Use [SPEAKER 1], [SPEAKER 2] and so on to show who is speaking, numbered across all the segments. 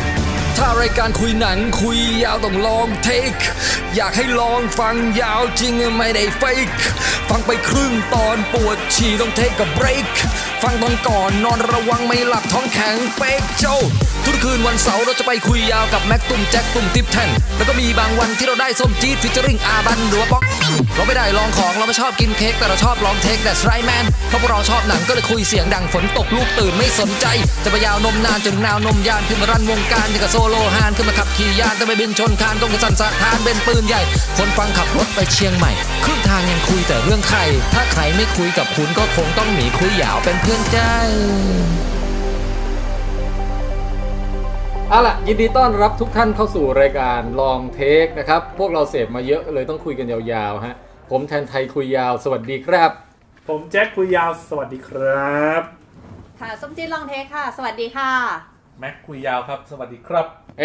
[SPEAKER 1] ายการคุยหนังคุยยาวต้องลองเทค อยากให้ลองฟังยาวจริงไม่ได้เฟกฟังไปครึ่งตอนปวดฉี่ต้องเทคกับเบรกฟังตอนก่อนนอนระวังไม่หลับท้องแข็งเป๊กเจ้า ทุกคืนวันเสาร์เราจะไปคุยยาวกับแม็กตุ่มแจ็คตุ่มทิปแทนแล้วก็มีบางวันที่เราได้ส้มจี๊ดฟิชเจอริงอาบันหรือว่าป๊อกเราไม่ได้ลองของเราไม่ชอบกินเค้กแต่เราชอบลองเทคแต่ไรแมนเพราะพวกเราชอบหนังก็เลยคุยเสียงดังฝนตกลูกตื่นไม่สนใจ จะไปยาวนมนานจนนาวนมยานขึ้นมารันวงการอย่างกับโซโลฮานขึ้นมาขับขี่ยานแต่ไม่บินชนคานต้องกระสันสะทานเป็นปืนใหญ่ คนฟังขับรถไปเชียงใหม่ครึ่งทางยังคุยแต่เรื่องใคร ถ้าใครไม่คุยกับคุณก็คงต้องหนีคุยยาวเป็นเพื่อนใจ
[SPEAKER 2] เอาล่ะยินดีต้อนรับทุกท่านเข้าสู่รายการลองเทคนะครับ พวกเราเสพมาเยอะเลยต้องคุยกันยาวๆฮะผมแทนไทยคุยยาวสวัสดีครับ
[SPEAKER 3] ผมแจ็คคุยยาวสวัสดีครับ
[SPEAKER 4] ค่ะส้มจีนลองเทคค่ะ สวัสดีค่ะ
[SPEAKER 5] แม็กคุยยาวครับ สวัสดีครับ
[SPEAKER 2] เอ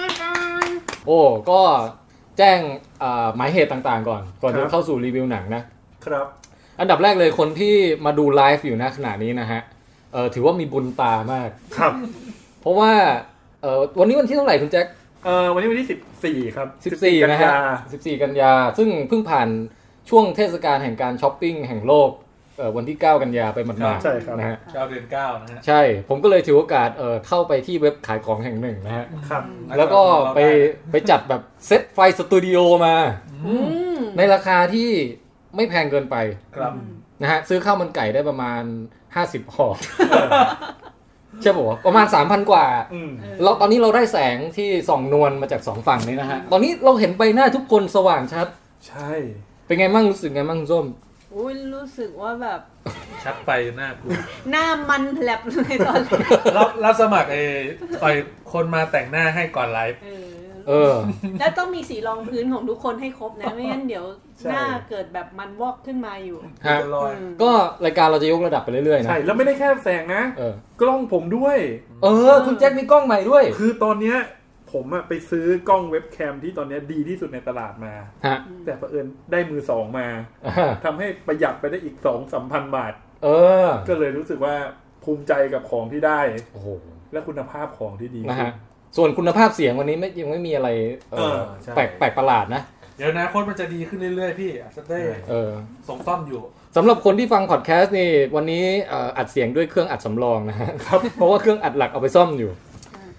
[SPEAKER 2] อโอ้ก็แจ้งอ่าหมายเหตุต่างๆก่อน ก่อน
[SPEAKER 3] ครั
[SPEAKER 2] จะ
[SPEAKER 3] บ
[SPEAKER 2] เข้าสู่รีวิวหนังนะ
[SPEAKER 3] ครับ
[SPEAKER 2] อันดับแรกเลยคนที่มาดูไลฟ์อยู่นะขณะนี้นะฮะเออถือว่ามีบุญตามาก
[SPEAKER 3] ครับ
[SPEAKER 2] เพราะว่าเออวันนี้วันที่เท่าไหร่คุณแจ็ค
[SPEAKER 3] เอ่อวันนี้วันที่สิบสี่ครับ
[SPEAKER 2] 14 นะฮะ
[SPEAKER 3] กัยา
[SPEAKER 2] 14 กันยา ซึ่งเพิ่งผ่านช่วงเทศกาลแห่งการช้อปปิ้งแห่งโลกเอ่อวันที่ 9 กันยาไปห
[SPEAKER 5] ครั
[SPEAKER 2] มา
[SPEAKER 5] บ
[SPEAKER 2] ด
[SPEAKER 3] ใช่ครับ
[SPEAKER 2] ๆนะฮะ
[SPEAKER 5] เก้าเดือนเก้านะฮะ
[SPEAKER 2] ใช่ ผมก็เลยถือโอกาสเอ่อเข้าไปที่เว็บขายของแห่งหนึ่งนะฮะ
[SPEAKER 3] ครับ
[SPEAKER 2] แล้วก็ไปไปจัดแบบเซตไฟสตูดิโอมา
[SPEAKER 4] อืม
[SPEAKER 2] ในราคาที่ไม่แพงเกินไป
[SPEAKER 5] ครับ
[SPEAKER 2] นะฮะ ซื้อข้าวมันไก่ได้ประมาณ 50ห่อใช่ป่ะประมาณ 3,000 กว่า
[SPEAKER 3] อืม
[SPEAKER 2] เราตอนนี้เราได้แสงที่ส่องนวลมาจากสองฝั่งนี้นะฮะ ตอนนี้เราเห็นใบหน้าทุกคนสว่างชัด
[SPEAKER 3] ใช่
[SPEAKER 2] เป็นไงมั่งรู้สึกไงมั่งส้ม
[SPEAKER 4] อุ้ยรู้สึกว่าแบบ
[SPEAKER 5] ชัดไปหน้ากลัว
[SPEAKER 4] หน้ามันแผลบเลยตอนแรก
[SPEAKER 5] รับรับสมัครไอ้ไอ้คนมาแต่งหน้าให้ก่อนไลฟ์
[SPEAKER 4] เออ
[SPEAKER 2] เออ
[SPEAKER 4] แล้วต้องมีสีรองพื้นของทุกคนให้ครบนะ ไม่งั้นเดี๋ยวหน้าเกิดแบบมันวอกขึ้นมาอยู่
[SPEAKER 2] ฮะ
[SPEAKER 5] จะลอย
[SPEAKER 4] อืม
[SPEAKER 2] ก็รายการเราจะยกระดับไปเรื่อยๆนะ
[SPEAKER 3] ใช่แล้วไม่ได้แค่แสงนะ
[SPEAKER 2] เออ
[SPEAKER 3] กล้องผมด้วย
[SPEAKER 2] เออ คุณแจ็คมีกล้องใหม่ด้วย
[SPEAKER 3] คือตอนเนี้ยผมอะไปซื้อกล้องเว็บแคมที่ตอนเนี้ยดีที่สุดในตลาดมา
[SPEAKER 2] ฮะ
[SPEAKER 3] แต่เผอิญได้มือสองมา
[SPEAKER 2] อ่า
[SPEAKER 3] ทำให้ประหยัดไปได้อีกสองสามพันบาท
[SPEAKER 2] เออ
[SPEAKER 3] ก็เลยรู้สึกว่าภูมิใจกับของที่ได้
[SPEAKER 2] โอ้โห
[SPEAKER 3] และคุณภาพของที่ดี
[SPEAKER 2] นะ
[SPEAKER 3] ขึ้
[SPEAKER 2] ฮะ
[SPEAKER 3] น
[SPEAKER 2] ส่วนคุณภาพเสียงวันนี้ไม่ยังไม่มีอะไรเออ
[SPEAKER 3] เออใช่
[SPEAKER 2] แปลกแปลกประหลาดนะ
[SPEAKER 5] เดี๋ยวนะโคตรมันจะดีขึ้นเรื่อยๆพี่อาจจะได้
[SPEAKER 2] เออ
[SPEAKER 5] ส่งซ่อมอยู่
[SPEAKER 2] สำหรับคนที่ฟังพอดแคสต์นี่วันนี้เอ่ออัดเสียงด้วยเครื่องอัดสำรองนะฮะเพราะว่าเครื่องอัดหลักเอาไปซ่อมอยู่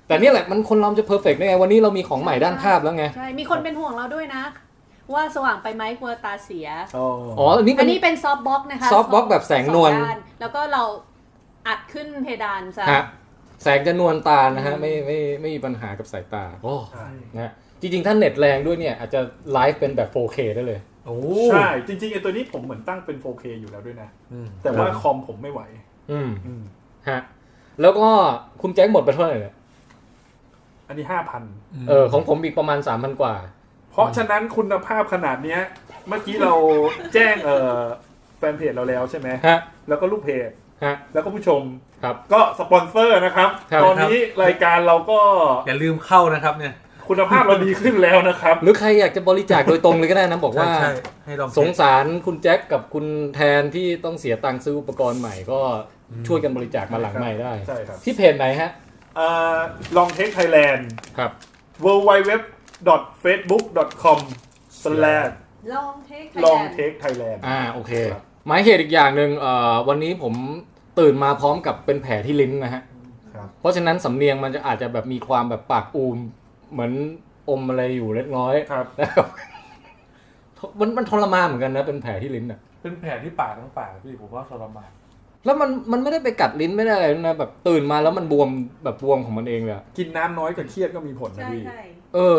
[SPEAKER 2] แต่เนี่ยแหละมันคนเราจะเพอร์เฟกต์ได้ไง วันนี้เรามีของใหม่ด้านภาพแล้วไง
[SPEAKER 4] ใช่ มีคนเป็นห่วงเราด้วยนะ ว่าสว่างไปไหมกลัวตาเสีย
[SPEAKER 3] อ๋อ
[SPEAKER 2] อ๋อ อันนี้
[SPEAKER 4] อั
[SPEAKER 2] เป็น น
[SPEAKER 4] นี้เป็นซอฟต์บล็อกนะคะ
[SPEAKER 2] softbox แบบแสงนวล
[SPEAKER 4] อด้าแล้วก็เราอัดขึ้นเพดานซะ
[SPEAKER 2] ฮะ แสงจะนวลตานะฮะ ไม่ไม่ไม่มีปัญหากับสายตา โอ้
[SPEAKER 3] ใช่
[SPEAKER 2] นะฮะจริงๆ ถ้าเน็ตแรงด้วยเนี่ยอาจจะไลฟ์เป็นแบบ 4K ได้เลย
[SPEAKER 5] โอ้
[SPEAKER 3] ใช่จริงๆไอ้ตัวนี้ผมเหมือนตั้งเป็น 4K อยู่แล้วด้วยนะ แต่ว่า
[SPEAKER 2] ครับ
[SPEAKER 3] คอมผมไม่ไหว
[SPEAKER 2] อืม
[SPEAKER 3] อืม
[SPEAKER 2] ฮะ แล้วก็คุณแจ็คหมดไปเท่าไหร่เนี่ย
[SPEAKER 3] อันนี้ห้าพัน
[SPEAKER 2] เออ ของผมอีกประมาณ 3,000 กว่า
[SPEAKER 3] เพราะฉะนั้นคุณภาพขนาดเนี้ย เมื่อกี้เราแจ้งเอ่อแฟนเพจเราแล้วใช่ไหม
[SPEAKER 2] ฮะ
[SPEAKER 3] แล้วก็ลูกเพจ
[SPEAKER 2] ฮะ
[SPEAKER 3] แล้วก็ผู้ชม
[SPEAKER 2] ครับ
[SPEAKER 3] ก็สปอนเซอร์นะครับ
[SPEAKER 2] ครับ
[SPEAKER 3] ตอนนี้รายการเราก็
[SPEAKER 5] อย่าลืมเข้านะครับเนี่ย
[SPEAKER 3] คุณภาพเราดีขึ้นแล้วนะครับ
[SPEAKER 2] หรือใครอยากจะบริจาคโดยตรงเลยก็ได้นะ บอกว่า
[SPEAKER 5] ใช่ๆให้ลอง
[SPEAKER 2] สงสารคุณแจ็คกับคุณแทนที่ต้องเสียตังค์ซื้ออุปกรณ์ใหม่ก็ช่วยกันบริจาคมาหลังใหม่ได้
[SPEAKER 3] ใช่ครับ
[SPEAKER 2] ที่เพจไหนฮะ
[SPEAKER 3] เอ่อลองเทคไทยแลนด์
[SPEAKER 2] ครับ
[SPEAKER 3] w w w f a c e b o o k c o m
[SPEAKER 4] ลองเทค
[SPEAKER 3] ลองเทคไทยแลนด์
[SPEAKER 2] อ่าโอเค
[SPEAKER 3] ครับ
[SPEAKER 2] หมายเหตุอีกอย่างหนึ่งเอ่อวันนี้ผมตื่นมาพร้อมกับเป็นแผลที่ลิ้นนะฮะ
[SPEAKER 3] ครับ
[SPEAKER 2] เพราะฉะนั้นสำเนียงมันจะอาจจะแบบมีความแบบปากอูม เหมือนอมอะไรอยู่เล็กน้อย
[SPEAKER 3] ครับ
[SPEAKER 2] นะครับมันมันทรมานเหมือนกันนะเป็นแผลที่ลิ้นอ่ะ
[SPEAKER 5] เป็นแผลที่ปากทั้งปากพี่ผมว่าทรมาน
[SPEAKER 2] แล้วมันมันไม่ได้ไปกัดลิ้นไม่ได้อะไรนะแบบตื่นมาแล้วมันบวมแบบบวมของมันเองเลยอะ
[SPEAKER 3] กินน้ำน้อยกับเครียดก็มีผลนะ
[SPEAKER 4] ใช่
[SPEAKER 3] พี่
[SPEAKER 4] ใช่
[SPEAKER 2] เออ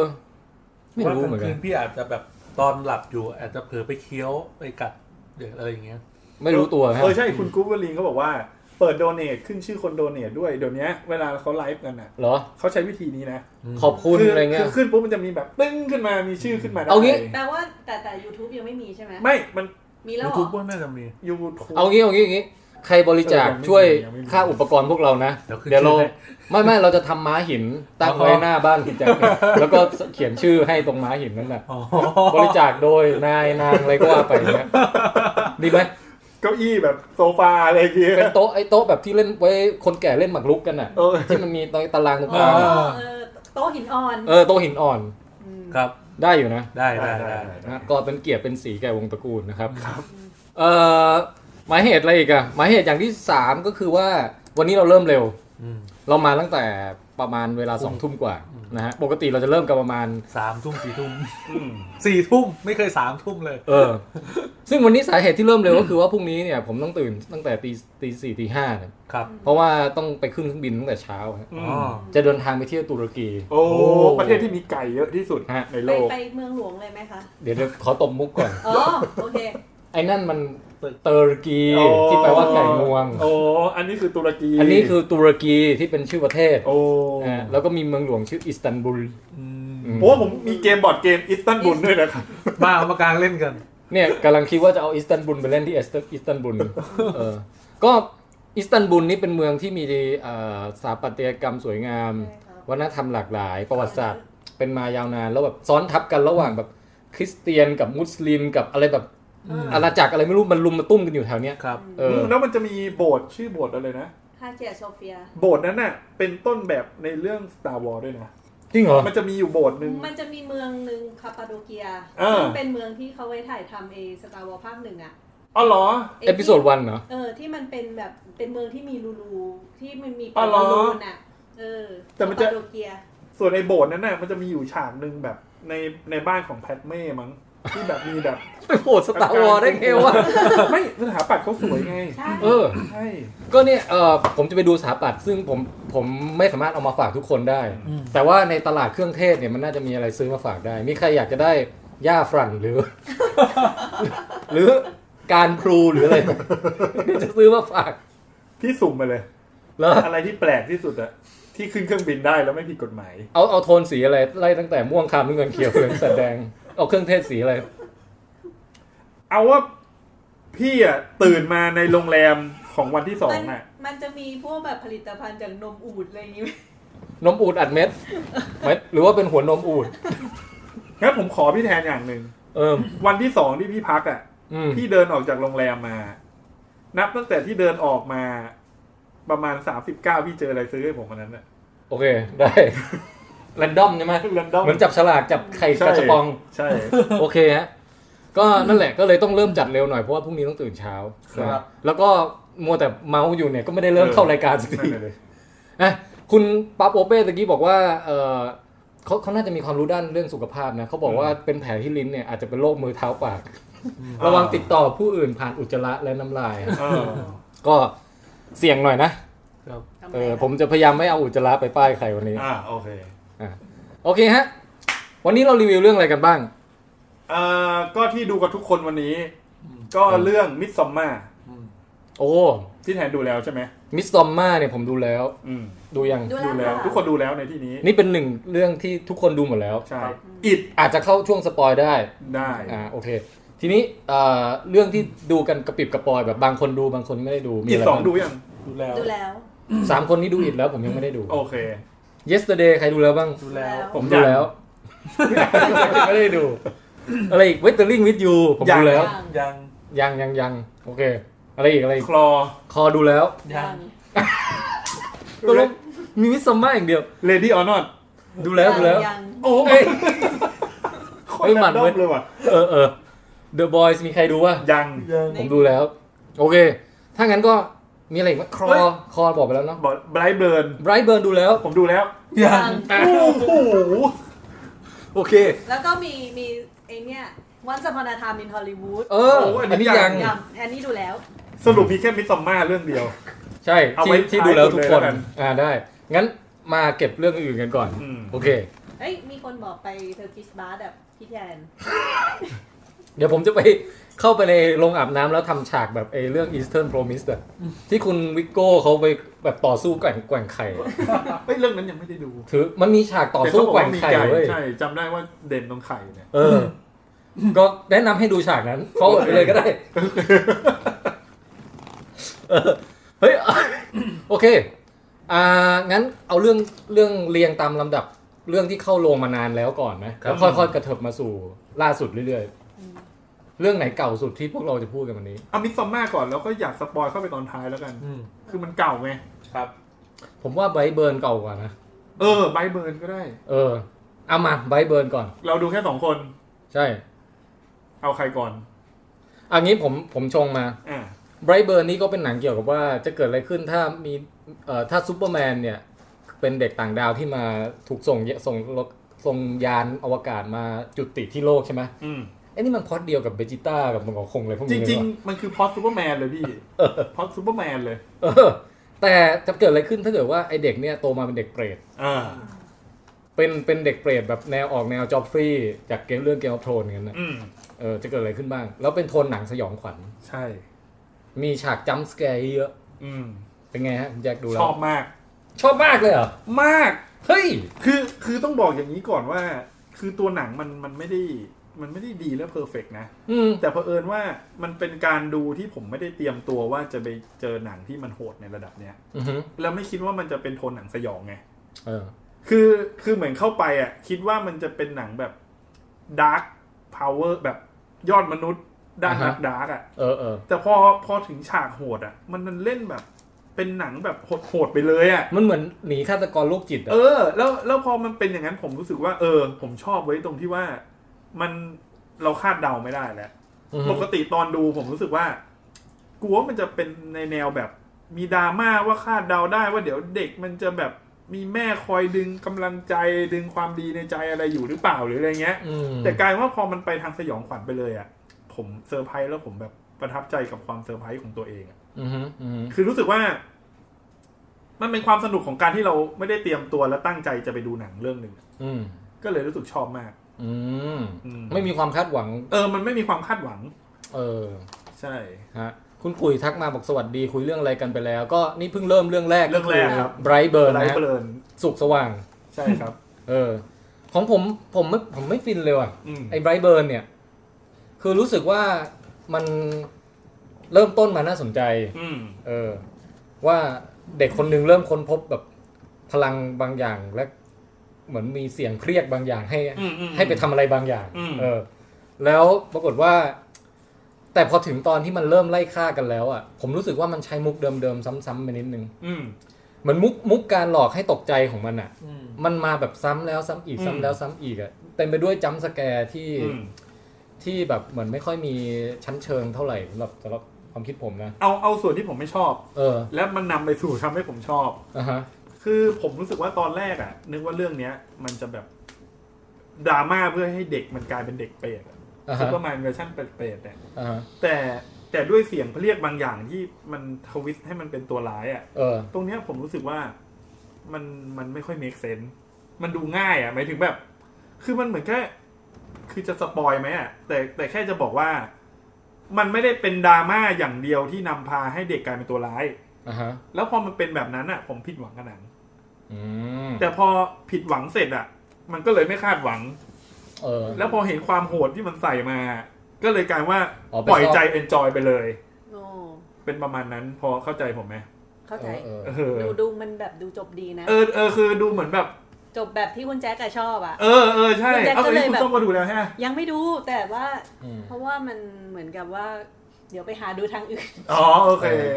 [SPEAKER 2] ไม่
[SPEAKER 5] ว่า
[SPEAKER 2] รู้
[SPEAKER 5] กลา
[SPEAKER 2] เหมือง นกั
[SPEAKER 5] คื
[SPEAKER 2] น
[SPEAKER 5] นพี่อาจจะแบบตอนหลับอยู่ อาจจะเผลอไปเคี้ยวไปกัดหรืออะไรอย่างเงี้ย
[SPEAKER 2] ไม่รู้ตัวฮะ
[SPEAKER 3] เออใช่คุณกุ๊บวลินเขาบอกว่าเปิดโดเนทขึ้นชื่อคนโดเนทด้วยเดี๋ยวนี้เวลาเขาไลฟ์กันน่ะ
[SPEAKER 2] เหรอ
[SPEAKER 3] เขาใช้วิธีนี้นะ
[SPEAKER 2] ขอบคุณอะไรเงี้ย
[SPEAKER 3] คืขึ้นปุ๊บมันจะมีแบบตึ้งขึ้นมามีชื่อขึ้นมาได้
[SPEAKER 2] เอางี้
[SPEAKER 4] แต่ว่าแต่แต่ YouTube ยังไม่มีใช่ไหม
[SPEAKER 3] ไม่มัน
[SPEAKER 4] มีแล้ว
[SPEAKER 5] ยู
[SPEAKER 4] เหร
[SPEAKER 5] ทูบ
[SPEAKER 4] อ
[SPEAKER 5] เบอร์น่าจะมี
[SPEAKER 3] ยูทู
[SPEAKER 2] เอางี้เอางี้เอางี้ใครบริจาค
[SPEAKER 3] เออยังไม่มี
[SPEAKER 2] ช่วย
[SPEAKER 3] ยังไม่มี
[SPEAKER 2] ค่าอุปกรณ์พวกเรานะ
[SPEAKER 5] เดี๋ยวขึ้น
[SPEAKER 2] เดี๋ยวเรา
[SPEAKER 5] ชื่อให้
[SPEAKER 2] ไม่ไม่เราจะทำม้าหินตั้ง
[SPEAKER 5] อ๋อ
[SPEAKER 2] ไว้หน้าบ้านคุณแจ็คเนี่ย แล้วก็เขียนชื่อให้ตรงม้าหินนั่นแหละ
[SPEAKER 5] อ๋อบ
[SPEAKER 2] ริจาคโดยนายนางอะไรก็ว่าไปเนี่ยดีไหม
[SPEAKER 3] เก้าอี้แบบโซฟาอะไรอย่างเงี้ย
[SPEAKER 2] เป็นโต๊ะไอ้โต๊ะแบบที่เล่นไว้คนแก่เล่นหมากรุกกันอ่ะ
[SPEAKER 3] เออ
[SPEAKER 2] ที่มันมีตารางตรงกลา
[SPEAKER 4] อ๋อ
[SPEAKER 2] ง
[SPEAKER 5] า
[SPEAKER 4] เออโต๊ะหินอ่อน
[SPEAKER 2] เออโต๊ะหินอ่อน
[SPEAKER 4] ม
[SPEAKER 5] ครับ
[SPEAKER 2] ได้อยู่นะ
[SPEAKER 5] ได้
[SPEAKER 3] ได้
[SPEAKER 5] ได้
[SPEAKER 3] ได้
[SPEAKER 5] ได้
[SPEAKER 3] ได้
[SPEAKER 2] นะก็เป็นเกียรติเป็นสีแก่วงตระกูลนะครับเอ่อหมายเหตุอะไรอีกอะหมายเหตุอย่างที่สามก็คือว่าวันนี้เราเริ่มเร็ว
[SPEAKER 5] อืม
[SPEAKER 2] เรามาตั้งแต่ประมาณเวลาสองทุ่มกว่า
[SPEAKER 5] อืม
[SPEAKER 2] นะฮะปกติเราจะเริ่มกันประมาณ
[SPEAKER 5] สามทุ่มสี่ทุ่ม
[SPEAKER 3] อืม
[SPEAKER 5] สี่ทุ่มไม่เคยสามทุ่มเลย
[SPEAKER 2] เออ ซึ่งวันนี้สาเหตุที่เริ่มเร็วก็คือว่าพรุ่งนี้เนี่ยผมต้องตื่นตั้งแต่ตีตีสี่ตีห้าเนี่ย
[SPEAKER 5] ครับ
[SPEAKER 2] เพราะว่าต้องไปขึ้นเครื่องบินตั้งแต่เช้าฮะ
[SPEAKER 3] อื
[SPEAKER 5] อ๋
[SPEAKER 3] ม
[SPEAKER 5] อ
[SPEAKER 2] จะเดินทางไปเที่ยวตุรกี
[SPEAKER 3] โอ้
[SPEAKER 5] โอ้
[SPEAKER 3] ประเทศที่มีไก่เยอะที่สุด
[SPEAKER 2] ฮะ
[SPEAKER 3] ใน
[SPEAKER 4] ไป
[SPEAKER 3] โลก
[SPEAKER 4] ไปเมืองหลวงเลยไหมคะ
[SPEAKER 2] เดี๋ยวเดี๋ยวขอตบมุกก่อน
[SPEAKER 4] อ๋อ โอเค
[SPEAKER 2] ไอ้นั่นมันเตอร์กี
[SPEAKER 3] โอ้
[SPEAKER 2] ที่แปลว่าไก่งวง
[SPEAKER 3] โอ้อันนี้คือตุรกี
[SPEAKER 2] อันนี้คือตุรกีที่เป็นชื่อประเทศ
[SPEAKER 3] โอ้
[SPEAKER 2] อ่าแล้วก็มีเมืองหลวงชื่ออิสตันบูล
[SPEAKER 5] อืม
[SPEAKER 2] อืม
[SPEAKER 3] โอ้ผมมีเกมบอร์ดเกมอิสตันบุลด้วยนะครับ
[SPEAKER 5] มาเอามากลางเล่นกัน
[SPEAKER 2] เนี่ยกำลังคิดว่าจะเอาอิสตันบูลไปเล่นที่อิสตันอิสตันบูลเออก็อิสตันบูลนี่เป็นเมืองที่มีเอ่อสถาปัตยกรรมสวยงาม
[SPEAKER 4] ใช่ครับ
[SPEAKER 2] วัฒนธรรมหลากหลาย ประวัติศาสตร์เป็นมายาวนาน แล้วแบบซ้อนทับกันระหว่างแบบคริสเตียนกับมุสลิมกับอะไรแบบ
[SPEAKER 5] อืม
[SPEAKER 2] อาณาจักรอะไรไม่รู้ มันลุมมาตุ้มกันอยู่แถวเนี้ย
[SPEAKER 5] ครับ
[SPEAKER 2] เออ
[SPEAKER 3] มแล้วมันจะมีโบสถ์ชื่อโบสถ์อะไรนะ
[SPEAKER 4] ฮาเจียโซเฟีย
[SPEAKER 3] โบสถ์นั้นน่ะ เป็นต้นแบบในเรื่อง Star Wars ด้วยนะ
[SPEAKER 2] จริงเหรอ
[SPEAKER 3] มันจะมีอยู่โบสถ์หนึ่ง
[SPEAKER 4] มันจะมีเมืองหนึ่งคาปาโดเกีย
[SPEAKER 3] เออ
[SPEAKER 4] ซึ่งเป็นเมืองที่เขาไว้ถ่ายทำเอสตาร์วอลภาคหนึ่งอะ
[SPEAKER 3] อ๋อเหรอ
[SPEAKER 4] ไที่
[SPEAKER 2] เอพิโซดวันเหรอ
[SPEAKER 4] เออ ที่มันเป็นแบบเป็นเมืองที่มีรูรูที่มันมี
[SPEAKER 3] อ๋อเหรอ
[SPEAKER 4] รูน่ะเออ
[SPEAKER 3] แต่มันจะ
[SPEAKER 4] คาปาโดเกีย
[SPEAKER 3] ส่วนในโบสถ์นั้นน่ะ มันจะมีอยู่ฉากหนึ่งแบบในในบ้านของแพทเม่มั้ง ที่แบบมีแบบ
[SPEAKER 2] โอ้โหสตาร์วอได้ไงวะ
[SPEAKER 3] ไม่สถาปัตย์เขาสวยไง
[SPEAKER 4] ใช่
[SPEAKER 2] เออ
[SPEAKER 3] ใช่
[SPEAKER 2] ก็เนี่ยเออผมจะไปดูสถาปัตย์ซึ่งผมผมไม่สามารถเอามาฝากทุกคนได้
[SPEAKER 5] อืม
[SPEAKER 2] แต่ว่าในตลาดเครื่องเทศเนี่ยมันน่าจะมีอะไรซื้อมาฝากได้ มีใครอยากจะได้หญ้าฝรั่งหรือ หรือการพลูหรืออะไร จะซื้อมาฝาก
[SPEAKER 3] พี่สุ่มมาเลย
[SPEAKER 2] เหรอ
[SPEAKER 3] อะไรที่แปลกที่สุดอะที่ขึ้นเครื่องบินได้แล้วไม่ผิดกฎหมาย
[SPEAKER 2] เอาเอาโทนสีอะไรไล่ตั้งแต่ม่วงคามน้ำเงินเขียวเหลืองแสดแดง เอาเครื่องเทศสีอะไร
[SPEAKER 3] เอาว่าพี่อะตื่นมาในโรงแรมของวันที่สอ
[SPEAKER 4] มั
[SPEAKER 3] งอะ
[SPEAKER 4] มันจะมีพวกแบบผลิตภัณฑ์จากนมอูดอะไรอย่างงี้ไหม
[SPEAKER 2] นมอูดอัดเม็ดเม็ด หรือว่าเป็นหัวนมอูด
[SPEAKER 3] งั้นผมขอพี่แทนอย่างหนึ่ง
[SPEAKER 2] เออ
[SPEAKER 3] วันที่สองที่พี่พักอะ
[SPEAKER 2] อืม
[SPEAKER 3] พี่เดินออกจากโรงแรมมา นับตั้งแต่ที่เดินออกมา ประมาณสามสิบเก้าพี่เจออะไรซื้อให้ผมวันนั้นน่ะ
[SPEAKER 2] โอเค ได้ แรนดอมใช่ไหม
[SPEAKER 3] เรนดอม
[SPEAKER 2] เหมือนจับฉลากจับไข่
[SPEAKER 3] ใช่
[SPEAKER 2] กระชปอง
[SPEAKER 3] ใช่
[SPEAKER 2] โอเคฮะ ก็นั่นแหละก็เลยต้องเริ่มจัดเร็วหน่อยเพราะว่าพรุ่งนี้ต้องตื่นเช้า
[SPEAKER 3] ครับ
[SPEAKER 2] แล้วก็มัวแต่เมาอยู่เนี่ยก็ไม่ได้เริ่มเข้ารายการสัก
[SPEAKER 3] นั่
[SPEAKER 2] ที
[SPEAKER 3] นเลย
[SPEAKER 2] นะคุณปั๊บโอเป้ตะกี้บอกว่าเออเขาเขาน่าจะมีความรู้ด้านเรื่องสุขภาพนะเขาบอกว่าเป็นแผลที่ลิ้นเนี่ยอาจจะเป็นโรคมือเท้าปาก ระวังติดต่อผู้อื่นผ่านอุจจาระและน้ำลายอะ
[SPEAKER 3] เออ
[SPEAKER 2] ก็เสี่ยงหน่อยนะครับ
[SPEAKER 4] ทำไ
[SPEAKER 2] เออผมจะพยายามไม่เอาอุจจาระไปป้ายใครวันนี้
[SPEAKER 3] อ่าโอเค
[SPEAKER 2] โอเคฮะ วันนี้เรารีวิวเรื่องอะไรกันบ้าง
[SPEAKER 3] เอ่อก็ที่ดูกับทุกคนวันนี้ ก็เรื่องมิดซอมมา
[SPEAKER 2] โอ้
[SPEAKER 3] ที่แทนดูแล้วใช่ไหม
[SPEAKER 2] มิสซอมมาเนี่ยผมดูแล้ว
[SPEAKER 3] อืม
[SPEAKER 2] ดูยัง
[SPEAKER 4] ดู
[SPEAKER 3] ดู
[SPEAKER 4] แล้
[SPEAKER 3] แล้ว ว ทุกคนดูแล้วในที่นี้
[SPEAKER 2] นี่เป็นหนึ่งเรื่องที่ทุกคนดูหมดแล้ว
[SPEAKER 3] ใช่
[SPEAKER 5] ครับ
[SPEAKER 3] อิด
[SPEAKER 2] อาจจะเข้าช่วงสปอยได้
[SPEAKER 3] ได้
[SPEAKER 2] อ่าโอเค ทีนี้เอ่อเรื่องที่ดูกันกระปิบกระปอยแบบบางคนดูบางคนไม่ได้ดูมี
[SPEAKER 3] อิด
[SPEAKER 2] อะไร
[SPEAKER 3] สอง
[SPEAKER 2] บ้าง
[SPEAKER 3] ดูยัง
[SPEAKER 5] ดูแล้ว
[SPEAKER 4] ดูแล้ว
[SPEAKER 2] สามคนนี้ดูอิดแล้วผมยังไม่ได้ดู
[SPEAKER 3] โอเค
[SPEAKER 2] yesterday ใครดูแล้วบ้าง
[SPEAKER 5] ดูแล้ว
[SPEAKER 3] ผม
[SPEAKER 2] ดู
[SPEAKER 3] ยัง
[SPEAKER 2] แล้ว ไม่ได้ดู อะไรอีก Waiting with you ผม
[SPEAKER 3] ยัง
[SPEAKER 2] ดูแล้ว
[SPEAKER 5] ยัง
[SPEAKER 2] ยังยังยังโอเค อะไรอีกอะไรอีก
[SPEAKER 3] คลอ
[SPEAKER 2] คอดูแล้ว
[SPEAKER 5] ยัง
[SPEAKER 2] ตกลงมีมิสซัมมาอย่างเดียว
[SPEAKER 3] เลดี้ออนอต
[SPEAKER 2] ดูแล้วดูแล้ว
[SPEAKER 4] ยัง
[SPEAKER 3] โอ้
[SPEAKER 2] เอ้ย
[SPEAKER 3] โคต
[SPEAKER 2] เฮ้
[SPEAKER 3] ร
[SPEAKER 2] ยมัน
[SPEAKER 3] แร
[SPEAKER 2] เว้
[SPEAKER 3] ดอม
[SPEAKER 2] ย
[SPEAKER 3] เลยว่ะ
[SPEAKER 2] เออเออ The Boys มีใครดูวะ
[SPEAKER 3] ยัง
[SPEAKER 5] ยัง
[SPEAKER 2] ผมดูแล้ว โอเค ถ้างั้นก็มีอะไรอีกไหมคอ
[SPEAKER 3] เฮ้ย
[SPEAKER 2] คอบอกไปแล้วเนาะ
[SPEAKER 3] บอกไบรท์เบิร์น
[SPEAKER 2] ไบรท์เบิร์นดู แล้ว
[SPEAKER 3] ผมดูแล้ว
[SPEAKER 5] ยั
[SPEAKER 4] ยัง ง
[SPEAKER 3] โอ้โห
[SPEAKER 2] โอเค
[SPEAKER 4] แล้วก็มีมีไอเนี่ยวันส upon a time in Hollywood
[SPEAKER 2] เออ
[SPEAKER 3] โอ้อั
[SPEAKER 2] อั
[SPEAKER 3] น
[SPEAKER 2] น
[SPEAKER 3] นี้
[SPEAKER 2] นี้
[SPEAKER 3] ยั
[SPEAKER 2] ยัง ง
[SPEAKER 4] ยังอันนี้ดูแล้ว
[SPEAKER 3] สรุปมีแค่มิสซัมมาเรื่องเดียว
[SPEAKER 2] ใช่
[SPEAKER 3] เอาไว้
[SPEAKER 2] ที่ที่ดูแล้วทุกคน
[SPEAKER 3] ท้ายสุดเลยแล้วกัน
[SPEAKER 2] อ่าได้ งั้นมาเก็บเรื่องอื่นกันก่อน
[SPEAKER 3] อืม
[SPEAKER 2] โอเค
[SPEAKER 4] เอ้ยมีคนบอกไปเทอร์กิชบาร์แบบพี่แทน
[SPEAKER 2] เดี๋ยวผมจะไปเข้าไปในโรงอาบน้ำแล้วทำฉากแบบไอ้เรื่อง Eastern Promise อะที่คุณวิกโก้เขาไปแบบต่อสู้แกว่งแกว่งไข่อะ
[SPEAKER 3] เอ้ยเรื่องนั้นยังไม่ได้ดู
[SPEAKER 2] ถือมันมีฉากต่อสู้แกว่งไข่
[SPEAKER 3] แต่เขาบอกว่ามี
[SPEAKER 2] เว้ย
[SPEAKER 3] ไก่ใช่จำได้ว่าเด่นตรงไข่เนี่ย
[SPEAKER 2] เออ ก็แนะนำให้ดูฉากนั้นเขาไปเลยก็ได้เออเฮ้ย โอเค อ่า งั้นเอาเรื่องเรื่องเรียงตามลำดับเรื่องที่เข้าโรงมานานแล้วก่อนไหม
[SPEAKER 5] ครั
[SPEAKER 2] แล้
[SPEAKER 5] บ
[SPEAKER 2] วค่อยๆกระเถิบมาสู่ล่าสุดเรื่อย เรื่องไหนเก่าสุดที่พวกเราจะพูดกันวันนี้
[SPEAKER 3] เอามิสซอมมาก่อนแล้วก็อยากสปอยเข้าไปตอนท้ายแล้วกัน
[SPEAKER 5] อืม
[SPEAKER 3] คือมันเก่าไง
[SPEAKER 5] ครับ
[SPEAKER 2] ผมว่าไบรท์เบิร์นเก่ากว่านะ
[SPEAKER 3] เออไบเบิร์นก็ได้
[SPEAKER 2] เออ เอามาไบรท์เบิร์นก่อน
[SPEAKER 3] เราดูแค่สองคน
[SPEAKER 2] ใช่
[SPEAKER 3] เอาใครก่อน
[SPEAKER 2] เอันนี้ผมผมชงมา
[SPEAKER 3] อ่า
[SPEAKER 2] ไบรท์เบิร์นนี่ก็เป็นหนังเกี่ยวกับว่าจะเกิดอะไรขึ้นถ้ามีเอ่อถ้าซูเปอร์แมนเนี่ย เป็นเด็กต่างดาวที่มาถูกส่งเยส่งรถส่งยานอวกาศมาจุติที่โลกใช่ไหม
[SPEAKER 3] อืม
[SPEAKER 2] ไอ้นี่มันพล็อดเดียวกับเบจิต้ากับมังกรคงเลยพวก
[SPEAKER 3] จ
[SPEAKER 2] นี้
[SPEAKER 3] ริง
[SPEAKER 2] เหอ
[SPEAKER 3] ๆ มันคือพอดซูเปอร์แมนเลยพี่พอดซูเปอร์แมนเลย
[SPEAKER 2] เออ แต่จะเกิดอะไรขึ้นถ้าเกิดว่าไอเด็กเนี่ยโตมาเป็นเด็กเปรต
[SPEAKER 3] อ่า
[SPEAKER 2] เป็นเป็นเด็กเปรตแบบแนวออกแนวจอบฟรีจากเกมเรื่องเกมออฟโทรนกันนะ
[SPEAKER 3] อืม
[SPEAKER 2] เออจะเกิดอะไรขึ้นบ้าง แล้วเป็นโทนหนังสยองขวัญ
[SPEAKER 3] ใช่
[SPEAKER 2] มีฉากจัมป์สแกร์เยอะ
[SPEAKER 3] อืม
[SPEAKER 2] เป็นไงฮะคุณแจ็คดูแล้
[SPEAKER 3] ช
[SPEAKER 2] ว
[SPEAKER 3] อบมาก
[SPEAKER 2] ชอบมากเลยเหรอ
[SPEAKER 3] มาก
[SPEAKER 2] เฮ้ย
[SPEAKER 3] คือ คือต้องบอกอย่างนี้ก่อนว่า คือตัวหนังมัน มันไม่ได้ มันไม่ได้ดีและเพอร์เฟกนะ
[SPEAKER 2] อืม
[SPEAKER 3] แต่เผอิญว่ามันเป็นการดูที่ผมไม่ได้เตรียมตัวว่าจะไปเจอหนังที่มันโหดในระดับเนี้ย
[SPEAKER 2] อือฮึ
[SPEAKER 3] แล้วไม่คิดว่ามันจะเป็นโทนหนังสยองไง
[SPEAKER 2] เออ
[SPEAKER 3] คือ คือเหมือนเข้าไปอ่ะ คิดว่ามันจะเป็นหนังแบบดาร์ p พาวเวอร์แบบยอดมนุษย์ด้าน
[SPEAKER 2] อ่าฮะ
[SPEAKER 3] นักดาร์กอ่ะ
[SPEAKER 2] เออเออ
[SPEAKER 3] แต่พอพอถึงฉากโหดอ่ะ มันมันเล่นแบบ เป็นหนังแบบโหดๆไปเลยอ่ะ
[SPEAKER 2] มันเหมือนหนีฆาตกรโรคจิตอะ
[SPEAKER 3] เออ แล้วแล้วพอมันเป็นอย่างนั้นผมรู้สึกว่า เออ ผมชอบไว้ตรงที่ว่า มันเราคาดเดาไม่ได้แล้ว
[SPEAKER 2] ม
[SPEAKER 3] ปกติตอนดูผมรู้สึกว่า กลัวมันจะเป็นในแนวแบบ มีดราม่าว่าคาดเดาได้ว่าเดี๋ยวเด็กมันจะแบบมีแม่คอยดึงกำลังใจดึงความดีในใจอะไรอยู่หรือเปล่าหรืออะไรเงี้ย
[SPEAKER 2] อืม
[SPEAKER 3] แต่กลายว่าพอมันไปทางสยองขวัญไปเลยอ่ะ ผมเซอร์ไพรส์แล้วผมแบบประทับใจกับความเซอร์ไพรส์ของตัวเองอะ
[SPEAKER 2] อือฮึอือฮึ
[SPEAKER 3] คือรู้สึกว่า มันเป็นความสนุกของการที่เราไม่ได้เตรียมตัวและตั้งใจจะไปดูหนังเรื่องหนึ่ง
[SPEAKER 2] อืม
[SPEAKER 3] ก็เลยรู้สึกชอบมาก
[SPEAKER 2] อืม
[SPEAKER 3] อืม
[SPEAKER 2] ไม่มีความคาดหวัง
[SPEAKER 3] เออ มันไม่มีความคาดหวัง
[SPEAKER 2] เออ
[SPEAKER 3] ใช่
[SPEAKER 2] ฮะ คุณกุยทักมาบอกสวัสดีคุยเรื่องอะไรกันไปแล้ว ก็นี่เพิ่งเริ่มเรื่องแรก
[SPEAKER 3] เรื่องแรกครับ
[SPEAKER 2] ไบรท์เบิร์น
[SPEAKER 3] ไร
[SPEAKER 2] นะฮะ
[SPEAKER 3] เพลิน
[SPEAKER 2] สุขสว่าง
[SPEAKER 3] ใช่ครับ
[SPEAKER 2] เออ ของผมผมไม่ผมไม่ฟินเลยว่ะ
[SPEAKER 3] อืม
[SPEAKER 2] ไอ้ไบรท์เบิร์นเนี่ย คือรู้สึกว่ามันเริ่มต้นมาน่าสนใจ
[SPEAKER 3] อืม
[SPEAKER 2] เออว่าเด็กคนหนึ่งเริ่มค้นพบแบบพลังบางอย่างและเหมือนมีเสียงเครียกบางอย่างให้
[SPEAKER 3] อืมอืม
[SPEAKER 2] ให้ไปทำอะไรบางอย่าง
[SPEAKER 3] อืม
[SPEAKER 2] เออ แล้วปรากฏว่า แต่พอถึงตอนที่มันเริ่มไล่ฆ่ากันแล้วอ่ะผมรู้สึกว่ามันใช้มุกเดิมๆซ้ำๆไปนิดนึง
[SPEAKER 3] อืม
[SPEAKER 2] เหมือนมุกมุกการหลอกให้ตกใจของมันอ่ะ
[SPEAKER 5] อืม
[SPEAKER 2] มันมาแบบซ้ำแล้วซ้ำอีก
[SPEAKER 3] อืม
[SPEAKER 2] ซ้ำแล้วซ้ำอีกอ่ะเต็มไปด้วยจัมป์สแกร์ที่
[SPEAKER 3] อืม
[SPEAKER 2] ที่แบบเหมือนไม่ค่อยมีชั้นเชิงเท่าไหร่สำหรับสำหรับความคิดผมนะ
[SPEAKER 3] เอาเอาส่วนที่ผมไม่ชอบ
[SPEAKER 2] เออ
[SPEAKER 3] และมันนำไปสู่ทำให้ผมชอบ
[SPEAKER 2] อ่ะฮะ
[SPEAKER 3] คือผมรู้สึกว่าตอนแรกอะนึกว่าเรื่องเนี้ย มันจะแบบดราม่าเพื่อให้เด็กมันกลายเป็นเด็กเปรตอะ
[SPEAKER 2] อ่าฮะ
[SPEAKER 3] ซุปเปอร์แมนเวอร์ชันเปรตๆเนี่ย
[SPEAKER 2] อ่าฮะ
[SPEAKER 3] แต่แต่ด้วยเสียงเรียกบางอย่างที่มันทวิสต์ให้มันเป็นตัวร้ายอะ่ะ
[SPEAKER 2] เออ
[SPEAKER 3] ตรงเนี้ยผมรู้สึกว่ามันมันไม่ค่อย make sense มันดูง่ายอะ่ะหมายถึงแบบ คือมันเหมือนแค่คือจะสปอยไหมอะ่ะแต่แต่แค่จะบอกว่า มันไม่ได้เป็นดราม่าอย่างเดียวที่นำพาให้เด็กกลายเป็นตัวร้าย
[SPEAKER 2] อ่าฮะ
[SPEAKER 3] แล้วพอมันเป็นแบบนั้นอะ่ะ ผมผิดหวังกับหนัง
[SPEAKER 2] อืม
[SPEAKER 3] แต่พอผิดหวังเสร็จอะ่ะ มันก็เลยไม่คาดหวัง
[SPEAKER 2] เออ
[SPEAKER 3] แล้วพอเห็นความโหดที่มันใส่มา ก็เลยกลายว่า
[SPEAKER 2] อ๋อไป
[SPEAKER 3] ปล่อย
[SPEAKER 2] ชอบ
[SPEAKER 3] ใจ enjoy ไปเลย
[SPEAKER 4] โอ้
[SPEAKER 3] เป็นประมาณนั้นพอเข้าใจผมไหม
[SPEAKER 4] เข้าใจ
[SPEAKER 2] เออ
[SPEAKER 3] เอ
[SPEAKER 2] เออ
[SPEAKER 3] อ
[SPEAKER 4] ดูดูมันแบบดูจบดีนะ
[SPEAKER 3] เออเออคือดูเหมือนแบบ
[SPEAKER 4] จบแบบที่คุณแจ๊กอะชอบอะ
[SPEAKER 3] เออเออใช่
[SPEAKER 4] คุณแจ็ค
[SPEAKER 3] เอา
[SPEAKER 4] ก็
[SPEAKER 3] อัน
[SPEAKER 4] เล
[SPEAKER 3] นี้
[SPEAKER 4] ย
[SPEAKER 3] คุณ
[SPEAKER 4] แบบ
[SPEAKER 3] ส้มก็ดูแล้วใช่ไหม
[SPEAKER 4] ยังไม่ดูแต่ว่า
[SPEAKER 2] อืม
[SPEAKER 4] เพราะว่ามันเหมือนกับว่า เดี๋ยวไปหาดูทางอื่น
[SPEAKER 3] อ๋อโอเค
[SPEAKER 2] เออ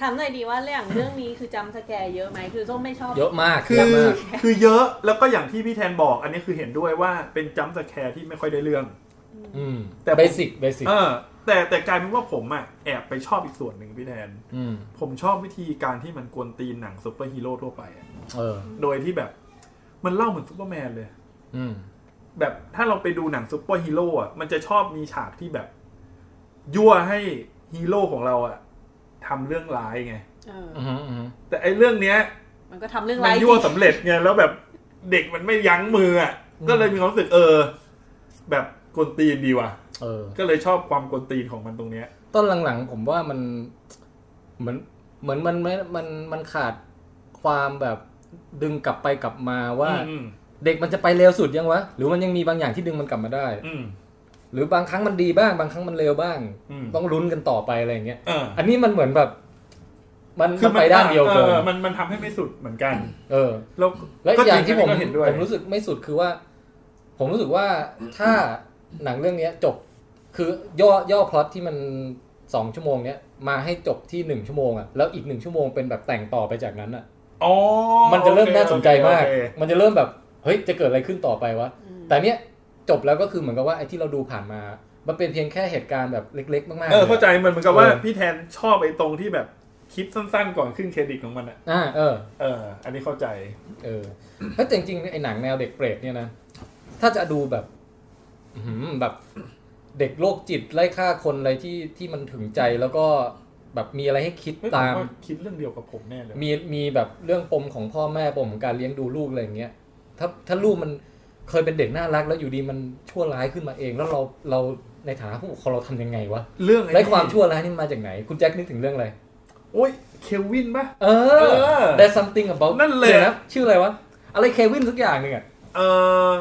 [SPEAKER 4] ถามหน่อยดีว่าเรื่องเรื่องนี้คือจำสแกร์เยอะไหมคือส้มไม่ชอบ
[SPEAKER 2] เยอะมาก
[SPEAKER 3] คื
[SPEAKER 2] เยะ
[SPEAKER 3] อ
[SPEAKER 2] มาก
[SPEAKER 3] คือเยอะแล้วก็อย่างที่พี่แทนบอก อันนี้คือเห็นด้วยว่าเป็นจัมป์สแคร์ที่ไม่ค่อยได้เรื่อง
[SPEAKER 2] อืม
[SPEAKER 3] แต่
[SPEAKER 2] แต่
[SPEAKER 3] ผม
[SPEAKER 2] เบสิกเบสิก
[SPEAKER 3] เออ แต่แต่กลายเป็นว่าผมอ่ะแอบไปชอบอีกส่วนหนึ่งพี่แทน
[SPEAKER 2] อืม
[SPEAKER 3] ผมชอบวิธีการที่มันกวนตีนหนังซูเปอร์ฮีโร่ทั่วไปอะ
[SPEAKER 2] เออ
[SPEAKER 3] โดยที่แบบมันเล่าเหมือนซูเปอร์แมนเลย
[SPEAKER 2] อืม
[SPEAKER 3] แบบถ้าเราไปดูหนังซูเปอร์ฮีโร่อะมันจะชอบมีฉากที่แบบ ยั่วให้ฮีโร่ของเราอะทำเรื่องร้ายไง
[SPEAKER 4] เออ
[SPEAKER 2] อืมอืม
[SPEAKER 3] แต่ไอ้เรื่องเนี้ย
[SPEAKER 4] มันก็ทำเรื่อง
[SPEAKER 3] มัน
[SPEAKER 4] ร้าย
[SPEAKER 3] ยั่วสำเร็จไงแล้วแบบเด็กมันไม่ยั้งมืออะก็เลยมีความรู้สึกเออ แบบกวนตีนดีว่ะ
[SPEAKER 2] เออ
[SPEAKER 3] ก็เลยชอบความกวนตีนของมันตรงเนี้ย
[SPEAKER 2] ต้นหลังๆ ผมว่ามันเหมือนเหมือนมันไม่มันมันขาดความแบบดึงกลับไปกลับมาว่า
[SPEAKER 3] อืม
[SPEAKER 2] เด็กมันจะไปเร็วสุดยังวะ หรือมันยังมีบางอย่างที่ดึงมันกลับมาได้
[SPEAKER 3] อืม
[SPEAKER 2] หรือบางครั้งมันดีบ้างบางครั้งมันเร็วบ้าง
[SPEAKER 3] อืม
[SPEAKER 2] ต้องลุ้นกันต่อไปอะไรอย่างเงี้ย
[SPEAKER 3] เออ
[SPEAKER 2] อันนี้มันเหมือนแบบ มันมันไปด้านเดียวเกิน
[SPEAKER 3] ออมันมันทำให้ไม่สุดเหมือนกัน
[SPEAKER 2] เออ
[SPEAKER 3] แล้ว
[SPEAKER 2] และ
[SPEAKER 3] ก็
[SPEAKER 2] อีกอย่าง
[SPEAKER 3] จริ
[SPEAKER 2] ที่ผม
[SPEAKER 3] ก็เห็นด้วย
[SPEAKER 2] ผมรู้สึกไม่สุดคือว่า ผมรู้สึกว่าถ้าหนังเรื่องเนี้ยจบ คือย่อย่อพล็อตที่มันสองชั่วโมงเนี้ยมาให้จบที่หนึ่งชั่วโมงอ่ะแล้วอีกหนึ่งชั่วโมงเป็นแบบแต่งต่อไปจากนั้นอ่ะ
[SPEAKER 3] อ๋อ
[SPEAKER 2] มันจะเริ่มน่าสนใจมาก
[SPEAKER 3] โอเคโอเค
[SPEAKER 2] มันจะเริ่มแบบเฮ้ยจะเกิดอะไรขึ้นต่อไปวะ
[SPEAKER 4] อืม
[SPEAKER 2] แต่เนี้ยจบแล้วก็คือเหมือนกับว่าไอ้ที่เราดูผ่านมา มันเป็นเพียงแค่เหตุการณ์แบบเล็ก ๆ มากๆ
[SPEAKER 3] เออเข้าใจ
[SPEAKER 2] ลย
[SPEAKER 3] มันเหมือนกับว่า
[SPEAKER 2] เออ
[SPEAKER 3] พี่แทนชอบไอ้ตรงที่แบบคลิปสั้นๆ ก่อนขึ้นเครดิตของมันอ่ะ
[SPEAKER 2] อ่าเออ
[SPEAKER 3] เออ อันนี้เข้าใจ
[SPEAKER 2] เออแล้วแต่จริงๆไอ้หนังแนวเด็กเปรตเนี่ยนะ ถ้าจะดูแบบอื้อหือแบบเด็กโรคจิตไล่ฆ่าคนอะไรที่ที่มันถึงใจแล้วก็แบบมีอะไรให้คิด
[SPEAKER 3] เฮ้ยผ
[SPEAKER 2] ตาม ม
[SPEAKER 3] ว่าคิดเรื่องเดียวกับผมแน่เลย
[SPEAKER 2] มีมีแบบเรื่องปมของพ่อแม่ปมของการเลี้ยงดูลูกอะไรอย่างเงี้ยถ้าถ้าลูกมันเคยเป็นเด็กน่ารัก แล้วอยู่ดีมันชั่วร้ายขึ้นมาเอง แล้วเราเราในฐานะผู้ปกครองเราทำยังไงวะ
[SPEAKER 3] เรื่องอ้
[SPEAKER 2] และความชั่วร้ายนี่มาจากไหน คุณแจ็คนึกถึงเรื่องอะไร
[SPEAKER 3] โอ้ยเควินปะ
[SPEAKER 2] เอ
[SPEAKER 3] เอ
[SPEAKER 2] อ
[SPEAKER 3] อ
[SPEAKER 2] There's something about
[SPEAKER 3] นั่นแหละ
[SPEAKER 2] ดี๋วชื่ออะไรวะ อะไรเควินสักอย่างหนึ่งอะ
[SPEAKER 3] เออ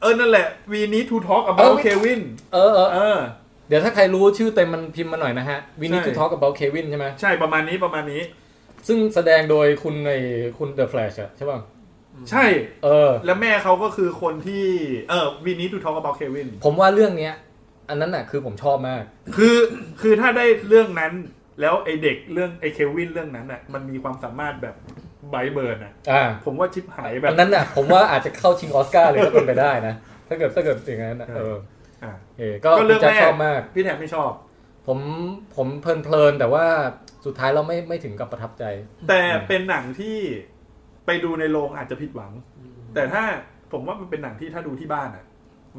[SPEAKER 3] เออนั่นแหละวีนี้ทูท็อกอ
[SPEAKER 2] เอ
[SPEAKER 3] u
[SPEAKER 2] อ
[SPEAKER 3] t
[SPEAKER 2] วิ
[SPEAKER 3] เควิน
[SPEAKER 2] เออเออ
[SPEAKER 3] เออ
[SPEAKER 2] เดี๋ยวถ้าใครรู้ชื่อเต็มมันพิมพ์มาหน่อยนะฮะวินนี่
[SPEAKER 3] ใช่
[SPEAKER 2] ทูทอลกับเบลเควินใช่ไหม
[SPEAKER 3] ใช่ประมาณนี้ประมาณนี้
[SPEAKER 2] ซึ่งแสดงโดยคุณในคุณเดอะแฟลชอะใช่ป่ะ
[SPEAKER 3] ใช่
[SPEAKER 2] เออ
[SPEAKER 3] แล้วแม่เขาก็คือคนที่เออวีนี้ทูท็อกอ u t เควิน
[SPEAKER 2] ผมว่าเรื่องเนี้ย อันนั้นน่ะคือผมชอบมาก
[SPEAKER 3] คือคือถ้าได้เรื่องนั้น แล้วไอเด็กเรื่องไอเควินเรื่องนั้นน่ะมันมีความสามารถแบบไบเบิร์นอ่ะ
[SPEAKER 2] อ่า
[SPEAKER 3] ผมว่าชิปหายแบ
[SPEAKER 2] อั
[SPEAKER 3] บ
[SPEAKER 2] นนั้นน่ะ ผมว่าอาจจะเข้าชิงออสการ์เลยก็เป็นไปได้นะ ถ้าเกิดถ้าเกิดอย่างนั้นน่ะเออ
[SPEAKER 3] อ่ะ
[SPEAKER 2] เออก็
[SPEAKER 3] ก็เรื่อง
[SPEAKER 2] จะ
[SPEAKER 3] แรก
[SPEAKER 2] ชอบมาก
[SPEAKER 3] พี่แทนไม่ชอบ
[SPEAKER 2] ผมผมเพลินๆแต่ว่าสุดท้ายเราไม่ไม่ถึงกับประทับใจ
[SPEAKER 3] แต่เป็นหนังที่ไปดูในโรงอาจจะผิดหวัง แต่ถ้าผมว่ามันเป็นหนังที่ถ้าดูที่บ้านอ่ะ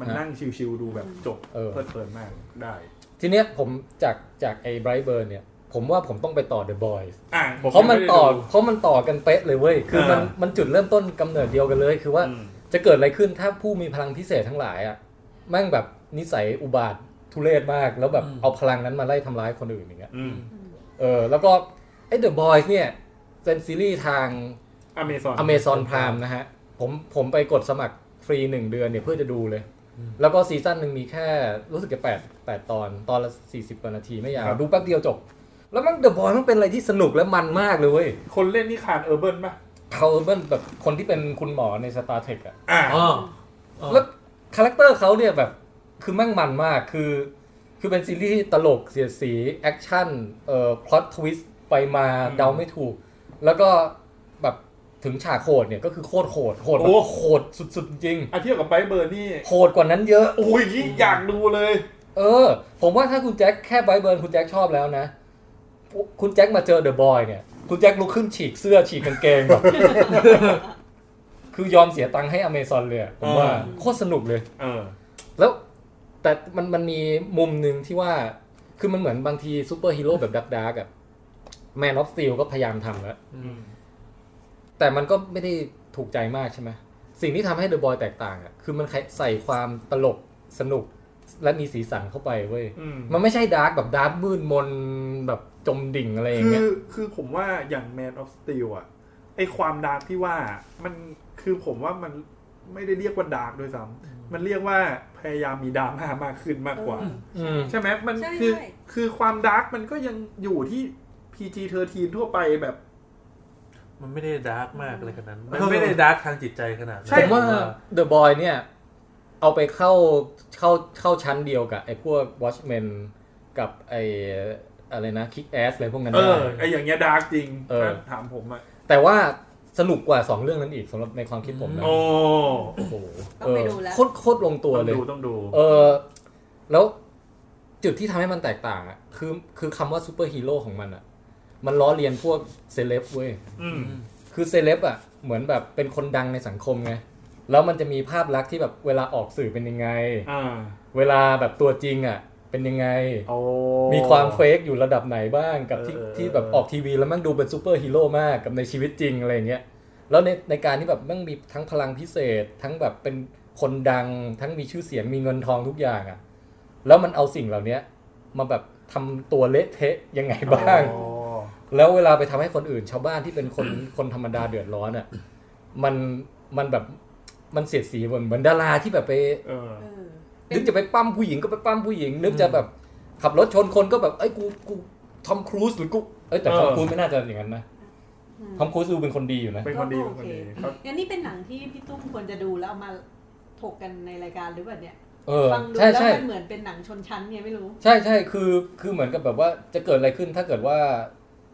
[SPEAKER 3] มัน
[SPEAKER 2] ฮะ
[SPEAKER 3] นั่งชิวๆดูแบบจบ
[SPEAKER 2] เออ
[SPEAKER 3] เพลิดเพลินมากได้
[SPEAKER 2] ทีเนี้ยผมจากจากไอ้ไบรท์เบิร์นเนี่ย ผมว่าผมต้องไปต่อ The Boys
[SPEAKER 3] อ่ะผ
[SPEAKER 2] เพราะมัน
[SPEAKER 3] ยังไได้
[SPEAKER 2] ต่อเพราะมันต่อกันเป๊ะเลยเว้ย คือมัน
[SPEAKER 3] อ่ามั
[SPEAKER 2] มันจุดเริ่มต้นกำเนิดเดียวกันเลยคือว่า
[SPEAKER 3] อืม
[SPEAKER 2] จะเกิดอะไรขึ้นถ้าผู้มีพลังพิเศษทั้งหลายอ่ะแม่งแบบนิสัยอุบาททุเรศมาก แล้วแบบ
[SPEAKER 5] อืม
[SPEAKER 2] เอาพลังนั้นมาไล่ทำร้ายคนอื่นอย่างเงี้ย
[SPEAKER 3] อืม
[SPEAKER 2] เออแล้วก็ไอ้เดอะบอยส์เนี่ยเป็นซีรีส์ทาง
[SPEAKER 3] อเมซอน
[SPEAKER 2] Amazon Prime นะฮะ ผมผมไปกดสมัครฟรีหนึ่งเดือนเนี่ยเพื่อจะดูเลย แล้วก็ซีซั่นหนึ่งมีแค่รู้สึกจะแปดแปดตอนตอนละสี่สิบนาทีไม่ยาว
[SPEAKER 3] ครับ
[SPEAKER 2] ดูแป๊บเดียวจบ แล้วมันเดอะบอยมันเป็นอะไรที่สนุกและมันมากเลยเว้ย
[SPEAKER 3] คนเล่นนี่คานเออร์เบิร์นป่ะ
[SPEAKER 2] เขาเป็นแบบคนที่เป็นคุณหมอใน Star Trek อ่ะ
[SPEAKER 3] อ่า
[SPEAKER 5] อ๋อ
[SPEAKER 2] แล้วคาแรคเตอร์เขาเนี่ยแบบคือแม่งมันมากคือ คือเป็นซีรีส์ที่ตลกเสียดสี แอคชั่นเอ่อพล็อตทวิสต์ไปมา
[SPEAKER 3] อืม
[SPEAKER 2] เดาไม่ถูก แล้วก็แบบถึงฉากโหดเนี่ยก็คือโคตรโหดโหดแบ
[SPEAKER 3] โอ้
[SPEAKER 2] บโหดสุดๆจริง
[SPEAKER 3] อ่ะเทียบกับไบรท์เบิร์นนี่
[SPEAKER 2] โหดกว่านั้นเยอะ
[SPEAKER 3] โอ้ยนี่อยากดูเลย
[SPEAKER 2] เออ ผมว่าถ้าคุณแจ็คแค่ไบรท์เบิร์นคุณแจ็คชอบแล้วนะ คุณแจ็คมาเจอเดอะบอยเนี่ย คุณแจ็คลุกขึ้นฉีกเสื้อฉีกกางเกงแบบ คือยอมเสียตังค์ให้อเมซอนเลยอะผมว่า
[SPEAKER 3] อ่า
[SPEAKER 2] โคตรสนุกเลย
[SPEAKER 3] เออ
[SPEAKER 2] แล้วแต่มันมันมีมุมหนึ่งที่ว่าคือมันเหมือนบางทีซูเปอร์ฮีโร่แบบดักดาร์กอะแมนออฟสตีลก็พยายามทำแล้ว
[SPEAKER 3] อืม
[SPEAKER 2] แต่มันก็ไม่ได้ถูกใจมากใช่ไหมสิ่งที่ทำให้เดอะบอยแตกต่างอะคือมันใส่ความตลกสนุกและมีสีสันเข้าไปเว้ย
[SPEAKER 3] อืม
[SPEAKER 2] มันไม่ใช่ดาร์กแบบดาร์กมืดมนแบบจมดิ่งอะไรอย่าง
[SPEAKER 3] คื
[SPEAKER 2] เงี้ย
[SPEAKER 3] อคือผมว่าอย่าง Man of Steel อ่ะไอความดาร์กที่ว่ามันคือผมว่ามันไม่ได้เรียกว่าดาร์กด้วยซ้ำมันเรียกว่าพยายามมีดราม่ามากขึ้นมากกว่า
[SPEAKER 2] อืม
[SPEAKER 3] ใช่ไหมมัน
[SPEAKER 4] ใช่
[SPEAKER 3] คือ
[SPEAKER 4] ใช่
[SPEAKER 3] คือความดาร์กมันก็ยังอยู่ที่ PG-13 ทั่วไปแบบ
[SPEAKER 5] มันไม่ได้ดาร์กมากอะไรขนาดนั้นมัน
[SPEAKER 3] เออ
[SPEAKER 5] ไม่ได้ดาร์กทางจิตใจขนาดนั้น
[SPEAKER 3] ใช่
[SPEAKER 2] ผมว่า The Boy เนี่ย เอาไปเข้าเข้าเข้าชั้นเดียวกับไอ้พวก Watchmen กับไอ้อะไรนะ Kick Ass อะไรพวกนั้น
[SPEAKER 3] เอ
[SPEAKER 2] ได้
[SPEAKER 3] อไออย่างเงี้ยดาร์กจริง
[SPEAKER 2] เออ
[SPEAKER 3] ถ้าถามผมอ่ะ
[SPEAKER 2] แต่ว่าสนุกกว่า 2 เรื่องนั้นอีกสำหรับในความคิดผมนะ
[SPEAKER 3] โอ้
[SPEAKER 2] โอ้โห
[SPEAKER 4] ต้องไปดูแล้ว
[SPEAKER 2] โคตรโคตรลงตัว
[SPEAKER 3] ต้อง
[SPEAKER 2] เลย
[SPEAKER 3] ดูต้องดู
[SPEAKER 2] เออ แล้วจุดที่ทำให้มันแตกต่างอ่ะ คือคือคำว่าซูเปอร์ฮีโร่ของมันอ่ะ มันล้อเลียนพวกเซเลบเว้ย
[SPEAKER 3] อืม
[SPEAKER 2] คือเซเลบอ่ะเหมือนแบบเป็นคนดังในสังคมไง แล้วมันจะมีภาพลักษณ์ที่แบบเวลาออกสื่อเป็นยังไง
[SPEAKER 3] อ่า
[SPEAKER 2] เวลาแบบตัวจริงอ่ะ เป็นยังไง
[SPEAKER 3] โอ้
[SPEAKER 2] มีความเฟกอยู่ระดับไหนบ้างกับที่
[SPEAKER 3] เออเออ
[SPEAKER 2] ที่แบบออกทีวีแล้วแมั่งดูเป็นซูเปอร์ฮีโร่มากกับในชีวิตจริงอะไรเงี้ยแล้วในในการที่แบบแมั่งมีทั้งพลังพิเศษ ทั้งแบบเป็นคนดัง ทั้งมีชื่อเสียงมีเงินทองทุกอย่างอ่ะ แล้วมันเอาสิ่งเหล่าเนี้ยมาแบบทำตัวเละเทะยังไงบ้าง
[SPEAKER 3] อ๋อ
[SPEAKER 2] แล้วเวลาไปทำให้คนอื่นชาวบ้านที่เป็นคน คนธรรมดาเดือดร้อนอ่ะมันมันแบบมันเสียดสีเหมือนเหมือนดาราที่แบบไป
[SPEAKER 3] เออ
[SPEAKER 4] เออเป็
[SPEAKER 2] นึกจะไปปั้มผู้หญิงก็ไปปั้มผู้หญิง นึกจะแบบขับรถชนคนก็แบบเอ้ยกูกูทอมครูซหรือกูเอ้ยแต่
[SPEAKER 3] เออ
[SPEAKER 2] ทอมครูซไม่น่าจะอย่างนั้นนะ
[SPEAKER 4] อืม
[SPEAKER 2] ทอมครูซดูเป็นคนดีอยู่นะ
[SPEAKER 3] เป็นคนดีเป็น
[SPEAKER 4] โอ
[SPEAKER 3] คน
[SPEAKER 4] เค
[SPEAKER 3] ดีครับ
[SPEAKER 4] งั้นนี่เป็นหนังที่พี่ตุ้มควรจะดูแล้วเอามาถกกันในรายการหรือเปล่าเนี่ย
[SPEAKER 2] เออ
[SPEAKER 4] ฟังดู
[SPEAKER 2] ใช่
[SPEAKER 4] แล้ว
[SPEAKER 2] ใช่
[SPEAKER 4] มันเหมือนเป็นหนังชนชั้นไงไม่รู้
[SPEAKER 2] ใช่ใช่คือคือเหมือนกับแบบว่าจะเกิดอะไรขึ้นถ้าเกิดว่า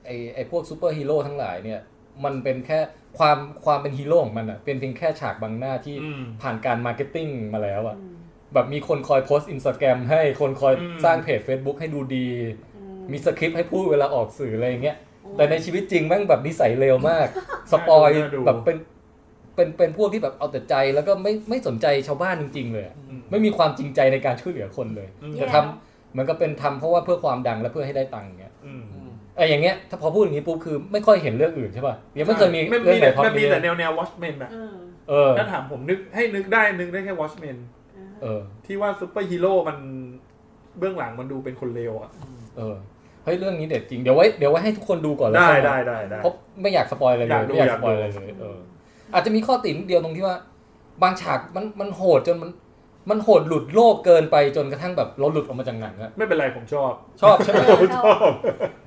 [SPEAKER 2] ไอไอพวกซูเปอร์ฮีโร่ทั้งหลายเนี่ย มันเป็นแค่ความความเป็นฮีโร่ของมันอะเป็นเพียงแค่ฉากบังหน้าที่
[SPEAKER 3] อืม
[SPEAKER 2] ผ่านการมาร์เก็ตติ้งมาแล้วอะ แบบมีคนคอยโพสต์อินสตาแกรมให้คนคอย
[SPEAKER 3] อืม
[SPEAKER 2] สร้างเพจ Facebook ให้ดูดี
[SPEAKER 4] อืม
[SPEAKER 2] มีสคริปต์ให้พูดเวลาออกสื่ออะไรอย่างเงี้ย
[SPEAKER 4] โอ้ย
[SPEAKER 2] แต่ในชีวิตจริงแม่งแบบนิสัยเลว มาก สปอย
[SPEAKER 3] น่าดู
[SPEAKER 2] แบบเป็นเป็นเป็นพวกที่แบบเอาแต่ใจแล้วก็ไม่ไม่สนใจชาวบ้านจริง ๆ เลยอะ
[SPEAKER 3] อืม
[SPEAKER 2] ไม่มีความจริงใจในการช่วยเหลือคนเลย
[SPEAKER 3] อืม
[SPEAKER 2] แต่
[SPEAKER 4] แย่
[SPEAKER 2] ทำ
[SPEAKER 4] เนอะ
[SPEAKER 2] เหมือนก็เป็นทำเพราะว่าเพื่อความดังและเพื่อให้ได้ตังค์อย่างเงี้ย
[SPEAKER 3] อืม
[SPEAKER 2] ไอ้อย่างเงี้ยถ้าพอพูดอย่างนี้ปุ๊บคือไม่ค่อยเห็นเรื่องอื่นใช่ป่ะยังไม่เคยมี
[SPEAKER 3] ไม่
[SPEAKER 2] เรื่อง
[SPEAKER 3] มี
[SPEAKER 2] ไหน
[SPEAKER 3] แต่
[SPEAKER 2] พอ
[SPEAKER 3] ไม่มี
[SPEAKER 2] มี
[SPEAKER 3] แต่แนวแนววอชแมนอะ
[SPEAKER 4] เออ
[SPEAKER 2] เออ
[SPEAKER 3] ถ้าถามผมนึกให้นึกได้นึกได้แค่วอชแมน
[SPEAKER 4] เออ
[SPEAKER 2] เออ
[SPEAKER 3] ที่ว่าซูเปอร์ฮีโร่มันเบื้องหลังมันดูเป็นคนเลวอ่ะ
[SPEAKER 2] เออเฮ้ยเรื่องนี้เด็ดจริงเดี๋ยวไว้เดี๋ยวไว้ให้ทุกคนดูก่อนแล้ว
[SPEAKER 3] ได้
[SPEAKER 2] ค่อยมา
[SPEAKER 3] ได้ได้ได้
[SPEAKER 2] เพราะไม่อยากสปอยอะไรเล
[SPEAKER 3] อยาย กดู
[SPEAKER 2] ไม่อยากส
[SPEAKER 3] อยาก
[SPEAKER 2] ปอย
[SPEAKER 3] ดู
[SPEAKER 2] อะไรเลยเอออาจจะมีข้อติดนิดเดียวตรงที่ว่า บางฉากมันมันโหดจนมันมันโหดหลุดโลกเกินไปจนกระทั่งแบบเราหลุดออกมาจากหนังอะ
[SPEAKER 3] ไม่เป็นไรผมชอบ
[SPEAKER 2] ชอบใช่ไหม
[SPEAKER 4] ชอบ
[SPEAKER 3] ชอบ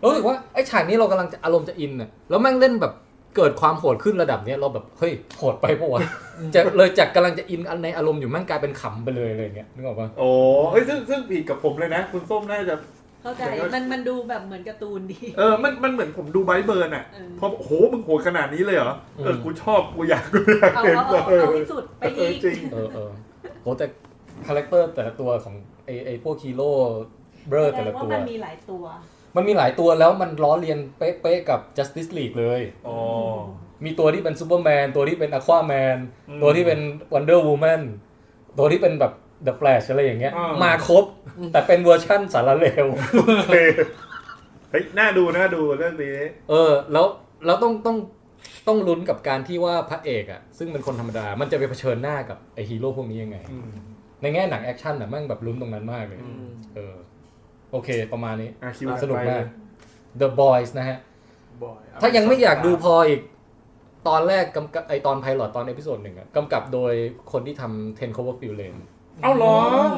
[SPEAKER 2] รู้สึกว่าไอ้ฉากนี้เรากำลังจะอารมณ์จะอินน่ะแล้วแม่งเล่นแบบเกิดความโหดขึ้นระดับเนี้ยเราแบบเฮ้ยโหดไปปะวะจะเลยจากกำลังจะอินอันในอารมณ์อยู่แม่งกลายเป็นขำไปเลยอะไรเงี้ยนึกออกปะ
[SPEAKER 3] โอ้เอ้ยซึ่งซึ่งผิดกับผมเลยนะ คุณส้มน่าจะ
[SPEAKER 4] เข้าใจ
[SPEAKER 3] เดี๋ยว
[SPEAKER 4] มันมันดูแบบเหมือนการ์ตูนดี
[SPEAKER 3] เออมันมันเหมือนผมดูไบเบิร์นอ่ะ
[SPEAKER 4] เออ
[SPEAKER 3] พอโหมึงโหดขนาดนี้เลยเหรอเออกูชอบกูอยากกูอยาก
[SPEAKER 4] เอา
[SPEAKER 3] เห็น
[SPEAKER 4] เอาเอา
[SPEAKER 3] เออ
[SPEAKER 4] เอาที่สุดไป
[SPEAKER 3] เอ
[SPEAKER 4] อี
[SPEAKER 3] อก จริง
[SPEAKER 2] เออเออโหแต่คาแรคเตอร์แต่ละตัวของไอไอพวกฮีโร่เบลอร์
[SPEAKER 4] แต่
[SPEAKER 2] แต่ละ
[SPEAKER 4] ว่า
[SPEAKER 2] ตัว
[SPEAKER 4] มันมีหลายตัว
[SPEAKER 2] มันมีหลายตัวแล้วมันล้อเลียนเป๊ะๆกับ justice league เลย
[SPEAKER 3] อ๋อ
[SPEAKER 2] มีตัวที่เป็นซูเปอร์แมนตัวที่เป็นอควาแมน
[SPEAKER 3] อืม
[SPEAKER 2] ตัวที่เป็นวันเดอร์วูแมนตัวที่เป็นแบบเดอะแฟลชอะไรอย่างเงี้ย
[SPEAKER 3] อ่าม
[SPEAKER 2] มาครบ แต่เป็นเวอร์ชั่นสารเลว
[SPEAKER 3] โอเคเฮ้ยน่าดูน่าดูเรื่องนี้
[SPEAKER 2] เออ แล้วแล้วต้องต้องต้องลุ้นกับการที่ว่าพระเอกอะซึ่งเป็นคนธรรมดา มันจะไปเผชิญหน้ากับไอฮีโร่พวกนี้ยังไง
[SPEAKER 3] อืม
[SPEAKER 2] ในแง่หนังแอคชั่นอะแม่งแบบลุ้นตรงนั้นมากเลย
[SPEAKER 5] อืม
[SPEAKER 2] เออ โอเค ประมาณนี้
[SPEAKER 3] อ่ะคิวถัดไป
[SPEAKER 2] สนุกมาก
[SPEAKER 3] เลย
[SPEAKER 2] The Boys นะฮะ
[SPEAKER 5] บ่อย
[SPEAKER 2] ถ้ายังไม่อยากดูพออีก ตอนแรกกำกับไอตอนไพลอตตอนเอพิโซดหนึ่งอะกำกับโดยคนที่ทำ10 Cover Field Lane
[SPEAKER 3] เอ้าเหรอ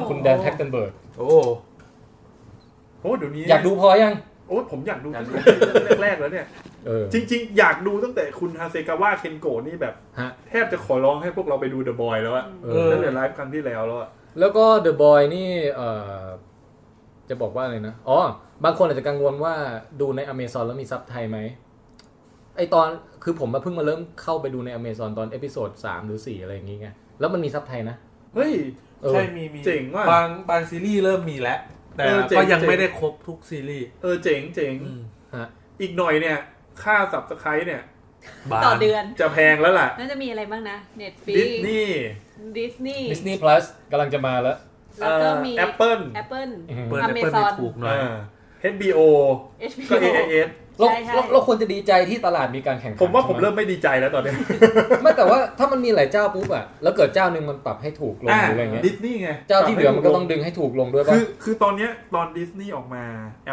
[SPEAKER 2] คุณแดนแท็กเทนเบิร์ก
[SPEAKER 5] โอ้
[SPEAKER 3] โอ้เดี๋ยวนี้
[SPEAKER 2] อยากดูพอยัง
[SPEAKER 3] โอ้ผมอยากดู
[SPEAKER 5] อยากดู
[SPEAKER 3] ตั้งแต่เรื่องแรกๆแล้วเนี่ย
[SPEAKER 2] เออ
[SPEAKER 3] จริง ๆ อยากดูตั้งแต่คุณฮาเซกาวะเคนโกะนี่แบบ
[SPEAKER 2] ฮะ
[SPEAKER 3] แทบจะขอร้องให้พวกเราไปดูเดอะบอยแล้วอะ
[SPEAKER 2] เอ
[SPEAKER 5] เอ
[SPEAKER 2] อ
[SPEAKER 5] อ
[SPEAKER 3] ตั้งแต่ไลฟ์ครั้งที่แล้วแล้วอะ
[SPEAKER 2] แล้วก็ The Boy นี่เออจะบอกว่าอะไรนะ อ๋อ บางคนอาจจะกังวลว่าดูใน Amazon แล้วมีซับไทยไหม ไอตอนคือผมมาเพิ่งมาเริ่มเข้าไปดูใน Amazon ตอนเอพิโซด3หรือ 4 อะไรอย่างงี้ไง แล้วมันมีซับไทยนะ
[SPEAKER 3] เฮ้ย
[SPEAKER 2] เออ
[SPEAKER 5] ใช่มีมี
[SPEAKER 3] เจ๋งว่ะ
[SPEAKER 5] บางบางซีรีส์เริ่มมีแล้ว แต่
[SPEAKER 3] เออเจ๋ง
[SPEAKER 5] ก็ยัง
[SPEAKER 3] เจ๋ง
[SPEAKER 5] ไม่ได้ครบทุกซีรีส์
[SPEAKER 3] เออเจ๋งเจ๋ง
[SPEAKER 2] ฮะ
[SPEAKER 3] อีกหน่อยเนี่ย ค่าสับสไครต์เนี่ย
[SPEAKER 5] บาง
[SPEAKER 4] ต่อเดือน
[SPEAKER 3] จะแพงแล้วล่ะ
[SPEAKER 4] น่าจะมีอะไรบ้างนะ Netflix
[SPEAKER 3] ดิสนีย์
[SPEAKER 4] ดิสนีย์
[SPEAKER 2] Disney Plus กำลังจะมาแล้ว
[SPEAKER 4] แล้วก็มี
[SPEAKER 3] แอปเปิล
[SPEAKER 4] Apple
[SPEAKER 2] อืม
[SPEAKER 5] เปิด
[SPEAKER 4] Amazon
[SPEAKER 5] แอปเปิลให้ถูกหน่อย
[SPEAKER 3] HBO
[SPEAKER 4] HBO
[SPEAKER 3] ก็ AIS
[SPEAKER 2] เรา
[SPEAKER 4] ใช่ใช่
[SPEAKER 2] เราเราควรจะดีใจที่ตลาดมีการแข่งขัน
[SPEAKER 3] ผมว่าผม
[SPEAKER 2] ใช่ไห
[SPEAKER 3] เริ่มไม่ดีใจแล้วตอนเนี้ย
[SPEAKER 2] ไม่แต่ว่าถ้ามันมีหลายเจ้าปุ๊บอะแล้วเกิดเจ้าหนึ่งมันปรับให้ถูกลง
[SPEAKER 3] อ่ะ
[SPEAKER 2] หรืออะไรเงี้ย
[SPEAKER 3] ดิสนีย์ไง
[SPEAKER 2] เจ้าที่เหลือมันก็ต้องดึงให้ถูกลงด้วยป่ะ
[SPEAKER 3] คือคือตอนเนี้ยตอนดิสนีย์ออกมา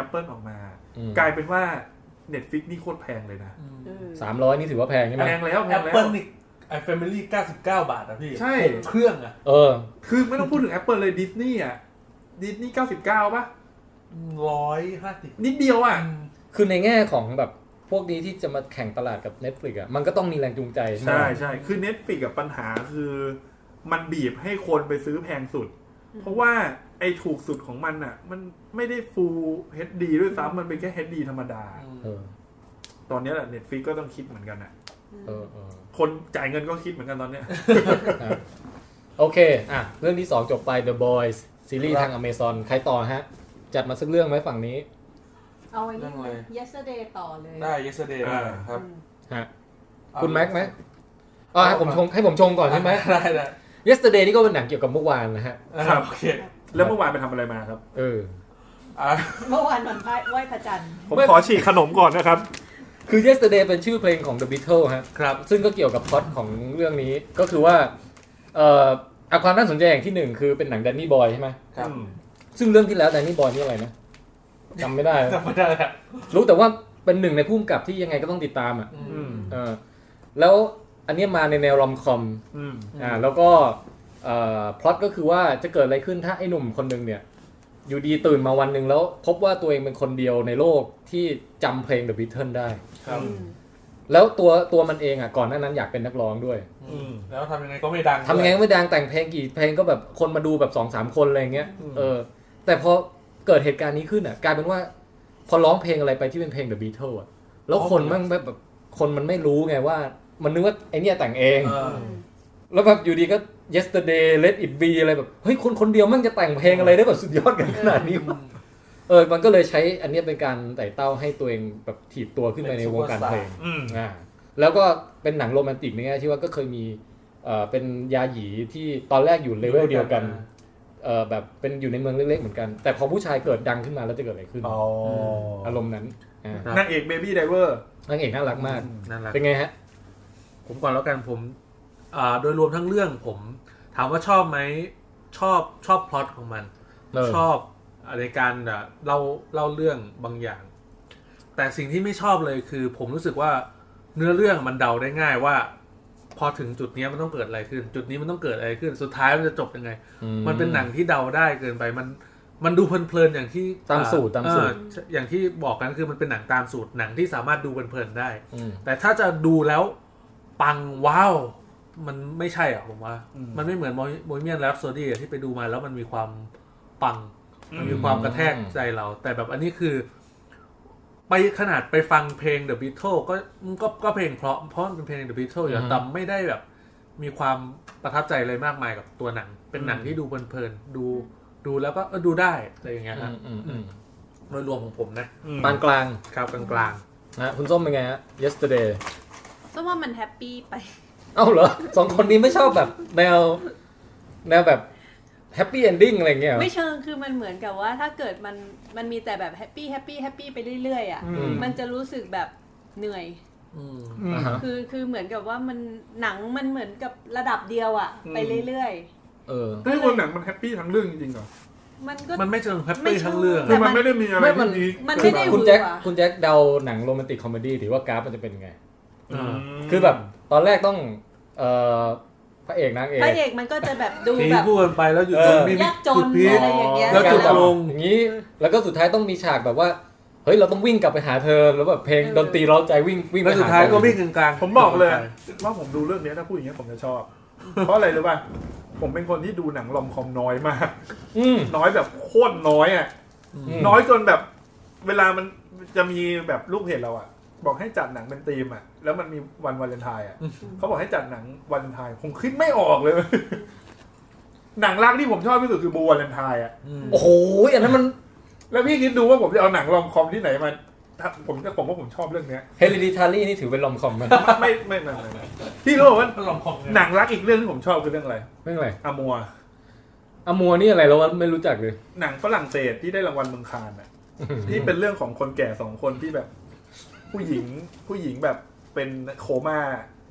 [SPEAKER 3] Apple ออกมา
[SPEAKER 2] อืม
[SPEAKER 3] กลายเป็นว่า Netflix นี่โคตรแพงเลยนะ
[SPEAKER 4] เออ
[SPEAKER 2] สามร้อยนี่ถือว่าแพงใช่ไหม
[SPEAKER 3] แพงแล้วแพ
[SPEAKER 5] แอง ป
[SPEAKER 3] แล้ว
[SPEAKER 5] เปิลนี่ไอแฟมิลี่99 บาทนะพี่
[SPEAKER 3] ใช่
[SPEAKER 5] หกเครื่องอะ
[SPEAKER 2] เออ
[SPEAKER 3] คือไม่ต้องพูดถึง Apple เลยดิสนีย์อ่ะดิสนีย์99ป่ะ
[SPEAKER 5] ร้อยห้าสิบ
[SPEAKER 3] นิดเดียวอ่ะ
[SPEAKER 2] คือในแง่ของแบบพวกนี้ที่จะมาแข่งตลาดกับ Netflix อะมันก็ต้องมีแรงจูงใจใช่ไหม
[SPEAKER 3] ใช่ใช่คือ Netflix กับปัญหาคือมันบีบให้คนไปซื้อแพงสุด เพราะว่าไอ้ถูกสุดของมันอ่ะ มันไม่ได้ Full HD ด้วยซ้ำมันเป็นแค่ HD ธรรมดา
[SPEAKER 2] เออ
[SPEAKER 3] ตอนเนี้ยแหละ Netflix ก็ต้องคิดเหมือนกันอ่ะ
[SPEAKER 2] เออเออ
[SPEAKER 3] คนจ่ายเงินก็คิดเหมือนกันตอนเนี้ย
[SPEAKER 2] นะโอเค อ่ะ เรื่องที่ 2 จบไป The Boys ซีรีส์ทาง Amazon ใครต่อฮะ จัดมาสักเรื่องไหมฝั่งนี้
[SPEAKER 4] เอาไว้นี่ yesterday ต่อเลย
[SPEAKER 5] ได้ yesterday
[SPEAKER 3] อ่า
[SPEAKER 5] ครับ
[SPEAKER 4] อืม
[SPEAKER 2] ฮะ คุณแม็กไหมอ๋อให้ผมชงให้ผมชงก่อนใช่ ไหม
[SPEAKER 5] ได้ได้
[SPEAKER 2] Yesterday นี่ก็เป็นหนังเกี่ยวกับเมื่อวานนะฮะ
[SPEAKER 3] ครับ
[SPEAKER 5] โอเค
[SPEAKER 3] แล้วเมื่อวานไปทำอะไรมาครับ
[SPEAKER 2] เออ
[SPEAKER 5] อ่ะ
[SPEAKER 4] เมื่อวานวันไหว้พระจันทร์
[SPEAKER 3] ผมขอฉีกขนมก่อนนะครับ
[SPEAKER 2] คือ yesterday เป็นชื่อเพลงของ The Beatles ฮะ
[SPEAKER 5] ครับ
[SPEAKER 2] ซึ่งก็เกี่ยวกับพล็อตของเรื่องนี้ ก็คือว่า เอ่อเอาความน่าสนใจอย่างที่หนึ่งคือเป็นหนังแดนนี่บอยใช่ไหม
[SPEAKER 5] ครับ
[SPEAKER 3] อืม
[SPEAKER 2] ซึ่งเรื่องที่แล้วแดนนี่บอยนี่อะไรนะจำไม่ได้แล้ว
[SPEAKER 5] จำไม่ได้แล้ว
[SPEAKER 2] รู้แต่ว่าเป็นหนึ่งในผู้กำกับที่ยังไงก็ต้องติดตามอ่ะ
[SPEAKER 5] อืม
[SPEAKER 2] เออ แล้วอันเนี้ยมาในแนวรอมคอม
[SPEAKER 3] อืม
[SPEAKER 5] อืม
[SPEAKER 2] อ่า แล้วก็ เอ่อ พล็อตก็คือว่าจะเกิดอะไรขึ้นถ้าไอ้หนุ่มคนหนึ่งเนี่ย อยู่ดีตื่นมาวันหนึ่งแล้ว พบว่าตัวเองเป็นคนเดียวในโลกที่จำเพลง The Beatles ได้
[SPEAKER 5] ครับ
[SPEAKER 2] แล้วตัวตัวมันเองอ่ะก่อนหน้านั้นอยากเป็นนักร้องด้วย
[SPEAKER 3] อืม
[SPEAKER 5] แล้วทำยังไงก็ไม่ดัง
[SPEAKER 2] ทำยังไงก็ไม่ดังแต่งเพลงกี่เพลงก็แบบคนมาดูแบบสองสามคนอะไรเงี้ยเออ แต่พอเกิดเหตุการณ์นี้ขึ้นอ่ะกลายเป็นว่า พอร้องเพลงอะไรไปที่เป็นเพลง The Beatles อ่ะแล้วคนมันแบบแบบคนมันไม่รู้ไงว่า มันนึกว่าไอเนี่ยแต่งเอง
[SPEAKER 5] เออ
[SPEAKER 2] แล้วแบบอยู่ดีก็ yesterday let it be อะไรแบบ เฮ้ย คนคนเดียวมันจะแต่งเพลงอะไรได้แบบสุดยอดกันขนาดนี้วะเออ มันก็เลยใช้อันเนี้ยเป็นการไต่เต้าให้ตัวเองแบบถีบตัวขึ้นไปในวงการเพลง
[SPEAKER 3] อืม
[SPEAKER 2] อ่าแล้วก็เป็นหนังโรแมนติกในแง่ที่ว่าก็เคยมีเอ่อเป็นยาหยีที่ตอนแรกอยู่เลเวลเดียวกันเอ่อแบบเป็นอยู่ในเมืองเล็กๆเหมือนกัน แต่พอผู้ชายเกิดดังขึ้นมาแล้วจะเกิดอะไรขึ้น
[SPEAKER 3] อ๋อ
[SPEAKER 2] อารมณ์นั้นอ่า
[SPEAKER 3] อนางเอกเบบี้ไดเวอร์
[SPEAKER 2] นางเอกน่ารักมาก
[SPEAKER 5] นั่นแหละ
[SPEAKER 2] เป็นไงฮะ
[SPEAKER 5] ผมก่อนแล้วกันผมอ่าโดยรวมทั้งเรื่องผม ถามว่าชอบไหมชอบชอบพล็อตของมัน
[SPEAKER 2] เออ
[SPEAKER 5] ชอบในการอ่ะเล่าเล่าเรื่องบางอย่าง แต่สิ่งที่ไม่ชอบเลยคือ ผมรู้สึกว่าเนื้อเรื่องมันเดาได้ง่ายว่า พอถึงจุดเนี้ยมันต้องเกิดอะไรขึ้น จุดนี้มันต้องเกิดอะไรขึ้น สุดท้ายมันจะจบยังไง
[SPEAKER 2] อื
[SPEAKER 5] มันเป็นหนังที่เดาได้เกินไป มันมันดูเพลินๆอย่างที่
[SPEAKER 2] ตามสูตรตามสูตร
[SPEAKER 5] เอ่ออย่างที่บอกกันคือมันเป็นหนังตามสูตรหนังที่สามารถดูเพลินๆได้
[SPEAKER 2] อืม
[SPEAKER 5] แต่ถ้าจะดูแล้วปังว้าว มันไม่ใช่อ่ะผมว่า
[SPEAKER 3] อืม
[SPEAKER 5] มันไม่เหมือนโมเมียนแรปโซดี้ที่ไปดูมาแล้วมันมีความปัง มันมี
[SPEAKER 2] อืม
[SPEAKER 5] ความกระแทกใจเรา แต่แบบอันนี้คือ ไปขนาดไปฟังเพลง The Beatles ก็ก็ก็เพลงเพราะเพราะมันเป็นเพลง The Beatles อยู่แล้วแต่ไม่ได้แบบ มีความประทับใจอะไรมากมายกับตัวหนัง เป็นหนังที่ดูเพลินๆดูดูแล้วก็เออดูได้อะไรอย่างเงี้ย
[SPEAKER 2] อื
[SPEAKER 5] ฮะ
[SPEAKER 2] มอืมอืม
[SPEAKER 5] โดยรวมของผมนะ
[SPEAKER 3] อืม
[SPEAKER 2] ปานกลาง
[SPEAKER 5] ครับกลาง
[SPEAKER 2] นะคุณส้มเป็นไงฮะ yesterday
[SPEAKER 4] ก็ว่ามันแฮปปี้ไป
[SPEAKER 2] เอ้าเหรอ สองคนนี้ไม่ชอบแบบแนว แนวแบบ happy ending อะไรเงี้ยเหรอ
[SPEAKER 4] ไม่เชิงคือมันเหมือนกับว่าถ้าเกิดมันมันมีแต่แบบแฮปปี้แฮปปี้แฮปปี้ไปเรื่อยๆอ่ะ
[SPEAKER 3] อืม
[SPEAKER 4] มันจะรู้สึกแบบเหนื่อย
[SPEAKER 5] ๆอืม
[SPEAKER 3] อืม
[SPEAKER 2] อ่าฮะ
[SPEAKER 4] คือคือเหมือนกับว่ามันหนังมันเหมือนกับระดับเดียวอ่ะ
[SPEAKER 3] อืม
[SPEAKER 4] ไปเรื่อย
[SPEAKER 2] เออ
[SPEAKER 3] เฮ้ยคนหนังมันแฮปปี้ทั้งเรื่องจริงๆเหรอ
[SPEAKER 4] ๆ มันก็
[SPEAKER 5] มันไม่เชิงแฮป
[SPEAKER 4] ไม่
[SPEAKER 5] ปี้
[SPEAKER 4] เชิง
[SPEAKER 5] ทั้งเรื่อง
[SPEAKER 3] คือมันไม่ได้มีอะไร
[SPEAKER 2] ไม่มัน
[SPEAKER 3] ที่
[SPEAKER 4] มันไม่ได้
[SPEAKER 3] ขึ้า
[SPEAKER 4] หวื
[SPEAKER 2] คุณ
[SPEAKER 4] อ
[SPEAKER 2] แจ็ค
[SPEAKER 4] หวา
[SPEAKER 2] คุณแจ็คเดาหนังโรแมนติกคอมเมดี้ถือว่ากราฟมันจะเป็นยังไง
[SPEAKER 3] อืม
[SPEAKER 2] คือแบบตอนแรกต้อง เอ่อพระเอกนางเอก
[SPEAKER 4] พระเอกมันก็จะแบบดู
[SPEAKER 5] ตี
[SPEAKER 4] แบบ
[SPEAKER 5] คู่กันไปแล้วอยู่ตรงนี้มี
[SPEAKER 4] ยากจ
[SPEAKER 5] จุ
[SPEAKER 4] น
[SPEAKER 5] ดพีค
[SPEAKER 4] อะไรอย่างเงี้ย
[SPEAKER 5] แล้วจุด
[SPEAKER 4] ต่
[SPEAKER 5] ล
[SPEAKER 4] บบ
[SPEAKER 5] ง
[SPEAKER 2] อย่างนี้ แล้วก็สุดท้ายต้องมีฉากแบบว่า เฮ้ย เราต้องวิ่งกลับไปหาเธอ แล้วแบบเพลง
[SPEAKER 4] เออ
[SPEAKER 2] ดนตรีเร้าใจวิ่งวิ่งไป
[SPEAKER 5] แล้ว
[SPEAKER 2] ห
[SPEAKER 5] สุดท้าย
[SPEAKER 2] เธอ
[SPEAKER 5] ก็วิ่งกลางๆ
[SPEAKER 3] ผมบอกเลยว่าผมดูเรื่องนี้ถ้าพูดอย่างนี้ยผมจะชอบ เพราะอะไรรู้ป่ะผมเป็นคนที่ดูหนังลอมคอมน้อยมาก
[SPEAKER 2] อืม
[SPEAKER 3] น้อยแบบโคตรน้อยอ่ะ
[SPEAKER 2] อืม
[SPEAKER 3] น้อยจนแบบเวลามันจะมีแบบลูกเพจเราอ่ะ บอกให้จัดหนังเป็นธีมอ่ะ แล้วมันมีวันวาเลนไทน์อ่ะเขาบอกให้จัดหนังวาเลนไทน์ผมคิดไม่ออกเลย หนังรักที่ผมชอบที่สุดคือบูวาเลนไทน์อ่ะ
[SPEAKER 5] อืม
[SPEAKER 2] โอ้โหอันนั้นมัน
[SPEAKER 3] แล้วพี่คิดดูว่าผมจะเอาหนังลอมคอมที่ไหนมาถ้าผมจะผมว่าผมชอบเรื่องเนี้ย
[SPEAKER 2] hereditary นี่ถือเป็นลอมคอมไหม
[SPEAKER 3] ไม่ไม่ไม่ไม่ไม่พี่รู้ป่ะว่า
[SPEAKER 5] ลองของ
[SPEAKER 3] หนังรักอีกเรื่องที่ผมชอบคือเรื่องอะไร
[SPEAKER 2] ไม่เป็นไร
[SPEAKER 3] อามัว
[SPEAKER 2] อะมัวนี่อะไรเราไม่รู้จักเลย
[SPEAKER 3] หนังฝรั่งเศสที่ได้รางวัลเมืองคานน่ะที่เป็นเรื่องของคนแก่สองคนที่แบบ ผู้หญิงผู้หญิงแบบเป็นโคม่า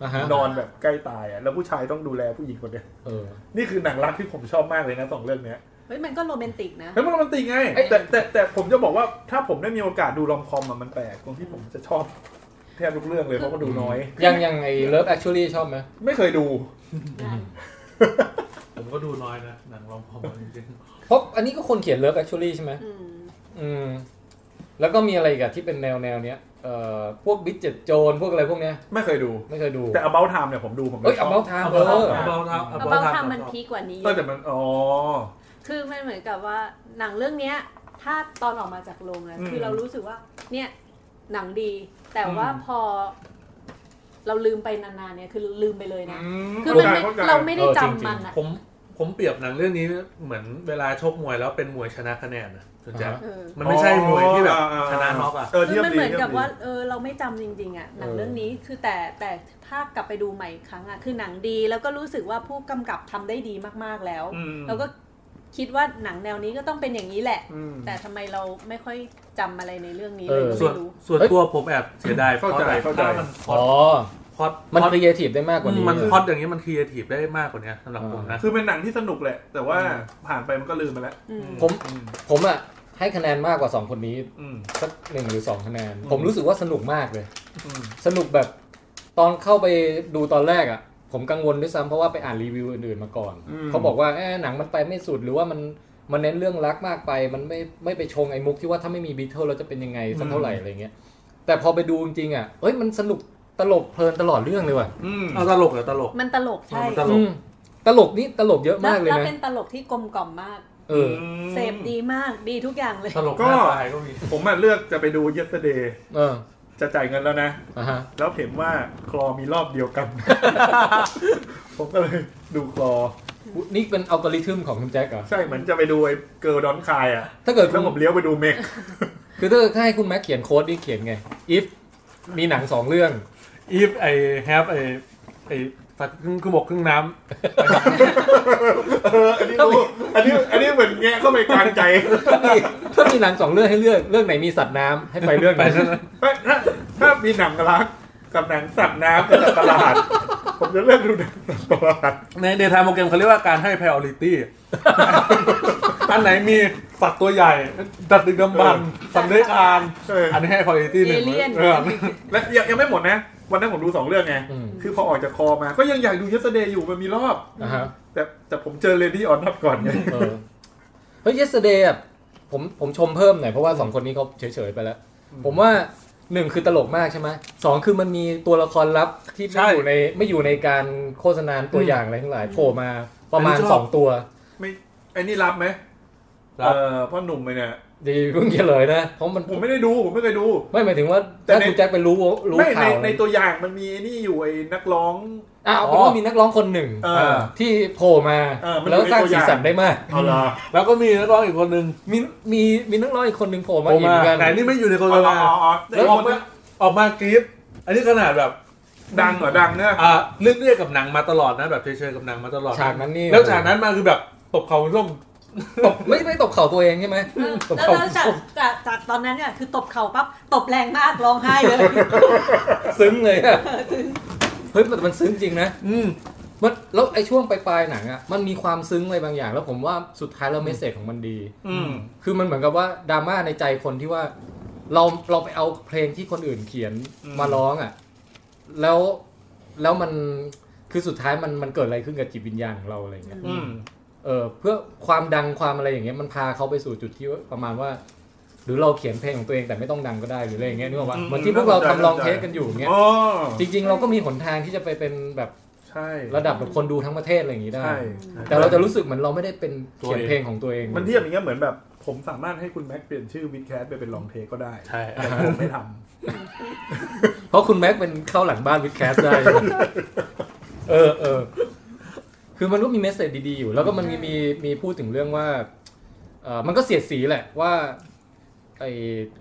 [SPEAKER 2] นะฮะ
[SPEAKER 3] นอนแบบใกล้ตายอ่ะแล้วผู้ชายต้องดูแลผู้หญิงคนเนี้ย
[SPEAKER 2] เออ
[SPEAKER 3] นี่คือหนังรักที่ผมชอบมากเลยนะสองเรื่องเนี้ย
[SPEAKER 4] เฮ้ยมันก็โรแมนติกนะ
[SPEAKER 3] แล้วมันมันติงไง
[SPEAKER 2] เอ้ย
[SPEAKER 3] แต่แต่แต่ผมจะบอกว่าถ้าผมได้มีโอกาสดูรอมคอมอะมันแปลกตรงที่ผมจะชอบแทบทุกเรื่องเลยเพราะว่าดูน้อย
[SPEAKER 2] ยังยังไอ้ Love Actually ชอบไหม
[SPEAKER 3] ไม่เคยดู
[SPEAKER 5] ผมก็ดูน้อยนะ หนังลองของจริง
[SPEAKER 2] เพราะอันนี้ก็คนเขียน Love Actually ใช่ไหม
[SPEAKER 4] อืม
[SPEAKER 2] อืม แล้วก็มีอะไรอีกอะที่เป็นแนวแนวเนี้ยเอ่อพวกบิ๊กเจ็ดโจนพวกอะไรพวกเนี้ย
[SPEAKER 3] ไม่เคยดู
[SPEAKER 2] ไม่เคยดู
[SPEAKER 3] แต่ about time เนี่ยผมดูผม
[SPEAKER 2] เอ้ย
[SPEAKER 3] ช
[SPEAKER 2] เอา
[SPEAKER 3] อบ
[SPEAKER 2] เมา
[SPEAKER 5] ๆ
[SPEAKER 2] ทามเอ
[SPEAKER 5] เอาเบา
[SPEAKER 2] อ
[SPEAKER 5] เอาเบาเอา
[SPEAKER 4] เอา
[SPEAKER 5] เบา
[SPEAKER 4] เบา
[SPEAKER 5] ทำ
[SPEAKER 4] ทำ
[SPEAKER 5] มั
[SPEAKER 4] มันนพีกกว่านี้
[SPEAKER 3] เออแต่มันอ๋อ
[SPEAKER 4] คือมันเหมือนกับว่าหนังเรื่องเนี้ย ถ้าตอนออกมาจากโรงอะ
[SPEAKER 3] อืม
[SPEAKER 4] คือเรารู้สึกว่า เนี่ยหนังดี แต่ว่า
[SPEAKER 3] อืม
[SPEAKER 4] พอ เราลืมไปนานๆเนี่ยคือลืมไปเลยนะ
[SPEAKER 3] อืม
[SPEAKER 4] คือ
[SPEAKER 3] เข้า
[SPEAKER 4] มัน
[SPEAKER 3] ใจเข้า
[SPEAKER 4] ไม่
[SPEAKER 3] ใจ
[SPEAKER 4] เราไม่ได้จำมันอะ
[SPEAKER 5] ผมผมเปรียบหนังเรื่องนี้เหมือนเวลาชกมวยแล้วเป็นมวยชนะคะแนนนะสนใจ
[SPEAKER 4] เออ
[SPEAKER 5] มันไม่ใช่มวยที่แบบชนะน็อกอ่ะ
[SPEAKER 3] เออ
[SPEAKER 4] คื
[SPEAKER 3] เทีย
[SPEAKER 4] อบ มัน
[SPEAKER 3] ดี
[SPEAKER 4] เหมือน
[SPEAKER 3] เทีย
[SPEAKER 4] กับบ ว่า
[SPEAKER 3] ดี
[SPEAKER 4] เออเราไม่จำจริงๆอะหนังเรื่องนี้คือแต่แต่ถ้ากลับไปดูใหม่อีกครั้งอะคือหนังดี แล้วก็รู้สึกว่าผู้กำกับทำได้ดีมากๆแล้ว
[SPEAKER 3] อืม
[SPEAKER 4] เราก็คิดว่าหนังแนวนี้ก็ต้องเป็นอย่างนี้แหละ
[SPEAKER 3] อืม
[SPEAKER 4] แต่ทำไมเราไม่ค่อยจำอะไรในเรื่องนี้เลยก็
[SPEAKER 5] ส่วน
[SPEAKER 4] ไม่รู้
[SPEAKER 5] ส่วนตัวผมแอบเสียดาย
[SPEAKER 3] เข้าใจ
[SPEAKER 5] พระ
[SPEAKER 3] เข้าใจ
[SPEAKER 5] ถ้มันพล็อ
[SPEAKER 2] อ๋
[SPEAKER 5] ด
[SPEAKER 2] อ
[SPEAKER 5] พล็อด
[SPEAKER 2] มัน
[SPEAKER 5] พล็อด
[SPEAKER 2] ครีเอทีฟได้มากกว่านี้
[SPEAKER 5] มันพล็อดอย่างนี้มันครีเอทีฟได้มากกว่านี้สำหรับผมนะ
[SPEAKER 3] คือเป็นหนังที่สนุกแหละ แต่ว่าผ่านไปมันก็ลืมไปแล้ว
[SPEAKER 4] อืม
[SPEAKER 2] ผม
[SPEAKER 3] อืม
[SPEAKER 2] ผมอะให้คะแนนมากกว่า 2 คนนี้
[SPEAKER 3] อืม
[SPEAKER 2] สักหนึ่งหรือ 2 คะแนน ผมรู้สึกว่าสนุกมากเลย
[SPEAKER 3] อืม
[SPEAKER 2] สนุกแบบตอนเข้าไปดูตอนแรกอะ่ะ ผมกังวลด้วยซ้ำเพราะว่าไปอ่านรีวิวอื่นๆมาก่อน เขาบอกว่าเอ๊ะหนังมันไปไม่สุดหรือว่ามันมันเน้นเรื่องรักมากไป มันไม่ไม่ไปชงไอ้มุกที่ว่าถ้าไม่มีบีเทิลเราจะเป็นยังไงสักเท่าไหร่อะไรเงี้ยแต่พอไปดูจริงๆอ่ะเอ้ยมันสนุก ตลกเพลินตลอดเรื่องเลยว่ะ
[SPEAKER 3] อืม
[SPEAKER 5] เอาตลกเหรอตลก
[SPEAKER 4] มันตลกใช่
[SPEAKER 5] มันตลก
[SPEAKER 2] อืมตลกนี่ตลกเยอะ
[SPEAKER 4] แล้
[SPEAKER 2] มาว กเลย
[SPEAKER 4] แล้ว
[SPEAKER 2] นะ
[SPEAKER 4] เป็นตลกที่กลมกล่อมมาก
[SPEAKER 2] เออ
[SPEAKER 4] เสพดีมากดีทุกอย่างเลย
[SPEAKER 5] ตลกหน้าตายก็มี
[SPEAKER 3] ผมอ่ะเลือกจะไปดู yesterday
[SPEAKER 2] เออ
[SPEAKER 3] จะจ่ายเงินแล้วนะ
[SPEAKER 2] อ่ะฮะ
[SPEAKER 3] แล้วเห็นว่าคลอมีรอบเดียวกัน ผมก็เลยดูคลอ
[SPEAKER 2] นี่เป็นอัลกอริทึมของคุณแจ็คเหรอ
[SPEAKER 3] ใช่เหมือนจะไปดูไอ้เกิร์ลดอนคายอ่ะ
[SPEAKER 2] ถ้าเกิดคุ
[SPEAKER 3] แล้ว
[SPEAKER 2] ณ
[SPEAKER 3] ผมเลี้ยวไปดูเมก
[SPEAKER 2] คือถ้าเกิดให้คุณแม็กเขียนโค้ดนี่เขียนไง if มีหนังสองเรื่อง
[SPEAKER 5] if I have a ไอ้สัตว์ครึ่งบกครึ่งน้
[SPEAKER 3] เอออันนี้รู้อันนี้อันนี้เหมือนแงะเข้าไปกลางใจ
[SPEAKER 2] ถ้ามีถ้ามีหนังสองเรื่องให้เลือกเรื่องไหนมีสัตว์น้ำให้ไปเรื่อง
[SPEAKER 5] ำไป
[SPEAKER 2] นั้น
[SPEAKER 5] นั่นนะ
[SPEAKER 3] เฮ้ยถ้าถ้ามีหนังรักกับหนังสัตว์น้ำกับสัตว์ประหลาด ผมจะเลือกดูหนังสัตว์ประหลาด
[SPEAKER 5] ในเดทามโปรแกรมเขาเรียกว่าการให้ priority อันไหนมีสัตว์ตัวใหญ่ ดัดดึกดำบันสันเลื้อยคลาน
[SPEAKER 3] เออ
[SPEAKER 5] อันนี้ให้ priority หนึ่ง
[SPEAKER 4] Alien
[SPEAKER 5] เออ
[SPEAKER 3] และยังยังไม่หมดนะ วันนั้นผมดูสองเรื่องไง
[SPEAKER 2] อืม
[SPEAKER 3] คือพอออกจากคอมา ก็ยังอยากดูย e s เดย์อยู่มันมีรอบ
[SPEAKER 2] นะฮะ
[SPEAKER 3] แต่แต่ผมเจอเลดี้ออนทับก่อนไง
[SPEAKER 2] เออเฮ้ย yesterday อ่ะผมผมชมเพิ่มหน่อย เพราะว่าสองคนนี้เขาเฉย ๆ ไปแล้ว ผมว่าหนึ่งคือตลกมากใช่ไหมสองคือมันมีตัวละครลับที่ไม่อยู่ในไม่อยู่ในการโฆษณาตัวอย่างอะไรทั้งหลายโผล่มาประมาณสองตัว
[SPEAKER 3] ไม่ไอ้นี่รับไหม
[SPEAKER 5] ครั
[SPEAKER 3] เอบ อพ่อหนุ่มไปเนี่ย
[SPEAKER 2] ดีเพิ่งเฉลยนะเพราะมัน
[SPEAKER 3] ผมไม่ได้ดูผมไม่เคยดู
[SPEAKER 2] ไม่หมายถึงว่า
[SPEAKER 3] แต่
[SPEAKER 2] ถ้า
[SPEAKER 3] ใน
[SPEAKER 2] คุณแจ็คไปรู้รู้
[SPEAKER 3] ไม่ใน
[SPEAKER 2] ข่าว
[SPEAKER 3] ในตัวอย่างมันมีไอ้นี่อยู่ไอ้นักร้อง
[SPEAKER 2] อ้าวผมว่ามีนักร้องคนหนึ่ง
[SPEAKER 3] เออ
[SPEAKER 2] ที่โผล่มา
[SPEAKER 3] เออมันอยู่
[SPEAKER 2] แล้วสร้าง
[SPEAKER 3] ในตัวอ
[SPEAKER 2] สี
[SPEAKER 3] ย่าง
[SPEAKER 2] สันได้มาก
[SPEAKER 3] เอาละ
[SPEAKER 5] แล้วก็มีนักร้องอีกคนนึง
[SPEAKER 2] มีมีมีนักร้องอีกคนหนึ่งโผล่มา
[SPEAKER 5] โอ
[SPEAKER 2] อีกเห
[SPEAKER 5] มา
[SPEAKER 2] มือนกัน
[SPEAKER 5] แต่อันนี่ไม่อยู่ในโฆ
[SPEAKER 3] เอา
[SPEAKER 5] ษ
[SPEAKER 3] ละ
[SPEAKER 5] ณา
[SPEAKER 3] อ๋ออ๋อ
[SPEAKER 5] แล้วออกมาออกมากรี๊ดอันนี้ขนาดแบบ
[SPEAKER 3] ดังเหรอดังเนี่ย
[SPEAKER 5] อ่าเรื่องเรื่อยกับหนังมาตลอดนะแบบเฉยๆกับหนังมาตลอด
[SPEAKER 2] ฉากนั้นนี่
[SPEAKER 5] แล้วจากนั้นมาคือแบบตบเขาร่ม
[SPEAKER 2] ตบไม่ไม่ตบเข่าตัวเองใช่ไหม
[SPEAKER 4] เออ
[SPEAKER 2] ตบ
[SPEAKER 4] แล้ว
[SPEAKER 2] เข่า
[SPEAKER 4] แล้วจากจากจากตอนนั้นเนี่ยคือตบเข่าปั๊บตบแรงมากร้องไห้เลย
[SPEAKER 2] ซึ้งเลยอะเฮ้ยมันมันซึ้งจริงนะ
[SPEAKER 5] อืม
[SPEAKER 2] มันแล้วไอ้ช่วงปลายๆหนังอ่ะมันมีความซึ้งอะไรบางอย่าง แล้วผมว่าสุดท้ายเราเมสเซจของมันดี
[SPEAKER 3] อืม
[SPEAKER 2] คือมันเหมือนกับว่าดราม่าในใจคนที่ว่า เราเราไปเอาเพลงที่คนอื่นเขียน
[SPEAKER 3] อืม
[SPEAKER 2] มาร้องอ่ะ แล้วแล้วมันคือสุดท้ายมันมันเกิดอะไรขึ้นกับจิตวิญญาณของเราอะไรอย่างเงี้ย
[SPEAKER 3] อืม
[SPEAKER 2] เออเพื่อความดังความอะไรอย่างเงี้ยมันพาเขาไปสู่จุดที่ว่าประมาณว่า หรือเราเขียนเพลงของตัวเองแต่ไม่ต้องดังก็ได้หรืออะไรอย่างเงี้ยนึกออกปะ
[SPEAKER 3] อืม
[SPEAKER 2] เหมือนที่พวกเรา
[SPEAKER 3] เข้าใจ
[SPEAKER 2] ทำลองเทสกันอยู่เงี้ย
[SPEAKER 3] อ๋อ
[SPEAKER 2] จริง ๆ เราก็มีหนทางที่จะไปเป็นแบบ
[SPEAKER 3] ใช่
[SPEAKER 2] ระดับแบบคนดูทั้งประเทศอะไรอย่างงี้ได้
[SPEAKER 3] ใช่
[SPEAKER 2] แต่เราจะรู้สึกเหมือนเราไม่ได้เป็น
[SPEAKER 5] ตัว
[SPEAKER 2] เขียนเพลงของตัวเอง
[SPEAKER 3] มันเทียบอย่างเงี้ยเหมือนแบบ ผมสามารถให้คุณแม็กเปลี่ยนชื่อวิดแคสไปเป็นลองเทคก็ได้
[SPEAKER 5] ใช่
[SPEAKER 3] แต่ผมไม่ท
[SPEAKER 2] เพราะคุณแม็กเป็นเข้าหลังบ้านวิดแคสได้ เออเออคือมันก็มีเมสเซจดีๆอยู่ แล้วก็มันมีมีมีพูดถึงเรื่องว่าเออมันก็เสียดสีแหละว่าไอ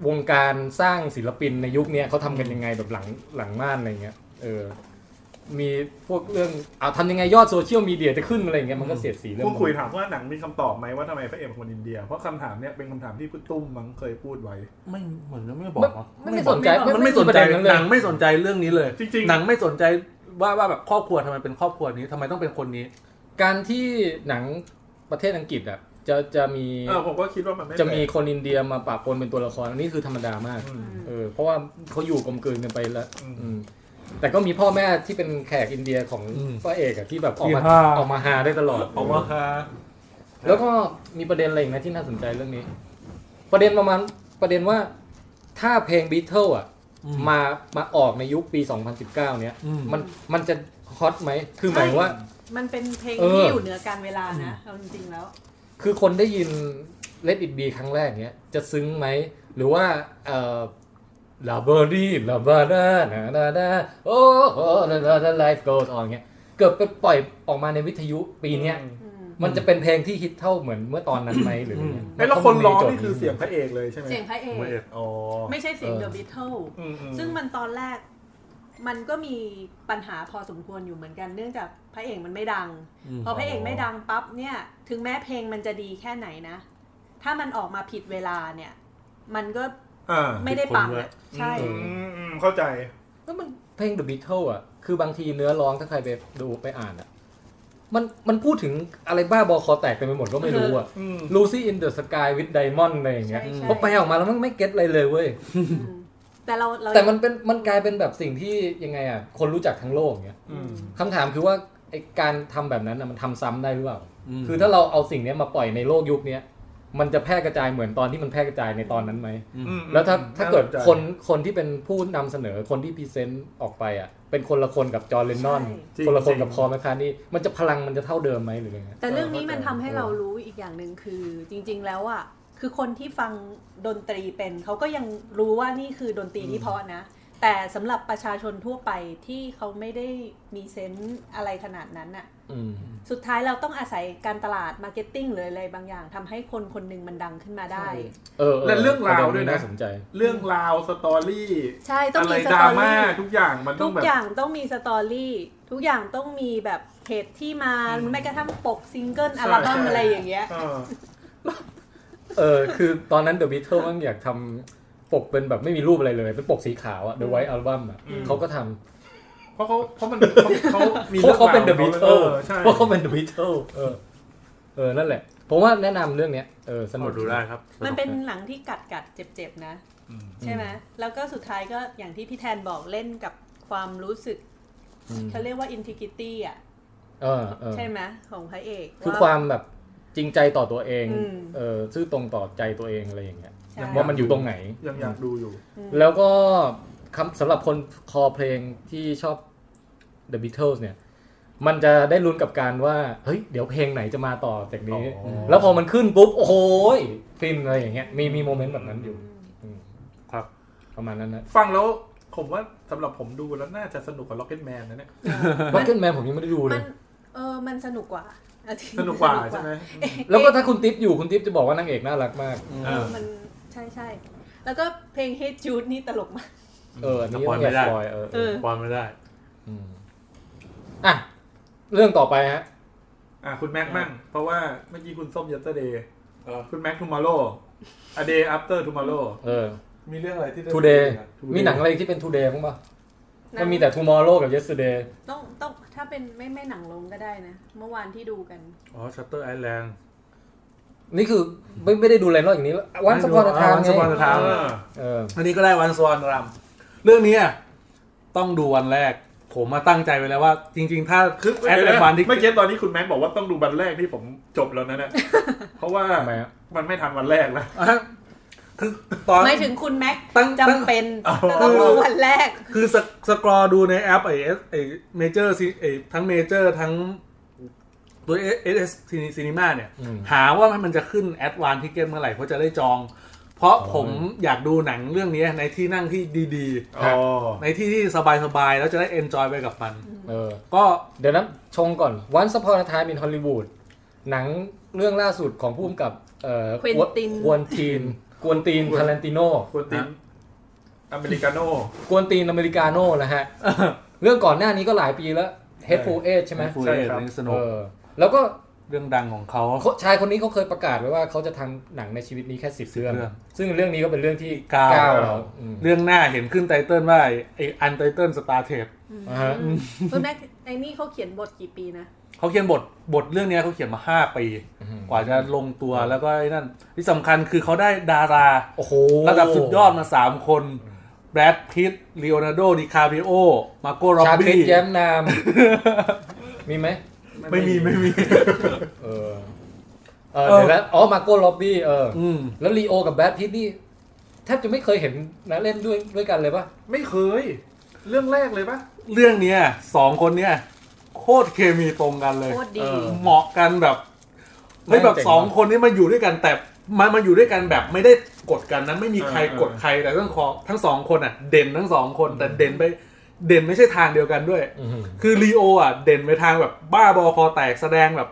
[SPEAKER 2] วงการสร้างศิลปินในยุคเนี้ยเขาทำกันยังไงแบบหลังหลังม่านอะไรเงี้ยเออมีพวกเรื่องเอาทำยังไงยอดโซเชียลมีเดียจะขึ้นอะไรเงี้ยมันก็เสียดสีเรื่อง
[SPEAKER 3] ำพูดคุย
[SPEAKER 2] มัน
[SPEAKER 3] ถามว่าหนังมีคำตอบไหมว่าทำไมพระเอกเป็นคนอินเดีย เพราะคำถามเนี้ยเป็นคำถามที่พี่ตุ้มมั้งเคยพูดไว้
[SPEAKER 5] ไม่เหมือนจะไม่บอกเนอะ
[SPEAKER 2] ไม่ไม่สนใจ
[SPEAKER 4] ไม่บอก
[SPEAKER 5] มันไม่สนใจ
[SPEAKER 2] ประเด็นั้นเล
[SPEAKER 5] ห
[SPEAKER 2] ย
[SPEAKER 5] นังไม่สนใจเรื่องนี้เลย
[SPEAKER 3] จริงๆ
[SPEAKER 5] หนังไม่สนใจว่าว่าแบบครอบครัวทำไมเป็นครอบครัวนี้ทำไมต้องเป็นคนนี้
[SPEAKER 2] การที่หนังประเทศอังกฤษอ่ะจะจะมี
[SPEAKER 3] เออผมก็คิดว่ามันไม่
[SPEAKER 2] จะมี
[SPEAKER 3] แปลก
[SPEAKER 2] คนอินเดียมาปะปนเป็นตัวละครอันนี้คือธรรมดามาก
[SPEAKER 3] อืม
[SPEAKER 2] เออเพราะว่าเขาอยู่กลมกลืนกันไปแล้ว
[SPEAKER 3] อืม
[SPEAKER 2] อืมแต่ก็มีพ่อแม่ที่เป็นแขกอินเดียของ
[SPEAKER 5] อืม
[SPEAKER 2] พระเอกอะที่แบบออกมา
[SPEAKER 5] ที่ห้า
[SPEAKER 2] ออกมาหาได้ตลอด
[SPEAKER 5] ออกมาค่ะ
[SPEAKER 2] แล้วก็มีประเด็นอะไรอีกนะที่น่าสนใจเรื่องนี้ ประเด็นประมาณประเด็นว่าถ้าเพลงบีเทิลอ่ะ
[SPEAKER 5] มา
[SPEAKER 2] มามาออกในยุคปี 2019 เนี้ย
[SPEAKER 5] อืม
[SPEAKER 2] มันมันจะฮอตไหมคือหมายว่า
[SPEAKER 4] มันเป็นเพลง
[SPEAKER 2] เออ
[SPEAKER 4] ที่อยู่เหนือการเวลานะเอาจริงๆแล้ว
[SPEAKER 2] คือคนได้ยิน Let It Be ครั้งแรกเนี้ยจะซึ้งไหม หรือว่าเอ่อ l a b o r y l a b a d a n a n a n a oh oh la la la life goes on เงี้ยเกิดไปปล่อยออกมาในวิทยุปีเนี้ย
[SPEAKER 4] อืม
[SPEAKER 2] มันจะเป็นเพลงที่ฮิตเท่าเหมือนเมื่อตอนนั้นไหมหรือ
[SPEAKER 5] อืม
[SPEAKER 3] ไอ้แล้วคนร้องนี่คือเสียงพระเอกเลยใช่ไหม
[SPEAKER 4] เสียงพระเอก
[SPEAKER 5] ไม่เอ็ด
[SPEAKER 3] อ๋อ
[SPEAKER 4] ไม่ใช่เสียง The Beatles
[SPEAKER 3] อืมอืม
[SPEAKER 4] ซึ่งมันตอนแรก มันก็มีปัญหาพอสมควรอยู่เหมือนกัน เนื่องจากพระเอกมันไม่ดัง
[SPEAKER 5] อืม
[SPEAKER 4] พอพระเอกไม่ดังปั๊บเนี่ย ถึงแม้เพลงมันจะดีแค่ไหนนะ ถ้ามันออกมาผิดเวลาเนี่ย มันก็
[SPEAKER 3] อ่า
[SPEAKER 4] ไม่ได้ปังอะใช่
[SPEAKER 3] อืมอืมเข้าใจ
[SPEAKER 2] แล้วมันเพลง The Beatles อ่ะ คือบางทีเนื้อร้องถ้าใครไปดูไปอ่านอ่ะ มันมันพูดถึงอะไรบ้าบอคอแตกเต็มไปหมดก็ไม่รู้อ่ะ
[SPEAKER 3] อืม
[SPEAKER 2] Lucy in the Sky with Diamond อะไรอย่างเงี้ย
[SPEAKER 4] ใช่ใช่
[SPEAKER 2] พอไปออกมาแล้วมันไม่เก็ตอะไรเลยเว้ย
[SPEAKER 4] อืมแต่เราเรา
[SPEAKER 2] แต่มันเป็นมันกลายเป็นแบบสิ่งที่ยังไงอ่ะคนรู้จักทั้งโลกเนี้ย
[SPEAKER 3] อืม
[SPEAKER 2] คำถามคือว่าไอการทำแบบนั้นอ่ะมันทำซ้ำได้หรือเปล่า
[SPEAKER 5] ม
[SPEAKER 2] คือถ้าเราเอาสิ่งเนี้ยมาปล่อยในโลกยุคเนี้ย มันจะแพร่กระจายเหมือนตอนที่มันแพร่กระจายในตอนนั้นไหม
[SPEAKER 3] อืม
[SPEAKER 2] แล้วถ้าถ้าเกิด
[SPEAKER 5] น่าสนใจ
[SPEAKER 2] คนคนที่เป็นผู้นำเสนอคนที่พรีเซนต์ออกไปอ่ะ เป็นคนละคนกับจอร์นเลนนอน
[SPEAKER 3] จริง
[SPEAKER 2] คนละคน
[SPEAKER 3] จริง
[SPEAKER 2] กับพอลแมคคาร์ทนี่มันจะพลังมันจะเท่าเดิมไหมหรือยังไง
[SPEAKER 4] แต่เรื่องนี้มันทำให้
[SPEAKER 2] เออ
[SPEAKER 4] เรารู้อีกอย่างหนึ่งคือจริง ๆ แล้วอ่ะคือคนที่ฟังดนตรีเป็นเขาก็ยังรู้ว่านี่คือดนตรีที่เพราะนะ แต่สำหรับประชาชนทั่วไปที่เขาไม่ได้มีเซนส์อะไรขนาดนั้นอ่ะ
[SPEAKER 2] อืม
[SPEAKER 4] สุดท้ายเราต้องอาศัยการตลาดมาร์เก็ตติ้งหรืออะไรบางอย่างทำให้คนคนหนึ่งมันดังขึ้นมาได้
[SPEAKER 2] เออ
[SPEAKER 3] และเรื่องราว
[SPEAKER 2] ปะน
[SPEAKER 3] ด้วยนะ
[SPEAKER 2] น่าสนใจ
[SPEAKER 3] เรื่องราวสตอรี่
[SPEAKER 4] ใช่ต้อง
[SPEAKER 3] อะไร
[SPEAKER 4] มีส
[SPEAKER 3] ด
[SPEAKER 4] ต
[SPEAKER 3] รา
[SPEAKER 4] อ
[SPEAKER 3] ม่า
[SPEAKER 4] รี่
[SPEAKER 3] ทุกอย่างมันต้
[SPEAKER 4] ทุ
[SPEAKER 3] อง
[SPEAKER 4] ก
[SPEAKER 3] แบบ
[SPEAKER 4] อย่างต้องมีสตอรี่ทุกอย่างต้องมีแบบเหตุที่มาแม้กระทั่งปกซิงเกิล
[SPEAKER 3] ใช่
[SPEAKER 4] อัลบั้ม
[SPEAKER 3] ใช่
[SPEAKER 4] อะไรอย่างเงี้ย
[SPEAKER 3] เออ
[SPEAKER 2] เออ คือตอนนั้นเดอะบิทเทิลมันอยากทำปกเป็นแบบไม่มีรูปอะไรเลย เป็นปกสีขาวอะเดอะไวท์อัลบั้มอะ
[SPEAKER 3] อืม
[SPEAKER 2] เขาก็ทำ
[SPEAKER 3] เพราะเขาเพราะมันเขาเขามี
[SPEAKER 2] เพราะเขาเป็นเด
[SPEAKER 3] รื่
[SPEAKER 2] อะ
[SPEAKER 3] ง
[SPEAKER 2] บิท
[SPEAKER 3] วข
[SPEAKER 2] เทิล
[SPEAKER 3] ออใช่
[SPEAKER 2] เพราะเขาเป็นเดอะบิทเทิลเออ เออ นั่นแหละ ผมว่าแนะนำเรื่องเนี้ย เออ สนุ
[SPEAKER 5] ก
[SPEAKER 2] ก
[SPEAKER 5] ดูได้ครับ
[SPEAKER 4] มันเป็นหนังที่กัดกัดๆเจ็บๆนะ
[SPEAKER 3] อืม
[SPEAKER 4] ใช่ไหมแล้วก็สุดท้ายก็อย่างที่พี่แทนบอกเล่นกับความรู้สึก
[SPEAKER 2] อืม
[SPEAKER 4] เขาเรียกว่า integrity อ่ะ
[SPEAKER 2] เออเออ
[SPEAKER 4] ใช่ไหมของพระเอก
[SPEAKER 2] คือ
[SPEAKER 4] ว่า
[SPEAKER 2] ความแบบจริงใจต่อตัวเอง
[SPEAKER 4] อืม
[SPEAKER 2] เออซื่อตรงต่อใจตัวเองอะไรอย่างเงี้ย
[SPEAKER 4] ใช่
[SPEAKER 2] ว่ามันอยู่ตรงไหน
[SPEAKER 3] ยังอยากดูอยู่
[SPEAKER 2] แล้วก็คำสำหรับคนคอเพลงที่ชอบ The Beatles เนี่ย มันจะได้ลุ้นกับการว่า เฮ้ย เดี๋ยวเพลงไหนจะมาต่อจากนี้
[SPEAKER 5] อ๋อ
[SPEAKER 2] แล้วพอมันขึ้นปุ๊บ โอ้โหยฟินอะไรอย่างเงี้ย มีมีโมเมนต์แบบนั้นอยู่อืม
[SPEAKER 5] ครับ
[SPEAKER 2] ประมาณนั้นนะ
[SPEAKER 3] ฟังแล้วผมว่าสำหรับผมดูแล้วน่าจะสนุกกว่า Rocket Man นะเนี่ย
[SPEAKER 2] r o c k e t Man ผมยังไม่ได้ดูเล
[SPEAKER 4] มั
[SPEAKER 2] ย
[SPEAKER 4] นเออมันสนุกกว่าเอาจริง
[SPEAKER 3] สนุกกว่าใช่ไหม
[SPEAKER 2] แล้วก็ถ้าคุณติ๊บอยู่คุณติ๊บจะบอกว่านางเอกน่ารักมาก
[SPEAKER 4] เออมันใช่ใช่ๆ แล้วก็เพลง Hey Jude นี่ตลกมาก
[SPEAKER 2] เอออันนี้
[SPEAKER 5] สปอย
[SPEAKER 2] ต้อง
[SPEAKER 5] ไม่ได้
[SPEAKER 2] สปอยเออเอ
[SPEAKER 4] เอ
[SPEAKER 2] อ
[SPEAKER 4] อ
[SPEAKER 5] ความไม่ได้
[SPEAKER 2] อืมอ่ะเรื่องต่อไปฮะ
[SPEAKER 3] อ่ะคุณแม็กมั่ง เพราะว่าเมื่อกี้คุณส้มยัตเตอร์เดย์
[SPEAKER 5] เออ
[SPEAKER 3] คุณแม็กทูมาโร่ a day after tomorrow
[SPEAKER 2] เออ
[SPEAKER 5] มีเรื่องอะไรที่
[SPEAKER 2] today
[SPEAKER 3] Today
[SPEAKER 2] มีหนังอะไรที่เป็น today บ้างปะ
[SPEAKER 4] หนัง
[SPEAKER 2] มันมีแต่ tomorrow กับ yesterday
[SPEAKER 4] ต้องต้องถ้าเป็นไม่ไม่หนังลงก็ได้นะ เมื่อวานที่ดูกัน
[SPEAKER 5] อ๋อชัตเตอร์ไอแลนด์
[SPEAKER 2] นี่คือไม่ไม่ได้ดูอะไรนอกอย่างนี้วันสปอนทาม
[SPEAKER 5] วัน
[SPEAKER 2] ไง
[SPEAKER 5] สปอนทาม
[SPEAKER 3] เออ
[SPEAKER 2] เออ
[SPEAKER 5] อันนี้ก็ได้วันสปอนทามเรื่องนี้อะต้องดูวันแรก ผมมาตั้งใจไว้แล้วว่า จริง ๆ ถ้า
[SPEAKER 3] คือ
[SPEAKER 5] แอด
[SPEAKER 3] เดี๋ยว
[SPEAKER 5] แอด
[SPEAKER 3] นะ
[SPEAKER 5] วานที่
[SPEAKER 3] เมื่อกี้ตอนนี้คุณแม็กบอกว่าต้องดูวันแรกที่ผมจบแล้วนะเนี่ย เพราะว่า
[SPEAKER 2] ทำไมอะ
[SPEAKER 3] มันไม่ทันวันแรกแล้ว
[SPEAKER 5] อ่ะคือตอน
[SPEAKER 4] ไม่ถึงคุณแม็กซ์
[SPEAKER 5] ตั้ง
[SPEAKER 4] จำเป็น
[SPEAKER 3] ตั้ง
[SPEAKER 4] ต้องดูวันแรก
[SPEAKER 5] คือสกสกรอดูในแอปไอเอสไอเมเจอร์ไอทั้งเมเจอร์ทั้งตัวเอสเอสซีนีมาเนี่ย
[SPEAKER 2] อืม
[SPEAKER 5] หาว่ามันจะขึ้นแอดวานทิเก็ตเมื่อไหร่เพราะจะได้จอง เพราะ
[SPEAKER 2] อ๋อ
[SPEAKER 5] ผมอยากดูหนังเรื่องนี้ในที่นั่งที่ดี
[SPEAKER 3] อ๋อ
[SPEAKER 5] ๆ ในที่ที่สบายๆ แล้วจะได้เอนจอยไปกับมัน
[SPEAKER 2] เออ
[SPEAKER 5] ก็
[SPEAKER 2] เดี๋ยวนะชงก่อนวันสปอนทาม in Hollywood หนังเรื่องล่าสุดของผู้กำกับเอ่อ
[SPEAKER 4] Quentin
[SPEAKER 2] กวนตี นกวนตีนทารันติโน
[SPEAKER 3] คุณตินอเมริกาโน่
[SPEAKER 2] กวนตีนอเมริกาโน่นะฮ ะ เรื่องก่อนหน้านี้ก็หลายปีแล้ว Hateful Eight ใช่ไหม
[SPEAKER 5] ฟู
[SPEAKER 3] ใช่
[SPEAKER 5] เอ
[SPEAKER 3] ครับ
[SPEAKER 5] นิสโน
[SPEAKER 2] เออแล้วก็
[SPEAKER 5] เรื่องดังของเขา
[SPEAKER 2] ชายคนนี้เขาเคยประกาศไว้ว่าเขาจะทำหนังในชีวิตนี้แค่สิบเรื่อง
[SPEAKER 5] เรื่อง
[SPEAKER 2] ซึ่งเรื่องนี้ก็เป็นเรื่องที่
[SPEAKER 5] เก้า
[SPEAKER 2] เก้าแล้วอืม
[SPEAKER 5] เรื่องหน้าเห็นขึ้นไตเติลว่าไออันไตเติลสตาร์เทป
[SPEAKER 2] อ่าฮะ
[SPEAKER 4] อืมคุณแม็กซ์ไอ้นี่เขาเขียนบทกี่ปีนะ
[SPEAKER 5] เขาเขียนบทบทเรื่องนี้เขาเขียนมาห้าปี
[SPEAKER 2] อืม
[SPEAKER 5] กว่าจะลงตัวแล้วก็ไอ้นั่น ที่สำคัญคือเขาได้ดารา
[SPEAKER 2] โอ้โห
[SPEAKER 5] ระดับสุดยอดมาสามคนแบรดพิตลีโอนาร์โดดิคาปิโอ มาโกโรบ
[SPEAKER 2] ชาคริส
[SPEAKER 5] บี้
[SPEAKER 2] แย้มนาม มีไหม
[SPEAKER 3] ไม่มีไม่มี
[SPEAKER 2] เออ เออเดี๋ยวแล้วอ๋อ มาโก้ล็อบบี้ เอออ
[SPEAKER 5] อืม
[SPEAKER 2] แล้วลีโอกับแบทพิทนี่แทบจะไม่เคยเห็นนะเล่นด้วยด้วยกันเลยป่ะ
[SPEAKER 3] ไม่เคย เรื่องแรกเลยปะ
[SPEAKER 5] เรื่องเนี้ยสองคนเนี้ยโคตรเคมีตรงกันเลย
[SPEAKER 4] โคตรดี
[SPEAKER 5] เออเหมาะกันแบบไม่แบบ
[SPEAKER 2] แม่งเจ๋ง
[SPEAKER 5] สอง
[SPEAKER 2] มาก
[SPEAKER 5] คนนี้มาอยู่ด้วยกันแต่มามาอยู่ด้วยกันแบบไม่ได้กดกันนะไม่มีใคร
[SPEAKER 3] เออเออ
[SPEAKER 5] กดใครแต่ทั้งของทั้งสองคนอ่ะ เด่นทั้งสองคนแต่เด่นไปเด่นไม่ใช่ทางเดียวกันด้วย คือลีโออ่ะเด่นไปทางแบบบ้าบอคอแตกแสดงแบบ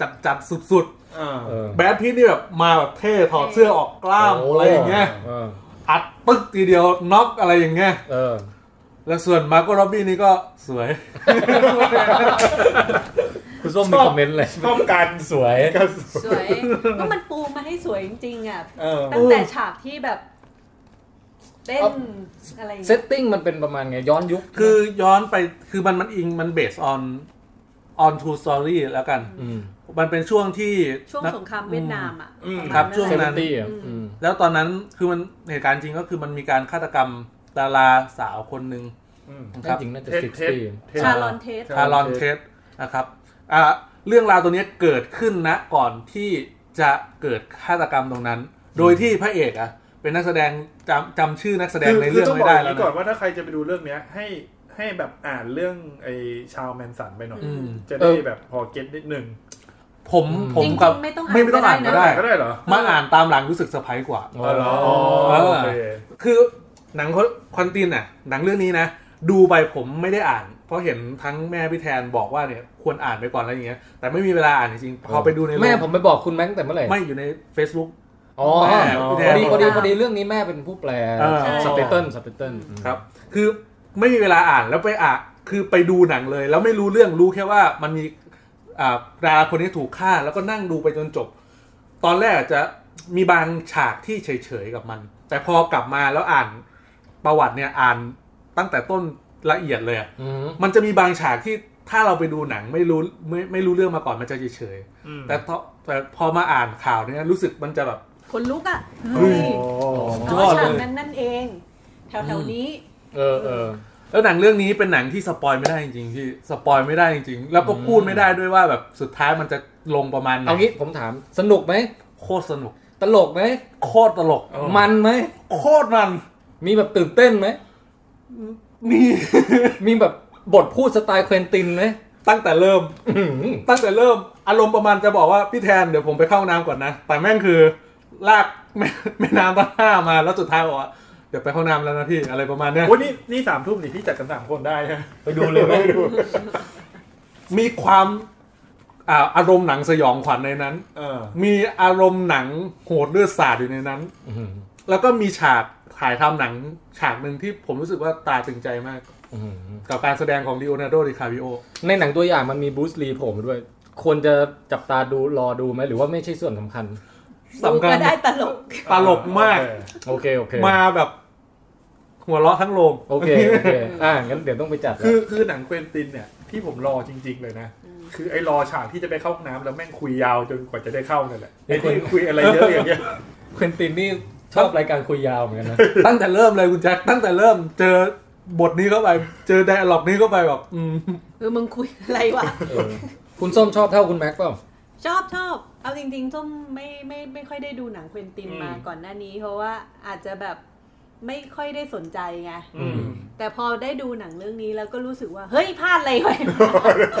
[SPEAKER 5] จัดจัดๆสุดๆ
[SPEAKER 3] อ่า
[SPEAKER 2] เออ
[SPEAKER 5] แบทพีทนี่แบบมาแบบเท่ถอดเสื้อออกกล้าม
[SPEAKER 2] โ
[SPEAKER 5] อะไรอย่างเงี้ย
[SPEAKER 2] เออ
[SPEAKER 5] อัดปึ๊กทีเดียวน็อกอะไรอย่างเงี้ย
[SPEAKER 2] เออ
[SPEAKER 5] แล้วส่วนมาร์โกร็อบบี้นี่ก็สวย
[SPEAKER 2] คุณส้มมีคอมเมนต์เลย
[SPEAKER 3] ชอบกัน
[SPEAKER 2] สวย
[SPEAKER 3] กัน
[SPEAKER 4] สวย ก็มันปูมาให้สวยจริงๆอ่ะ
[SPEAKER 3] เออ
[SPEAKER 4] ตั้งแต่ฉากที่แบบเต้น
[SPEAKER 2] เอา
[SPEAKER 4] อะไรอย่าง
[SPEAKER 2] เซ
[SPEAKER 4] เงี้
[SPEAKER 2] ต
[SPEAKER 4] ย
[SPEAKER 2] ติ้งมันเป็นประมาณไง ย้อนยุค
[SPEAKER 5] คือย้อนไปคือมันมันอิงมันเบสออนออนทูสตอรี่แล้วกัน
[SPEAKER 2] ม
[SPEAKER 5] มันเป็นช่วงที่
[SPEAKER 4] ช่วง
[SPEAKER 5] นัก
[SPEAKER 4] สงครามเวียดนามอ่ะ
[SPEAKER 3] อืม
[SPEAKER 4] ปะมาณ
[SPEAKER 5] ครับช่วง
[SPEAKER 2] เซ
[SPEAKER 4] นั้น
[SPEAKER 2] น
[SPEAKER 4] แหละ
[SPEAKER 2] ตี้อ่ะอืม
[SPEAKER 5] แล้วตอนนั้นคือมันเหตุการณ์จริงก็คือมันมีการฆาตกรรมดาราสาวคนหนึ่ง
[SPEAKER 3] อืม
[SPEAKER 5] นะค
[SPEAKER 2] น่า
[SPEAKER 5] รับ
[SPEAKER 2] จริงน่าจะ
[SPEAKER 3] เทป
[SPEAKER 2] สิบ
[SPEAKER 3] เทป
[SPEAKER 2] ปี
[SPEAKER 4] ชาลอนเทส
[SPEAKER 5] คารอนเทสนะครับอ่าเรื่องราวตัวนี้เกิดขึ้นนะก่อนที่ จะเกิดฆาตกรรมตรงนั้น โดยที่พระเอกอะเป็นนักแสดงจำจำชื่อนักแสดงใน
[SPEAKER 3] คื
[SPEAKER 5] เรื่อง
[SPEAKER 3] ต้องบ
[SPEAKER 5] ไม่
[SPEAKER 3] อก
[SPEAKER 5] ได้
[SPEAKER 3] อย่าง
[SPEAKER 5] แล้ว
[SPEAKER 3] นี้ก่อน
[SPEAKER 5] นะ
[SPEAKER 3] ว่าถ้าใครจะไปดูเรื่องเนี้ย ให้ให้แบบอ่านเรื่องไอ้ชาวแมนสันไปหน่อย
[SPEAKER 5] อืม
[SPEAKER 3] จะ
[SPEAKER 2] เอ
[SPEAKER 3] ได้
[SPEAKER 2] อ
[SPEAKER 3] แบบพอเก็ตนิดหนึ่ง
[SPEAKER 5] ผมผม
[SPEAKER 4] จริงๆ
[SPEAKER 5] กับ
[SPEAKER 4] ไม่ต้องอ่าน
[SPEAKER 5] ไม่ไม่ต้องอ่าน
[SPEAKER 4] ก็
[SPEAKER 5] ก็
[SPEAKER 4] ได้
[SPEAKER 5] ได้
[SPEAKER 4] นะ
[SPEAKER 3] ก็ได้เหรอ
[SPEAKER 5] มาอ่านตามหลังรู้สึกเซอร์ไพรส์กว่า
[SPEAKER 2] อ๋อ
[SPEAKER 3] อ๋อเหรอ
[SPEAKER 5] เออ
[SPEAKER 3] โอเค
[SPEAKER 5] คือหนังคนคอนตินน่ะหนังเรื่องนี้นะ ดูไปผมไม่ได้อ่าน เพราะเห็นทั้งแม่พี่แทนบอกว่าเนี่ยควรอ่านไปก่อนอะไรอย่างเงี้ยแต่ไม่มีเวลาอ่านจริงๆพอไปดูในโรง
[SPEAKER 2] แม่ผมไปบอกคุณแม่ตั้งแต่เมื่อไหร่
[SPEAKER 5] ไม่อยู่ใน Facebook
[SPEAKER 2] อ๋อ
[SPEAKER 5] แม่
[SPEAKER 2] พอดีพอดี
[SPEAKER 4] อ่า
[SPEAKER 2] พอดีเรื่องนี้แม่เป็นผู้แปล
[SPEAKER 5] เออ
[SPEAKER 2] สเตเติลสเตเติล
[SPEAKER 5] ครับ คือไม่มีเวลาอ่านแล้วไปอ่ะคือไปดูหนังเลย แล้วไม่รู้เรื่องรู้แค่ว่ามันมีอ่าดาราคนนี้ถูกฆ่า แล้วก็นั่งดูไปจนจบ ตอนแรกอาจจะมีบางฉากที่เฉยๆกับมัน แต่พอกลับมาแล้วอ่านประวัติเนี่ยอ่านตั้งแต่ต้นละเอียดเลยอะ
[SPEAKER 2] อืม
[SPEAKER 5] มันจะมีบางฉากที่ถ้าเราไปดูหนังไม่รู้ไม่ไม่รู้เรื่องมาก่อนมันจะเฉย
[SPEAKER 3] อืม
[SPEAKER 5] ๆแต่พอแต่พอมาอ่านข่าวเนี่ยรู้สึกมันจะแบบ
[SPEAKER 4] คนลุกอ่ะ
[SPEAKER 3] โอ้
[SPEAKER 4] เฮ้ย
[SPEAKER 5] สุ
[SPEAKER 4] เพราะว่า
[SPEAKER 5] ดยอดเลย
[SPEAKER 4] ฉากนั้นนั่นเอง แถวๆนี้
[SPEAKER 2] เออเออ
[SPEAKER 5] แล้วหนังเรื่องนี้เป็นหนังที่สปอยไม่ได้จริงๆที่สปอยไม่ได้จริงๆ แล้วก็พูดไม่ได้ด้วยว่าแบบสุดท้ายมันจะลงประมาณไหน
[SPEAKER 2] เอางี้ผมถามสนุกไหม
[SPEAKER 5] โคตรสนุก
[SPEAKER 2] ตลกไหม
[SPEAKER 5] โคตรตลก
[SPEAKER 2] มันไหม
[SPEAKER 5] โคตรมัน
[SPEAKER 2] มีแบบตื่นเต้นไหม
[SPEAKER 5] มี
[SPEAKER 2] มีแบบบทพูดสไตล์เควินตินไหม
[SPEAKER 5] ตั้งแต่เริ่ม
[SPEAKER 2] อื้อหือ
[SPEAKER 5] ตั้งแต่เริ่ม อารมณ์ประมาณจะบอกว่าพี่แทนเดี๋ยวผมไปเข้าห้องน้ำก่อนนะ แต่แม่งคือลาก แม่แม่น้ำต้นหน้ามาแล้วสุดท้ายบอกว่าเดี๋ยวไปเข้าห้องน้ำแล้วนะพี่อะไรประมาณเนี้ย
[SPEAKER 3] โอ้ยนี่นี่สามทุ่มนี่พี่จัดกันสามคนได้นะ
[SPEAKER 2] ไปดูเลยไหม
[SPEAKER 5] มีความอ่าอารมณ์หนังสยองขวัญในนั้น
[SPEAKER 3] เออ
[SPEAKER 5] มีอารมณ์หนังโหดเลือดสาดอยู่ในนั้น
[SPEAKER 2] อื้อหือ
[SPEAKER 5] แล้วก็มีฉากถ่ายทำหนังฉากหนึ่งที่ผมรู้สึกว่าตาตึงใจมาก
[SPEAKER 2] อื้อหือ
[SPEAKER 5] กับการแสดงของลีโอนาร์โดดิคาบิโอ
[SPEAKER 2] ในหนังตัวอย่างมันมีบรูซลีโผล่มาด้วย ควรจะจับตาดูรอดูไหมหรือว่าไม่ใช่ส่วนสำคัญ
[SPEAKER 4] ดู
[SPEAKER 5] สำคั
[SPEAKER 4] ก็
[SPEAKER 5] ญ
[SPEAKER 4] ได้ตลก
[SPEAKER 5] ตลกมาก
[SPEAKER 2] โอเค โอเค
[SPEAKER 5] มาแบบหัวเราะทั้งโรง
[SPEAKER 2] โอเค โอเค อ่างั้นเดี๋ยวต้องไปจัดละ
[SPEAKER 3] คือคือหนังเควินตินเนี่ยที่ผมรอจริง ๆ เลยนะ คือไอ้รอฉากที่จะไปเข้าห้องน้ำแล้วแม่งคุยยาวจนกว่าจะได้เข้านั่นแห ละไอ้ที่คุยอะไรเยอะอย่างเงี้ย
[SPEAKER 2] เควินตินนี่ชอบรายการคุยยาวเหมือนกันนะ
[SPEAKER 5] ตั้งแต่เริ่มเลยคุณแจ็คตั้งแต่เริ่มเจอบทนี้เข้าไป เจอไดอะล็อกนี้เข้าไปแบบอืม
[SPEAKER 4] เออมึงคุยอะไรวะ
[SPEAKER 2] เออคุณส้มชอบเท่าคุณแม็กซ์เปล่า
[SPEAKER 4] ชอบชอบเอาจริงๆส้มไม่ไม่ไม่ค่อยได้ดูหนังเควินตินมาก่อนหน้านี้ เพราะว่าอาจจะแบบไม่ค่อยได้สนใจไง
[SPEAKER 2] อืม
[SPEAKER 4] แต่พอได้ดูหนังเรื่องนี้แล้วก็รู้สึกว่า เฮ้ยพลาดอะไรไป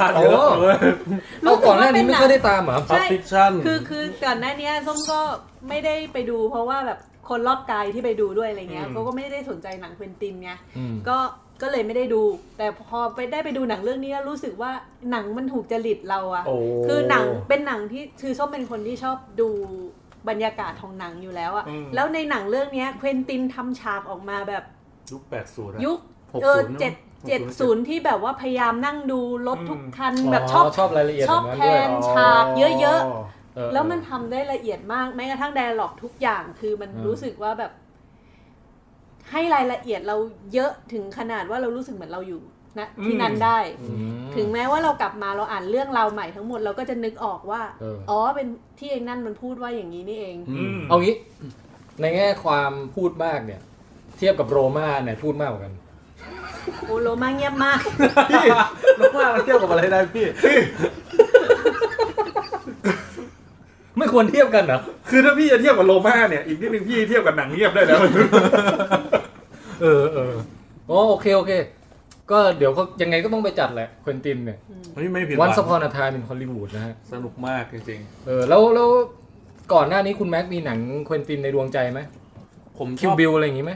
[SPEAKER 5] ขาดเยอะ
[SPEAKER 2] โอ้
[SPEAKER 5] เลย
[SPEAKER 2] เอาก่อนหน้านี้ไม่ค่อยได้ตามเหรอ
[SPEAKER 4] ใช่
[SPEAKER 5] ฟิคชั่น
[SPEAKER 4] คือคือก่อนหน้าเนี้ยส้มก็ไม่ได้ไปดู เพราะว่าแบบคนรอบกายที่ไปดูด้วยอะไรเงี้ยเขาก็ไม่ได้สนใจหนังเควินตินไง
[SPEAKER 2] อืม
[SPEAKER 4] ก็ ก็เลยไม่ได้ดู แต่พอไปได้ไปดูหนังเรื่องนี้แล้วรู้สึกว่าหนังมันถูกจริตเราอะ
[SPEAKER 3] โอ้
[SPEAKER 4] คือหนังเป็นหนังที่คือชอบเป็นคนที่ชอบดูบรรยากาศของหนังอยู่แล้วอะแล้วในหนังเรื่องเนี้ยเควินตินทำฉากออกมาแบบ
[SPEAKER 5] ยุคแปดศูนย์
[SPEAKER 4] ยุค
[SPEAKER 5] หก
[SPEAKER 4] เออ
[SPEAKER 5] ศูนย์
[SPEAKER 4] เจ็ด
[SPEAKER 5] หกศูนย์
[SPEAKER 4] เจ็ดศูนย์ที่แบบว่าพยายามนั่งดูรถทุกคัน
[SPEAKER 2] อ๋อ
[SPEAKER 4] แบบชอบ
[SPEAKER 2] ชอบรายละเอียด
[SPEAKER 4] ชอบ
[SPEAKER 2] แบบนั้น
[SPEAKER 4] แพ
[SPEAKER 2] ด้วย
[SPEAKER 4] นฉากเยอะ
[SPEAKER 2] เออ
[SPEAKER 4] ๆ แล้วมันทำได้ละเอียดมากแม้กระทั่งไดอะล็อกทุกอย่างคือมัน
[SPEAKER 2] อืม
[SPEAKER 4] รู้สึกว่าแบบ ให้รายละเอียดเราเยอะถึงขนาดว่าเรารู้สึกเหมือนเราอยู่นะที่นั้นได้
[SPEAKER 2] อืม
[SPEAKER 4] ถึงแม้ว่าเรากลับมาเราอ่านเรื่องราวใหม่ทั้งหมดเราก็จะนึกออกว่า
[SPEAKER 2] เอออ๋
[SPEAKER 4] อ๋อเป็นที่เองนั่นมันพูดว่าอย่างนี้นี่เอง
[SPEAKER 5] อืม
[SPEAKER 2] เอางี้ ในแง่ความพูดมากเนี่ย เทียบกับโรม่าเนี่ยพูดมากกว่ากัน
[SPEAKER 4] โอโลมาเงียบมาก
[SPEAKER 5] น้องว่ามันเทียบกับอะไรได้พี่
[SPEAKER 2] ไม่ควรเทียบกันเหรอ
[SPEAKER 3] คือถ้าพี่จะเทียบกับโลมาเนี่ยอีกนิดนึงพี่เทียบกับหนังเงียบได้แล้ว
[SPEAKER 2] เออเอออ๋อโอเคโอเค ก็เดี๋ยวเขายังไงก็ต้องไปจัดแหละควินตินเนี่ย
[SPEAKER 5] ไม่ไม่ผิดห
[SPEAKER 2] วั
[SPEAKER 5] วัน ง
[SPEAKER 2] สปอนทายเป็นฮอลลีวูดนะฮะ
[SPEAKER 5] สนุกมากจริง
[SPEAKER 2] เออแล้วแล้วก่อนหน้านี้คุณแม็กมีหนังควินตินในดวงใจไหม
[SPEAKER 5] ๆ ผมช
[SPEAKER 2] คิว
[SPEAKER 5] อบ
[SPEAKER 2] บิลอะไรอย่างงี้ไหม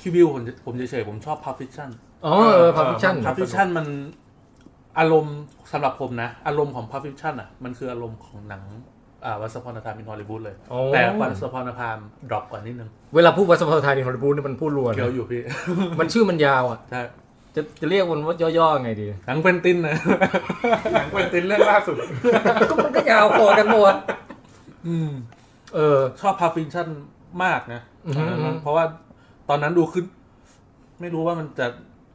[SPEAKER 5] คิวบิวผมจะผมเฉยๆผมชอบพับฟิชั่น
[SPEAKER 2] อ๋อเออพาร์ฟิชั่น
[SPEAKER 5] พับฟิชันมันอารมณ์สำหรับผมนะ อารมณ์ของพับฟิชันอ่ะ มันคืออารมณ์ของหนังอ่าวัสพรนธรรมในฮอลลีวูดเลย แต่วัสพรนธรรมดรอปกว่านิดนึง
[SPEAKER 2] เวลาพูดวันสปอนทายในฮอลลีวูดเนี่ยมันพูดรวน
[SPEAKER 5] เกี่ยวอยู่พี่
[SPEAKER 2] มันชื่อมันยาวอ่ะ
[SPEAKER 5] ใช่
[SPEAKER 2] จะจะเรียกมันว่าย่อๆไงดี
[SPEAKER 5] หนังเควินตินนะ
[SPEAKER 3] หนังเควินตินเรื่องล่าสุด
[SPEAKER 2] ก็มันก็ยาวพอกันหมด
[SPEAKER 5] อืม
[SPEAKER 2] เออ
[SPEAKER 5] ชอบพับฟิชันมากนะ
[SPEAKER 2] อือฮึ
[SPEAKER 5] ตอนนั้นนะเพราะว่าตอนนั้นดูคือไม่รู้ว่ามันจะ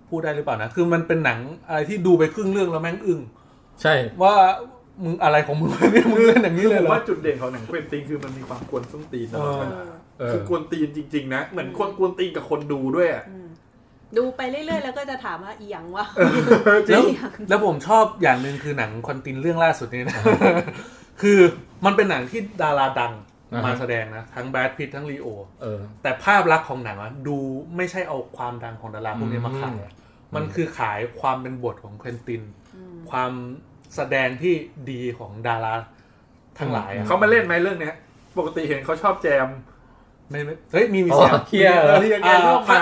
[SPEAKER 5] พูดได้หรือเปล่านะ คือมันเป็นหนังอะไรที่ดูไปครึ่งเรื่องแล้วแม่งอึ้ง
[SPEAKER 2] ใช่
[SPEAKER 5] ว่ามึงอะไรของมึง เนี่ยมึงเล่นอย่างนี้เลย
[SPEAKER 3] ผ
[SPEAKER 5] เหร
[SPEAKER 3] ม
[SPEAKER 5] อ
[SPEAKER 3] ว่าจุดเด่นของหนังเควินตินคือมันมีความกวนส้นตีนตลอดเวลา
[SPEAKER 2] เออ
[SPEAKER 3] คือกวนตีนจริง ๆ นะ เหมือนคนกวนตีนกับคนดูด้วยอะ
[SPEAKER 4] ดูไปเรื่อยๆ แล้วก็จะถามว่าอีหยังวะ
[SPEAKER 5] แล้วแล้วผมชอบอย่างหนึ่งคือหนังคอนตินเรื่องล่าสุดนี่นะ คือมันเป็นหนังที่ดาราดัง
[SPEAKER 2] อ่าฮะ
[SPEAKER 5] มาแสดงนะ ทั้งแบทพิททั้งลีโอ
[SPEAKER 2] เออ
[SPEAKER 5] แต่ภาพลักษณ์ของหนังอะดูไม่ใช่เอาความดังของดาราพวกนี้มาขายอะมันคือขายความเป็นบทของเควินติน ความแสดงที่ดีของดาราทั้งหลายอะ
[SPEAKER 3] เขามาเล่นไหมเรื่องเนี้ย ปกติเห็นเขาชอบแจม
[SPEAKER 5] ไม่ไม่เฮ้ยมีมีเสียง
[SPEAKER 2] อ๋อ เฮียเหรอ
[SPEAKER 3] เรียกแกร่วมมา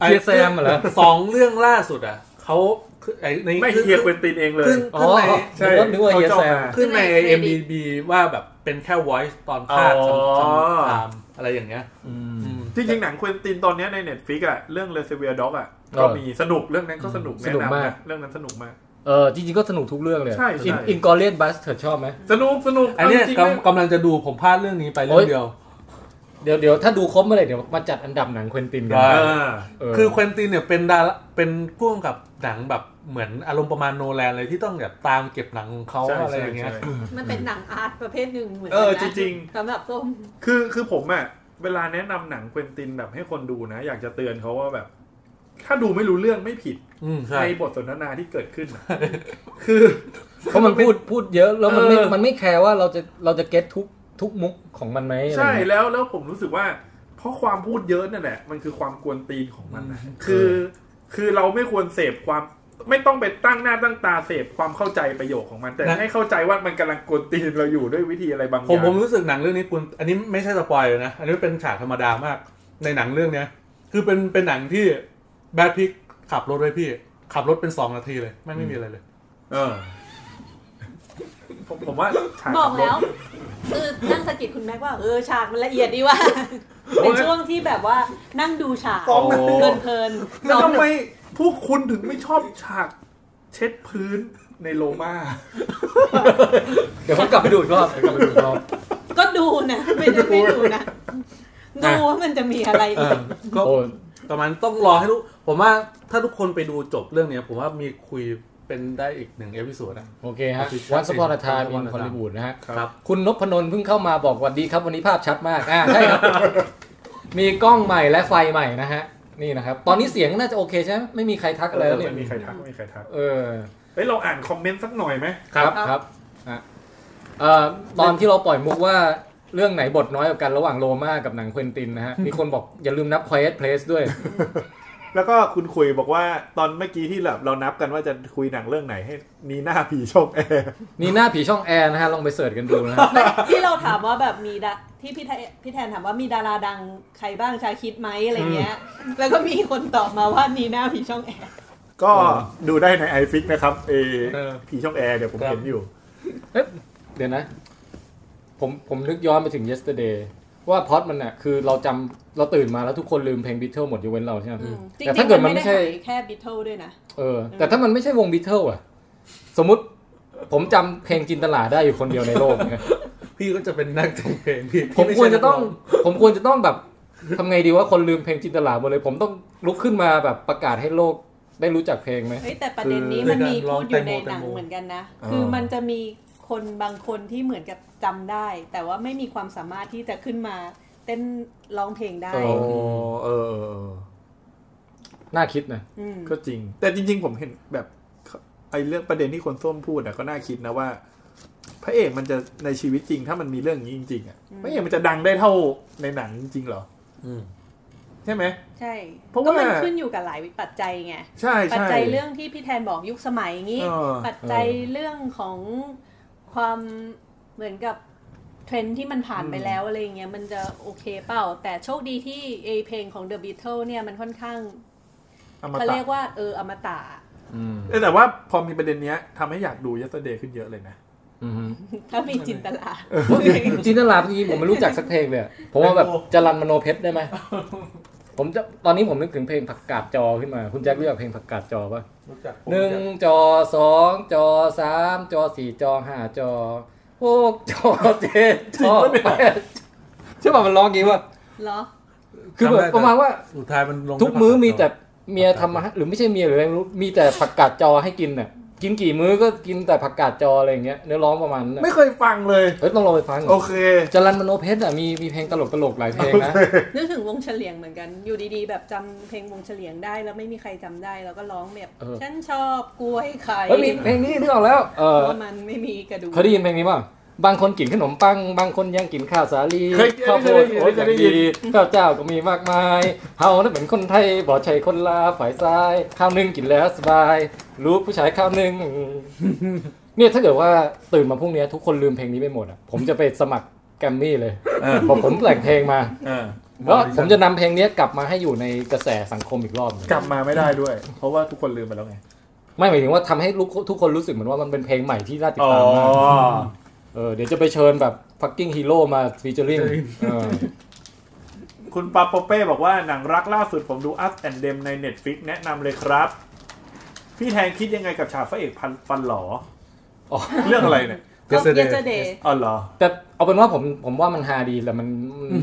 [SPEAKER 5] ไอ้
[SPEAKER 2] เฮียแซมเหรอ
[SPEAKER 5] สองเรื่องล่าสุดอ่ะเขาคือไอ้ใน
[SPEAKER 3] ไม่
[SPEAKER 5] ขึ้น
[SPEAKER 3] เฮียเควินตินเองเลย
[SPEAKER 5] ขึ้น
[SPEAKER 2] อ๋
[SPEAKER 5] ขึ้
[SPEAKER 2] อน
[SPEAKER 5] ใน
[SPEAKER 3] ใช่
[SPEAKER 2] ผมก็นึกว่าเฮียแซม
[SPEAKER 5] ขึ้นใน
[SPEAKER 4] ขึ้นใน
[SPEAKER 5] IMDb ว่าแบบเป็นแค่ voice ตอนภาค
[SPEAKER 3] อ๋อ
[SPEAKER 5] สำๆตามอะไรอย่างเงี้ยอืม
[SPEAKER 3] จริงๆหนังเควินตินตอนเนี้ยในเน็ตฟิกอะเรื่องเลเซเวียด็อกอะ
[SPEAKER 2] เออ
[SPEAKER 3] ก็มีสนุกเรื่องนั้นก็สนุก
[SPEAKER 2] ส
[SPEAKER 3] แนะ
[SPEAKER 2] นุก
[SPEAKER 3] นำ
[SPEAKER 2] มาก
[SPEAKER 3] นะเรื่องนั้นสนุกมาก
[SPEAKER 2] เออจริงๆก็สนุกทุกเรื่องเลย
[SPEAKER 3] ใช่ใช่
[SPEAKER 2] อินกอร์เลียนบัสเธอชอบไหม
[SPEAKER 3] สนุกสนุก
[SPEAKER 5] อันเนี้ย
[SPEAKER 3] เาจริงๆเรื่อง
[SPEAKER 5] กำกำลังจะดูผมพลาดเรื่องนี้ไปเรื่
[SPEAKER 2] โอ๊
[SPEAKER 5] อง
[SPEAKER 2] ย
[SPEAKER 5] เดียว
[SPEAKER 2] เดี๋ยวเดี๋ยวถ้าดูครบเมื่อไหร่เดี๋ยวมาจัดอันดับหนังเควินตินกั
[SPEAKER 5] ได้
[SPEAKER 3] เออ
[SPEAKER 2] เออ
[SPEAKER 5] คือเควินตินเนี่ยเป็นดาราเป็นพ่วงกับหนังแบบเหมือนอารมณ์ประมาณโนแลนเลยที่ต้องแบบตามเก็บหนังของเขา
[SPEAKER 3] ใช่
[SPEAKER 5] อะไรอย่างเงี้ย
[SPEAKER 3] ใช่ใช่
[SPEAKER 4] มันเป็นหนังอาร์ตประเภทหนึ่งเหมือน
[SPEAKER 3] เออ
[SPEAKER 4] กันนะ
[SPEAKER 3] จริงๆ
[SPEAKER 4] สำหรับส้ม
[SPEAKER 3] คือคือผมอะเวลาแนะนำหนังเควินตินแบบให้คนดูนะ อยากจะเตือนเขาว่าแบบ ถ้าดูไม่รู้เรื่องไม่ผิด
[SPEAKER 5] อืมใช่
[SPEAKER 3] ในบทสนทนาที่เกิดขึ้น อะคือ
[SPEAKER 2] เพราะมันพูดพูดเยอะแล้วมันไม่
[SPEAKER 3] เออ
[SPEAKER 2] มันไม่แคร์ว่าเราจะเราจะเก็ตทุกทุกมุกของมันไหมอะไร
[SPEAKER 3] ใช่
[SPEAKER 2] เงี้ย
[SPEAKER 3] แล้วแล้วผมรู้สึกว่า เพราะความพูดเยอะนั่นแหละ มันคือความกวนตีนของมันนะคือ คือเราไม่ควรเสพความไม่ต้องไปตั้งหน้าตั้งตาเสพความเข้าใจประโยคของมัน แต่ให้เข้าใจว่ามันกำลังกวนตีนเราอยู่ด้วยวิธีอะไรบางอ
[SPEAKER 5] ผม
[SPEAKER 3] ย่าง
[SPEAKER 5] ผมรู้สึกหนังเรื่องนี้คุณอันนี้ไม่ใช่สปอยเลยนะ อันนี้เป็นฉากธรรมดามากในหนังเรื่องเนี้ย คือเป็นเป็นหนังที่แบทพิกขับรถไว้พี่ ขับรถเป็นสองนาทีเลยไม่งไม่มีอะไรเลย
[SPEAKER 3] เออผมผมว่าฉาก
[SPEAKER 4] บอก
[SPEAKER 3] ขัรถ
[SPEAKER 4] แล้วคือนั่งสะกิดคุณแม็กว่าเออฉากมันละเอียดดีว่าเป็นช่วงที่แบบว่านั่งดูฉาก
[SPEAKER 3] สอง
[SPEAKER 4] เพลินๆ
[SPEAKER 3] แล้วทำไมพวกคุณถึงไม่ชอบฉากเช็ดพื้นในโลมา
[SPEAKER 2] เดี๋ยวผมกลับไปดูอีกรอบเดี๋ยวกลับไปดูอีกรอบ
[SPEAKER 4] ก็ดูนะไม่ได้ไม่ดูนะดูว่ามันจะมีอะไร
[SPEAKER 5] เอ
[SPEAKER 4] อี
[SPEAKER 5] อก ก็
[SPEAKER 2] โอ้ย
[SPEAKER 5] ประมาณต้องรอให้ทุกผมว่าถ้าทุกคนไปดูจบเรื่องเนี้ย ผมว่ามีคุยเป็นได้อีกหนึ่งเอพิโซดนะ
[SPEAKER 2] โอเคฮะ
[SPEAKER 5] Official
[SPEAKER 2] วันสปอร์ต
[SPEAKER 5] Official
[SPEAKER 2] ทานอิน
[SPEAKER 5] One
[SPEAKER 2] คอลลีวูดนะฮะ
[SPEAKER 5] ครับ
[SPEAKER 2] คุณนพนนท์เพิ่งเข้ามาบอกหวัดดีครับ วันนี้ภาพชัดมาก อ่าใช่ ครับ มีกล้องใหม่และไฟใหม่นะฮะ นี่นะครับ ตอนนี้เสียงน่าจะโอเคใช่ไหมไม่มีใครทักอะไรแล้วเนี่
[SPEAKER 3] ไม่มีใคร
[SPEAKER 2] ย
[SPEAKER 3] ทักไม่มีใครทัก
[SPEAKER 2] เออ
[SPEAKER 3] เฮ้ยเราอ่านคอมเมนต์สักหน่อยไหม
[SPEAKER 2] ครับ
[SPEAKER 4] ครับ
[SPEAKER 2] ครับอ่ะเอ่อตอนที่เราปล่อยมุกว่าเรื่องไหนบทน้อยกว่ากันระหว่างโลมากับหนังเควินตินนะฮะ มีคนบอกอย่าลืมนับ Quiet Place ด้วย
[SPEAKER 3] แล้วก็คุณคุยบอกว่าตอนเมื่อกี้ที่แบบเรานับกันว่าจะคุยหนังเรื่องไหนให้นีหน้าผีชอบแอร์
[SPEAKER 2] นี่หน้าผีช่องแอร์นะฮะ ลองไปเสิร์ชกันดูนะฮะ
[SPEAKER 4] ที่เราถามว่าแบบมีดาที่พี่แทนพี่แทนถามว่ามีดาราดังใครบ้างชาคิดไหมอะไรเงี้ย แล้วก็มีคนตอบมาว่านีน่าผีช่องแอร์
[SPEAKER 3] ก็ดูได้ในไอฟิกนะครับเอ
[SPEAKER 5] เออ
[SPEAKER 3] ผีช่องแอร์เดี๋ยวผมเห็นอยู่
[SPEAKER 2] เดี๋ยวนะ ผมผมนึกย้อนไปถึง yesterday ว่าพล็อดมันน่ะ คือเราจำเราตื่นมาแล้วทุกคนลืมเพลงบิทเทิลหมดยกเว้นเราใช่ไหม
[SPEAKER 4] จริง
[SPEAKER 2] แต่
[SPEAKER 4] ๆ
[SPEAKER 2] ถ้าเกิดมัน
[SPEAKER 4] น
[SPEAKER 2] ไม่
[SPEAKER 4] ไม่
[SPEAKER 2] ใช่
[SPEAKER 4] ได้ขายแค่บิทเทิลด้วยนะ
[SPEAKER 2] เออแต่ถ้ามันไม่ใช่วงบิทเทิลอะสมมติผมจำเพลงจินตลาได้อยู่คนเดียวในโลกเนี่ย
[SPEAKER 5] พี่ก็จะเป็นนักแต่งเพลงพี่
[SPEAKER 2] ผม
[SPEAKER 5] พี่
[SPEAKER 2] ควร
[SPEAKER 5] ไใช่นั
[SPEAKER 2] จะ
[SPEAKER 5] ก
[SPEAKER 2] ต้อง
[SPEAKER 5] ร้
[SPEAKER 2] ผมควรจะต้องแบบทำไงดีว่าคนลืมเพลงจินตลาหมดเลย ผมต้องลุกขึ้นมาแบบประกาศให้โลกได้รู้จักเพลงไหม
[SPEAKER 4] เฮ้ยแต่ประเด็นนี้มันมีพูดอยู่ในหนังเหมือนกันนะ
[SPEAKER 2] อ๋อ
[SPEAKER 4] คือมันจะมีคนบางคนที่เหมือนกับจำได้ แต่ว่าไม่มีความสามารถที่จะขึ้นมาเต้นร้องเพลงได้
[SPEAKER 2] โอ้
[SPEAKER 3] เออเออเออ
[SPEAKER 2] น่าคิดนะ
[SPEAKER 4] ม
[SPEAKER 3] ก็จริง แต่จริง ๆ ผมเห็นแบบไอ้เรื่องประเด็นที่คนส้มพูดอะก็น่าคิดนะว่า พระเอกมันจะในชีวิตจริง ถ้ามันมีเรื่องอย่างนี้จริงๆอะพระเอกมันจะดังได้เท่าในหนังจริงๆเหรอ
[SPEAKER 5] อืม
[SPEAKER 3] ใช่ไหม
[SPEAKER 4] ใช่
[SPEAKER 3] เพราะว่า
[SPEAKER 4] ก็มันขึ้นอยู่กับหลายปัจจัยไง
[SPEAKER 3] ใช่
[SPEAKER 4] ปัจ
[SPEAKER 3] ใช่
[SPEAKER 4] จัยเรื่องที่พี่แทนบอกยุคสมัยงี้
[SPEAKER 3] เออ
[SPEAKER 4] ปัจจัยเรื่องของความเหมือนกับเทรนด์ที่มันผ่านไปแล้วอะไรเงี้ยมันจะโอเคเปล่า แต่โชคดีที่เอเพลงของ The Beatles เนี่ยมันค่อนข้าง
[SPEAKER 3] อม
[SPEAKER 4] เขา
[SPEAKER 3] ตะ
[SPEAKER 4] เรียกว่าเอออมตะ
[SPEAKER 2] อืม
[SPEAKER 3] เออแต่ว่าพอมีประเด็นเนี้ยทำให้อยากดูยัสเดย์ขึ้นเยอะเลยนะ
[SPEAKER 2] อืม
[SPEAKER 4] ถ้ามีจินตลา
[SPEAKER 2] จินตลาจริงๆผมไม่รู้จักสักเพลงเลยอะผมว่าแบบจรันมโนเพชรได้ไหม ผมจะตอนนี้ผมนึกถึงเพลงผักกาดจอขึ้นมา คุณแจ็ครู้จักเพลงผักกาดจอปะ
[SPEAKER 5] รู้จักผม
[SPEAKER 2] หนึ่ง
[SPEAKER 5] รู้จัก
[SPEAKER 2] จอสองจอสามจอสี่จอห้าจอหกจอเจ็ดจอแปดใช่ป่ะมันร้องอย่างงี้ว่า
[SPEAKER 4] เหรอ
[SPEAKER 2] คือแบบประมาณว่า
[SPEAKER 5] สุดท้ายมันลง
[SPEAKER 2] ทุกมื้อมีแต่
[SPEAKER 5] ผัด
[SPEAKER 2] เมียทำมาให้หรือไม่ใช่เมียหรืออะไรไม่รู้มีแต่ผักกาดจอให้กินน่ะ กินกี่มื้อก็กินแต่ผักกาดจออะไรอย่างเงี้ยเนื้อร้องประมาณนั้น
[SPEAKER 3] ไม่
[SPEAKER 2] น่ะ
[SPEAKER 3] เคยฟังเลย
[SPEAKER 2] เฮ้ยต้องลองไปฟังก่อน
[SPEAKER 3] โอเค
[SPEAKER 2] จรันมโนเพชรอ่ะมีมีเพลงตลกตลกๆหลายเพลงนะ
[SPEAKER 4] นึกถึงวงเฉลียงเหมือนกัน อยู่ดีๆ แบบจำเพลงวงเฉลียงได้ แล้วไม่มีใครจำได้ แล้วก็ร้องแบบ
[SPEAKER 2] เออ
[SPEAKER 4] ฉันชอบกล้วยไข่
[SPEAKER 2] เฮ้ยมีเพลงนี้นึกออกแล้ว เออ
[SPEAKER 4] ว่ามันไม่มีกระดูก
[SPEAKER 2] เคยได้ยินเพลงนี้ป่ะ บางคนกินขนมปัง บางคนยังกินข้าวสาลี
[SPEAKER 3] เคยกิน
[SPEAKER 2] ข้าวโพด
[SPEAKER 3] เคย
[SPEAKER 2] โอ๊ตก็
[SPEAKER 3] ได้ยินเคยได้ยิ
[SPEAKER 2] ดี
[SPEAKER 3] น
[SPEAKER 2] ข้าวเจ้าก็มีมากมายเฮานั้นเป็นคนไทยบ่ใช่คนลาวฝ่ายซ้ายข้าวนึ่งกินแล้วสบาย รู้ผู้ชายข้าวนึ่งเนี่ยถ้าเกิดว่าตื่นมาพรุ่งนี้ทุกคนลืมเพลงนี้ไปหมดอ่ะผมจะไปสมัครแกรมมี่เลย
[SPEAKER 3] เออ
[SPEAKER 2] บอกผมแต่งเพลงมา
[SPEAKER 3] เออ
[SPEAKER 2] แล้วผมจะนำเพลงนี้กลับมาให้อยู่ในกระแสสังคมอีกรอบหนึ่ง
[SPEAKER 3] กลับมาไม่ได้ด้วย เพราะว่าทุกคนลืมไปแล้วไง
[SPEAKER 2] ไม่หมายถึงว่าทำให้ลูกทุกคนรู้สึกเหมือนว่ามันเป็นเพลงใหม่ที่น่าติด
[SPEAKER 3] อ๋อ
[SPEAKER 2] ตามมาก เออเดี๋ยวจะไปเชิญแบบ fucking hero มาฟีเจอริ่ง
[SPEAKER 3] คุณปาโปเป้บอกว่าหนังรักล่าสุดผมดู Us and Them ใน Netflix แนะนำเลยครับ พี่แทนคิดยังไงกับฉากพระเอกพันฟันหลอ
[SPEAKER 2] อ๋อ
[SPEAKER 3] เรื่องอะไรเนี่ย
[SPEAKER 4] ก็
[SPEAKER 5] Yesterday
[SPEAKER 4] yesterday
[SPEAKER 3] อ๋อเหรอ
[SPEAKER 2] แต่เอาเป็นว่าผมผมว่ามันฮาดีแต่มันมัน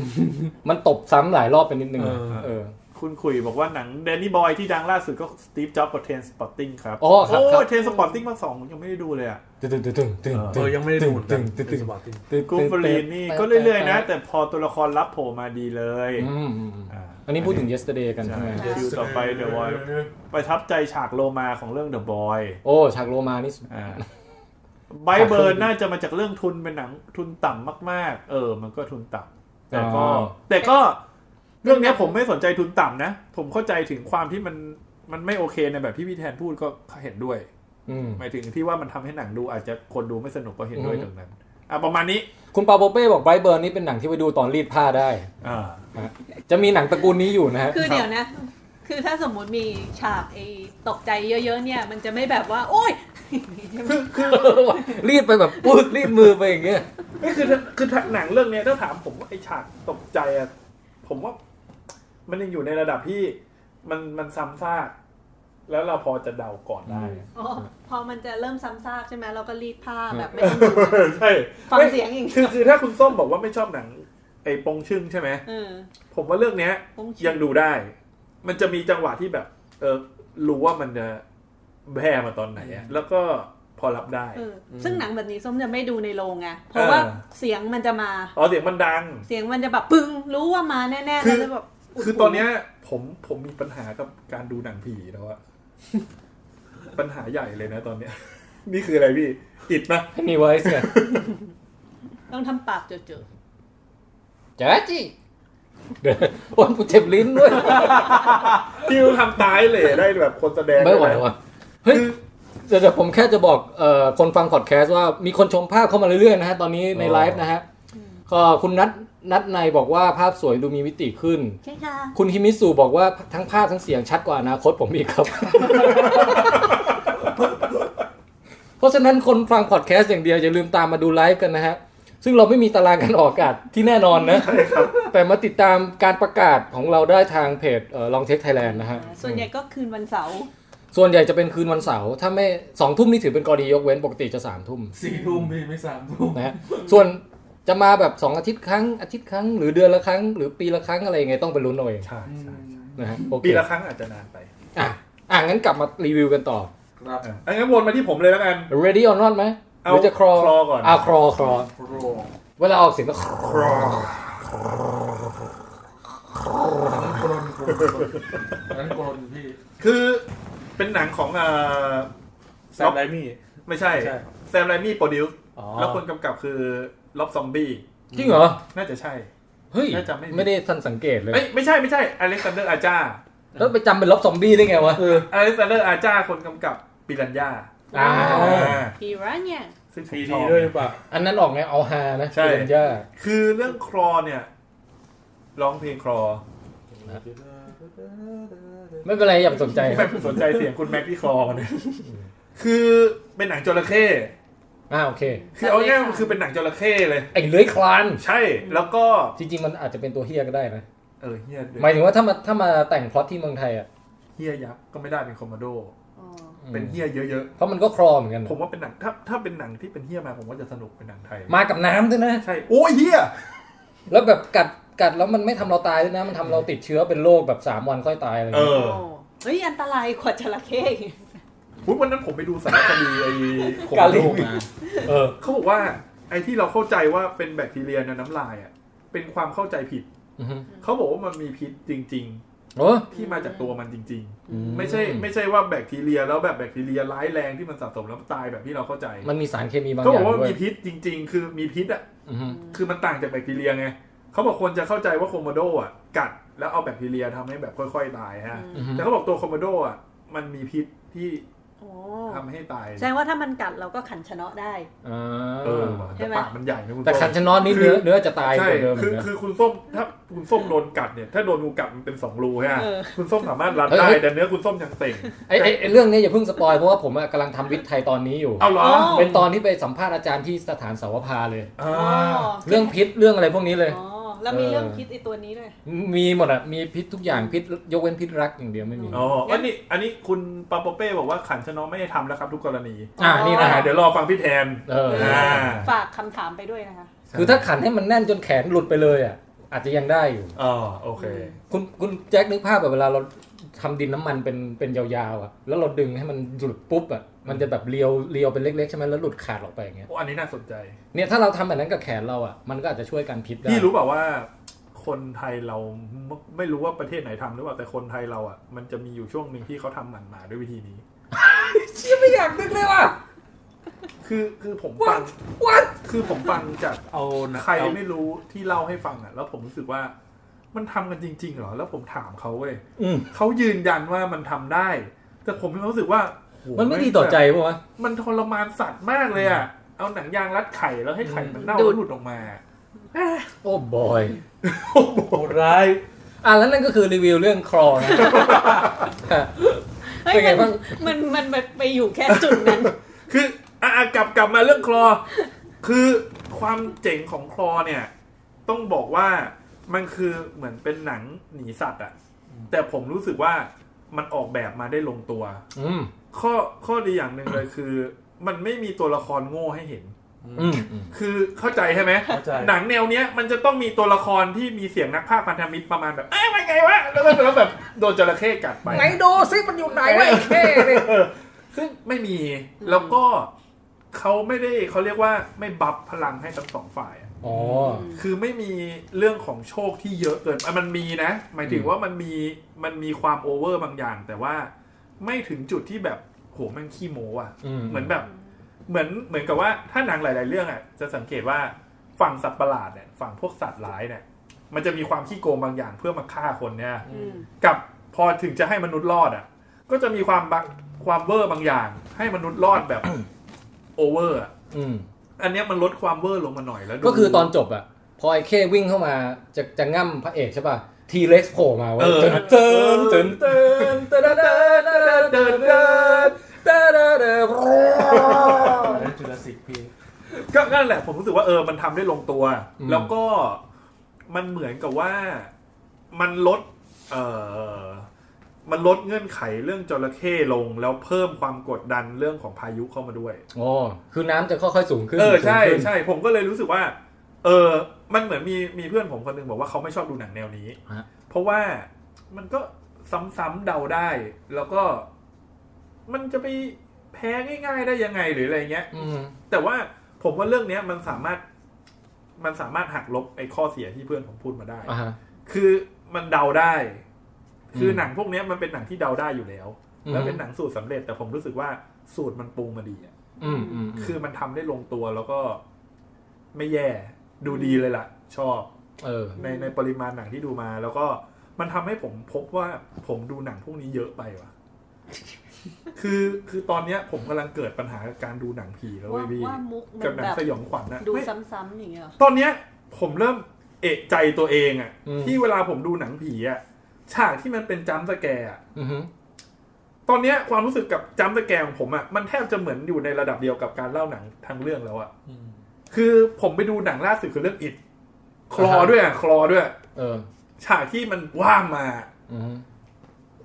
[SPEAKER 2] มันตบซ้ำหลายรอบไปนิดนึง
[SPEAKER 5] เออ
[SPEAKER 2] เออ
[SPEAKER 3] คุณคุยบอกว่าหนังแดนนี่บอยที่ดังล่าสุดก็สตีฟจ็อบกับเทนสปอตติ้งครับ
[SPEAKER 2] อ๋อครับครับ
[SPEAKER 3] โอ้เทนสปอตติ้งภาคสองผมยังไม่ได้ดูเลยอ่ะ
[SPEAKER 2] ตึงตึงตึงตึงตึง
[SPEAKER 5] เออยังไม่ได้ดูเหมือนกั
[SPEAKER 2] ตึ
[SPEAKER 5] น
[SPEAKER 2] งตึง
[SPEAKER 5] เป็
[SPEAKER 2] ตึ
[SPEAKER 5] น
[SPEAKER 2] ง
[SPEAKER 5] สปอร์ตติ้ง
[SPEAKER 2] ตึง
[SPEAKER 3] กูฟรีนนี่ก็เรื่อยๆนะ แต่พอตัวละครรับโผล่มาดีเลย
[SPEAKER 2] อืมอืมอืม
[SPEAKER 3] อ่า
[SPEAKER 2] อันนี้พูดถึง yesterday กันใช่ไหม
[SPEAKER 3] ใช่ คิวต่อไป The Void ประทับใจฉากโลมาของเรื่องเดอะบอย
[SPEAKER 2] โอ้ฉากโรมานี่สุด
[SPEAKER 3] ไบเบิร์นน่าจะมาจากเรื่องทุนเป็นหนังทุนต่ำมาก ๆ เออ มันก็ทุนต่ำแต่ก็ แต่ก็เรื่องเนี้ยผมไม่สนใจทุนต่ำนะ ผมเข้าใจถึงความที่มันมันไม่โอเคในแบบที่พี่แทนพูดก็เห็นด้วย
[SPEAKER 2] อืม
[SPEAKER 3] หมายถึงที่ว่ามันทำให้หนังดูอาจจะคนดูไม่สนุกก็เห็นด้วย
[SPEAKER 2] อืม
[SPEAKER 3] ตรงนั้น อ่ะประมาณนี้
[SPEAKER 2] คุณปาโปเป้บอกไบรท์เบิร์นนี่เป็นหนังที่ไปดูตอนรีดผ้าได้
[SPEAKER 3] อ่า
[SPEAKER 2] จะมีหนังตระกูลนี้อยู่นะฮะ
[SPEAKER 4] คือเดี๋ยวนะ คือถ้าสมมุติมีฉากไอ้ตกใจเยอะๆเนี่ย มันจะไม่แบบว่า โอ๊ ย
[SPEAKER 2] รีดไปแบบปื๊ดรีดมือไปอย่างเงี้ย
[SPEAKER 3] นี่คือคือหนังเรื่องเนี้ยถ้าถามผมว่าไอฉากตกใจอะผมว่า มันยังอยู่ในระดับที่มันมันซ้ำซากแล้วเราพอจะเดาก่อนได้
[SPEAKER 4] อ๋อพอมันจะเริ่มซ้ำซากใช่ไหมเราก็รีดผ้าแบบ ไม่
[SPEAKER 3] เอ
[SPEAKER 4] ต้องดู
[SPEAKER 3] อใช่
[SPEAKER 4] ฟังเสียงอีก
[SPEAKER 3] คือคือถ้าคุณส้มบอกว่าไม่ชอบหนัง ไอปงชึ่งใช่ไหม
[SPEAKER 4] เออ
[SPEAKER 3] ผมว่าเรื่องเนี้ย
[SPEAKER 4] ปงชึ่ง
[SPEAKER 3] ยังดูได้ มันจะมีจังหวะที่แบบ เออรู้ว่ามันจะแพ้มาตอนไหนอะแล้วก็พอรับได้
[SPEAKER 4] เออ ซึ่งหนังแบบนี้ส้มจะไม่ดูในโรงไงเพราะว่า
[SPEAKER 3] เออ
[SPEAKER 4] เสียงมันจะมา
[SPEAKER 3] อ๋อเสียงมันดัง
[SPEAKER 4] เสียงมันจะแบบปึ้งรู้ว่ามาแน่ๆ
[SPEAKER 3] คื
[SPEAKER 4] แล้
[SPEAKER 3] อ
[SPEAKER 4] วจะแบบ
[SPEAKER 3] คือตอนเนี้ยผมผมมีปัญหากับการดูหนังผีแล้วอะ ปัญหาใหญ่เลยนะตอนเนี้ย นี่คืออะไรพี่ อิดปะ
[SPEAKER 2] มีไว้เนี่ย
[SPEAKER 4] ต้องทำปากเจอ
[SPEAKER 2] จ้าจีเดี๋ยว วันกูเจ็บลิ้นด้วย
[SPEAKER 3] พี่ต้องทำตายเลยได้แบบคนแสดง
[SPEAKER 2] ไม่ไหว
[SPEAKER 3] ด้ยนะ
[SPEAKER 2] ว่ะเฮ้ยเดี๋ยวเดี๋ยวผมแค่จะบอกเอ่อคนฟังพอดแคสต์ว่ามีคนชมภาพเข้ามาเรื่อยๆนะฮะ ตอนนี้ในไลฟ์นะฮะก็คุณนัทนัทในบอกว่าภาพสวยดูมีมิติขึ้น
[SPEAKER 4] ๆใช่ค่ะ
[SPEAKER 2] คุณฮิมิสุบอกว่าทั้งภาพทั้งเสียงชัดกว่าอนาคตผมอีกครับ เพราะฉะนั้นคนฟังพอดแคสต์อย่างเดียวอย่าลืมตามมาดูไลฟ์กันนะฮะ ซึ่งเราไม่มีตารางการออกอากาศที่แน่นอนนะ แต่มาติดตามการประกาศของเราได้ทางเพจลองเทคไทยแลนด์นะฮะ
[SPEAKER 4] ส่วนใหญ่ก็คืนวันเสาร์
[SPEAKER 2] ส่วนใหญ่จะเป็นคืนวันเสาร์ถ้าไม่สองทุ่มนี่ถือเป็นกรณียกเว้นปกติจะสามทุ่ม
[SPEAKER 5] สี่ทุ่มพี่ไม่สามทุ่ม
[SPEAKER 2] นะฮะส่วนจะมาแบบสองอาทิตย์ครั้งอาทิตย์ครั้งหรือเดือนละครั้ง หรือปีละครั้งอะไรยังไงต้องไปลุ้นเอาเอง
[SPEAKER 3] ใช่ใช่ใช่
[SPEAKER 2] นะฮะโอเค
[SPEAKER 3] ปีละครั้งอาจจะนานไป
[SPEAKER 2] อ่ะอ่ะงั้นกลับมารีวิวกันต่อ
[SPEAKER 5] ครับ
[SPEAKER 3] อ่ะอันงั้นวนมาที่ผมเลยแล้วกัน
[SPEAKER 2] ready or not ไหมห
[SPEAKER 3] เอา
[SPEAKER 2] รือจะครอ
[SPEAKER 3] claw ก่อน
[SPEAKER 2] อ่ะครอครอเวลาออกเสียงก็
[SPEAKER 3] ครอ
[SPEAKER 5] โกรนโกรนโกรนอันนั้นโกรนพี่
[SPEAKER 3] คือเป็นหนังของเอ่อ
[SPEAKER 5] แซมไรมี่
[SPEAKER 3] ไม่ใช่
[SPEAKER 5] ไม่ใช่
[SPEAKER 3] แซมไรมี่โปรดิวซ์
[SPEAKER 5] อ๋อ
[SPEAKER 3] แล้วคนกำกับคือล็อบซอมบี้
[SPEAKER 2] จริงเหรอ
[SPEAKER 3] น่าจะใช่
[SPEAKER 2] เฮ้ย
[SPEAKER 3] น่าจะไม่
[SPEAKER 2] ไม่ได้ทันสังเกตเลย
[SPEAKER 3] เอ้ยไม่ใช่ไม่ใช่อเล็กซานเดอร์อาจา
[SPEAKER 2] แล้วไปจำเป็นล็อบซอมบี้ได้ไงวะ
[SPEAKER 5] เออ
[SPEAKER 3] อเล็กซานเดอร์อาจาคนกำกับปิรันยา
[SPEAKER 2] อ่า
[SPEAKER 4] พีระเนี่ย
[SPEAKER 3] ซึ่งผม
[SPEAKER 5] ปี
[SPEAKER 3] ช
[SPEAKER 5] ดี
[SPEAKER 3] อบ
[SPEAKER 5] ด้วยหรือเปล่า
[SPEAKER 2] อันนั้นออกไงเอาฮานะ
[SPEAKER 3] ใช่
[SPEAKER 2] เดนย่า
[SPEAKER 3] คือเรื่องครอเนี่ยร้องเพลงครอ
[SPEAKER 2] ไม่เป็นไรอย่าไปสนใจค
[SPEAKER 3] แบ
[SPEAKER 2] รับบ
[SPEAKER 3] สนใจเสียงคุณแม็กที่ครอกั นเนี่ยคือเป็นหนังจระเข้
[SPEAKER 2] อ่าโอเค
[SPEAKER 3] คือเอาง่ายๆมันคือเป็นหนังจระเข้เลย
[SPEAKER 2] ไอ้เลื้อยคลาน
[SPEAKER 3] ใช่แล้วก็
[SPEAKER 2] จริงๆ มันอาจจะเป็นตัวเฮียก็ได้นะ
[SPEAKER 3] เออเฮีย
[SPEAKER 2] หมายถึงว่าถ้ามาถ้ามาแต่งพล็อตที่เมืองไทยอ่ะ
[SPEAKER 3] เฮียยักษ์ก็ไม่ได้เป็นคอมมานโด
[SPEAKER 4] อ๋อ
[SPEAKER 3] เป็นเฮียเยอะ
[SPEAKER 2] เพราะมันก็ครอเหมือนกัน
[SPEAKER 3] ๆ
[SPEAKER 2] นะ
[SPEAKER 3] ผมว่าเป็นหนังถ้าถ้าเป็นหนังที่เป็นเฮียมาผมว่าจะสนุกเป็นหนังไทย
[SPEAKER 2] มากับน้ำด้วยนะ
[SPEAKER 3] ใช่ โอ้ยเฮีย
[SPEAKER 2] แล้วแบบกัดกัดแล้วมันไม่ทำเราตายด้วยนะ มันทำเราติดเชื้อเป็นโรคแบบ 3 วันค่อยตายอะไรอย่างเงี้ย
[SPEAKER 3] อ
[SPEAKER 4] โอ้เฮ้ย อันตรายกว่าจระเข้อีก
[SPEAKER 3] อุ๊ยวันนั้นผมไปดูสารคดีไอ้โคโรมา
[SPEAKER 2] เออ
[SPEAKER 3] เขาบอกว่าไอ้ที่เราเข้าใจว่าเป็นแบคทีเรียในน้ำลายอ่ะ เป็นความเข้าใจผิด
[SPEAKER 2] อือฮึ
[SPEAKER 3] เขาบอกว่ามันมีพิษจริง ๆ
[SPEAKER 2] โอ้
[SPEAKER 3] ที่มาจากตัวมันจริง
[SPEAKER 2] อืม
[SPEAKER 3] ๆ ไม่ใช่ไม่ใช่ว่าแบคทีเรียแล้วแบบแบคทีเรียร้ายแรงที่มันสะสมแล้วมันตายแบบที่เราเข้าใจ
[SPEAKER 2] มันมีสารเคมีบางอ
[SPEAKER 3] เขาบอย่าง กว่า
[SPEAKER 2] ด้วย
[SPEAKER 3] มีพิษจริง ๆ คือมีพิษอ่ะ
[SPEAKER 2] อือฮึ
[SPEAKER 3] คือมันต่างจากแบคทีเรียไงเขาบอกคนจะเข้าใจว่าโคโมโดอ่ะกัดแล้วเอาแบคทีเรียทำให้แบบค่อย ๆ ตายฮะ
[SPEAKER 2] อือฮึ
[SPEAKER 3] แต่เขาบอกตัวโคโมโดอ่ะมันมีพิษที่
[SPEAKER 4] โอ้
[SPEAKER 3] ทำให้ตาย
[SPEAKER 4] แสดงว่าถ้ามันกัดเราก็ขันชะเนาะได้
[SPEAKER 2] อ่
[SPEAKER 3] เออา ว่ะแต่ปากมันใหญ่นะคุณ
[SPEAKER 2] แต่
[SPEAKER 3] ส้ม
[SPEAKER 2] คันชะนอนนี่เนื้อเนื้อจะตาย
[SPEAKER 3] ใช่
[SPEAKER 2] กว่าเดิม
[SPEAKER 3] คื
[SPEAKER 2] อี
[SPEAKER 3] อก
[SPEAKER 2] นะ
[SPEAKER 3] คือคุณส้มถ้าคุณส้มโดนกัดเนี่ย ถ้าโดนงูกัดมันเป็นสองรูฮะ
[SPEAKER 4] เออ
[SPEAKER 3] คุณส้มสามารถรัด
[SPEAKER 2] เฮ้ย
[SPEAKER 3] ได้
[SPEAKER 2] เฮ้ย
[SPEAKER 3] แต่เนื้อคุณส้มยังเต่ง
[SPEAKER 2] ไอ้ไอ้ไอ้เรื่องเนี้ยอย่าเพิ่งสปอยเพราะว่าผมอะกำลังทำวิทย์ไทยตอนนี้อยู่
[SPEAKER 3] เอาเหรอ
[SPEAKER 4] อ
[SPEAKER 2] เป็นตอนที่ไปสัมภาษณ์อาจารย์ที่สถานสาวภาเลย
[SPEAKER 3] อ่า
[SPEAKER 2] เรื่องพิษเรื่องอะไรพวกนี้เลย
[SPEAKER 4] อ๋อแล้วมีเรื่องพิษไอตัวนี้ด้วย
[SPEAKER 2] มีหมดอะมีพิษทุกอย่างพิษยกเว้นพิษรักอย่างเดียวไม่มี
[SPEAKER 3] อ๋ออันนี้อันนี้คุณปาโปเป้บอกว่าขันชะเน้อไม่ได้ทำแล้วครับทุกกรณี
[SPEAKER 2] อ่านี่นะ
[SPEAKER 4] อ๋อ
[SPEAKER 3] อ่า
[SPEAKER 2] ฮะ
[SPEAKER 3] เดี๋ยวรอฟังพี่แทน
[SPEAKER 2] เออ
[SPEAKER 3] อ่า
[SPEAKER 4] ฝากคำถามไปด้วยนะคะ
[SPEAKER 2] คือถ้าขันให้มันแน่นจนแขนหลุดไปเลยอ่ะ อาจจะยังได้อยู่
[SPEAKER 3] อ๋อโอเค
[SPEAKER 2] คุณคุณแจ็คนึกภาพแบบเวลาเราทำดินน้ำมันเป็นเป็นยาวๆอ่ะ แล้วเราดึงให้มันหลุดปุ๊บอ่ะมันจะแบบเลียวเลียวเป็นเล็กๆใช่ไหมแล้วหลุดขาดออกไปอย่างเงี้ย
[SPEAKER 3] โอ้อันนี้น่าสนใจ
[SPEAKER 2] เนี่ยถ้าเราทำแบบนั้นกับแขนเราอ่ะมันก็อาจจะช่วยกันพิษได้
[SPEAKER 3] พี่รู้เปล่าว่า คนไทยเราไม่ไม่รู้ว่าประเทศไหนทำหรือเปล่าแต่คนไทยเราอ่ะมันจะมีอยู่ช่วงหนึ่งที่เขาทำหมันหมาด้วยวิธีนี้
[SPEAKER 2] เชี่ยไม่อยากนึกเลยว่ะ
[SPEAKER 3] คือคือผมฟัง
[SPEAKER 2] What?
[SPEAKER 3] คือผมฟังจาก
[SPEAKER 5] เอานะ
[SPEAKER 3] ใคร
[SPEAKER 5] เอา
[SPEAKER 3] ไม่รู้ที่เล่าให้ฟังอ่ะ แล้วผมรู้สึกว่ามันทำกันจริงๆเหรอ แล้วผมถามเขาเว้ย
[SPEAKER 2] อืม
[SPEAKER 3] เขายืนยันว่ามันทำได้ แต่ผมมีความรู้สึกว่า
[SPEAKER 2] มั
[SPEAKER 3] มัน
[SPEAKER 2] ไม่ดีต่อใจปะวะ
[SPEAKER 3] มันทรมานสัตว์มากเลยอ่ะ เอาหนังยางรัดไข่แล้วให้ไข่มันเน่า
[SPEAKER 4] ดูด
[SPEAKER 3] แล้วหลุดออกมา
[SPEAKER 2] โอ้บอย
[SPEAKER 5] โหดร้าย
[SPEAKER 2] อ่ะแล้วนั่นก็คือรีวิวเรื่องครอนะ
[SPEAKER 4] เฮ้ย
[SPEAKER 2] เป็นไง
[SPEAKER 4] มั
[SPEAKER 2] บ้าง
[SPEAKER 4] นมันมันมันไปอยู่แค่จุดนั้น
[SPEAKER 3] คืออ่ะอ่ะกลับกลับมาเรื่องคลอ คือความเจ๋งของคลอเนี่ย ต้องบอกว่ามันคือเหมือนเป็นหนังหนีสัตว์อ่ะ แต่ผมรู้สึกว่ามันออกแบบมาได้ลงตัว
[SPEAKER 2] อืม
[SPEAKER 3] ข้อข้อดีอย่างหนึ่งเลยคือ มันไม่มีตัวละครโง่ให้เห็น
[SPEAKER 2] อืมอืม
[SPEAKER 3] คือเข้าใจใช่ไหม
[SPEAKER 5] เข้าใจ
[SPEAKER 3] หนังแนวเนี้ยมันจะต้องมีตัวละครที่มีเสียงนักพากย์พันธมิตรประมาณแบบเอ้ยมันไงวะแล้วก็แล้วแบบโดนจระเข้กัดไป
[SPEAKER 2] ไหนดูซิมันอยู่ไหนวะไอ้เท่เนี่ย
[SPEAKER 3] ซึ่งไม่มีแล้วก็เขาไม่ได้เขาเรียกว่าไม่บัฟพลังให้ทั้งสองฝ่ายอะ
[SPEAKER 2] อ๋อ
[SPEAKER 3] คือไม่มีเรื่องของโชคที่เยอะเกินอ่ะมันมีนะ หมายถึงว่ามันมีมันมีความโอเวอร์บางอย่าง แต่ว่าไม่ถึงจุดที่แบบโหแม่งขี้โม้อะ
[SPEAKER 2] อืม
[SPEAKER 3] เหมือนแบบ เหมือนเหมือนกับว่าถ้าหนังหลาย ๆ เรื่องอ่ะจะสังเกตว่าฝั่งสัตว์ประหลาดเนี่ยฝั่งพวกสัตว์ร้ายเนี่ยมันจะมีความขี้โกงบางอย่างเพื่อมาฆ่าคนเนี่ย
[SPEAKER 4] อืม
[SPEAKER 3] กับพอถึงจะให้มนุษย์รอดอ่ะ ก็จะมีความบางความเวอร์บางอย่าง ให้มนุษย์รอดแบบ โอเวอร์อะ
[SPEAKER 2] อืม
[SPEAKER 3] อันเนี้ยมันลดความเวอร์ลงมาหน่อยแล้วดู
[SPEAKER 2] ก็คือตอนจบอะพอไอ้เข้วิ่งเข้ามาจะจะง่ำพระเอกใช่ป่ะ ทีเล็กโผล่มาเว้ย
[SPEAKER 3] เออ
[SPEAKER 2] เตินเตินเตินเตินเตินเตินเตินเตินเตินเติน
[SPEAKER 5] จุลสิกพี
[SPEAKER 3] ก็นั่นแหละผมรู้สึกว่าเออมันทำได้ลงตัว แล้วก็มันเหมือนกับว่ามันลด เอ่อ มันลดเงื่อนไขเรื่องจระเข้ลง แล้วเพิ่มความกดดันเรื่องของพายุเข้ามาด้วย
[SPEAKER 2] อ๋อคือน้ำจะค่อยๆสูงขึ้น
[SPEAKER 3] เออใช่
[SPEAKER 2] สูงขึ้น
[SPEAKER 3] ใช่ผมก็เลยรู้สึกว่า เออ มันเหมือนมีมีเพื่อนผมคนหนึงบอกว่าเขาไม่ชอบดูหนังแนวนี้
[SPEAKER 2] ฮะ
[SPEAKER 3] เพราะว่ามันก็ซ้ำๆเดาได้ แล้วก็มันจะไปแพ้ง่าย ๆ ได้ยังไงหรืออะไรเงี้ย
[SPEAKER 2] อืม
[SPEAKER 3] แต่ว่าผมว่าเรื่องเนี้ยมันสามารถมันสามารถหักลบไอ้ข้อเสียที่เพื่อนผมพูดมาได้
[SPEAKER 2] อ่าฮะ
[SPEAKER 3] คือมันเดาได้ คืออ
[SPEAKER 2] ม
[SPEAKER 3] หนังพวกเนี้ยมันเป็นหนังที่เดาได้อยู่แล้ว
[SPEAKER 2] อืม
[SPEAKER 3] แล้วเป็นหนังสูตรสำเร็จ แต่ผมรู้สึกว่าสูตรมันปรุงมาดีอะ
[SPEAKER 2] อืมอืมอืม
[SPEAKER 3] คือมันทำได้ลงตัวแล้วก็ไม่แย่ดูดีเลยล่ะ ชอบ
[SPEAKER 2] เออ
[SPEAKER 3] ในในปริมาณหนังที่ดูมา แล้วก็มันทำให้ผมพบว่าผมดูหนังพวกนี้เยอะไปว่ะ คือคือตอนเนี้ย ผมกำลังเกิดปัญหากับการดูหนังผีแล้วเว้
[SPEAKER 4] ว่าย
[SPEAKER 3] พี่
[SPEAKER 4] ว่ามุกมั
[SPEAKER 3] กับ
[SPEAKER 4] น
[SPEAKER 3] หนั
[SPEAKER 4] แบ
[SPEAKER 3] ง
[SPEAKER 4] บ
[SPEAKER 3] สยองขวัญนะ
[SPEAKER 4] ดู
[SPEAKER 3] ไม่
[SPEAKER 4] ซ้ำๆอย่างเงี้ยเหรอ
[SPEAKER 3] ตอนเนี้ยผมเริ่มเอะใจตัวเองอะ
[SPEAKER 2] อืม
[SPEAKER 3] ที่เวลาผมดูหนังผีอะฉากที่มันเป็นจัมป์สแกร์อะ
[SPEAKER 2] อือฮึ
[SPEAKER 3] ตอนเนี้ยความรู้สึกกับจัมป์สแกร์ของผมอะมันแทบจะเหมือนอยู่ในระดับเดียวกับการเล่าหนังทางเรื่องแล้วอะคือผมไปดูหนังล่าสุดคือเรื่องอิดคลอด้วยอะคลอด้วย
[SPEAKER 2] เออ
[SPEAKER 3] ฉากที่มันว่างมา
[SPEAKER 2] อือฮึ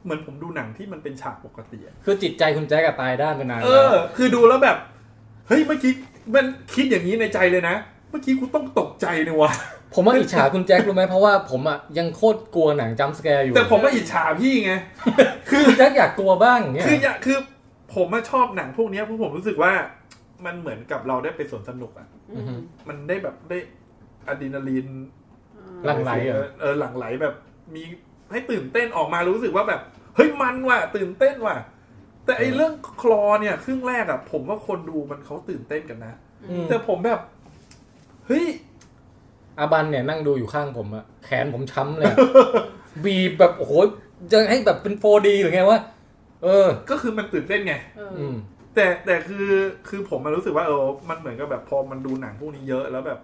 [SPEAKER 3] เหมือนผมดูหนังที่มันเป็นฉากปกติอะ
[SPEAKER 2] คือจิตใจคุณแจ็คกับตายด้านไปนาน
[SPEAKER 3] เอ
[SPEAKER 2] แล้
[SPEAKER 3] อ
[SPEAKER 2] ว
[SPEAKER 3] คือดูแล้วแบบ เฮ้ยเมื่อกี้มันคิดอย่างนี้ในใจเลยนะเมื่อกี้กูต้องตกใจเลยวะ
[SPEAKER 2] ผมว่าอิจฉาคุณแจ็ครู้ไหมเพราะว่าผมอ่ะยังโคตรกลัวหนังจัมป์สแกร์อยู่
[SPEAKER 3] แต่ผมไม่อิจฉาพี่ไง คือ
[SPEAKER 2] คุณแจ็คอยากกลัวบ้างอย่างเงี้ย
[SPEAKER 3] คืออย่าคือผมอะชอบหนังพวกเนี้ยเพราะผมรู้สึกว่า มันเหมือนกับเราได้ไปสวนสนุกอะ
[SPEAKER 4] อืม
[SPEAKER 3] มันได้แบบได้อะดรีนาลีน
[SPEAKER 2] หลังไหลเหร
[SPEAKER 3] เอ
[SPEAKER 2] อ
[SPEAKER 3] อเออหลั่งไหลแบบมีแพ ให้ตื่นเต้นออกมารู้สึกว่าแบบ เฮ้ยมันว่ะตื่นเต้นว่ะ แต่ไอเรื่องคลอเนี่ยครึ่งแรกอะผมว่าคนดูมันเขาตื่นเต้นกันนะ
[SPEAKER 2] อืม
[SPEAKER 3] แต่ผมแบบ เฮ้ย
[SPEAKER 2] อาบันเนี่ยนั่งดูอยู่ข้างผมอะแขนผมช้ำเลยอะบีบแบบโอ้โหจะให้แบบเป็น 4D หรือไงวะเออ
[SPEAKER 3] ก็คือมันตื่นเต้นไง
[SPEAKER 4] เอออ
[SPEAKER 2] อืม
[SPEAKER 3] แต่แต่คือคือผมมันรู้สึกว่าเออมันเหมือนกับแบบพอมันดูหนังพวกนี้เยอะแล้วแบบ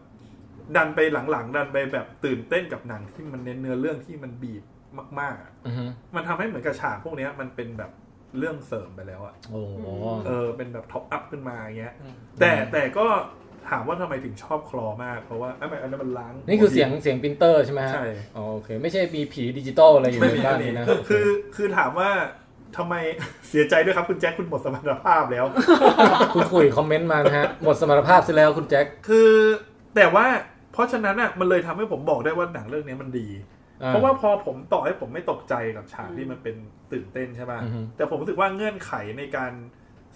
[SPEAKER 3] ดันไปหลังๆ ดันไปแบบตื่นเต้นกับหนังที่มันเน้นเนื้อเรื่องที่มันบีบมากๆอะ
[SPEAKER 2] อือฮึ
[SPEAKER 3] มันทำให้เหมือนกับฉากพวกเนี้ยมันเป็นแบบเรื่องเสริมไปแล้วอะ
[SPEAKER 2] โอ้โห
[SPEAKER 3] เออเป็นแบบท็อปอัพขึ้นมาอย่างเงี้ย
[SPEAKER 5] อืม
[SPEAKER 3] แต่
[SPEAKER 2] อืม
[SPEAKER 3] แต่ก็ถามว่าทำไมถึงชอบคลอมาก เพราะว่าไอ้ยอันนั้นมันล้าง
[SPEAKER 2] นี่คือเสียงเสียงปรินเตอร์ใช่ไหมฮะ
[SPEAKER 3] ใช่
[SPEAKER 2] อ๋อโอเค ไม่ใช่มีผีดิจิตอลอะไรอยู่
[SPEAKER 3] ไม่
[SPEAKER 2] ใน
[SPEAKER 3] มี
[SPEAKER 2] บ้า
[SPEAKER 3] อั
[SPEAKER 2] น
[SPEAKER 3] นนี้
[SPEAKER 2] นี้นะ
[SPEAKER 3] คือคือถามว่าทำไม เสียใจด้วยครับคุณแจ็คคุณหมดสมรรถภาพแล้ว
[SPEAKER 2] คุณคุยคอมเมนต์มา นะฮะ หมดสมรรถภาพซะแล้วคุณแจ็ค
[SPEAKER 3] คือแต่ว่าเพราะฉะนั้นอ่ะมันเลยทำให้ผมบอกได้ว่าหนังเรื่องนี้มันดี
[SPEAKER 2] อ่
[SPEAKER 3] เพราะว่าพอผมต่อให้ผมไม่ตกใจกับฉากที่มันเป็นตื่นเต้นใช่ป่ะ
[SPEAKER 2] อือฮึ
[SPEAKER 3] แต่ผมรู้สึกว่าเงื่อนไขในการ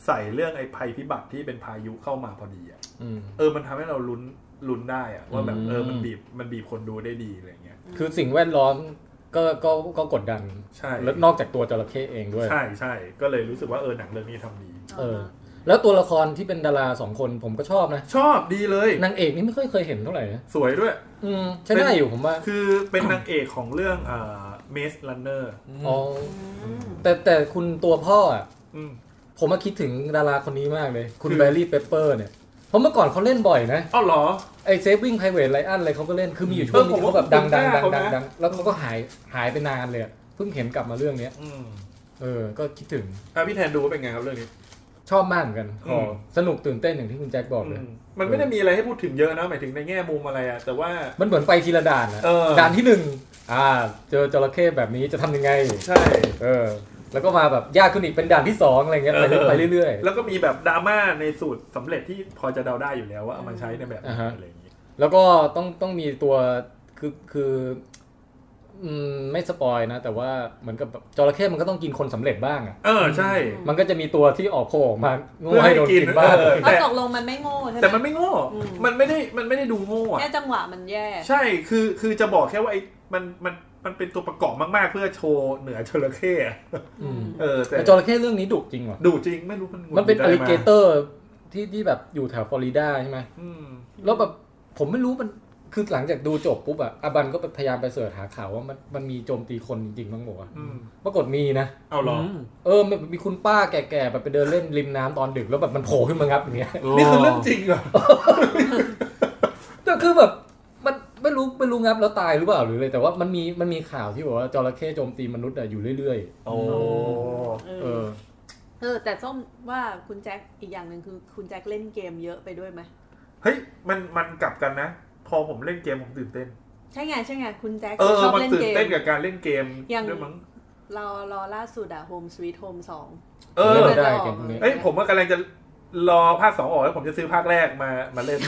[SPEAKER 3] ใส่เรื่องไอ้ภัยพิบัติที่เป็นพายุเข้ามาพอดีอ่ะ
[SPEAKER 2] อืม
[SPEAKER 3] เออมันทำให้เราลุ้นลุ้นได้อ่ะว่าแบบ
[SPEAKER 2] อืม
[SPEAKER 3] เออมันบีบมันบีบคนดูได้ดีอะไรเงี้ย
[SPEAKER 2] คือสิ่งแวดล้อมก็ก็ก็กดดัน
[SPEAKER 3] ใช่
[SPEAKER 2] แล้วนอกจากตัวจระเข้เองด้วย
[SPEAKER 3] ใช่ใช่ก็เลยรู้สึกว่าเออหนังเรื่องนี้ทำดี
[SPEAKER 2] เออ แล้วตัวละครที่เป็นดาราสองคนผมก็ชอบนะ
[SPEAKER 3] ชอบดีเลย
[SPEAKER 2] นางเอกนี่ไม่ค่อยเคยเห็นเท่าไหร่นะ
[SPEAKER 3] สวยด้วย
[SPEAKER 2] อืมใช่ได้อยู่ผมว่า
[SPEAKER 3] คือเป็นนางเอกของเรื่องเอ่อเมสลันเนอร์
[SPEAKER 2] อ๋อ
[SPEAKER 4] อืม
[SPEAKER 2] แต่แต่คุณตัวพ่ออ่ะ
[SPEAKER 3] อืม
[SPEAKER 2] ผมมาคิดถึงดาราคนนี้มากเลย คุณ
[SPEAKER 3] คือ
[SPEAKER 2] แบร์รี่เปปเปอร์เนี่ยเพราะเมื่อก่อนเขาเล่นบ่อยนะ
[SPEAKER 3] อ้าวเหรอ
[SPEAKER 2] ไอ้เซฟวิ่งไพรเวทไลออนอะไรเขาก็เล่นคือมีอยู่ช่วง
[SPEAKER 3] เออ
[SPEAKER 2] ที่
[SPEAKER 3] ผม
[SPEAKER 2] เขา
[SPEAKER 3] ว่า
[SPEAKER 2] แบบดังดังดัง
[SPEAKER 3] ผม
[SPEAKER 2] ดัง
[SPEAKER 3] จำได้
[SPEAKER 2] ดังแล้วเขาก็หายหายไปนานเลยอะเพิ่งเห็นกลับมาเรื่องเนี้ย
[SPEAKER 3] อืม
[SPEAKER 2] เออ ก็คิดถึง
[SPEAKER 3] อ่ะพี่แทนดูว่าเป็นไงครับเรื่องนี้
[SPEAKER 2] ชอบมากเหมือนกัน
[SPEAKER 3] อืม
[SPEAKER 2] สนุกตื่นเต้นอย่างที่คุณแจ็คบอกเลย
[SPEAKER 3] มันไม่ได้มีอะไรให้พูดถึงเยอะนะหมายถึงในแง่มุมอะไรอะแต่ว่า
[SPEAKER 2] มันเหมือนไปทีละด่านนะ
[SPEAKER 3] เออ
[SPEAKER 2] ด่านที่หนึ่งอ่า เจอจระเข้แบบนี้จะทำยังไง
[SPEAKER 3] ใช่
[SPEAKER 2] เออ แล้วก็มาแบบยากขึ้นอีกเป็นด่านที่สองอะไรเงี้ยไปเรื่อยไปเรื่อย
[SPEAKER 3] แล้วก็มีแบบดราม่าในสูตรสำเร็จที่พอจะเดาได้อยู่แล้วว่าเอามาใช้ในแบบไหน
[SPEAKER 2] อ่าฮะ
[SPEAKER 3] อะไรอย่างงี้
[SPEAKER 2] ๆแล้วก็ต้องต้องมีตัวคือคืออืมไม่สปอยนะ แต่ว่าเหมือนกับแบบจระเข้มันก็ต้องกินคนสำเร็จบ้างอะ
[SPEAKER 3] เออใช่
[SPEAKER 2] มันก็จะมีตัวที่ออกโผล่ออกมา
[SPEAKER 3] เพื่อให้
[SPEAKER 2] ให้โดนกิน
[SPEAKER 3] กิน
[SPEAKER 2] บ้าง
[SPEAKER 3] เออ
[SPEAKER 4] เอาตกลงมันไม่โง่ใช่ไหม
[SPEAKER 3] แต่มันไม่โง่
[SPEAKER 4] อืม
[SPEAKER 3] มันไม่ได้มันไม่ได้ดูโง่อะ
[SPEAKER 4] แค่จังหวะมันแย่
[SPEAKER 3] ใช่คือคือจะบอกแค่ว่าไอ้มันมันมันเป็นตัวประกอบมากๆ เพื่อโชว์เหนือจระเข้อะ
[SPEAKER 2] อืม
[SPEAKER 3] เออ แต่
[SPEAKER 2] แต่จระเข้เรื่องนี้ดุจริงเหรอ
[SPEAKER 3] ดูจริงไม่รู้มันหงุด
[SPEAKER 2] มันเป็น
[SPEAKER 3] หงิ
[SPEAKER 2] อลิ
[SPEAKER 3] ดะไมา
[SPEAKER 2] เกเตอร์ที่ที่แบบอยู่แถวฟลอริดาใช่ไหม
[SPEAKER 3] อืม
[SPEAKER 2] แล้วแบบผมไม่รู้มัน คือหลังจากดูจบปุ๊บอะอาบันก็พยายามไปเสิร์ชหาข่าวว่ามันมันมีโจมตีคนจริงๆบ้างหมดอะ
[SPEAKER 3] อืม
[SPEAKER 2] ปรากฏมีนะ
[SPEAKER 3] เอาเหรออ
[SPEAKER 5] ม
[SPEAKER 2] เออมันมีคุณป้าแก่ๆแบบไปเดินเล่นริมน้ำตอนดึกแล้วแบบมันโผล่ขึ้นมางับอย่างเงี้ย
[SPEAKER 3] นี่คือเรื่องจริงเหรอ
[SPEAKER 2] แต่คือแบบมันไม่รู้ไม่รู้งับแล้วตายหรือเปล่าหรืออะไรแต่ว่ามันมีมันมีข่าวที่บอกว่าจระเข้โจมตีมนุษย์อะอยู่เรื่อย
[SPEAKER 3] โอ้
[SPEAKER 2] ๆ เออ
[SPEAKER 4] เออ แต่ส้มว่าคุณแจ็คอีกอย่างหนึ่งคือคุณแจ็คเล่นเกมเยอะไปด้วยไหม
[SPEAKER 3] เฮ้ยมันมันกลับกันนะ พอผมเล่นเกมผมตื่นเต้น
[SPEAKER 4] ใช่ไงใช่ไงคุณแจ็ค
[SPEAKER 3] เออ
[SPEAKER 4] ชอบ
[SPEAKER 3] มัน
[SPEAKER 4] เล่น
[SPEAKER 3] ตื่
[SPEAKER 4] เก
[SPEAKER 3] น
[SPEAKER 4] ม
[SPEAKER 3] เต้นกับการเล่นเกม
[SPEAKER 4] อย่าง
[SPEAKER 3] ด้วยมั้ง
[SPEAKER 4] เรารอล่าสุดอะ Home Sweet Home 2
[SPEAKER 3] เอ
[SPEAKER 2] เล่
[SPEAKER 3] อน
[SPEAKER 2] ไม่ได้เกมพวกนี้
[SPEAKER 3] เอ้ยผมว่ากำลังจะรอภาคสองออกแล้วผมจะซื้อภาคแรกมามาเล่น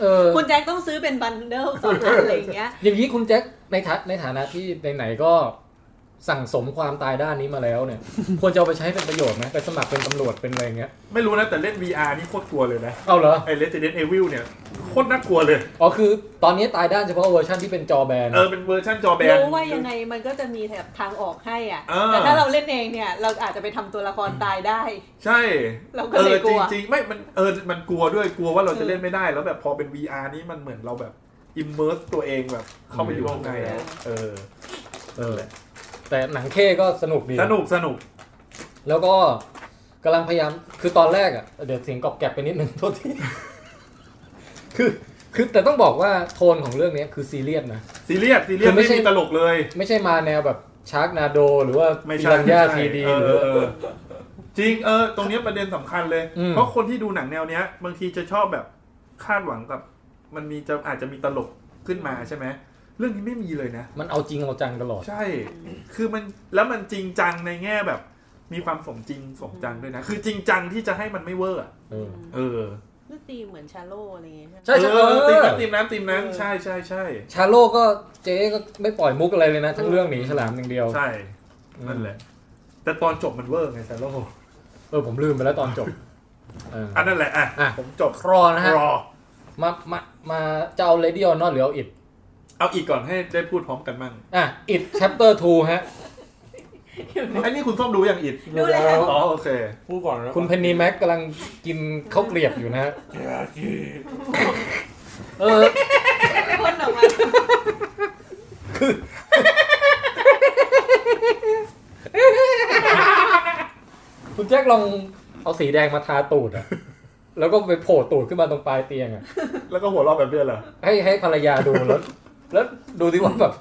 [SPEAKER 2] เออ
[SPEAKER 4] คุณแจ็คต้องซื้อเป็นบันเดิลสองอันอะไรอย่างเงี้ย
[SPEAKER 2] อย่างนี้คุณแจ็คในฐาในฐานะที่ไหนๆก็สั่งสมความตายด้านนี้มาแล้วเนี่ย ควรจะเอาไปใช้เป็นประโยชน์ไหมไปสมัครเป็นตำรวจเป็นอะไรเงี้ย
[SPEAKER 3] ไม่รู้นะแต่เล่น VR นี่โคตรกลัวเลยนะ
[SPEAKER 2] เอาเหรอ
[SPEAKER 3] ไอ้ Resident Evil เนี่ยโคตรน่ากลัวเลย
[SPEAKER 2] อ๋อคือตอนนี้ตายด้านเฉพาะเวอร์ชันที่เป็นจอแบน
[SPEAKER 3] เออเป็นเวอร์ชั่นจอแบน
[SPEAKER 4] รู้ว่ายังไงมันก็จะมีแบบทางออกให้อ่ะ
[SPEAKER 3] เออ
[SPEAKER 4] แต่ถ้าเราเล่นเองเนี่ย เราอาจจะไปทำตัวละครตายได้
[SPEAKER 3] ใช่
[SPEAKER 4] เราก็
[SPEAKER 3] เอ
[SPEAKER 4] เลย
[SPEAKER 3] อกจ
[SPEAKER 4] ลั
[SPEAKER 3] ริ
[SPEAKER 4] ว
[SPEAKER 3] งจริงๆไม่มันเออมันกลัวด้วยกลัวว่าเราจะเล่นไม่ได้แล้วแบบพอเป็น VR นี่มันเหมือนเราแบบ immerse ตัวเองแบบเข้าไปอยู่ข้างในแล้วเออ
[SPEAKER 2] เออแต่หนังเข้ก็สนุกดี
[SPEAKER 3] สนุกสนุก
[SPEAKER 2] แล้วก็กำลังพยายามคือตอนแรกอ่ะเดี๋ยวเสียงกรอบแกรบไปนิดนึง โทษทีคือคือแต่ต้องบอกว่าโทนของเรื่องนี้คือซีเรียสนะ
[SPEAKER 3] ซีเรียสซีเรีย
[SPEAKER 2] คื
[SPEAKER 3] ส
[SPEAKER 2] อไม่
[SPEAKER 3] ไม่
[SPEAKER 2] ใช่
[SPEAKER 3] มีตลกเลย
[SPEAKER 2] ไม่ใช่มาแนวแบบชาร์กนาโด หรือว่า
[SPEAKER 3] ไม่
[SPEAKER 2] ปิ
[SPEAKER 3] ใช่
[SPEAKER 2] รันย่า
[SPEAKER 3] ไม่ใช่
[SPEAKER 2] ทีดี
[SPEAKER 3] เอ
[SPEAKER 2] หรือ อ
[SPEAKER 3] เออจริงเออ ตรงเนี้ยประเด็นสำคัญเลย
[SPEAKER 2] อืม
[SPEAKER 3] เพราะคนที่ดูหนังแนวเนี้ย บางทีจะชอบแบบคาดหวังกับ มันมีจะอาจจะมีตลกขึ้นมาใช่ไหมเรื่องนี้ไม่มีเลยนะ
[SPEAKER 2] มันเอาจริงเอาจังตลอด
[SPEAKER 3] ใช่ คือมันแล้วมันจริงจังในแง่แบบ มีความสมจริงสมจังด้วยนะ คือจริงจังที่จะให้มันไม่เวอร์อะ
[SPEAKER 2] เออ
[SPEAKER 3] เออ
[SPEAKER 4] นึกตีเหมือนชาโลอะไรอย่างเงี้ยใช่
[SPEAKER 2] ใช่
[SPEAKER 4] ไหม
[SPEAKER 2] ใช่
[SPEAKER 3] เออ
[SPEAKER 2] เออ
[SPEAKER 3] ตีมนั้นตีมนั้นตีมนั้น
[SPEAKER 4] เออ
[SPEAKER 3] ใช่ใช่ใช่
[SPEAKER 2] ชาโลก็เจ๊ก็ไม่ปล่อยมุกอะไรเลยนะ ทั้งเรื่องหนีฉลามอย่างเดียว
[SPEAKER 3] ใช่นั่นแหละ แต่ตอนจบมันเวอร์ไงซาโล
[SPEAKER 2] เออผมลืมไปแล้วตอนจบเออ
[SPEAKER 3] อันนั่นแหละอ่ะ
[SPEAKER 2] อ่ะ
[SPEAKER 3] ผมจบ
[SPEAKER 2] ครอนะฮะ
[SPEAKER 3] รอ
[SPEAKER 2] มามามาจะเอาเลดี้ออนนอตหรือเอาอิด
[SPEAKER 3] เอาอีกก่อนให้ได้พูดพร้อมกันมั่ง
[SPEAKER 2] อ่ะ it chapter 2 ฮะ
[SPEAKER 3] ไอ้นี่คุณส้มดูอย่างอิด
[SPEAKER 4] ดูแล้ว
[SPEAKER 3] อ๋อโอเค
[SPEAKER 5] พูดก่อนแล้ว
[SPEAKER 2] คุณเพนนีแม็กกำลังกินข้าวเกลียบอยู่นะฮะเออ
[SPEAKER 4] พ่นออกมา
[SPEAKER 2] คุณแจ็คลองเอาสีแดงมาทาตูดอะแล้วก็ไปโผล่ตูดขึ้นมาตรงปลายเตียงอะ
[SPEAKER 3] แล้วก็หัวเราะแบบเนี้ยเหรอ
[SPEAKER 2] ให้ให้ภรรยาดูแล้ว แล้วดูดิว่าแบบ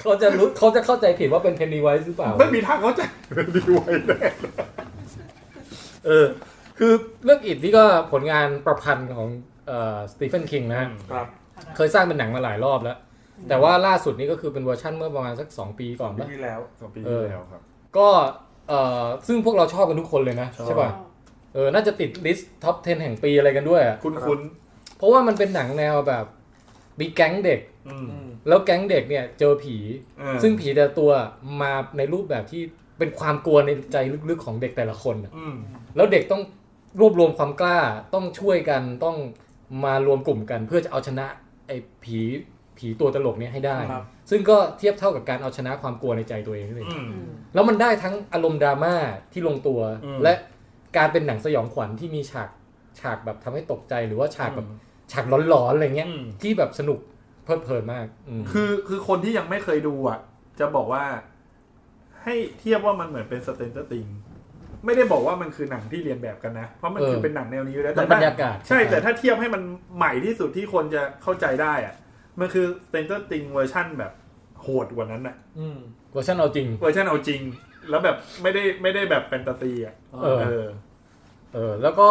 [SPEAKER 2] เขาจะรู้เขาจะเข้าใจผิดว่าเป็นเพนนีไวส์หรือเปล่า
[SPEAKER 3] ไม่มีทางเขาใจะ ดีไว้แน่
[SPEAKER 2] เออ คือเรื่องอิดนี่ก็ผลงานประพันธ์ของสตีเฟนคิงนะฮะ
[SPEAKER 5] ครับ
[SPEAKER 2] เคยสร้างเป็นหนังมาหลายรอบแล้ว แต่ว่าล่าสุดนี้ก็คือเป็นเวอร์ชั่นเมื่อประมาณสัก 2 ปีก่อนปะ
[SPEAKER 5] มีแล้ว
[SPEAKER 3] สองปี
[SPEAKER 2] เอ
[SPEAKER 3] ที่
[SPEAKER 2] อ
[SPEAKER 3] แล้วครับ
[SPEAKER 2] ก็เอ่อซึ่งพวกเราชอบกันทุกคนเลยนะ
[SPEAKER 3] ชอบ
[SPEAKER 2] ใช่ป่ะเออน่าจะติดลิสต์ท็อป 10 แห่งปีอะไรกันด้วยอะ
[SPEAKER 3] คุณคุณ
[SPEAKER 2] เพราะว่ามันเป็นหนังแนวแบบมีแก๊งเด็ก แล้วแก๊งเด็กเนี่ยเจอผี ซึ่งผีแต่ละตัวมาในรูปแบบที่เป็นความกลัวในใจลึกๆของเด็กแต่ละคนอะ
[SPEAKER 3] อืม
[SPEAKER 2] แล้วเด็กต้องรวบรวมความกล้าต้องช่วยกันต้องมารวมกลุ่มกัน เพื่อจะเอาชนะไอ้ผีผีตัวตลกเนี่ยให้ได้
[SPEAKER 5] ครับ
[SPEAKER 2] ซึ่งก็เทียบเท่ากับการเอาชนะความกลัวในใจตัวเองเลย
[SPEAKER 3] อืม
[SPEAKER 4] อืม
[SPEAKER 2] แล้วมันได้ทั้งอารมณ์ดราม่าที่ลงตัว
[SPEAKER 3] อืม
[SPEAKER 2] และการเป็นหนังสยองขวัญที่มีฉากฉากแบบทำให้ตกใจหรือว่าฉากแบบฉากหลอนๆอะไรเงี้ย
[SPEAKER 3] อืม
[SPEAKER 2] ที่แบบสนุกเพลิดเพลินมากอืม
[SPEAKER 3] คือคือคนที่ยังไม่เคยดูอ่ะ จะบอกว่า ให้เทียบว่ามันเหมือนเป็นสเตนเตอร์ติงไม่ได้บอกว่ามันคือหนังที่เรียนแบบกันนะ เพราะมันคือเป็นหนังแนวนี้อยู่แล้ว
[SPEAKER 2] ได้
[SPEAKER 3] แต่
[SPEAKER 2] บร
[SPEAKER 3] ถ้าร
[SPEAKER 2] ยากาศ
[SPEAKER 3] ใช่แต่ถ้าเทียบให้มันใหม่ที่สุดที่คนจะเข้าใจได้อ่ะ มันคือสเตนเตอร์ติงเวอร์ชั่นแบบโหดกว่านั้นอ่ะ
[SPEAKER 5] อืม
[SPEAKER 2] เวอร์ชันเอาจริง
[SPEAKER 3] เวอร์ชันเอาจริง แล้วแบบไม่ได้ไม่ได้แบบแฟนตาซีอ่ะ
[SPEAKER 2] เออ
[SPEAKER 3] เออ
[SPEAKER 2] เออแล้วก็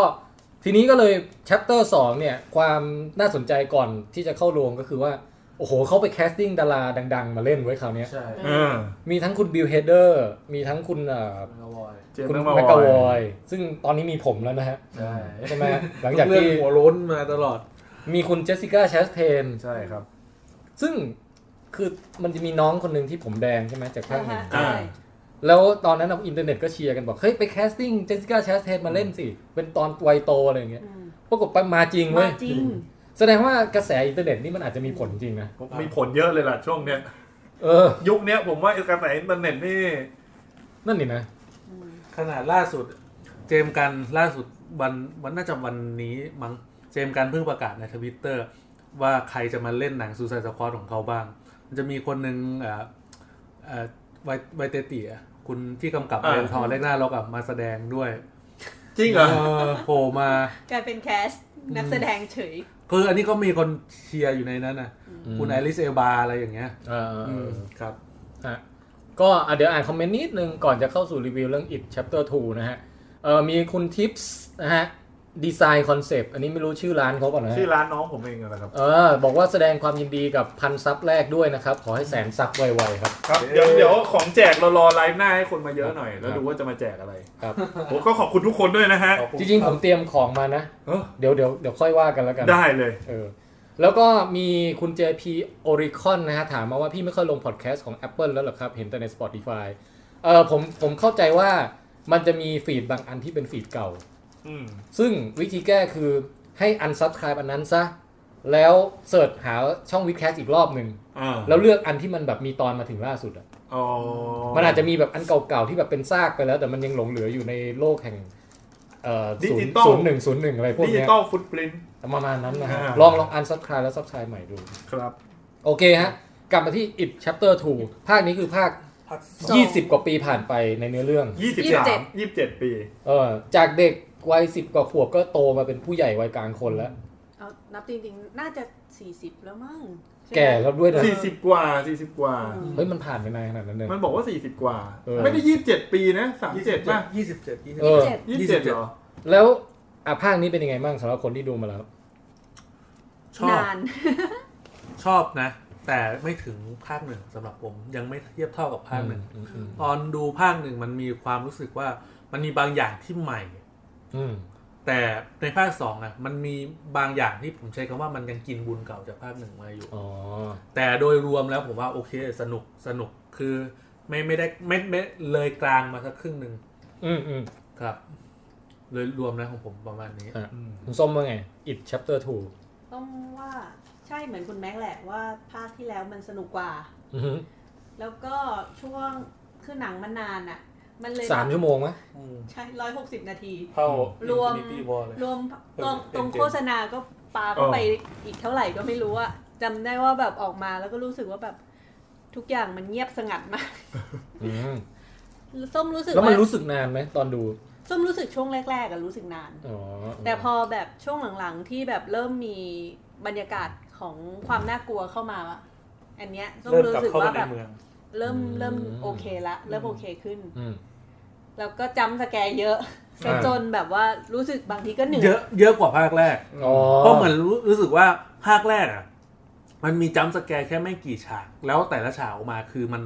[SPEAKER 2] ทีนี้ก็เลย chapter 2 เนี่ย ความน่าสนใจก่อนที่จะเข้าโรงก็คือว่า โอ้โหเขาไปแคสติ้งดาราดัง ๆ มาเล่นไว้ยคราวเนี้ย
[SPEAKER 5] ใช่
[SPEAKER 3] เออ
[SPEAKER 2] มีทั้งคุณบิลเฮเดอร์มีทั้งคุณเอ่อ
[SPEAKER 5] มันก็วอย
[SPEAKER 3] เจม
[SPEAKER 2] คุณ
[SPEAKER 3] ส์
[SPEAKER 2] แม
[SPEAKER 3] แม
[SPEAKER 2] กกาก
[SPEAKER 3] คาว ว
[SPEAKER 2] อ
[SPEAKER 3] อย
[SPEAKER 2] ยซึ่งตอนนี้มีผมแล้วนะฮะ
[SPEAKER 5] ใช่
[SPEAKER 2] ใช่ไหมหลังจาก
[SPEAKER 5] เรื่อ
[SPEAKER 2] ที่
[SPEAKER 5] หัวโล้นมาตลอด
[SPEAKER 2] มีคุณเจสสิก้าแชสเทน
[SPEAKER 3] ใช่ครับ
[SPEAKER 2] ซึ่งคือมันจะมีน้องคนหนึ่งที่ผมแดงใช่ไหมจากภาคหนึ่ง
[SPEAKER 4] ใช่
[SPEAKER 2] แล้วตอนนั้นน่ะอินเทอร์เน็ตก็เชียร์กันบอก เฮ้ย ไปแคสติ้งเจสสิก้าแชสเทนมาเล่นสิ เป็นตอนวัยโตอะไรอย่างเงี้ย
[SPEAKER 4] อืม
[SPEAKER 2] ปรากฏไปมาจริงเว้
[SPEAKER 4] มาย จริง
[SPEAKER 2] แสดงว่ากระแสอินเทอร์เน็ตนี่มันอาจจะมีผลจริงนะ
[SPEAKER 3] มีผลเยอะเลยล่ะช่วงเนี้ย
[SPEAKER 2] เออ
[SPEAKER 3] ยุคเนี้ยผมว่ากระแสอินเทอร์เน็ตนี่
[SPEAKER 2] นั่นนี่นะ
[SPEAKER 5] ขนาดล่าสุด เจมส์กันล่าสุดวันวันน่าจะวันนี้มั้งเจมส์กันเพิ่งประกาศในทวิตเตอร์ว่าใครจะมาเล่นหนังซูซายสควอตของเขาบ้าง มันจะมีคนหนึ่งเอ่อเอ่อไวไวเตติอ่ะคุณที่กำกับ
[SPEAKER 3] อ่า
[SPEAKER 5] เรนทอร์เลขหน้าล็อกอ่ะมาแสดงด้วย
[SPEAKER 3] จริงเหรอ
[SPEAKER 5] เออโผล่มา
[SPEAKER 4] กลายเป็นแคสนักแสดงเฉย
[SPEAKER 5] คืออันนี้ก็มีคนเชียร์อยู่ในนั้นนะ
[SPEAKER 2] อืม
[SPEAKER 5] คุณไอริสเอบาอะไรอย่างเงี้ย
[SPEAKER 2] เออเออ
[SPEAKER 5] มครับ
[SPEAKER 2] ฮะก็อ่ะเดี๋ยวอ่านคอมเมนต์นิดนึง ก่อนจะเข้าสู่รีวิวเรื่อง It Chapter 2 นะฮะ เออมีคุณทิปส์นะฮะดีไซน์คอนเซปต์อันนี้ไม่รู้ชื่อร้านเขาก่อนนะฮะ
[SPEAKER 3] ชื่อร้านน้องผมเองนะครับ
[SPEAKER 2] เออบอกว่าแสดงความยินดีกับพันซับแรกด้วยนะครับ ขอให้แสนซับไวๆครับ
[SPEAKER 3] ครับเดี๋ยวเดี๋ยวของแจกเรารอไลฟ์หน้าให้คนมาเยอะหน่อย แล้วดูว่าจะมาแจกอะไร
[SPEAKER 2] ครับ
[SPEAKER 3] ผมก็ขอบคุณทุกคนด้วยนะฮะ
[SPEAKER 2] จริงๆผมเตรียมของมานะ
[SPEAKER 3] เออ
[SPEAKER 2] เดี๋ยวเดี๋ยวเดี๋ยวค่อยว่ากันแล้วกัน
[SPEAKER 3] ได้เลย
[SPEAKER 2] เออแล้วก็มีคุณ JP Oricon นะฮะ ถามมาว่าพี่ไม่ค่อยลงพอดแคสต์ของ Apple แล้วเหรอครับ เห็นแต่ใน Spotify เออผมผมเข้าใจว่ามันจะมีฟีดบางอันที่เป็นฟีดเก่า
[SPEAKER 3] อืม
[SPEAKER 2] ซึ่งวิธีแก้คือให้อันซับสไครป์อันนั้นซะ แล้วเสิร์ชหาช่องวิดแคสอีกรอบหนึ่ง
[SPEAKER 3] อ่า
[SPEAKER 2] แล้วเลือกอันที่มันแบบมีตอนมาถึงล่าสุดอะ
[SPEAKER 3] อ๋อ
[SPEAKER 2] มันอาจจะมีแบบอันเก่าๆที่แบบเป็นซากไปแล้ว แต่มันยังหลงเหลืออยู่ในโลกแห่งเอ่อศูนย์ศูนย์หนึ่งศูนย์หนึ่งอะไรพวก
[SPEAKER 3] ดิจิ
[SPEAKER 2] เนี้ย
[SPEAKER 3] ตอลฟุตปริน
[SPEAKER 2] ประมาณนั้นนะฮะ
[SPEAKER 3] อ่า
[SPEAKER 2] ลองลองอันซับคลายแล้วซับคลายใหม่ดู
[SPEAKER 3] ครับ
[SPEAKER 2] โอเคฮะ กลับมาที่ it chapter 2 ภาคนี้คือภาค
[SPEAKER 4] สอง
[SPEAKER 2] 20 กว่าปีผ่านไปในเนื้อเรื่อง
[SPEAKER 3] ยี่สิบสามยี่สิบเจ็ดปี
[SPEAKER 2] เออจากเด็กวัย 10 กว่าขวบก็โตมาเป็นผู้ใหญ่วัยกลางคนแล้ว
[SPEAKER 4] เอานับจริงๆ น่าจะ 40 แล้วมั้งใช่ไหม
[SPEAKER 2] แก่แล้วด้วยนะ
[SPEAKER 3] สี่สิบกว่าสี่สิบกว่า
[SPEAKER 2] เฮ้ยมันผ่านไปนานขนาดนั้นเลย
[SPEAKER 3] มันบอกว่าสี่สิบกว่า
[SPEAKER 2] เออ
[SPEAKER 3] ไม่ได้ยี่สิบเจ็ดปีนะสามเจ็ดป่ะ
[SPEAKER 5] ยี่สิบเจ็ดยี่สิบ
[SPEAKER 2] เอ
[SPEAKER 5] เจ็ด
[SPEAKER 2] อ
[SPEAKER 4] เจ็ด
[SPEAKER 3] ยี่สิบเจ็ด
[SPEAKER 5] 27
[SPEAKER 3] เหรอ
[SPEAKER 2] แล้วอ่ะภาคนี้เป็นยังไงบ้างสำหรับคนที่ดูมาแล้ว
[SPEAKER 5] ชอบ
[SPEAKER 4] นาน
[SPEAKER 5] ชอบนะ แต่ไม่ถึงภาคหนึ่งสำหรับผมยังไม่เทียบเท่ากับภาคหนึ่ง
[SPEAKER 2] อืมอืม
[SPEAKER 5] ตอนดูภาคหนึ่งมันมีความรู้สึกว่ามันมีบางอย่างที่ใหม่
[SPEAKER 2] อืม
[SPEAKER 5] แต่ในภาคสองอ่ะมันมีบางอย่างที่ผมใช้คำว่ามันยังกินบุญเก่าจากภาคหนึ่งมาอยู่
[SPEAKER 2] อ๋อ
[SPEAKER 5] แต่โดยรวมแล้วผมว่าโอเคสนุกสนุกคือไม่ไม่ได้ไม่ไม่เลยกลางมาสักครึ่งหนึ่ง
[SPEAKER 2] อืมอืม
[SPEAKER 5] ครับเลยรวมนะของผมประมาณนี้
[SPEAKER 2] อ่ะคุณส้มว่าไง it chapter 2
[SPEAKER 4] ต้องว่า ใช่เหมือนคุณแม็กซ์แหละว่าภาคที่แล้วมันสนุกกว่า
[SPEAKER 2] อือหือ
[SPEAKER 4] แล้วก็ช่วงคือหนังมันนานอะ่ะ มันเลย
[SPEAKER 2] สามชั่วโมงไหม
[SPEAKER 4] ใช่ร้อยหกสิบนาที
[SPEAKER 5] เข้าร ร
[SPEAKER 4] วม
[SPEAKER 5] วอลเลย
[SPEAKER 4] รวม
[SPEAKER 5] เออ
[SPEAKER 4] ตรง
[SPEAKER 5] เต็มๆ
[SPEAKER 4] ตรงโฆษณาก็ปาเข้าไปอีกเท่าไหร่ก็ไม่รู้อะจำได้ว่าแบบออกมาแล้วก็รู้สึกว่าแบบทุกอย่างมันเงียบสงัดมาก
[SPEAKER 2] อืม
[SPEAKER 4] ส้มรู้สึก
[SPEAKER 2] แล้วมัน
[SPEAKER 4] ว่า
[SPEAKER 2] รู้สึกนานไหมตอนดู
[SPEAKER 4] ส้มรู้สึกช่วงแรกๆอะรู้สึกนาน
[SPEAKER 2] อ๋อ
[SPEAKER 4] แต่พอแบบช่วงหลังๆที่แบบเริ่มมีบรรยากาศของความน่ากลัวเข้ามาอะอันเนี้ยส้ม
[SPEAKER 5] เริ่ม
[SPEAKER 4] รู้
[SPEAKER 5] กลับ
[SPEAKER 4] สึก
[SPEAKER 5] เข้า
[SPEAKER 4] ว่า
[SPEAKER 5] มา
[SPEAKER 4] แบ
[SPEAKER 5] ใน
[SPEAKER 4] บ
[SPEAKER 5] เมือง
[SPEAKER 4] เริ่มเริ่มโอเคละเริ่มโอเคขึ้น
[SPEAKER 2] อืม
[SPEAKER 4] แล้วก็จำสแกร์เยอะ
[SPEAKER 2] อ่า
[SPEAKER 4] จนแบบว่ารู้สึกบางทีก็เหนื่อย
[SPEAKER 5] เยอะเยอะกว่าภาคแรก
[SPEAKER 2] อ๋อ
[SPEAKER 5] ก็เหมือนรู้รู้สึกว่าภาคแรกอ่ะ มันมีจัมป์สแกร์แค่ไม่กี่ฉาก แล้วแต่ละฉากออกมาคือมัน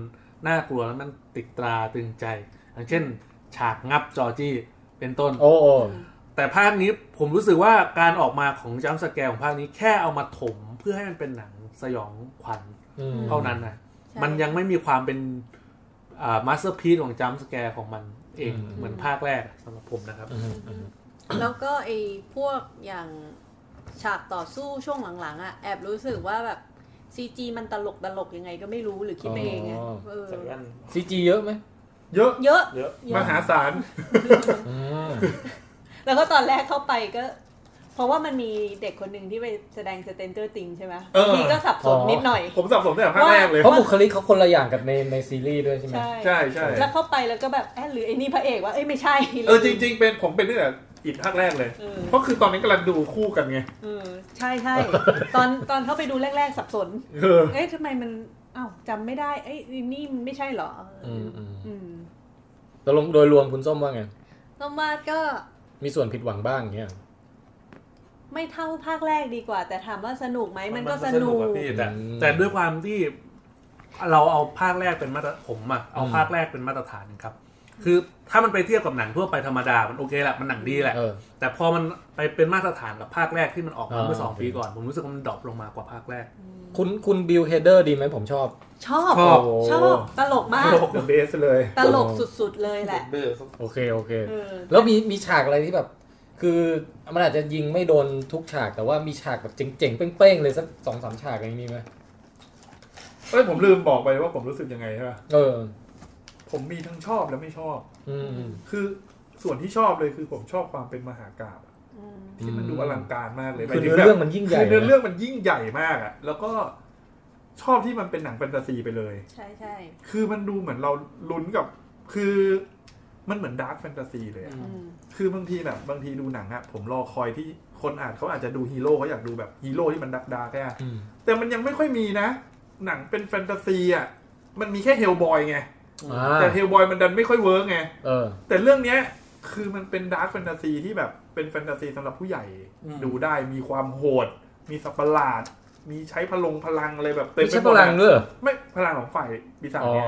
[SPEAKER 5] น่ากลัวแล้วมันติดตราตรึงใจ อย่างเช่น ฉากงับจอร์จี้เป็นต้น
[SPEAKER 2] โอ้โอ้
[SPEAKER 5] แต่ภาคนี้ผมรู้สึกว่าการออกมาของจัมป์สแกร์ของภาคนี้แค่เอามาถมเพื่อให้มันเป็นหนังสยองขวัญ
[SPEAKER 2] อืม
[SPEAKER 5] เท่านั้นนะ
[SPEAKER 4] ใช่
[SPEAKER 5] มันยังไม่มีความเป็นอ่ามาสเตอร์พีซของจัมป์สแกร์ของมันเองเหมือนภาคแรกสำหรับผมนะครับ
[SPEAKER 2] อืมอืม
[SPEAKER 4] แล้วก็ไอ้พวกอย่างฉากต่อสู้ช่วงหลังๆอะแอบรู้สึกว่าแบบซีจีมันตลกตลกๆยังไงก็ไม่รู้หรือคิดไปเองไงเออ
[SPEAKER 2] ซีจีเยอะไหม
[SPEAKER 3] เยอะ
[SPEAKER 4] เยอะ
[SPEAKER 5] เยอะ
[SPEAKER 4] เย
[SPEAKER 3] ม
[SPEAKER 4] อะ
[SPEAKER 3] หาศาล
[SPEAKER 2] อืม
[SPEAKER 4] แล้วก็ตอนแรกเข้าไปก็ เพราะว่ามันมีเด็กคนหนึ่งที่ไปแสดงสเตนเจอร์ติงใช่ไหม
[SPEAKER 3] เออ
[SPEAKER 4] นี่ก็สับสนนิดหน่อย
[SPEAKER 3] ผมสับสนตั้งแต่ภาคแรกเลย
[SPEAKER 2] เพราะบุคลิกเขาคนละอย่างกับในในซีรีส์ด้วยใช่ไหม
[SPEAKER 4] ใช่
[SPEAKER 3] ใช่ใช่
[SPEAKER 4] แล้วเข้าไปแล้วก็แบบเอ๊ะหรือไอ้นี่พระเอกวะเอ้ยไม่ใช่
[SPEAKER 3] เออจริง ๆ เป็นผมเป็นตั้งแต่อิดภาคแรกเลย
[SPEAKER 4] เออ
[SPEAKER 3] เพราะคือตอนนั้นกำลังดูคู่กันไง
[SPEAKER 4] เออใช่ใช่ตอนตอนเข้าไปดูแรก ๆ สับสน
[SPEAKER 3] เออ
[SPEAKER 4] เอ๊ะทำไมมันอ้าวจำไม่ได้เอ้ยนี่มันไม่ใช่เหรอเอออ
[SPEAKER 2] ม
[SPEAKER 4] อืม
[SPEAKER 2] ตกลงโดยรวมคุณส้มว่าไง
[SPEAKER 4] ส้มว่าก็
[SPEAKER 2] มีส่วนผิดหวังบ้างอย่างเงี้ย
[SPEAKER 4] ไม่เท่าภาคแรกดีกว่า แต่ถามว่าสนุกไหมมันก็สนุก
[SPEAKER 5] อะพี่แต่
[SPEAKER 2] อืม
[SPEAKER 5] แต่ด้วยความที่เราเอาภาคแรกเป็นมาตรผมอะเอาภาคแรกเป็นมาตรฐานครับ คือถ้ามันไปเทียบกับหนังทั่วไปธรรมดา มันโอเคแหละมันหนังดีแหละ
[SPEAKER 2] เออ
[SPEAKER 5] แต่พอมันไปเป็นมาตรฐานกับภาคแรกที่มันออกมา
[SPEAKER 2] อ่า
[SPEAKER 5] เมื่อสองปีก่อน ผมรู้สึกว่ามันดรอปลงมากว่าภาคแรก
[SPEAKER 2] คุณคุณบิลเฮเดอร์ดีไหมผมชอบ
[SPEAKER 4] ชอบ
[SPEAKER 5] ชอบ
[SPEAKER 2] โอ้
[SPEAKER 4] ชอบตลกมาก
[SPEAKER 3] โลกเบสเลย
[SPEAKER 4] ตลกสุดๆเลยแหละ
[SPEAKER 5] เบอร์
[SPEAKER 2] โอเคโอเค
[SPEAKER 4] เออ
[SPEAKER 2] แล้วมีมีฉากอะไรที่แบบ คือมันอาจจะยิงไม่โดนทุกฉากแต่ว่ามีฉากแบบเจ๋งๆ เป้งๆ เลยสักสองสามฉากอะไรนี้ไหม
[SPEAKER 3] เอ้ยผมลืมบอกไปว่าผมรู้สึกยังไงใช่ป่ะ
[SPEAKER 2] เออ
[SPEAKER 3] ผมมีทั้งชอบและไม่ชอบ
[SPEAKER 2] อืมอืม
[SPEAKER 3] คือส่วนที่ชอบเลยคือผมชอบความเป็นมหากาพย์อะ
[SPEAKER 4] อืม
[SPEAKER 3] ที่มันดูอลังการมากเลย
[SPEAKER 2] คือ
[SPEAKER 3] หายถึ
[SPEAKER 2] เนื้อเรื่องมันยิ่งใหญ่
[SPEAKER 3] คือเนื้อ
[SPEAKER 2] นะ
[SPEAKER 3] เรื่องมันยิ่งใหญ่มากอะแล้วก็ชอบที่มันเป็นหนังแฟนตาซีไปเลย
[SPEAKER 4] ใช่ใช่
[SPEAKER 3] คือมันดูเหมือนเราลุ้นกับ คือมันเหมือนดาร์คแฟนตาซีเลยอะ
[SPEAKER 4] อืม
[SPEAKER 3] คือบางทีแบบบางทีดูหนังอะผมรอคอยที่คนอ่านเขาอาจจะดูฮีโร่เขาอยากดูแบบฮีโร่ที่มันดาร์กดาร์กอะ
[SPEAKER 2] อืม
[SPEAKER 3] แต่มันยังไม่ค่อยมีนะ หนังเป็นแฟนตาซีอะมันมีแค่เฮลบอยไง
[SPEAKER 2] อ่า
[SPEAKER 3] แต่เฮลบอยมันดันไม่ค่อยเวิร์กไง
[SPEAKER 2] เออ
[SPEAKER 3] แต่เรื่องเนี้ยคือมันเป็นดาร์คแฟนตาซีที่แบบเป็นแฟนตาซีสำหรับผู้ใหญ่ ดูได้มีความโหด มีสัตว์ประหลาด มีใช้พลงพลังอะไรแบบเต็ม
[SPEAKER 2] ไม่
[SPEAKER 3] ไป
[SPEAKER 2] ใช่
[SPEAKER 3] หม
[SPEAKER 2] พ
[SPEAKER 3] ด
[SPEAKER 2] ลัง
[SPEAKER 3] อะ
[SPEAKER 2] ด้วยเหรอ
[SPEAKER 3] ไม่พลังของฝ่ายปีศาจ
[SPEAKER 2] อ๋อ
[SPEAKER 3] ไง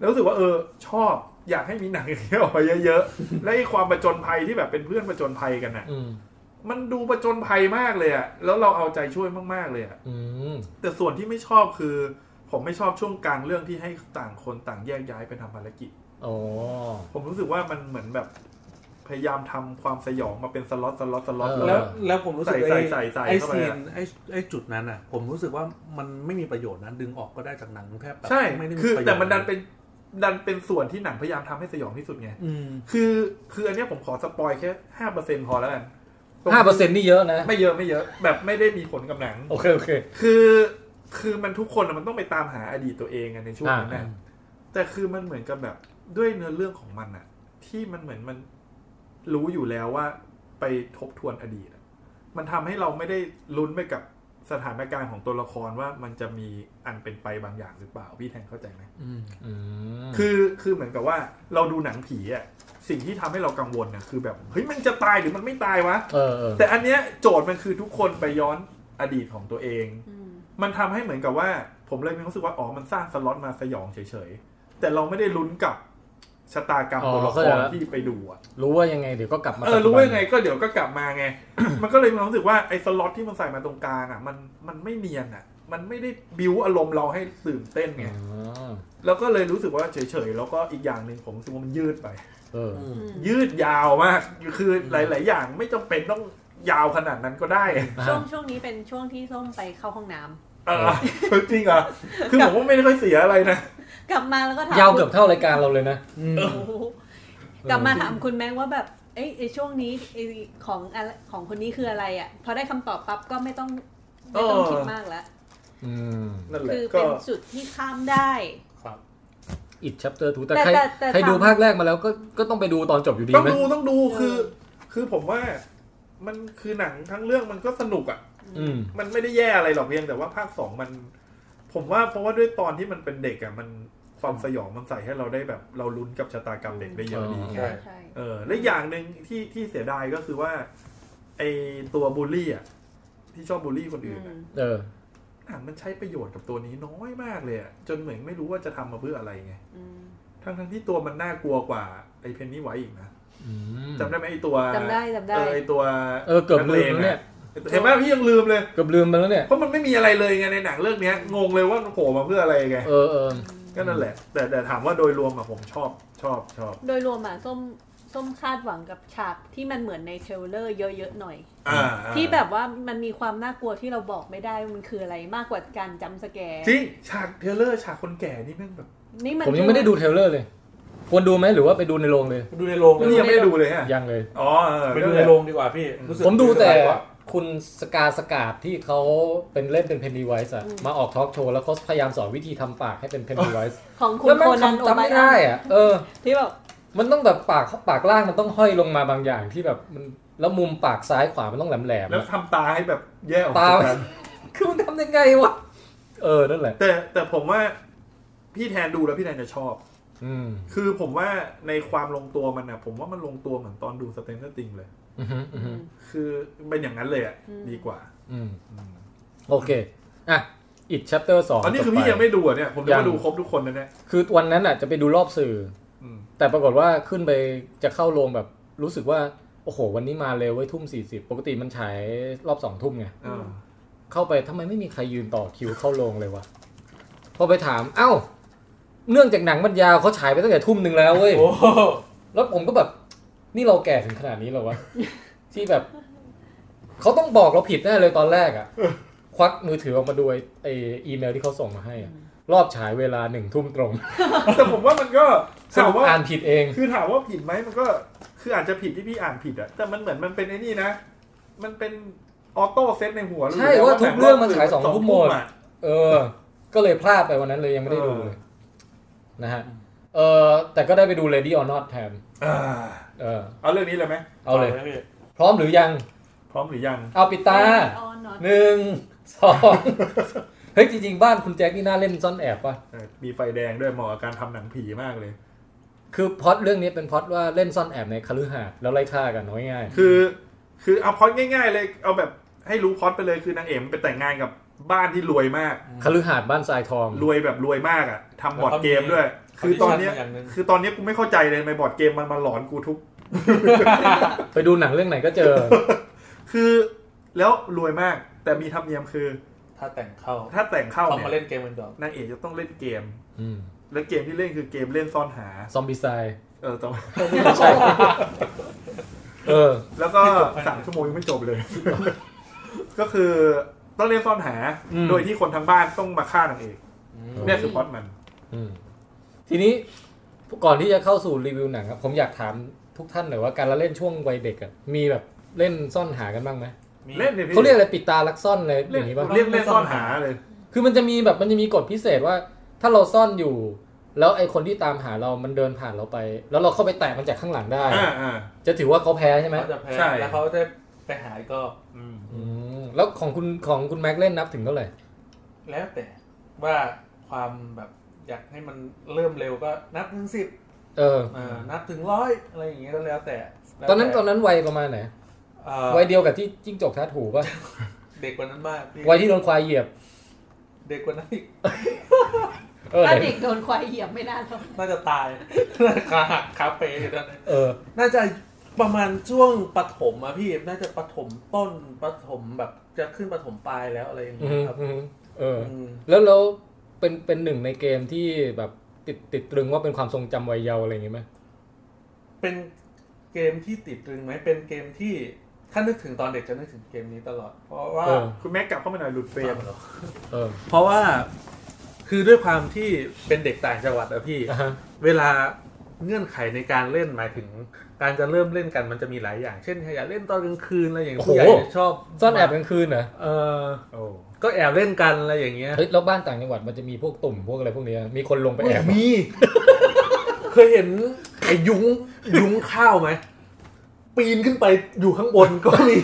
[SPEAKER 3] แล้วรู้สึกว่าเออ ชอบอยากให้มีหนังอย่างเงี้ยออกมาเยอะ ๆ และไอ้ความประจนภัยที่แบบเป็นเพื่อนประจนภัยกันน่ะ
[SPEAKER 2] อืม
[SPEAKER 3] มันดูประจนภัยมากเลยอะแล้วเราเอาใจช่วยมากๆเลยอะ
[SPEAKER 2] อืม
[SPEAKER 3] แต่ส่วนที่ไม่ชอบคือ ผมไม่ชอบช่วงกลางเรื่องที่ให้ต่างคนต่างแยกย้ายไปทำภารกิจ
[SPEAKER 2] อ๋อ
[SPEAKER 3] ผมรู้สึกว่ามันเหมือนแบบพยายามทำความสยองมาเป็นสล็อตสล็อตสล็อต
[SPEAKER 5] แล้
[SPEAKER 3] แล้ว ว
[SPEAKER 5] แล้วผมรู้สึก
[SPEAKER 3] ใส่
[SPEAKER 5] ไอ้
[SPEAKER 3] ใส่ใส่
[SPEAKER 5] ไอ้
[SPEAKER 3] เข้าไป
[SPEAKER 5] ซีน
[SPEAKER 3] อะ
[SPEAKER 5] ไอ้ไอ้จุดนั้นอ่ะ ผมรู้สึกว่ามันไม่มีประโยชน์นะดึงออกก็ได้จากหนังแทบแบบ
[SPEAKER 3] ใช่
[SPEAKER 5] ไม่ได้
[SPEAKER 3] คือ
[SPEAKER 5] ประโยช
[SPEAKER 3] แต่มันดันเป็นดันเป็นส่วนที่หนังพยายามทำให้สยองที่สุดไง
[SPEAKER 5] อืม
[SPEAKER 3] คือคืออันเนี้ยผมขอสปอยแค่ห้าเปอร์เซ็นพอแล้วกัน
[SPEAKER 2] ห้าเปอร์เซ็นต์นี่เยอะนะ
[SPEAKER 3] ไม่เยอะไม่เยอะ แบบไม่ได้มีผลกับหนัง
[SPEAKER 2] โอเคโอเค
[SPEAKER 3] คือคือมันทุกคนอะมันต้องไปตามหาอดีตตัวเองอะในช่วงนั้นนะ
[SPEAKER 5] อ่า
[SPEAKER 3] แต่คือมันเหมือนกับแบบด้วยเนื้อเรื่องของมันอะที่มันเหมือนมันรู้อยู่แล้วว่าไปทบทวนอดีตอะมันทำให้เราไม่ได้ลุ้นไปกับสถานการณ์ของตัวละครว่ามันจะมีอันเป็นไปบางอย่างหรือเปล่าพี่แทนเข้าใจไหม
[SPEAKER 5] อืม
[SPEAKER 2] อืม
[SPEAKER 3] คือคือเหมือนกับว่าเราดูหนังผีอะสิ่งที่ทำให้เรากังวลนะคือแบบเฮ้ยมันจะตายหรือมันไม่ตายวะ
[SPEAKER 2] เออเออ
[SPEAKER 3] แต่อันเนี้ยโจทย์มันคือทุกคนไปย้อนอดีตของตัวเอง
[SPEAKER 4] อืม
[SPEAKER 3] มันทำให้เหมือนกับว่า ผมเลยมีความรู้สึกว่าอ๋อมันสร้างสล็อตมาสยองเฉยๆ แต่เราไม่ได้ลุ้นกับชะตากรรมตัวละครที่ไปดูอะ
[SPEAKER 2] รู้ว่ายังไงเดี๋ยวก็กลับมา
[SPEAKER 3] เออรู้ว่ายังไงก็เดี๋ยวก็กลับมาไง มันก็เลยมีความรู้สึกว่าไอ้สล็อตที่มันใส่มาตรงกลางอ่ะ มันมันไม่เนียนอ่ะ มันไม่ได้บิวอารมณ์เราให้ตื่นเต้นไง
[SPEAKER 2] อ๋อ
[SPEAKER 3] แล้วก็เลยรู้สึกว่าเฉยๆแล้วก็อีกอย่างหนึ่งผมรู้สึกว่ามันยืดไป
[SPEAKER 2] เออ
[SPEAKER 5] อืม
[SPEAKER 4] อืม
[SPEAKER 3] ยืดยาวมากคือหลาย ๆ อย่างไม่จำเป็นต้อง ยาวขนาดนั้นก็ได้
[SPEAKER 4] ช่วงช่วงนี้เป็นช่วงที่ส้มไปเข้าห้องน้ำ
[SPEAKER 3] เออ จริงเหรอคือผมว่าไม่ได้ค่อยเสียอะไรนะ
[SPEAKER 4] กลับมาแล้วก็ถาม
[SPEAKER 2] ยาวเกือบเท่ารายการเราเลยนะ
[SPEAKER 4] โอ้โหกลับมาถามคุณแม็กว่าแบบเอ้ยไอ้ช่วงนี้ไอ้ของอะไรของคนนี้คืออะไรอ่ะพอได้คำตอบปั๊บก็ไม่ต้องไม่ต้อง
[SPEAKER 3] เออ
[SPEAKER 4] คิดมากแล้ว
[SPEAKER 2] อืม
[SPEAKER 3] นั่นแหละ
[SPEAKER 4] คือ
[SPEAKER 3] ก็
[SPEAKER 4] เป็นจุดที่ข้ามได้
[SPEAKER 5] ครับ
[SPEAKER 2] อิดชัปเตอร์ทูแต่
[SPEAKER 4] แต่
[SPEAKER 2] ใคร
[SPEAKER 4] แต่แต่
[SPEAKER 2] ใครดู
[SPEAKER 4] ถาม
[SPEAKER 2] ภาคแรกมาแล้วก็ก็ต้องไปดูตอนจบอยู่ดี
[SPEAKER 3] ต้อง
[SPEAKER 2] ไหม
[SPEAKER 3] ดูต้องดูคือ คือผมว่ามันคือหนังทั้งเรื่องมันก็สนุกอ่ะ
[SPEAKER 2] อืม
[SPEAKER 3] มันไม่ได้แย่อะไรหรอกเพียงแต่ว่าภาคสองมัน ผมว่าเพราะว่าด้วยตอนที่มันเป็นเด็กอ่ะมันความสยองมันใส่ให้เราได้แบบ เราลุ้นกับชะตากรรมเด็กได้เยอะดี
[SPEAKER 2] อืม
[SPEAKER 3] ไง
[SPEAKER 5] ใช่
[SPEAKER 4] ใช่
[SPEAKER 3] เออและอีกอย่างหนึ่งที่ที่เสียดายก็คือว่าไอตัวบูลลี่อ่ะที่ชอบบูลลี่คน
[SPEAKER 4] อื
[SPEAKER 3] อื่นอะ
[SPEAKER 4] ม
[SPEAKER 2] เออ
[SPEAKER 3] หนังมันใช้ประโยชน์กับตัวนี้น้อยมากเลยอะจนเหมือนไม่รู้ว่าจะทำมาเพื่ออะไรไง
[SPEAKER 4] อืม
[SPEAKER 3] ทั้งทั้งที่ตัวมันน่ากลัวกว่าไอเพนนี่ไว้อีกนะ
[SPEAKER 2] อืม
[SPEAKER 3] จำได้ไหมไอตัว
[SPEAKER 4] จำได้จำได้
[SPEAKER 3] เออไอตัว
[SPEAKER 2] เออเกือบลืมแล้วเนี่ย
[SPEAKER 3] นักเลงอะเห็นไหมพี่ยังลืมเลย
[SPEAKER 2] เกือบลืมไปแล้วเนี่ย
[SPEAKER 3] เพราะมันไม่มีอะไรเลยไงในหนังเรื่องเนี้ยงงเลยว่ามันโผล่มาเพื่ออะไรไง
[SPEAKER 2] เออเออ
[SPEAKER 3] ก็นั่นแหละ แต่แต่ถามว่าโดยรวมอะผมชอบชอบชอบ
[SPEAKER 4] โดยรวมอ่ะส้มส้มคาดหวังกับฉากที่มันเหมือนในเทรลเลอร์เยอะๆหน่อย
[SPEAKER 3] อ่า
[SPEAKER 4] ที่แบบว่ามันมีความน่ากลัวที่เราบอกไม่ได้ว่ามันคืออะไรมากกว่าการจำสแกร์
[SPEAKER 3] จริงฉากเทรลเลอร์ฉากคนแก่นี่แม่งแบบ
[SPEAKER 4] นี่มัน
[SPEAKER 2] ผมยังไม่ได้ดูเทรลเลอร์เลย ควรดูไหมหรือว่าไปดูในโรงเลย
[SPEAKER 5] ดูในโรงเล
[SPEAKER 3] นี่
[SPEAKER 5] ย
[SPEAKER 3] ยังไม่ได้ดูเลยฮะ
[SPEAKER 2] ยังเลย
[SPEAKER 3] อ๋อเออ
[SPEAKER 5] ไปดูในโรงดีกว่าพี่รู้สึก
[SPEAKER 2] ผมดูแต่
[SPEAKER 5] สบายกว่า
[SPEAKER 2] คุณสกาสกาดที่เขาเป็นเล่นเป็นเพนนีไวส์อะมาออกทอล์กโชว์แล้วเขาพยายามสอนวิธีทำปากให้เป็นเพนนีไวส์
[SPEAKER 4] ของคุณ
[SPEAKER 2] แล้วแม่
[SPEAKER 4] โค
[SPEAKER 2] ง
[SPEAKER 4] นัน
[SPEAKER 2] ทำ
[SPEAKER 4] โอ
[SPEAKER 2] จำ
[SPEAKER 4] ไบ
[SPEAKER 2] ไม่
[SPEAKER 4] อั
[SPEAKER 2] ได้
[SPEAKER 4] น
[SPEAKER 2] อะเออ
[SPEAKER 4] ที่แบบ
[SPEAKER 2] มันต้องแบบปากปากล่างมันต้องห้อยลงมาบางอย่างที่แบบมันแล้วมุมปากซ้ายขวามันต้องแหลมแหลมๆ
[SPEAKER 3] แล้ว
[SPEAKER 2] อะ
[SPEAKER 3] ทำตาให้แบบแย่ออก
[SPEAKER 2] ตา
[SPEAKER 3] จากกัน
[SPEAKER 2] คือมันทำยังไงวะเออนั่นแหละ
[SPEAKER 3] แต่แต่ผมว่าพี่แทนดูแล้วพี่แทนจะชอบ
[SPEAKER 2] อืม
[SPEAKER 3] คือผมว่าในความลงตัวมันอะผมว่ามันลงตัวเหมือนตอนดูสเตนเซอร์ติงเลย
[SPEAKER 2] อือฮึอือฮึ
[SPEAKER 3] คือเป็นอย่างนั้นเลยอะดีกว่า
[SPEAKER 2] อืม
[SPEAKER 3] อืม
[SPEAKER 2] โอเคอ่ะอีกชัปเตอร์สอง
[SPEAKER 3] อ๋อนี่คือพี่
[SPEAKER 2] ต่ป
[SPEAKER 3] ยังไม่ดูอะเนี่ยผมนึก
[SPEAKER 2] ยั
[SPEAKER 3] ว่าง ดูครบทุกคนนะเนี่ย
[SPEAKER 2] คือวันนั้นอ่ะจะไปดูรอบสื่อ
[SPEAKER 3] อืม
[SPEAKER 2] แต่ปรากฏว่าขึ้นไปจะเข้าโรงแบบรู้สึกว่า โอ้โห วันนี้มาเร็วไว้ยทุ่มสี่สิบปกติมันฉายรอบสองทุ่มไง
[SPEAKER 3] อ่า
[SPEAKER 2] เข้าไปทำไมไม่มีใครยืนต่อคิวเข้าโรงเลยวะพอไปถาม เอ้า เนื่องจากหนังมันยาวเขาฉายไปตั้งแต่ทุ่มหนึ่งแล้วเว้ย
[SPEAKER 5] โอ้โห
[SPEAKER 2] แล้วผมก็แบบ นี่เราแก่ถึงขนาดนี้เหรอวะ ที่แบบ เขาต้องบอกเราผิดแน่เลยตอนแรกอะควักมือถือออกมาดูไอ้ไออีเมลที่เขาส่งมาให้อะรอบฉายเวลาหนึ่งทุ่มตรง
[SPEAKER 3] แต่ผมว่ามันก็
[SPEAKER 2] ส
[SPEAKER 3] ถา
[SPEAKER 2] รุ
[SPEAKER 3] ม
[SPEAKER 2] ป
[SPEAKER 3] ว่า
[SPEAKER 2] อ่านผิดเอง
[SPEAKER 3] คือถามว่าผิดไหมมันก็คืออาจจะผิดที่พี่อ่านผิดอะแต่มันเหมือนมันเป็นไอ้นี่นะ มันเป็นออโต้เซตในหัว
[SPEAKER 2] ใช่
[SPEAKER 3] ลยนะ
[SPEAKER 2] ว่าทุก
[SPEAKER 3] ห
[SPEAKER 2] เรื่องมันฉาย
[SPEAKER 3] บ
[SPEAKER 2] สองทุ่มหมด
[SPEAKER 3] อะ
[SPEAKER 2] เออ ก็เลยพลาดไปวันนั้นเลยยังไม่ได้ดูเลย นะฮะ เออแต่ก็ได้ไปดู Lady or Not แทน
[SPEAKER 3] อ่า
[SPEAKER 2] เออ
[SPEAKER 3] เอาเรื่องนี้เลยไหม
[SPEAKER 2] เอาเลย
[SPEAKER 5] นะพี่
[SPEAKER 2] พร้อมหรือยัง
[SPEAKER 3] พร้อมหรือยัง
[SPEAKER 2] เอาปิดตา
[SPEAKER 4] ออนนอน
[SPEAKER 2] หนึ่งสอง เฮ้ย จริง ๆ บ้านคุณแจ็คนี่น่าเล่นซ่อนแอบป่ะ
[SPEAKER 3] เออมีไฟแดงด้วยเหมาะกับการทำหนังผีมากเลย
[SPEAKER 2] คือพล็อดเรื่องนี้เป็นพล็อดว่าเล่นซ่อนแอบในคฤหาสน์แล้วไล่ฆ่ากันน้อยง่าย
[SPEAKER 3] คือ คือเอาพล็อดง่าย ๆ เลย เอาแบบให้รู้พล็อดไปเลยคือนางเอกมันไปแต่งงานกับบ้านที่รวยมาก
[SPEAKER 2] คฤหาสน์บ้านทรายทอง
[SPEAKER 3] รวยแบบรวยมากอะทำบอร์ดเกมด้วย คือตอนเนี้ยคือตอนเนี้ยกูไม่เข้าใจเลยทำไมบอร์ดเกมมันมาหลอนกูทุก
[SPEAKER 2] ไปดูหนังเรื่องไหนก็เจอ
[SPEAKER 3] คือแล้วรวยมากแต่มีธรรมเนียมคือ
[SPEAKER 5] ถ้าแต่งเข้า
[SPEAKER 3] ถ้าแต่งเข้า
[SPEAKER 5] เขา
[SPEAKER 3] เนี่
[SPEAKER 5] มาเล่
[SPEAKER 3] ย
[SPEAKER 5] นเกมกันก่อน
[SPEAKER 3] นางเอกจะต้องเล่นเกม
[SPEAKER 2] อืม
[SPEAKER 3] และเกมที่เล่นคือเกมเล่นซ่อนหา
[SPEAKER 2] ซอมบี้ไซด์
[SPEAKER 3] เออแต่ว่า
[SPEAKER 2] เออ
[SPEAKER 3] แล้วก็สามชั่วโมงยังไม่จบเลย ก็คือต้องเล่นซ่อนหา
[SPEAKER 2] อืม
[SPEAKER 3] โดยที่คนทางบ้านต้องมาฆ่านางเอกเนี่ยคือพล็อดมัน
[SPEAKER 2] อืมทีนี้ก่อนที่จะเข้าสู่รีวิวหนังครับผมอยากถามทุกท่านหน่อยว่าการละเล่นช่วงวัยเด็กอะมีแบบเล่นซ่อนหากันบ้างไหม
[SPEAKER 5] มี
[SPEAKER 3] เล่นเนี่ยพี่
[SPEAKER 2] เขาเรียกอะไรปิดตาลักซ่อนอะไรอ
[SPEAKER 3] เล่น
[SPEAKER 2] ย่างนี้ป่ะ
[SPEAKER 3] เรียกเล่นซ่อนหาเลย
[SPEAKER 2] คือมันจะมีแบบมันจะมีกฎพิเศษว่า ถ้าเราซ่อนอยู่ แล้วไอคนที่ตามหาเรามันเดินผ่านเราไป แล้วเราเข้าไปแตะมันจากข้างหลังได้
[SPEAKER 3] อ่าอ่า
[SPEAKER 2] จะถือว่าเขาแพ้ใช่ไหม
[SPEAKER 5] เขาจะแพ้
[SPEAKER 3] ใช่
[SPEAKER 5] แล้วเขาจะไปหาอีกก็
[SPEAKER 3] อืม
[SPEAKER 2] อืมแล้วของคุณของคุณแม็กเล่นนับถึงเท่าไหร่
[SPEAKER 5] แล้วแต่ว่าความแบบอยากให้มันเริ่มเร็วก็นับถึงสิบ
[SPEAKER 2] เออ
[SPEAKER 5] เออนับถึงร้อยอะไรอย่างเงี้ยก็แล้วแต่แล้ว
[SPEAKER 2] ตอนนั้น
[SPEAKER 5] แ
[SPEAKER 2] ตอนนั้นวัยประมาณไหน
[SPEAKER 5] เอ่อ
[SPEAKER 2] วัยเดียวกับที่จิ้งจกทัดหูป่ะ
[SPEAKER 5] เด็กกว่านั้นมากพี่
[SPEAKER 2] วัยที่โดนควายเหยียบ
[SPEAKER 5] เด็กกว่านั้นอีก
[SPEAKER 2] เออไห
[SPEAKER 4] ถ้า
[SPEAKER 2] น
[SPEAKER 4] เด็กโดนควายเหยียบไม่น่าหรอก
[SPEAKER 5] น่าจะตาย น่าจะขาหักขาเปอยู่ตอนนั้น
[SPEAKER 2] เออ
[SPEAKER 5] น่าจะประมาณช่วงปฐมอะพี่ น่าจะปฐมต้นปฐมแบบจะขึ้นปฐมปลายแล้วอะไรอย่าง
[SPEAKER 2] อื
[SPEAKER 5] เงี้ย
[SPEAKER 2] ม
[SPEAKER 5] ครับ
[SPEAKER 2] อืมเออ
[SPEAKER 5] อืม
[SPEAKER 2] แล้วแล้วเป็นเป็นหนึ่งในเกมที่แบบติดติดตรึงว่าเป็นความทรงจำวัยเยาว์อะไรอย่างงี้ไหม
[SPEAKER 5] เป็นเกมที่ติดตรึงไหมเป็นเกมที่ ถ้านึกถึงตอนเด็กจะนึกถึงเกมนี้ตลอด เพราะว่า
[SPEAKER 2] เออ
[SPEAKER 3] คุณแม็กกลับเข้ามาหน่อยหลุดเฟรม
[SPEAKER 2] เออ
[SPEAKER 5] เพราะว่าคือด้วยความที่เป็นเด็กต่างจังหวัดอะพี่
[SPEAKER 2] อ่ะฮะ
[SPEAKER 5] เวลาเงื่อนไขในการเล่นหมายถึง การจะเริ่มเล่นกันมันจะมีหลายอย่าง เช่นอยากเล่นตอนกลางคืนอะไรอย่าง
[SPEAKER 2] โอ้โห
[SPEAKER 5] ผู้ใหญ่ชอบ
[SPEAKER 2] ซ่อนแอบกลางคืนเหรอ
[SPEAKER 5] เออ
[SPEAKER 3] โอ้
[SPEAKER 5] ก็แอบเล่นกันอะไรอย่างเงี้ย
[SPEAKER 2] เฮ้ยแล้วบ้านต่างจังหวัดมันจะมีพวกตุ่มพวกอะไรพวกเนี้ยมีคนลงไปแอบ
[SPEAKER 5] มี เคยเห็นไอ้ยุ้งยุ้งข้าวไหมปีนขึ้นไปอยู่ข้างบนก็มี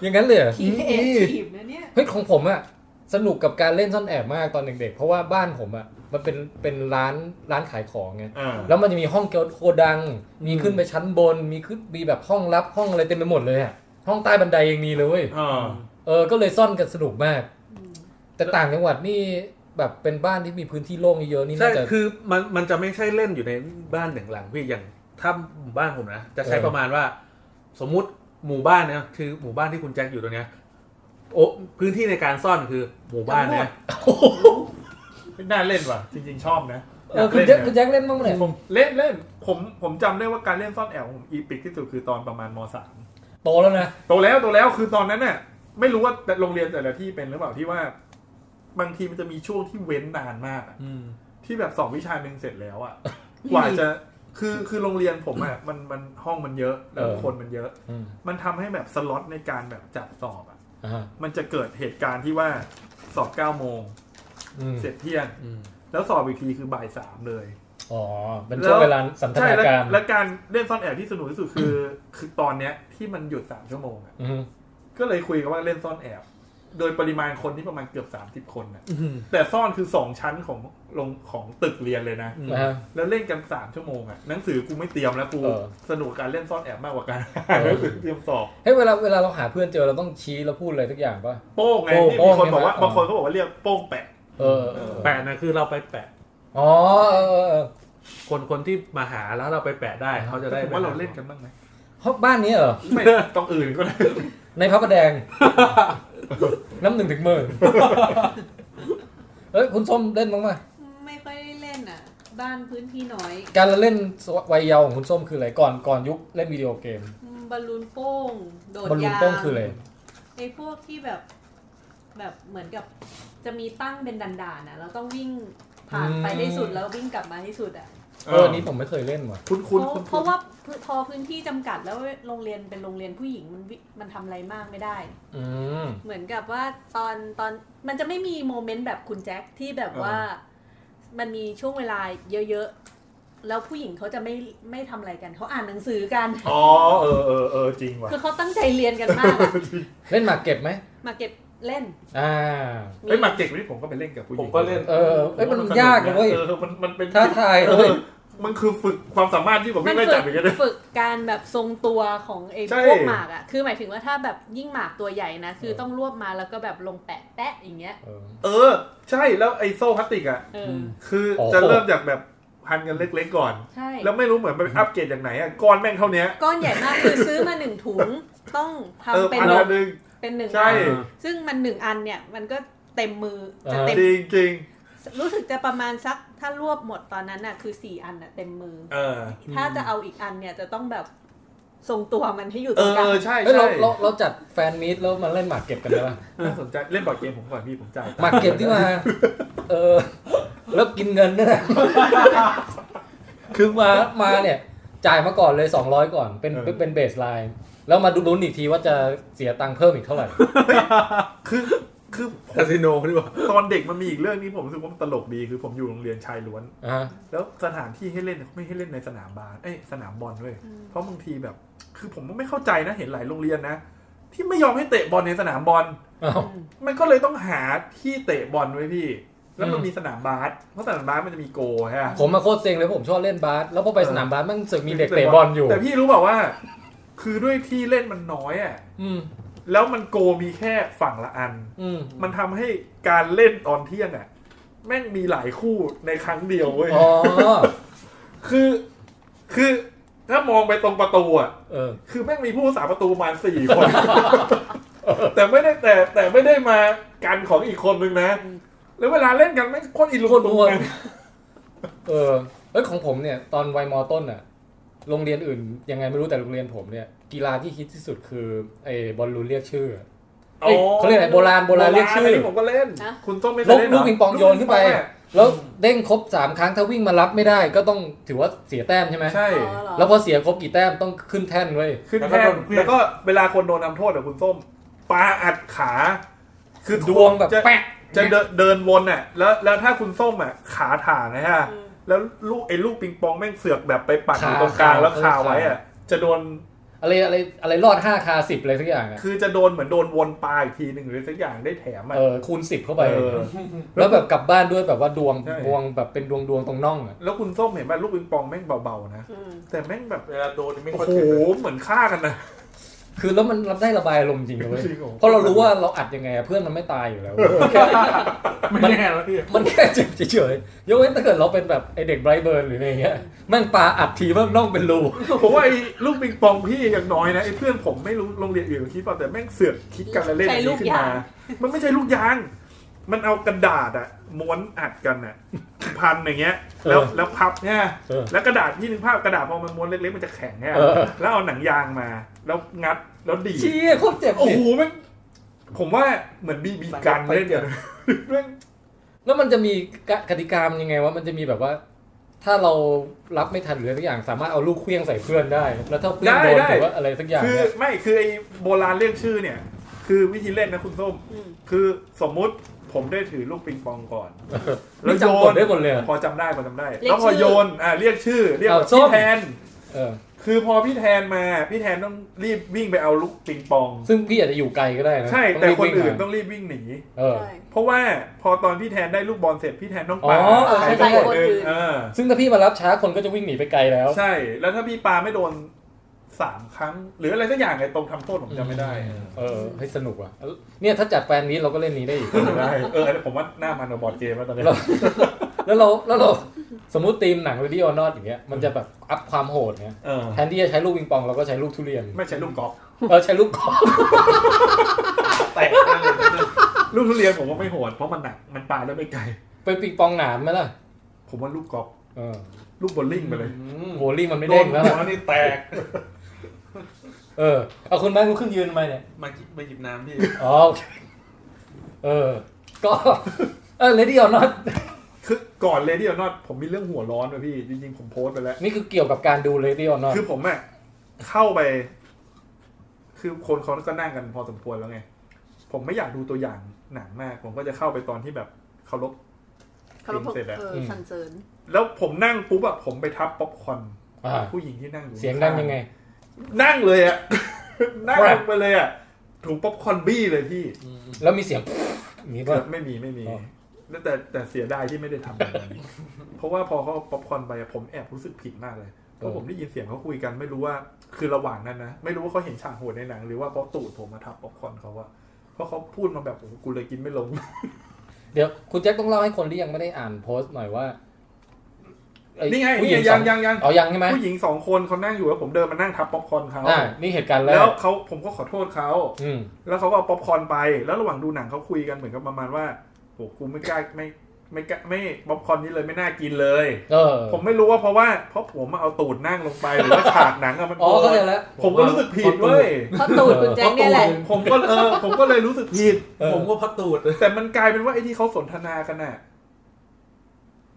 [SPEAKER 2] อย่างนั้นเลยเหรอ
[SPEAKER 4] คีเอทีฟนะเนี่ย
[SPEAKER 2] เฮ้ยของผมอะสนุกกับการเล่นซ่อนแอบมากตอนเด็กๆ เพราะว่าบ้านผมอะมันเป็นเป็นร้านร้านขายของไง
[SPEAKER 3] อ่า
[SPEAKER 2] แล้วมันจะมีห้องเกียวโกดัง มีขึ้นไปชั้นบน มีขึ้นมีแบบห้องลับห้องอะไรเต็มไปหมดเลยอะห้องใต้บันไดยังมีเลยเว้ย
[SPEAKER 3] อ่า
[SPEAKER 2] เออก็เลยซ่อนกันสนุกมาก
[SPEAKER 4] อืม
[SPEAKER 2] แต่ต่างจังหวัดนี่แบบเป็นบ้านที่มีพื้นที่โล่งเยอะๆนี่
[SPEAKER 5] ใช่
[SPEAKER 2] น่าจะ
[SPEAKER 5] คือมันมันจะไม่ใช่เล่นอยู่ในบ้านหนึ่งหลังพี่อย่างถ้าหมู่บ้านผมนะจะใช้
[SPEAKER 2] เออ
[SPEAKER 5] ประมาณว่า สมมุติหมู่บ้านเนี่ยคือหมู่บ้านที่คุณแจ็คอยู่ตรงเนี้ยโอ้พื้นที่ในการซ่อนคือหมู่บ้านเนี่ย
[SPEAKER 3] ไม่น่าเล่นว่ะ จริง ๆ ชอบนะ
[SPEAKER 2] เออคุณแจ็ค
[SPEAKER 3] ยาก
[SPEAKER 2] คุ
[SPEAKER 3] เล่
[SPEAKER 2] ณ
[SPEAKER 3] นนะ
[SPEAKER 2] แจ็คเล่นบ้างไหมเนี่ย
[SPEAKER 3] เล่นเล่นผมผมจำได้ว่าการเล่นซ่อนแอบของผมอีปิกที่สุดคือตอนประมาณมสาม
[SPEAKER 2] โตแล้วนะ
[SPEAKER 3] โตแล้วโตแล้วคือตอนนั้นน่ะ ไม่รู้ว่าแต่โรงเรียนแต่ละที่เป็นหรือเปล่าที่ว่า บางทีมันจะมีช่วงที่เว้นนานมากอะ
[SPEAKER 5] อืม
[SPEAKER 3] ที่แบบสอบวิชาหนึ่งเสร็จแล้ว อ่ะ กว่าจะคือคือโรงเรียนผมอ่ะมันมันห้องมันเยอะแล้ว
[SPEAKER 2] เออ
[SPEAKER 3] คนมันเยอะ
[SPEAKER 2] อืม
[SPEAKER 3] มันทำให้แบบสล็อตในการแบบจัดสอบอ่ะ
[SPEAKER 2] อ่าฮะ
[SPEAKER 3] มันจะเกิดเหตุการณ์ที่ว่าสอบเก้าโมง
[SPEAKER 2] อืม
[SPEAKER 3] เสร็จเที่ยง
[SPEAKER 5] อืม
[SPEAKER 3] แล้วสอบอีกทีคือบ่ายสามเลย
[SPEAKER 2] อ๋อเป็นช่วงเวลาสันท
[SPEAKER 3] ใช่
[SPEAKER 2] นา
[SPEAKER 3] แล้ว
[SPEAKER 2] การ
[SPEAKER 3] แล้วการเล่นซ่อนแอบที่สนุกที่สุดคือ คือตอนเนี้ยที่มันหยุดสามชั่วโมงอะ
[SPEAKER 2] อืม
[SPEAKER 3] ก็เลยคุยกันว่าเล่นซ่อนแอบ โดยปริมาณคนที่ประมาณเกือบ 30 คนนะ
[SPEAKER 5] อืม
[SPEAKER 3] แต่ซ่อนคือ 2 ชั้นของลงของตึกเรียนเลยนะ
[SPEAKER 5] อืม
[SPEAKER 2] นะฮะ
[SPEAKER 3] แล้วเล่นกัน 3 ชั่วโมงอะหนังสือกูไม่เตรียมแล้วกู
[SPEAKER 2] เออ
[SPEAKER 3] สนุกการเล่นซ่อนแอบมากกว่าการ
[SPEAKER 2] เออ
[SPEAKER 3] หนังสือเตรียมสอบ
[SPEAKER 2] เฮ้ยเวลาเวลาเราหาเพื่อนเจอเราต้องชี้แล้วพูดอะไรสักอย่างป่ะ
[SPEAKER 3] โป้งไง
[SPEAKER 2] โป้ง
[SPEAKER 3] ที่มีคน
[SPEAKER 2] โป้ง
[SPEAKER 3] บอกว่า
[SPEAKER 2] ใช่ไหม
[SPEAKER 3] บางคนก็บอกว่าเรียกโป้งแปะ
[SPEAKER 2] เออเออ
[SPEAKER 5] แปะนะคือเราไปแปะ
[SPEAKER 2] อ๋อเออเออเออ
[SPEAKER 5] คนคนที่มาหาแล้วเราไปแปะได้เขาจะได้
[SPEAKER 3] ผมว่าเราเล่นกันบ้างไหม
[SPEAKER 2] เพราะบ้านนี้เหรอ
[SPEAKER 3] ไม่ ต้องอื่นก็ได้
[SPEAKER 2] ในพระประแดง น้ำหนึ่งถึงหมื่นเอ้ย คุณส้มเล่นบ้างไหม
[SPEAKER 4] ไม่ค่อยได้เล่นอ่ะ บ้านพื้นที่น้อย
[SPEAKER 2] การละเล่นวัยเยาว์ของคุณส้มคืออะไรก่อนก่อนยุคเล่นวิดีโอเกม
[SPEAKER 4] อืมบอลลูนโป้ง โดด
[SPEAKER 2] บอลลูน
[SPEAKER 4] ยาง
[SPEAKER 2] โป้งคืออะไร
[SPEAKER 4] ไอ้พวกที่แบบแบบเหมือนกับจะมีตั้งเป็นด่านๆอ่ะ เราต้องวิ่งผ่านไปให้สุดแล้ววิ่งกลับมาให้สุดอ่ะ
[SPEAKER 2] เอออนนี้ผมไม่เคยเล่นว่ะ
[SPEAKER 3] คุ้น
[SPEAKER 4] เพ
[SPEAKER 3] คุ้น
[SPEAKER 4] ราะ
[SPEAKER 3] คุ้น
[SPEAKER 4] เพราะว่าพื้นพอพื้นที่จำกัดแล้วโรงเรียนเป็นโรงเรียนผู้หญิงมันวิมันทำอะไรมากไม่ได้
[SPEAKER 2] อืม
[SPEAKER 4] เหมือนกับว่าตอนตอนมันจะไม่มีโมเมนต์แบบคุณแจ็คที่แบบว่ามันมีช่วงเวลาเยอะๆ แล้วผู้หญิงเขาจะไม่ไม่ทำอะไรกัน เขาอ่านหนังสือกัน
[SPEAKER 3] อ๋อเออเออเออจริงว่ะ
[SPEAKER 4] คือเขาตั้งใจเรียนกันมากอะ
[SPEAKER 2] เล่นหมากเก็บไหม
[SPEAKER 4] มาเก็บเล่น
[SPEAKER 2] อ่า
[SPEAKER 4] มี
[SPEAKER 3] เฮ้ยหมากเก็บนี่ผมก็ไปเล่นกับผู้หญิง
[SPEAKER 5] ผมก็เล่น
[SPEAKER 2] เออเอ้ย มันยากนะเลย
[SPEAKER 3] ออมันมันเป็น
[SPEAKER 2] ท้าทาย
[SPEAKER 3] เอ
[SPEAKER 2] เลย
[SPEAKER 3] อมันคือฝึกความสามารถที่ผม
[SPEAKER 4] มั
[SPEAKER 3] ไม่
[SPEAKER 4] น
[SPEAKER 3] ได้
[SPEAKER 4] ฝึ
[SPEAKER 3] จับ
[SPEAKER 4] ก
[SPEAKER 3] อย่างเงี้ยนะ
[SPEAKER 4] ฝึกการแบบทรงตัวของไอ้
[SPEAKER 3] ใช่
[SPEAKER 4] พวกหมากอ่ะ คือหมายถึงว่าถ้าแบบยิ่งหมากตัวใหญ่นะ คือต้องรวบมาแล้วก็แบบลงแปะแปะอย่างเงี้ย
[SPEAKER 2] เออ
[SPEAKER 3] เออ ใช่แล้วไอ้โซ่พลาสติกอ่ะ
[SPEAKER 4] เอออ
[SPEAKER 5] ม
[SPEAKER 3] คือ
[SPEAKER 2] โอ้โห
[SPEAKER 3] จะเริ่มจากแบบพันกันเล็กๆก่อน
[SPEAKER 4] ใช่
[SPEAKER 3] แล้วไม่รู้เหมือนไปอัปเกรดจากไหนอ่ะก้อนแม่งเท่าเนี้ย
[SPEAKER 4] ก้อนใหญ่มากคือซื้อมาหนึ่งถุงต้องทำ
[SPEAKER 3] เออ
[SPEAKER 4] เป็น
[SPEAKER 3] พัน
[SPEAKER 4] แบบ
[SPEAKER 3] ละหนึ่ง
[SPEAKER 4] เป็นหนึ่ง
[SPEAKER 3] ใช่
[SPEAKER 4] อันซึ่งมันหนึ่งอันเนี่ย มันก็เต็มมือจะเต็ม
[SPEAKER 3] จริงจริง
[SPEAKER 4] รู้สึกจะประมาณสักถ้ารวบหมดตอนนั้นน่ะคือสี่อันน่ะเต็มมือ
[SPEAKER 3] ๆเออ
[SPEAKER 4] ถ้าจะเอาอีกอันเนี่ยจะต้องแบบทรงตัวมันให้อยู่ต
[SPEAKER 3] เอ
[SPEAKER 4] รง
[SPEAKER 3] อก
[SPEAKER 4] ลา
[SPEAKER 3] เอง อใช่
[SPEAKER 2] เอ้ย
[SPEAKER 3] ใช่
[SPEAKER 2] เราเราเราจัดแฟนมีตแล้วมาเล่นหมากเก็บกันได้ปะ
[SPEAKER 3] น่าสนใจเล่นบอร์ดเกมผมก่อนพี่ผมจ่าย
[SPEAKER 2] หมากเก็บที่มา เออ แล้วกินเงินด้วยนะ คือมา มาเนี่ย จ่ายมาก่อนเลย 200 ก่อน เป็น เป็นเบสไลน์ แล้วมาดูลุ้นอีกทีว่าจะเสียตังค์เพิ่มอีกเท่าไหร่
[SPEAKER 3] คือคือ
[SPEAKER 5] คาสิโนดีกว่า
[SPEAKER 3] ตอนเด็กมันมีอีกเรื่องนี้ผมรู้สึกว่ามันตลกดีคือผมอยู่โรงเรียนชายล้วน
[SPEAKER 2] อ่า
[SPEAKER 3] แล้วสถานที่ให้เล่นเนี่ยไม่ให้เล่นในสนามบาสเอ้ยสนามบอลด้วย เพราะบางทีแบบ คือผมก็ไม่เข้าใจนะเห็นหลายโรงเรียนนะ ที่ไม่ยอมให้เตะบอลในสนามบอล
[SPEAKER 4] อืม
[SPEAKER 3] มันก็เลยต้องหาที่เตะบอลไว้พี่ แล้วมัน
[SPEAKER 2] อืม
[SPEAKER 3] มีสนามบาส เพราะสนามบาสมันจะมีโกลใช่ไหม
[SPEAKER 2] ผมมาโคตรเซ็งเลยผมชอบเล่นบาส แล้วพอไปสนามบาสมันสึกมีเด็กเตะบอลอยู่
[SPEAKER 3] แต่พี่รู้เปล่าว่า คือด้วยที่เล่นมันน้อยอ่ะ
[SPEAKER 2] อืม
[SPEAKER 3] แล้วมันโกลมีแค่ฝั่งละอัน
[SPEAKER 2] อืม
[SPEAKER 3] มันทำให้การเล่นตอนเที่ยงอ่ะ แม่งมีหลายคู่ในครั้งเดียวเว้ย
[SPEAKER 2] อ๋อ
[SPEAKER 3] คือ คือ ถ้ามองไปตรงประตูอ่ะ
[SPEAKER 2] เออ
[SPEAKER 3] คือแม่งมีผู้รักษาประตูประมาณสี่คน แต่ไม่ได้แต่แต่ไม่ได้มาการของอีกคนนึงนะ แล้วเวลาเล่นกันแม่งโคตรอินลุงตุง
[SPEAKER 2] โคตรมั่ว
[SPEAKER 3] กัน
[SPEAKER 2] เออเอ้ยของผมเนี่ย ตอนวัยมอต้นอ่ะ โรงเรียนอื่น ยังไงไม่รู้แต่โรงเรียนผมเนี่ย กีฬาที่ฮิตที่สุดคือไอ้บอลลูนเรียกชื่ออะเอ้ยเขาเรียกอะไรโบราณโบราณเรียกชื่อ
[SPEAKER 3] นนี้ผมก็เล่น
[SPEAKER 4] นะ
[SPEAKER 3] คุณต้องไม่เค
[SPEAKER 2] ลู
[SPEAKER 3] ย
[SPEAKER 2] ก
[SPEAKER 3] เล่นเหร
[SPEAKER 2] ลูกปิงปองโยนขึ้นไป
[SPEAKER 3] ลูกปิงปองอะ
[SPEAKER 2] แล้วเด้งครบสามครั้งถ้าวิ่งมารับไม่ได้ก็ต้องถือว่าเสียแต้มใช่ไหม
[SPEAKER 3] ใช่
[SPEAKER 4] อ๋อเหรอ
[SPEAKER 2] แล้วพอเสียครบกี่แต้มต้องขึ้นแท่นเว้ย
[SPEAKER 3] ขึ้นแท่
[SPEAKER 5] แล้วก็โด
[SPEAKER 3] น
[SPEAKER 5] นเครื่อง
[SPEAKER 3] แล้วก็เวลาคนโดนทำโทษอะคุณส้มปาอัดขา คือ
[SPEAKER 2] ดวงแบบ
[SPEAKER 3] จะ
[SPEAKER 2] แปะ
[SPEAKER 3] จะเดินเดินวนอ่ะ แล้วแล้วถ้าคุณส้มอ่ะขาถ่านนะฮะ
[SPEAKER 4] อืม
[SPEAKER 3] แล้วลูกไอ้ลูกปิงปองแม่งเสือกแบบไปปัดอยู่ตรงกลางแล้วคาไว้อ่ะ จะโดน
[SPEAKER 2] อะไรอะไรอะไรรอดห้าคาสิบอะไรสักอย่างอะ
[SPEAKER 3] คือจะโดนเหมือนโดนวนปลาอีกทีหนึ่งหรือสักอย่างได้แถมอ่ะ
[SPEAKER 2] เออคูณสิบเข้าไป
[SPEAKER 3] เออ
[SPEAKER 2] แล้วแบบกลับบ้านด้วยแบบว่าดวง
[SPEAKER 3] ใช่
[SPEAKER 2] ดวงแบบเป็นดวงดวงๆตรงน่องอะ
[SPEAKER 3] แล้วคุณส้มเห็นป่ะลูกปิงปองแม่งเบาๆนะ
[SPEAKER 4] อืม
[SPEAKER 3] แต่แม่งแบบ
[SPEAKER 5] เวลาโดนนี่ไม่
[SPEAKER 3] โอ้
[SPEAKER 5] ค่อย
[SPEAKER 3] โห
[SPEAKER 5] เจ็บเลย
[SPEAKER 3] เหมือนฆ่ากันนะ
[SPEAKER 2] คือแล้วมันรับได้ระบายอารมณ์จริงนะเลย
[SPEAKER 3] จริงเหรอ
[SPEAKER 2] เพราะเรารู้ว่าเราอัดยังไงอะเพื่อนมันไม่ตาย อยู่แล้ว
[SPEAKER 5] ไม่แน่แล้วพี่
[SPEAKER 2] มันแค่เจ็บเฉยๆยกเว้นถ้าเกิดเราเป็นแบบไอเด็กไบรท์เบิร์นหรืออะไรเงี้ยแม่งปาอัดทีว่าน่องเป็นรู
[SPEAKER 3] ผมว่าไอ้ลูกปิงปองพี่ยังน้อยนะไอ้เพื่อนผมไม่รู้โรงเรียนอื่นเขาคิดเปล่าแต่แม่งเสือกคิดกันแล้วเล่นอันนี้ขึ้นมา มันไม่ใช่ลูกยาง มันเอากระดาษอะม้วนอัดกันอะพันอย่างเงี้ย แล้ว
[SPEAKER 2] เออ
[SPEAKER 3] แล้วพับเนี่ย
[SPEAKER 2] เออ
[SPEAKER 3] แล้วกระดาษที่นึงภาพกระดาษพอมันม้วนเล็กๆมันจะแข็งเนี่ย
[SPEAKER 2] เออ
[SPEAKER 3] แล้วเอาหนังยางมา แล้วงัดแล้วดีด
[SPEAKER 2] เชี่ยโคตรเจ็บ
[SPEAKER 3] โอ้
[SPEAKER 2] สิ
[SPEAKER 3] โหแม่งผมว่าเหมือนบีบีกันเล่นกันแม่ง
[SPEAKER 2] แล้วมันจะมีกะกติกามันยังไงวะมันจะมีแบบว่า ถ้าเรารับไม่ทันหรืออะไรสักอย่างสามารถเอาลูกเคลี้ยงใส่เพื่อนได้ แล้วถ้าเพื่อนโดนหรือว่าอะไรสักอย่าง
[SPEAKER 3] คือ
[SPEAKER 2] เนี่ย
[SPEAKER 3] ไม่คือไอ้โบราณเรียกชื่อเนี่ย คือวิธีเล่นนะคุณส้ม
[SPEAKER 4] อืม
[SPEAKER 3] คือสมมุติผมได้ถือลูกปิงปองก่อน
[SPEAKER 2] แล้วจำกดได้หมดเลยเหรอ
[SPEAKER 3] พอจำได้พอจำได้ แล้วพอโยนอ่าเรียกชื่อ เรียก
[SPEAKER 2] อ้าวส้
[SPEAKER 3] พี่
[SPEAKER 2] ม
[SPEAKER 3] แทน
[SPEAKER 2] เออ
[SPEAKER 3] คือพอพี่แทนมาพี่แทนต้องรีบวิ่งไปเอาลูกปิงปอง
[SPEAKER 2] ซึ่งพี่อาจจะอยู่ไกลก็ได้นะ
[SPEAKER 3] ใช่ แต่คน
[SPEAKER 2] งรีบวิ่ง
[SPEAKER 3] อื่น
[SPEAKER 2] หา
[SPEAKER 3] ต้องรีบวิ่งหนี
[SPEAKER 2] เออ
[SPEAKER 4] ใช่
[SPEAKER 3] เพราะว่าพอตอนพี่แทนได้ลูกบอลเสร็จพี่แทนต้องปา
[SPEAKER 2] อ๋อเออ
[SPEAKER 3] ใครต้อง
[SPEAKER 4] ใช่
[SPEAKER 3] กด
[SPEAKER 4] คน
[SPEAKER 3] เดิ
[SPEAKER 4] อื่
[SPEAKER 3] น
[SPEAKER 4] น
[SPEAKER 3] เออ
[SPEAKER 2] ซึ่งถ้าพี่มารับช้าคนก็จะวิ่งหนีไปไกลแล้ว
[SPEAKER 3] ใช่ แล้วถ้าพี่ปาไม่โดนสามครั้ง หรืออะไรสักอย่างไงตรงทำโทษผมจำไม่ได้
[SPEAKER 2] เออให้ยสนุกว่ะเนี่ยถ้าจัดแฟนนี้เราก็เล่นนี้ได้อีก
[SPEAKER 3] จำได้เออผมว่าหน้ามันกับบอร์ดเกมมาตอนนี้
[SPEAKER 2] เรา แล้วเราแล้วเราสมมติทีมหนังเรดี้ออนอตอย่างเงี้ยมันจะแบบอัพความโหดเนี่ย
[SPEAKER 3] เออ
[SPEAKER 2] แทนที่จะใช้ลูกปิงปองเราก็ใช้ลูกทุเรี ยน
[SPEAKER 3] ไม่ใช่ลูกกอล์ฟ
[SPEAKER 2] เราใช้ลูกกอล์ฟ
[SPEAKER 5] แตกมากเลย
[SPEAKER 3] ลูกทุเรียนผมว่าไม่โหดเพราะมันหนักมันปาได้ไม่ไกล
[SPEAKER 2] เป็นปิงปองหนามไหมล่ะ
[SPEAKER 3] ผมว่าลูกกอล์ฟ
[SPEAKER 2] เออ
[SPEAKER 3] ลูกโบอลลิ่งไปเลย
[SPEAKER 2] โบลิ่งมันไม่เด้งแล้วล่ะ
[SPEAKER 5] หันี่แตก
[SPEAKER 2] เออ เอาคุณแม่งลุกขึ้นยืนทำไมาเนี่ย
[SPEAKER 5] มาหยิบมาหยิบน้ำพี่
[SPEAKER 2] อ๋อโอเคเออ ก็ เออเลดี้ออนอต
[SPEAKER 3] คือก่อนเลยที่อนอตผมมีเรื่องหัวร้อนเลยพี่ จริงๆ ผมโพสต์ไปแล้ว
[SPEAKER 2] นี่คือเกี่ยวกับการดูเลดี้ออนอต
[SPEAKER 3] คือผมอะเข้าไป คือคนเขาก็นั่งกันพอสมควรแล้วไง ผมไม่อยากดูตัวอย่างหนังมาก ผมก็จะเข้าไปตอนที่แบบเคารพ
[SPEAKER 4] เขาพบ
[SPEAKER 3] เสร็จแล้ว
[SPEAKER 4] เออสันเสริญ
[SPEAKER 3] แล้วผมนั่งปุ๊บอะผมไปทับป๊อปคอร์น
[SPEAKER 2] อ่า
[SPEAKER 3] ผู้หญิงที่นั่งอยู่
[SPEAKER 2] เสียงดังยังไง
[SPEAKER 3] นั่งเลยอะ นั่ง
[SPEAKER 2] ครับ
[SPEAKER 3] ลงไปเลยอะถุงป๊อปคอร์นบี้เลยพี่
[SPEAKER 2] แล้วมีเสียง นี้ป่ะ
[SPEAKER 3] ไม่มีไม่มี
[SPEAKER 2] อ๋อ
[SPEAKER 3] แล้วแต่แต่เสียดายที่ไม่ได้ทำแบบ นั้นเพราะว่าพอเขาเอาป๊อปคอร์นไปอะผมแอบรู้สึกผิดมากเลย เพราะผมได้ยินเสียงเขาคุยกันไม่รู้ว่าคือระหว่างนั้นนะ ไม่รู้ว่าเขาเห็นฉากโหดในหนัง หรือว่าเพราะตูดผมมาทับป๊อปคอร์นเขาว่าเพราะเขาพูดมาแบบโอ้โหกูเลยกินไม่ลง
[SPEAKER 2] เดี๋ยว คุณแจ็คต้องเล่าให้คนที่ยังไม่ได้อ่านโพสต์หน่อยว่า
[SPEAKER 3] นี่ไง
[SPEAKER 2] ผู้
[SPEAKER 3] นี่
[SPEAKER 2] หญิง
[SPEAKER 3] ไงยัง
[SPEAKER 2] สอ
[SPEAKER 3] ยังยัง
[SPEAKER 2] อ๋อยังใช่ไหม
[SPEAKER 3] ผู้หญิงสองคนเขานั่งอยู่แล้วผมเดินมานั่งทับป๊อปคอร์นเขา
[SPEAKER 2] อ่า นี่เหตุการณ์แรก
[SPEAKER 3] แล้วเขาผมก็ขอโทษเขา
[SPEAKER 2] อืม
[SPEAKER 3] แล้วเขาก็เอาป๊อปคอร์นไป แล้วระหว่างดูหนังเขาคุยกันเหมือนกับประมาณว่าโอ้โหกูไม่กล้าไม่ไม่กล้าไม่ป๊อปคอร์นนี่เลยไม่น่ากินเลย
[SPEAKER 2] เออ
[SPEAKER 3] ผมไม่รู้ว่าเพราะว่าเพราะผมมาเอาตูดนั่งลงไปหรือว่าฉากหนังอะมัน
[SPEAKER 2] อ๋อเข้าใจแล้ว
[SPEAKER 3] ผมก็รู้สึกผิดเว้ย
[SPEAKER 4] เขาตูดคุณแจ๊คเนี่ยแหละ
[SPEAKER 3] ผมก็เอ อผมก็เลยรู้สึกผิด
[SPEAKER 2] เออ
[SPEAKER 5] ผมก็พัดตูดเลย
[SPEAKER 3] แต่มันกลายเป็นว่าไอ้ที่เขาสนทนากันน่ะ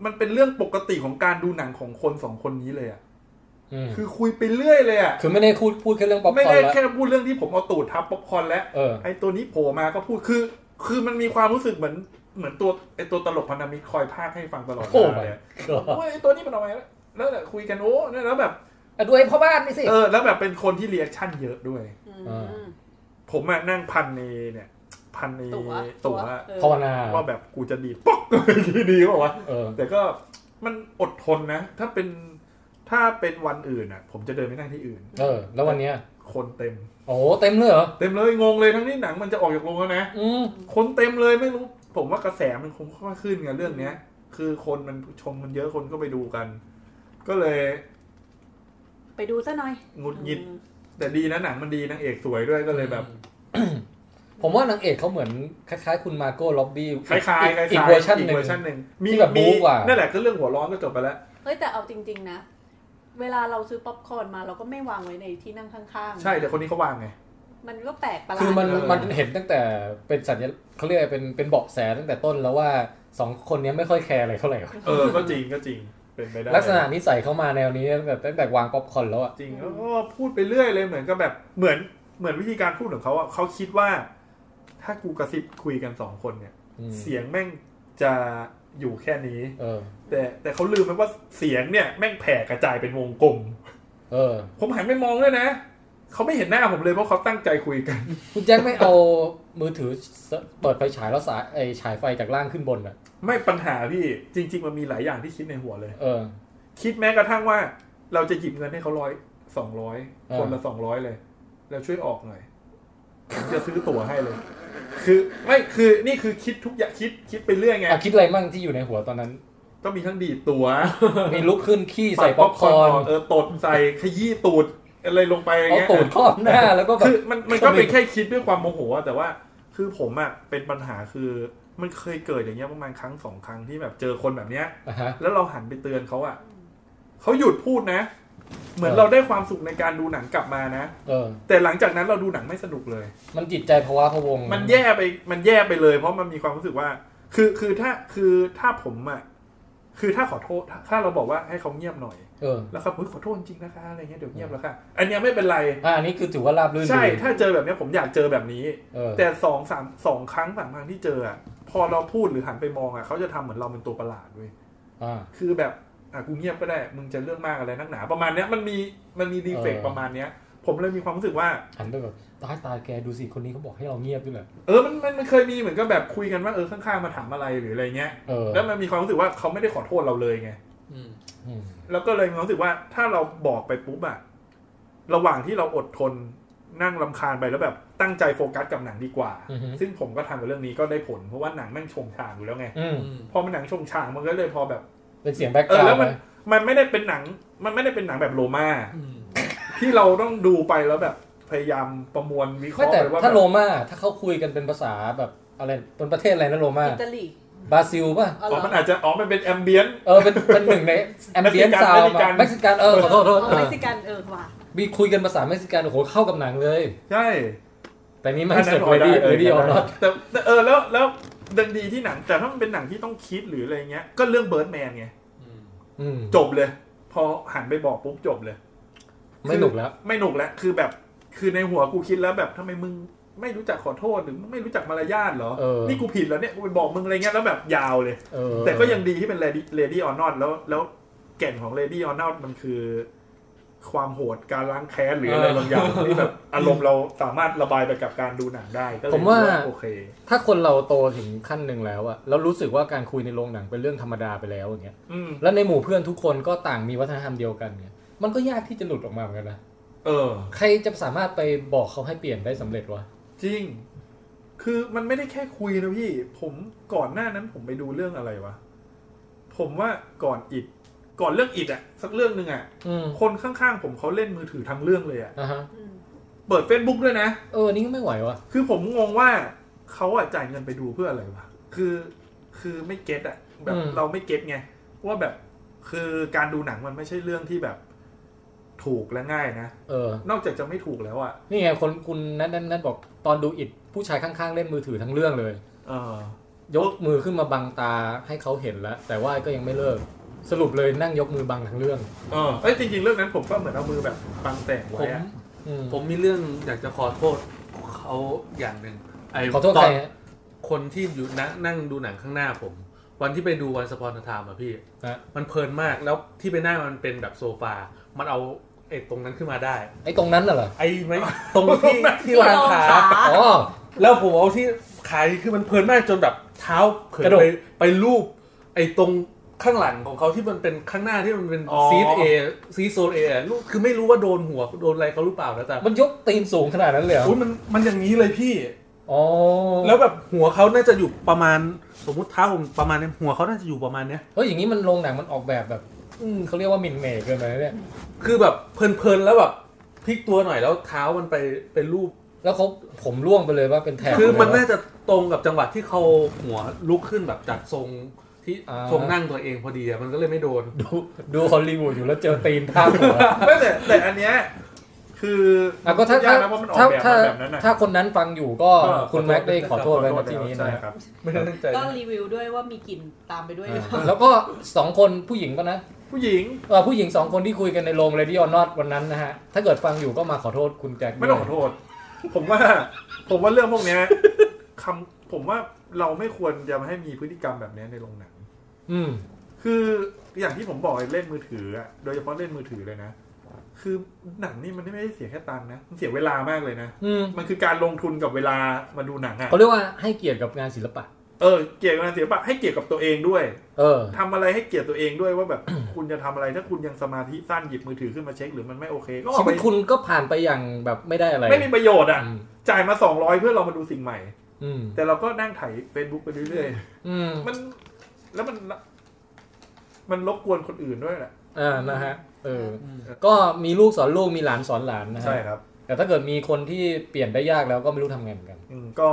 [SPEAKER 3] มันเป็นเรื่องปกติของการดูหนังของคนสองคนนี้เลยอ่ะ
[SPEAKER 2] อืม
[SPEAKER 3] คือคุยไปเรื่อยเลยอ่ะ
[SPEAKER 2] คือไม่ได้พูดพูดแค่เรื่องป๊อป
[SPEAKER 3] ไม่
[SPEAKER 2] คอ
[SPEAKER 3] ได้
[SPEAKER 2] ร์นแล้ว
[SPEAKER 3] แค่พูดเรื่องที่ผมเอาตูดทับป๊อปคอร์นแล้ว
[SPEAKER 2] เออ
[SPEAKER 3] ไอ้ตัวนี้โผล่มาก็พูดคือ คือมันมีความรู้สึกเหมือนเหมือนตัวไอ้ตัวตลกพันธมิตรคอยพากย์ให้ฟังตลอดเว
[SPEAKER 2] โอ้
[SPEAKER 3] ลา
[SPEAKER 2] my
[SPEAKER 3] เลยอะโอ้ยไอ้ตัวนี้มันเอาไงแล้วแล้วแหละคุยกันโอ้เนี่ยแล้วแบบ
[SPEAKER 2] อะด้วยพ่อบ้านนี่สิ
[SPEAKER 3] เออ แล้วแบบเป็นคนที่รีแอคชั่นเยอะด้วย
[SPEAKER 4] อื
[SPEAKER 2] อ่า
[SPEAKER 4] ม
[SPEAKER 3] ผมอะนั่งพันในเนี่ย พันใน
[SPEAKER 4] ตั๋ว
[SPEAKER 3] ตั๋ว
[SPEAKER 4] ตั๋วเออ
[SPEAKER 2] ภาวนา
[SPEAKER 3] ว่าแบบกูจะดีดป๊อก ดีๆเปล่าวะ
[SPEAKER 2] เออ
[SPEAKER 3] แต่ก็มันอดทนนะ ถ้าเป็นถ้าเป็นวันอื่นอ่ะ ผมจะเดินไปนั่งที่อื่น
[SPEAKER 2] เออ แล้ววันเนี้ย
[SPEAKER 3] คนเต็ม
[SPEAKER 2] โอ้โหเต็มเลยเหรอ
[SPEAKER 3] เต็มเลยงงเลยทั้งที่หนังมันจะออกจากโรงแล้วนะ
[SPEAKER 2] อืม
[SPEAKER 3] คนเต็มเลยไม่รู้ ผมว่ากระแสมันคงค่อยๆขึ้นกันเรื่องเนี้ย คือคนมันชมมันเยอะคนก็ไปดูกัน ก็เลย
[SPEAKER 4] ไปดูซะหน่อย
[SPEAKER 3] หงุดหงิด
[SPEAKER 4] อืม
[SPEAKER 3] แต่ดีนะหนังมันดีนางเอกสวยด้วยก็เลยแบบ
[SPEAKER 2] ผมว่านางเอกเขาเหมือนคล้ายๆ คุณมาโก้ล็อบบี้
[SPEAKER 3] คล้ายๆคล้ายๆ
[SPEAKER 2] อีกเวอร์ชันหนึ่ง
[SPEAKER 3] กเวอร์ชันหนึ่ง
[SPEAKER 2] ที่แบบบู๊กว่า
[SPEAKER 3] นั่นแหละก็เรื่องหัวร้อนก็จบไปแล้ว
[SPEAKER 4] เฮ้ยแต่เอาจริง ๆ นะ เวลาเราซื้อป๊อปคอร์นมาเราก็ไม่วางไว้ในที่นั่งข้างๆ
[SPEAKER 3] ใช่แต่คนนี้เขาวางไง
[SPEAKER 4] มันก็แปลกประหลาด
[SPEAKER 2] คือมัน
[SPEAKER 4] เ
[SPEAKER 2] มันเห็นตั้งแต่เป็นสัญญาเขาเรียกอะไรเป็นเป็นเบาะแสตั้งแต่ต้นแล้วว่าสองคนเนี้ยไม่ค่อยแคร์อะไรเท่าไหร่วะ
[SPEAKER 3] เออ ก็จริงก็จริง เป็นไปได้
[SPEAKER 2] ลักษณะนิสัยเขามาแนวนี้ตั้งแต่ตั้งแต่วางป๊อปคอร์นแล้วอ่ะ
[SPEAKER 3] จริงแล้วก็พูดไปเรื่อยเลยเหมือนกับแบบเหมือนเหมือนวิธีการพูดของเขาอะเขาคิดว่า ถ้ากูกระซิบคุยกันสองคนเนี่ย
[SPEAKER 2] อืม
[SPEAKER 3] เสียงแม่งจะอยู่แค่นี้
[SPEAKER 2] เออ
[SPEAKER 3] แต่แต่เขาลืมไปว่าเสียงเนี่ยแม่งแผ่กระจายเป็นวงกลม
[SPEAKER 2] เออ
[SPEAKER 3] ผมหันไปมองด้วยนะ เขาไม่เห็นหน้าผมเลยเพราะเขาตั้งใจคุยกัน
[SPEAKER 2] คุณแจ็คไม่เอามือถือเปิดไฟฉายแล้วสายไอฉายไฟจากล่างขึ้นบนอ่ะ
[SPEAKER 3] ไม่ปัญหาพี่ จริง ๆ มันมีหลายอย่างที่คิดในหัวเลย
[SPEAKER 2] เออ
[SPEAKER 3] คิดแม้กระทั่งว่า เราจะหยิบเงินให้เขาร้อยสองร้อยคนละสองร้อยเลย แล้วช่วยออกหน่อยผมจะซื้อตั๋วให้เลย คือไม่คือนี่คือคิดทุกอย่างคิดคิดไปเรื่อยไง
[SPEAKER 2] อ่ะคิดอะไรมั่งที่อยู่ในหัวตอนนั้น
[SPEAKER 3] ก็มีทั้งดีดตั๋ว
[SPEAKER 2] มีลุกขึ้นขี้ใส่ป๊อปคอร์น
[SPEAKER 3] เออตดใส่ขยี้ตูดอะไรลงไปอย่าง
[SPEAKER 2] เอา
[SPEAKER 3] เงี้ย
[SPEAKER 2] ตูดครอบหน้าแล้วก็แบบ
[SPEAKER 3] คือมันมันก็เป็นแค่คิดด้วยความโมโหอะแต่ว่าคือผมอะเป็นปัญหาคือมันเคยเกิดอย่างเงี้ยประมาณครั้งสองครั้งที่แบบเจอคนแบบเนี้ย
[SPEAKER 2] อ่ะฮะ
[SPEAKER 3] แล้วเราหันไปเตือนเขาอะเขาหยุดพูดนะ เหมือน
[SPEAKER 2] เออ
[SPEAKER 3] เราได้ความสุขในการดูหนังกลับมานะ
[SPEAKER 2] เออ
[SPEAKER 3] แต่หลังจากนั้นเราดูหนังไม่สนุกเลย
[SPEAKER 2] มันจิตใจภาวะพะวง
[SPEAKER 3] มันแย่ไปมันแย่ไปเลย เพราะมันมีความรู้สึกว่า คือคือถ้าคือถ้าผมอะคือถ้าขอโทษถ้าถ้าเราบอกว่าให้เขาเงียบหน่อย
[SPEAKER 2] เออ
[SPEAKER 3] แล้วเขาเฮ้ยขอโทษจริงนะคะอะไรเงี้ยเดี๋ยวเงียบแล้วค่ะ อันเนี้ยไม่เป็นไร
[SPEAKER 2] อ่ะอันนี้คือถือว่าราบรื่น
[SPEAKER 3] ใช่
[SPEAKER 2] ดี
[SPEAKER 3] ถ้าเจอแบบเนี้ยผมอยากเจอแบบนี้
[SPEAKER 2] เออ
[SPEAKER 3] แต่สองสามสองครั้งสามครั้งที่เจออ่ะพอเราพูดหรือหันไปมองอ่ะเขาจะทำเหมือนเราเป็นตัวประหลาดเว้ย
[SPEAKER 2] อ่า
[SPEAKER 3] คือแบบอ่ะกูเงียบก็ได้ มึงจะเรื่องมากอะไรนักหนา ประมาณเนี้ยมันมีมันมีดีเฟก
[SPEAKER 2] เออ
[SPEAKER 3] ประมาณเนี้ย ผมเลยมีความรู้สึกว่า
[SPEAKER 2] หันไปแบบตายตายแกดูสิคนนี้เขาบอกให้เราเงียบด้วยแหละ
[SPEAKER 3] เออมันมันมันเคยมีเหมือนกับแบบคุยกันว่าเออข้างๆมาถามอะไรหรืออะไรเงี้ย
[SPEAKER 2] เออ
[SPEAKER 3] แล้วมันมีความรู้สึกว่าเขาไม่ได้ขอโทษเราเลยไง
[SPEAKER 5] อืม
[SPEAKER 2] อืม
[SPEAKER 3] แล้วก็เลยมีความรู้สึกว่าถ้าเราบอกไปปุ๊บอ่ะระหว่างที่เราอดทนนั่งลำคาญไปแล้วแบบตั้งใจโฟกัสกับหนังดีกว่า
[SPEAKER 2] อือฮึ
[SPEAKER 3] ซึ่งผมก็ทำกับเรื่องนี้ก็ได้ผลเพราะว่าหนังแม่งชงชางอยู่แล้วไง
[SPEAKER 2] อืม
[SPEAKER 5] อืม
[SPEAKER 3] พอมันหนังชงฉางมันก็เลยพอแบบ
[SPEAKER 2] เป็นเสียงแบ็ค
[SPEAKER 3] เอก อ
[SPEAKER 2] รา
[SPEAKER 3] แล้ว
[SPEAKER 2] ว
[SPEAKER 3] มัน
[SPEAKER 2] ด์
[SPEAKER 3] มันไม่ได้เป็นหนัง มันไม่ได้เป็นหนังแบบโรมา
[SPEAKER 5] อืม
[SPEAKER 3] ที่เราต้องดูไปแล้วแบบพยายามประมวลวิเค
[SPEAKER 2] ไม่
[SPEAKER 3] ราะห์
[SPEAKER 2] แต่
[SPEAKER 3] ไปว่า
[SPEAKER 2] ถ้า
[SPEAKER 3] แบบ
[SPEAKER 2] โรม่าถ้าเขาคุยกันเป็นภาษาแบบอะไรเป็นประเทศอะไรนะโรม่า
[SPEAKER 4] อิตาลี
[SPEAKER 2] บราซิลป่ะ
[SPEAKER 4] อ๋อ
[SPEAKER 3] อ๋
[SPEAKER 4] เหร
[SPEAKER 3] อ
[SPEAKER 4] อ
[SPEAKER 3] มันอาจจะอ๋อมันเป็นแอมเบียน
[SPEAKER 2] เออเป็นเป็นหนึ่งในแอมเบียน
[SPEAKER 3] Mexican
[SPEAKER 2] ซาวมา
[SPEAKER 3] Mexican
[SPEAKER 2] เม็กซิกันเออขอโทษขอโทษ
[SPEAKER 4] อ๋อ
[SPEAKER 2] เอ
[SPEAKER 4] เม็
[SPEAKER 2] อก
[SPEAKER 4] ซิกันเออว่ะ
[SPEAKER 2] มีคุยกันภาษาเม็กซิกันโอ้โหเข้ากับหนังเลย
[SPEAKER 3] ใช่
[SPEAKER 2] แต่นี้ไม่
[SPEAKER 3] อัน
[SPEAKER 2] เสร็จ
[SPEAKER 3] พ
[SPEAKER 2] เลยดี
[SPEAKER 3] อ
[SPEAKER 2] เลยดีออ
[SPEAKER 3] อัน
[SPEAKER 2] น
[SPEAKER 3] นั้
[SPEAKER 2] อ
[SPEAKER 3] น
[SPEAKER 2] ต
[SPEAKER 3] แต่แต่เออแล้วแล้วดังดีที่หนัง แต่ถ้ามันเป็นหนังที่ต้องคิดหรืออะไรเงี้ยก็เรื่องเบิร์ดแมนไง
[SPEAKER 5] อืม
[SPEAKER 2] อืม
[SPEAKER 3] จบเลย พอหันไปบอกปุ๊บจบเลย
[SPEAKER 2] ไม่หนุกแล้ว
[SPEAKER 3] ไม่หนุกแล้วคือแบบคือในหัวกูคิดแล้วแบบทำไมมึงไม่รู้จักขอโทษหรือมึงไม่รู้จักมารยาทเหรอ
[SPEAKER 2] เออ
[SPEAKER 3] นี่กูผิดแล้วเนี่ยกูไปบอกมึงอะไรเงี้ยแล้วแบบยาวเลย
[SPEAKER 2] เออ
[SPEAKER 3] แต่ก็ยังดีที่เป็น Lady Lady o n o t แล้วแล้วแก่นของ Lady o n o t มันคือ ความโหดการล้างแค้นหรืออะไรบางอย่างที่แบบอารมณ์เราสามารถระบายไปกับการดูหนังได้ก็เลย
[SPEAKER 2] ผมว่า
[SPEAKER 3] โอเค
[SPEAKER 2] ถ้าคนเราโตถึงขั้นหนึ่งแล้วอะแล้วรู้สึกว่าการคุยในโรงหนังเป็นเรื่องธรรมดาไปแล้วอย่างเงี้ย
[SPEAKER 3] อืม
[SPEAKER 2] แล้วในหมู่เพื่อนทุกคนก็ต่างมีวัฒนธรรมเดียวกันเนี่ยมันก็ยากที่จะหลุดออกมาเหมือนกันนะ
[SPEAKER 3] เออ
[SPEAKER 2] ใครจะสามารถไปบอกเขาให้เปลี่ยนได้สำเร็จวะ
[SPEAKER 3] จริง คือมันไม่ได้แค่คุยนะพี่ ผมก่อนหน้านั้นผมไปดูเรื่องอะไรวะ ผมว่าก่อนอิดก่อนเรื่องอิดอะสักเรื่องหนึ่งอะ
[SPEAKER 2] อืม
[SPEAKER 3] คนข้างๆ ผมเขาเล่นมือถือทั้งเรื่องเลยอะ
[SPEAKER 2] อ่ะฮะ
[SPEAKER 4] อืม
[SPEAKER 3] เปิด Facebook ด้วยนะ
[SPEAKER 2] เออนี่ก็ไม่ไหววะ
[SPEAKER 3] คือผมงงว่าเขาอะจ่ายเงินไปดูเพื่ออะไรวะ คือ คือไม่เก็ตอะแบบเราไม่เก็ตไงว่าแบบคือการดูหนังมันไม่ใช่เรื่องที่แบบถูกและง่ายนะ
[SPEAKER 2] เออ
[SPEAKER 3] นอกจากจะไม่ถูกแล้วอะ
[SPEAKER 2] นี่ไงคนคุณนั้นนั้นนั้นบอกตอนดูอิดผู้ชายข้างๆเล่นมือถือทั้งเรื่องเลย
[SPEAKER 3] เออ
[SPEAKER 2] ยกมือขึ้นมาบังตาให้เขาเห็นแล้ว แต่ว่าก็ยังไม่เลิก สรุปเลยนั่งยกมือบังทั้งเรื่อง
[SPEAKER 3] เออเอ้ยจริง ๆ เรื่องนั้นผมก็เหมือนเอามือแบบบังแสง
[SPEAKER 5] ผ
[SPEAKER 3] ไว้
[SPEAKER 5] ม
[SPEAKER 3] อะ
[SPEAKER 2] อืม
[SPEAKER 5] ผมมีเรื่องอยากจะขอโทษเขาอย่างหนึ่งไอ้
[SPEAKER 2] ขอโทษ
[SPEAKER 5] ต
[SPEAKER 2] ใคร
[SPEAKER 5] น
[SPEAKER 2] ฮะ
[SPEAKER 5] คนที่อยู่นะนั่งดูหนังข้างหน้าผม วันที่ไปดูวันสปอนทามอะพี่
[SPEAKER 2] ฮะ
[SPEAKER 5] มันเพลินมากแล้วที่ไปนั่งมันเป็นแบบโซฟา มันเอาไอ้ตรงนั้นขึ้นมาได้
[SPEAKER 2] ไอ้ตรงนั้นน่ะเหรอ
[SPEAKER 5] ไอ้ไหมตรงที่ที่รางขา
[SPEAKER 2] อ๋อ
[SPEAKER 5] แล้วผมเอาที่ขาคือมันเพลินมากจนแบบเท้าเผลอก
[SPEAKER 2] ระดก
[SPEAKER 5] ไปไปรูป ไอ้ตรงข้างหลังของเขาที่มันเป็นข้างหน้าที่มันเป็นซีทเอซีโซนเอลูกคือไม่รู้ว่าโดนหัวโดนอะไรเขาหรือเปล่านะแต่
[SPEAKER 2] มันยกตีนสูงขนาดนั้นเลยเหรอ
[SPEAKER 5] อุ๊ยมันมันอย่างนี้เลยพี่
[SPEAKER 2] อ๋อ
[SPEAKER 5] แล้วแบบหัวเขาน่าจะอยู่ประมาณ สมมติเท้าผมประมาณเนี้ยหัวเขาน่าจะอยู่ประมาณเนี้ย
[SPEAKER 2] เฮ้ยอย่างนี้มันโรงหนังมันออกแบบแบบ อืมเขาเรียกว่าหมินเหมย์เกินไปนะเนี่ย
[SPEAKER 5] คือแบบเพลินๆแล้วแบบพลิกตัวหน่อยแล้วเท้ามันไปเป็นรูป
[SPEAKER 2] แล้วเขาผมร่วงไปเลยว่าเป็นแถบ
[SPEAKER 5] คือมันน่าย
[SPEAKER 2] เละ
[SPEAKER 5] จะตรงกับจังหวะที่เขาหัวลุกขึ้นแบบจากทรง ที่
[SPEAKER 2] อ่า
[SPEAKER 5] ทรงนั่งตัวเองพอดีอะมันก็เลยไม่โดน
[SPEAKER 2] ดูดูฮอลลีวูดอยู่แล้วเจอตีนท่าบหัว
[SPEAKER 3] ไม่แต่แต่อันเนี้ยคือ
[SPEAKER 2] อ่ะก็ถ้า
[SPEAKER 3] มันยา
[SPEAKER 2] ถ้าก
[SPEAKER 3] นะเพราะมันออก
[SPEAKER 2] ถ้า
[SPEAKER 3] แบบ
[SPEAKER 2] ถ้า
[SPEAKER 3] มาแบบนั้นนะ
[SPEAKER 2] ถ้าคนนั้นฟังอยู่ก็
[SPEAKER 3] ก็
[SPEAKER 2] คุณแม็กซ์ได้ขอโทษไว้
[SPEAKER 3] ขอ
[SPEAKER 2] ณที่นี้
[SPEAKER 3] ใช่
[SPEAKER 2] นะ
[SPEAKER 3] ครับ
[SPEAKER 5] ไม่ได้ตั้งใจ
[SPEAKER 4] ก็
[SPEAKER 5] นะ
[SPEAKER 4] รีวิวด้วยว่ามีกลิ่นตามไปด้วยหรือเปล่า
[SPEAKER 2] แล้วก็สองคนผู้หญิงก็นะ
[SPEAKER 3] ผู้หญิง
[SPEAKER 2] เอ่อผู้หญิงสองคนที่คุยกันในโรงเรดิออนนอตวันนั้นนะฮะ ถ้าเกิดฟังอยู่ก็มาขอโทษคุณแจ็ค
[SPEAKER 3] ไม่ต้องขอ
[SPEAKER 2] ด้วย
[SPEAKER 3] โทษ ผมว่า ผมว่าเรื่องพวกเนี้ย คำผมว่าเราไม่ควรจะมาให้มีพฤติกรรมแบบเนี้ยในโรงหนัง
[SPEAKER 2] อืม
[SPEAKER 3] คืออย่างที่ผมบอกเล่นมือถืออะโดยเฉพาะเล่นมือถือเลยนะ คือหนังนี่มันไม่ได้เสียแค่ตังค์นะมันเสียเวลามากเลยนะ
[SPEAKER 2] อืม
[SPEAKER 3] มันคือการลงทุนกับเวลามาดูหนังอะ
[SPEAKER 2] เขาเรียกว่าให้เกียรติกับงานศิลปะ
[SPEAKER 3] เออเกี่ยวกับงานศิลปะให้เกี่ยวกับตัวเองด้วย
[SPEAKER 2] เออ
[SPEAKER 3] ทำอะไรให้เกียรติตัวเองด้วยว่าแบบ คุณจะทำอะไรถ้าคุณยังสมาธิสั้นหยิบมือถือขึ้นมาเช็คหรือมันไม่โอเคก็ออ
[SPEAKER 2] ชี
[SPEAKER 3] กไป
[SPEAKER 2] วิตคุณก็ผ่านไปอย่างแบบไม่ได้อะไร
[SPEAKER 3] ไม่มีประโยชน์อะ
[SPEAKER 2] อืม
[SPEAKER 3] จ่ายมาสองร้อยเพื่อเรามาดูสิ่งใหม่
[SPEAKER 2] อืม
[SPEAKER 3] แต่เราก็นั่งไถ่ายเฟซบุ๊กไปเรื่อย
[SPEAKER 2] อืม
[SPEAKER 3] ๆมันแล้วมัน มันรบกวนคนอื่นด้วยแหละ
[SPEAKER 2] อ่านะฮะเออ ก็มีลูกสอนลูกมีหลานสอนหลานนะฮะ
[SPEAKER 3] ใช่ครับ
[SPEAKER 2] แต่ถ้าเกิดมีคนที่เปลี่ยนได้ยากแล้วก็ไม่รู้ทำไงเหมือนกัน
[SPEAKER 3] อืมก็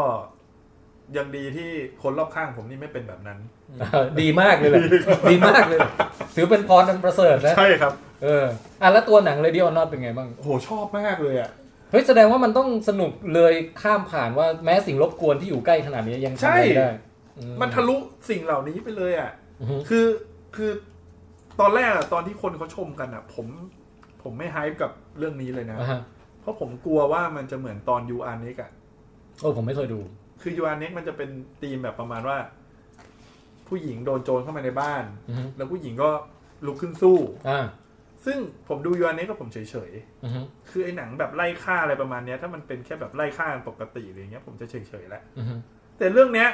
[SPEAKER 3] ยังดีที่คนรอบข้างผมนี่ไม่เป็นแบบนั้น
[SPEAKER 2] ดีมาก เลยแหละดีมากเลยแหละถือเป็นพรอันประเสริฐนะ
[SPEAKER 3] ใช่ครับ
[SPEAKER 2] เอออ่ะแล้วตัวหนังเรดิออนนอตเป็นไงบ้าง
[SPEAKER 3] โอ้โหชอบมากเลยอ่ะ
[SPEAKER 2] เฮ้ยแสดงว่ามันต้องสนุกเลยข้ามผ่านว่าแม้สิ่งรบกวนที่อยู่ใกล้ขนาดนี้ยังทำอะไรไม่ได้อื
[SPEAKER 3] มันทะลุสิ่งเหล่านี้ไปเลยอ่ะ
[SPEAKER 2] อือฮึ
[SPEAKER 3] คือคือตอนแรกอะตอนที่คนเขาชมกันอ่ะ ผมผมไม่ไฮป์กับเรื่องนี้เลยนะ
[SPEAKER 2] อ่าฮะ
[SPEAKER 3] เพราะผมกลัวว่ามันจะเหมือนตอนยูอาร์เน็กอ่ะ
[SPEAKER 2] โอ้ผมไม่เคยดู
[SPEAKER 3] คือยูอาร์เน็กมันจะเป็นธีมแบบประมาณว่า ผู้หญิงโดนโจรเข้ามาในบ้าน
[SPEAKER 2] อือฮึ
[SPEAKER 3] แล้วผู้หญิงก็ลุกขึ้นสู้
[SPEAKER 2] อ่า
[SPEAKER 3] ซึ่งผมดูยูอาร์เน็กก็ผมเฉยๆ
[SPEAKER 2] อือฮึ
[SPEAKER 3] คือไอ้หนังแบบไล่ฆ่าอะไรประมาณเนี้ยถ้ามันเป็นแค่แบบไล่ฆ่ากันปกติอะไรเงี้ยผมจะเฉยๆแล้ว
[SPEAKER 2] อือฮึ
[SPEAKER 3] แต่เรื่องเนี้ย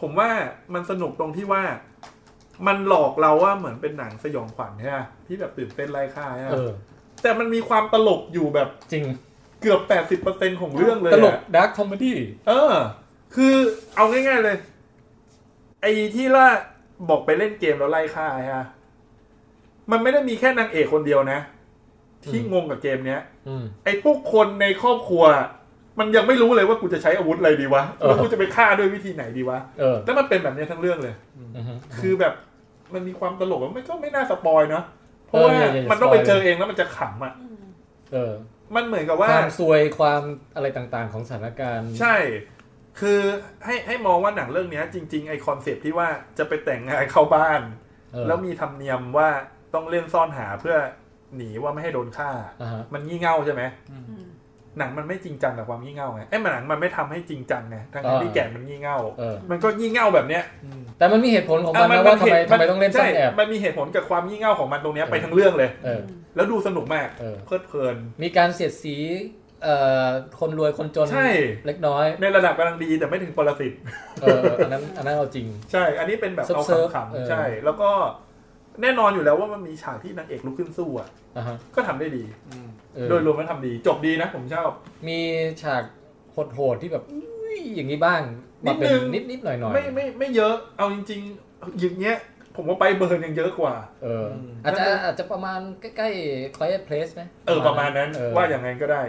[SPEAKER 3] ผมว่ามันสนุกตรงที่ว่า มันหลอกเราว่าเหมือนเป็นหนังสยองขวัญใช่ไหมที่แบบตื่นเต้นไล่ฆ่าใช่ไหม
[SPEAKER 2] เออ
[SPEAKER 3] แต่มันมีความตลกอยู่แบบ
[SPEAKER 2] จริง
[SPEAKER 3] เกือบแปดสิบเปอร์เซ็นของเรื่องเลย
[SPEAKER 2] ต
[SPEAKER 3] อะ
[SPEAKER 2] ลกดาร์คคอมเมดี้
[SPEAKER 3] เออ คือเอาง่าย ๆเลย ไอ้ที่ล่าบอกไปเล่นเกมแล้วไล่ฆ่าฮะมันไม่ได้มีแค่นางเอกคนเดียวนะ ที่งงกับเกมเนี้ย
[SPEAKER 2] อืม
[SPEAKER 3] ไอ้พวกคนในครอบครัว มันยังไม่รู้เลยว่ากูจะใช้อาวุธอะไรดีวะ
[SPEAKER 2] เออ
[SPEAKER 3] แล้วกูจะไปฆ่าด้วยวิธีไหนดีวะ
[SPEAKER 2] เออ
[SPEAKER 3] แล้วมันเป็นแบบเนี้ยทั้งเรื่องเลย
[SPEAKER 2] อือฮึ
[SPEAKER 3] คือแบบมันมีความตลกอะมันก็ไม่น่าสปอยเนาะเพราะว่า
[SPEAKER 2] เอออย่าอย่า
[SPEAKER 3] มันต้องไป
[SPEAKER 2] สปอย
[SPEAKER 3] เจอเองแล้วมันจะขำอ่ะ
[SPEAKER 2] เออ
[SPEAKER 3] มันเหมือนกับว่า
[SPEAKER 2] ความซวยความอะไรต่างๆ ของสถานการณ์
[SPEAKER 3] ใช่ คือให้ให้มองว่าหนังเรื่องเนี้ย จริง ๆ ไอคอนเซปต์ที่ว่าจะไปแต่งงานเข้าบ้าน
[SPEAKER 2] เออ
[SPEAKER 3] แล้วมีธรรมเนียมว่าต้องเล่นซ่อนหาเพื่อหนีว่าไม่ให้โดนฆ่า
[SPEAKER 2] อ่าฮะ
[SPEAKER 3] มันงี่เง่าใช่ไหม หนังมันไม่จริงจังกับความงี่เง่าไงเอ้ยมันหนังมันไม่ทำให้จริงจังไงทั้งๆที่แก่มันงี่เง่า
[SPEAKER 2] เออ
[SPEAKER 3] มันก็งี่เง่าแบบเนี้ย
[SPEAKER 2] แต่มันมีเหตุผลของ
[SPEAKER 3] อ่ะ
[SPEAKER 2] มันนะว่าทำไม
[SPEAKER 3] มั
[SPEAKER 2] ทำไมต้องเล่นซ่อนแอบ
[SPEAKER 3] ใช่มันมีเหตุผลกับความงี่เง่าของมันตรงเนี้ย
[SPEAKER 2] เออ
[SPEAKER 3] ไปทั้งเรื่องเลย
[SPEAKER 2] เออ
[SPEAKER 3] แล้วดูสนุกมาก
[SPEAKER 2] เออ
[SPEAKER 3] เพลิดเพลิน
[SPEAKER 2] มีการเสียดสีเอ่อคนรวยคนจน
[SPEAKER 3] ใช่
[SPEAKER 2] เล็กน้อย
[SPEAKER 3] ในระดับกำลังดีแต่ไม่ถึงปรสิต
[SPEAKER 2] เอออันนั้นอันนั้นเอาจริง
[SPEAKER 3] ใช่ อันนี้เป็นแบบเอา
[SPEAKER 2] เซิร์ฟๆ
[SPEAKER 3] ขำ
[SPEAKER 2] เออ
[SPEAKER 3] ๆใช่ แล้วก็แน่นอนอยู่แล้วว่ามันมีฉากที่นางเอกลุกขึ้นสู้อ่ะ
[SPEAKER 2] อ่ะฮะ
[SPEAKER 3] ก็ทำได้ดี
[SPEAKER 2] เออ
[SPEAKER 3] โดยรวมแล้วทำดี จบดีนะผมชอบ
[SPEAKER 2] มีฉากโหดๆที่แบบอุ๊ยอย่างนี้บ้างมาเป็น
[SPEAKER 3] นิ
[SPEAKER 2] นิด
[SPEAKER 3] ดนึง
[SPEAKER 2] นิดๆหน่อยหน่อย
[SPEAKER 3] ไม่ไม่ไม่เยอะ เอาจริงๆอย่างเงี้ย ผมว่าไปเบิร์นยังเยอะกว่า
[SPEAKER 2] เอออาจจะอาจจะประมาณใกล้ๆ Quiet Place ไหม
[SPEAKER 3] เออประมาณนั้น
[SPEAKER 2] เออ
[SPEAKER 3] ว่าอย่างไงก็ได้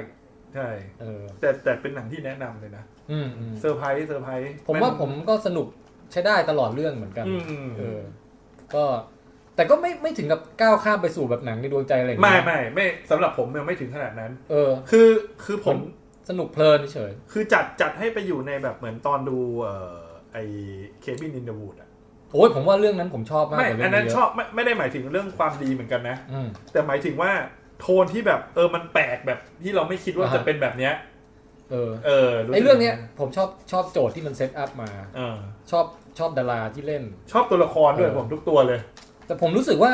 [SPEAKER 3] ใช่
[SPEAKER 2] เออ
[SPEAKER 3] แต่แต่เป็นหนังที่แนะนำเลยนะ
[SPEAKER 2] อืมอืม
[SPEAKER 3] เซอร์ไพรส์เซอร์ไพรส์
[SPEAKER 2] ผมว่าผมก็สนุกใช้ได้ตลอดเรื่องเหมือนกัน
[SPEAKER 3] อืม
[SPEAKER 2] เออ ก็แต่ก็ไม่ไม่ถึงกับก้าวข้ามไปสู่แบบหนังในดวงใจอะไรอย่าง
[SPEAKER 3] ไม่
[SPEAKER 2] เงี้ย
[SPEAKER 3] ไม่ไม่สำหรับผมยังไม่ถึงขนาดนั้น
[SPEAKER 2] เออ
[SPEAKER 3] คือคือผ
[SPEAKER 2] มั
[SPEAKER 3] ม
[SPEAKER 2] น สนุกเพลินเฉย
[SPEAKER 3] คือจัดจัดให้ไปอยู่ในแบบเหมือนตอนดูเอ่อไอเคบินอินเดอะวูดอ่ะ
[SPEAKER 2] โอ้ยผมว่าเรื่องนั้นผมชอบมาก
[SPEAKER 3] ไม่
[SPEAKER 2] กว่าเรื่องนี้
[SPEAKER 3] อันนั้น
[SPEAKER 2] เย
[SPEAKER 3] ช
[SPEAKER 2] อะ
[SPEAKER 3] อบไม่ไม่ได้หมายถึงเรื่องความดีเหมือนกันนะ
[SPEAKER 2] อืม
[SPEAKER 3] แต่หมายถึงว่าโทนที่แบบเออมันแปลกแบบที่เราไม่คิดว่า
[SPEAKER 2] อ่าฮะ
[SPEAKER 3] จะเป็นแบบเนี้ย
[SPEAKER 2] เออ
[SPEAKER 3] เออสึก
[SPEAKER 2] ไอ้เรื่องเนี้ยผมชอบชอบโจทย์ที่มันเซตอัพมา
[SPEAKER 3] เออ
[SPEAKER 2] ชอบชอบดาราที่เล่น
[SPEAKER 3] ชอบตัวละครด้วย
[SPEAKER 2] เออ
[SPEAKER 3] ผมทุกตัวเลย
[SPEAKER 2] แต่ผมรู้สึกว่า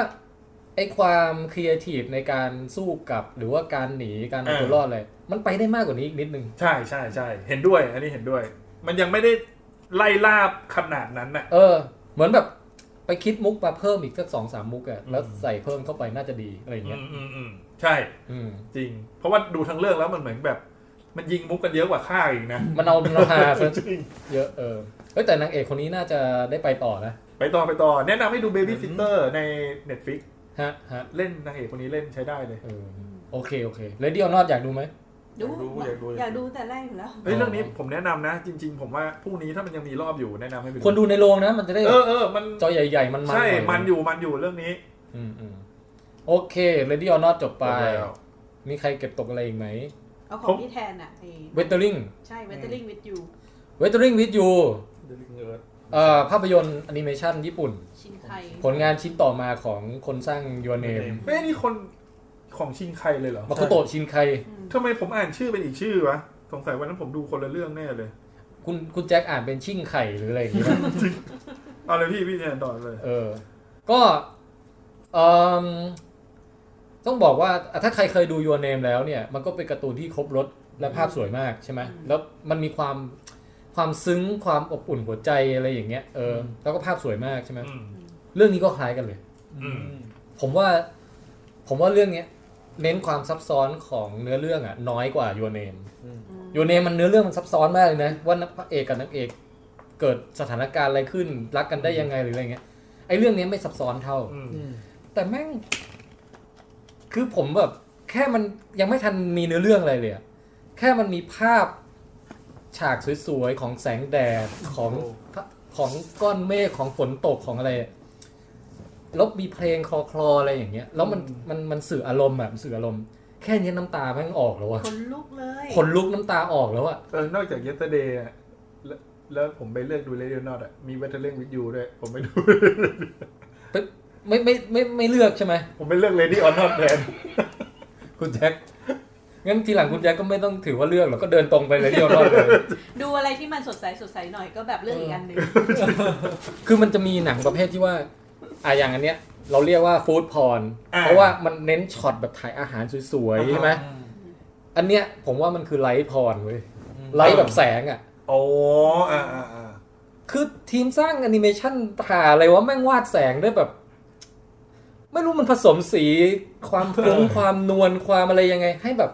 [SPEAKER 2] ไอ้ความครีเอทีฟในการสู้กับ หรือว่าการหนีการเอา
[SPEAKER 3] เออ
[SPEAKER 2] ตัวรอดอะไรมันไปได้มากกว่านี้อีกนิดนึง
[SPEAKER 3] ใช่ใช่ใช่เห็นด้วย อันนี้เห็นด้วย มันยังไม่ได้ไล่ล่าขนาดนั้นน่ะ
[SPEAKER 2] เออ เหมือนแบบไปคิดมุกมาเพิ่มอีกสักสองสามมุกอะแล้ว
[SPEAKER 3] อืม
[SPEAKER 2] ใส่เพิ่มเข้าไปน่าจะดีอะไร
[SPEAKER 3] อื
[SPEAKER 2] เงี้ย
[SPEAKER 3] มอืมอืมใช่
[SPEAKER 2] อืม
[SPEAKER 3] จริง เพราะว่าดูทั้งเรื่องแล้วมันเหมือนแบบ มันยิงมุกกันเยอะกว่าฆ่าอีกนะ
[SPEAKER 2] มันเอามันเอาฮาซะ
[SPEAKER 3] จริง
[SPEAKER 2] เยอะเออเฮ้ยแต่นางเอกคนนี้น่าจะได้ไปต่อนะ
[SPEAKER 3] ไปต่อไปต่อ แนะนำให้ดู Baby Sitter ใน Netflix
[SPEAKER 2] ฮะฮะ
[SPEAKER 3] เล่นนางเอกคนนี้เล่นใช้ได้เลย
[SPEAKER 2] เออโอเคโอเคเลดี้ออนอตอยากดูไหม
[SPEAKER 4] ดู
[SPEAKER 5] อยากดูอยากดู
[SPEAKER 4] อยากดูแต่แรกอยู่แล้ว
[SPEAKER 3] เฮ้ยเรื่องนี้ผมแนะนำนะ จริง ๆ ผมว่าพรุ่งนี้ถ้ามันยังมีรอบอยู่แนะนำให้ไปดู
[SPEAKER 2] ควรดูในโรงนะ มันจะได้
[SPEAKER 3] เออเออมัน
[SPEAKER 2] จอใหญ่ ๆ มันๆ
[SPEAKER 3] ใช่
[SPEAKER 2] ห
[SPEAKER 3] มันอยู่มันอยู่เรื่องนี้
[SPEAKER 2] อืมอืมโอเค Ready or Not จบไป
[SPEAKER 3] จบแล้ว
[SPEAKER 2] มีใครเก็บตกอะไรอีกไหม
[SPEAKER 4] เอาข
[SPEAKER 3] ผ
[SPEAKER 4] อง
[SPEAKER 3] ม
[SPEAKER 4] พี่แทนอ่ะไอ้
[SPEAKER 2] Weathering
[SPEAKER 4] ใช่ Weathering with you
[SPEAKER 2] Weathering with you
[SPEAKER 5] เดลิงเอิร์ธ
[SPEAKER 2] เอ่อภาพยนตร์แอนิเมชันญี่ปุ่น
[SPEAKER 4] ชินไค
[SPEAKER 2] ผลงานชิ้นต่อมาของคนสร้าง Your Name
[SPEAKER 3] เฮ้ยนี่คนของชิงใครเลยเหรอ
[SPEAKER 2] มาโคโตะชินไค
[SPEAKER 4] อืม
[SPEAKER 3] ทำไมผมอ่านชื่อเป็นอีกชื่อวะสงสัยวันนั้นผมดูคนละเรื่องแน่เลย
[SPEAKER 2] คุณคุณแจ็คอ่านเป็นชิ่งไข่หรืออะไรอย่างงี้ป ะ
[SPEAKER 3] เอาเลยพี่พี่แทนต่อเลย
[SPEAKER 2] เออ ก็เอิ่มต้องบอกว่าอ่ะถ้าใครเคยดู Your Name แล้วเนี่ย มันก็เป็นการ์ตูนที่ครบรถและภาพสวยมากใช่ไหมแล้วมันมีความความซึ้งความอบอุ่นหัวใจอะไรอย่างเงี้ยเอออแล้วก็ภาพสวยมากใช่ไหมเรื่องนี้ก็คล้ายกันเลย
[SPEAKER 3] อืม
[SPEAKER 2] ผมว่า ผมว่าเรื่องเนี้ย เน้นความซับซ้อนของเนื้อเรื่องอะน้อยกว่า Your Name
[SPEAKER 4] อืม
[SPEAKER 2] Your Name มันเนื้อเรื่องมันซับซ้อนมากเลยนะ ว่านักพระเอกกับนางเอกเกิดสถานการณ์อะไรขึ้น รักกันได้ยังไงหรืออะไรเงี้ยไอ้เรื่องเนี้ยไม่ซับซ้อนเท่า
[SPEAKER 3] อืม
[SPEAKER 2] แต่แม่ง คือผมแบบ แค่มันยังไม่ทันมีเนื้อเรื่องอะไรเลยอะแค่มันมีภาพฉากสวยๆ ของแสงแดดของของก้อนเมฆของฝนตกของอะไรแล้วมีเพลงคลอคลอๆอะไรอย่างเงี้ย แล้วมันมันมันสื่ออารมณ์แบบสื่ออารมณ์ แค่เนี้ยน้ำตาแม่งออกแล้วอะ
[SPEAKER 4] คนลุกเลย
[SPEAKER 2] ขนลุกน้ำตาออกแล้วอะ
[SPEAKER 3] เออนอกจาก yesterday อะแล้วแล้วผมไปเลือกดู radio not อ่ะมี weathering with you ด้วย ผมไปดู
[SPEAKER 2] ไม่ไม่ไม่ไม่เลือกใช่ไหม
[SPEAKER 3] ผมไปเลือก lady or not แทน
[SPEAKER 2] คุณแจ็ค งั้นทีหลังคุณแจ็คก็ไม่ต้องถือว่าเลือกหรอกก็เดินตรงไปเลยเดียวรอบเลย
[SPEAKER 4] ดูอะไรที่มันสดใสสดใสหน่อยก็แบบเรื่องอีกอันหนึ่ง
[SPEAKER 2] คือมันจะมีหนังประเภทที่ว่าอ่ะอย่างอันเนี้ย เราเรียกว่าฟู้ดพอ r น
[SPEAKER 3] อ่
[SPEAKER 2] เพราะว่ามันเน้นช็อตแบบถ่ายอาหารสวยๆใช่ไหมอันเนี้ยผมว่ามันคือไลท์พอ r นเว้ยไลท์แบบแสงอ่ะ
[SPEAKER 3] โอ้อ่าอ่าอ่า
[SPEAKER 2] คือทีมสร้างแอนิเมชันถ่าอะไรวะแม่งวาดแสงได้แบบ ไม่รู้มันผสมสีความฟุ้งความนวลความอะไรยังไง ให้แบบ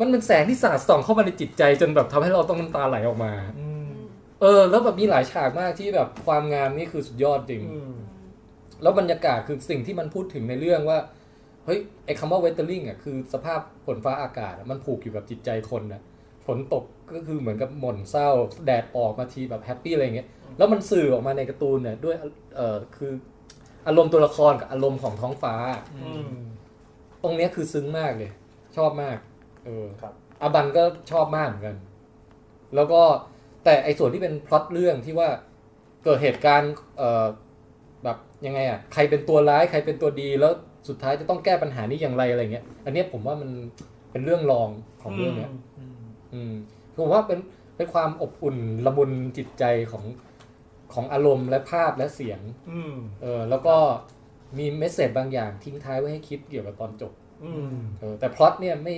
[SPEAKER 2] มันเป็นแสงที่สาดส่องเข้ามาในจิตใจ จนแบบทำให้เราต้องน้ำตาไหลออกมา เออ แล้วแบบมีหลายฉากมากที่แบบความงามนี่คือสุดยอดจริง
[SPEAKER 3] อืม
[SPEAKER 2] แล้วบรรยากาศคือสิ่งที่มันพูดถึงในเรื่องว่า เฮ้ย ไอ้คำว่าเวทเทอร์ลิงอ่ะคือสภาพฝนฟ้าอากาศอะมันผูกอยู่กับจิตใจคนนะฝนตกก็คือเหมือนกับหม่นเศร้า แดดออกมาทีแบบแฮปปี้อะไรอย่างเงี้ยแล้วมันสื่อออกมาในการ์ตูนเนี่ยด้วยเออคืออารมณ์ตัวละครกับอารมณ์ของท้องฟ้า
[SPEAKER 3] อืม
[SPEAKER 2] ตรงเนี้ยคือซึ้งมากเลย ชอบมาก เออ
[SPEAKER 3] ครับ
[SPEAKER 2] อบันก็ชอบมากเหมือนกัน แล้วก็แต่ไอ้ส่วนที่เป็นพล็อตเรื่องที่ว่าเกิดเหตุการณ์เอ่อแบบยังไงอ่ะ ใครเป็นตัวร้ายใครเป็นตัวดี แล้วสุดท้ายจะต้องแก้ปัญหานี้อย่างไรอะไรเงี้ย อันเนี้ยผมว่ามันเป็นเรื่องรองของเรื่องเนี้ย อืมผมว่าเป็นเป็นความอบอุ่นละมุนจิตใจของของอารมณ์และภาพและเสียง
[SPEAKER 3] อืม
[SPEAKER 2] เออแล้วก็มีเมสเซจบางอย่างทิ้งท้ายไว้ให้คิดเกี่ยวกับตอนจบ
[SPEAKER 3] อืม
[SPEAKER 2] เออแต่พล็อตเนี่ยไม่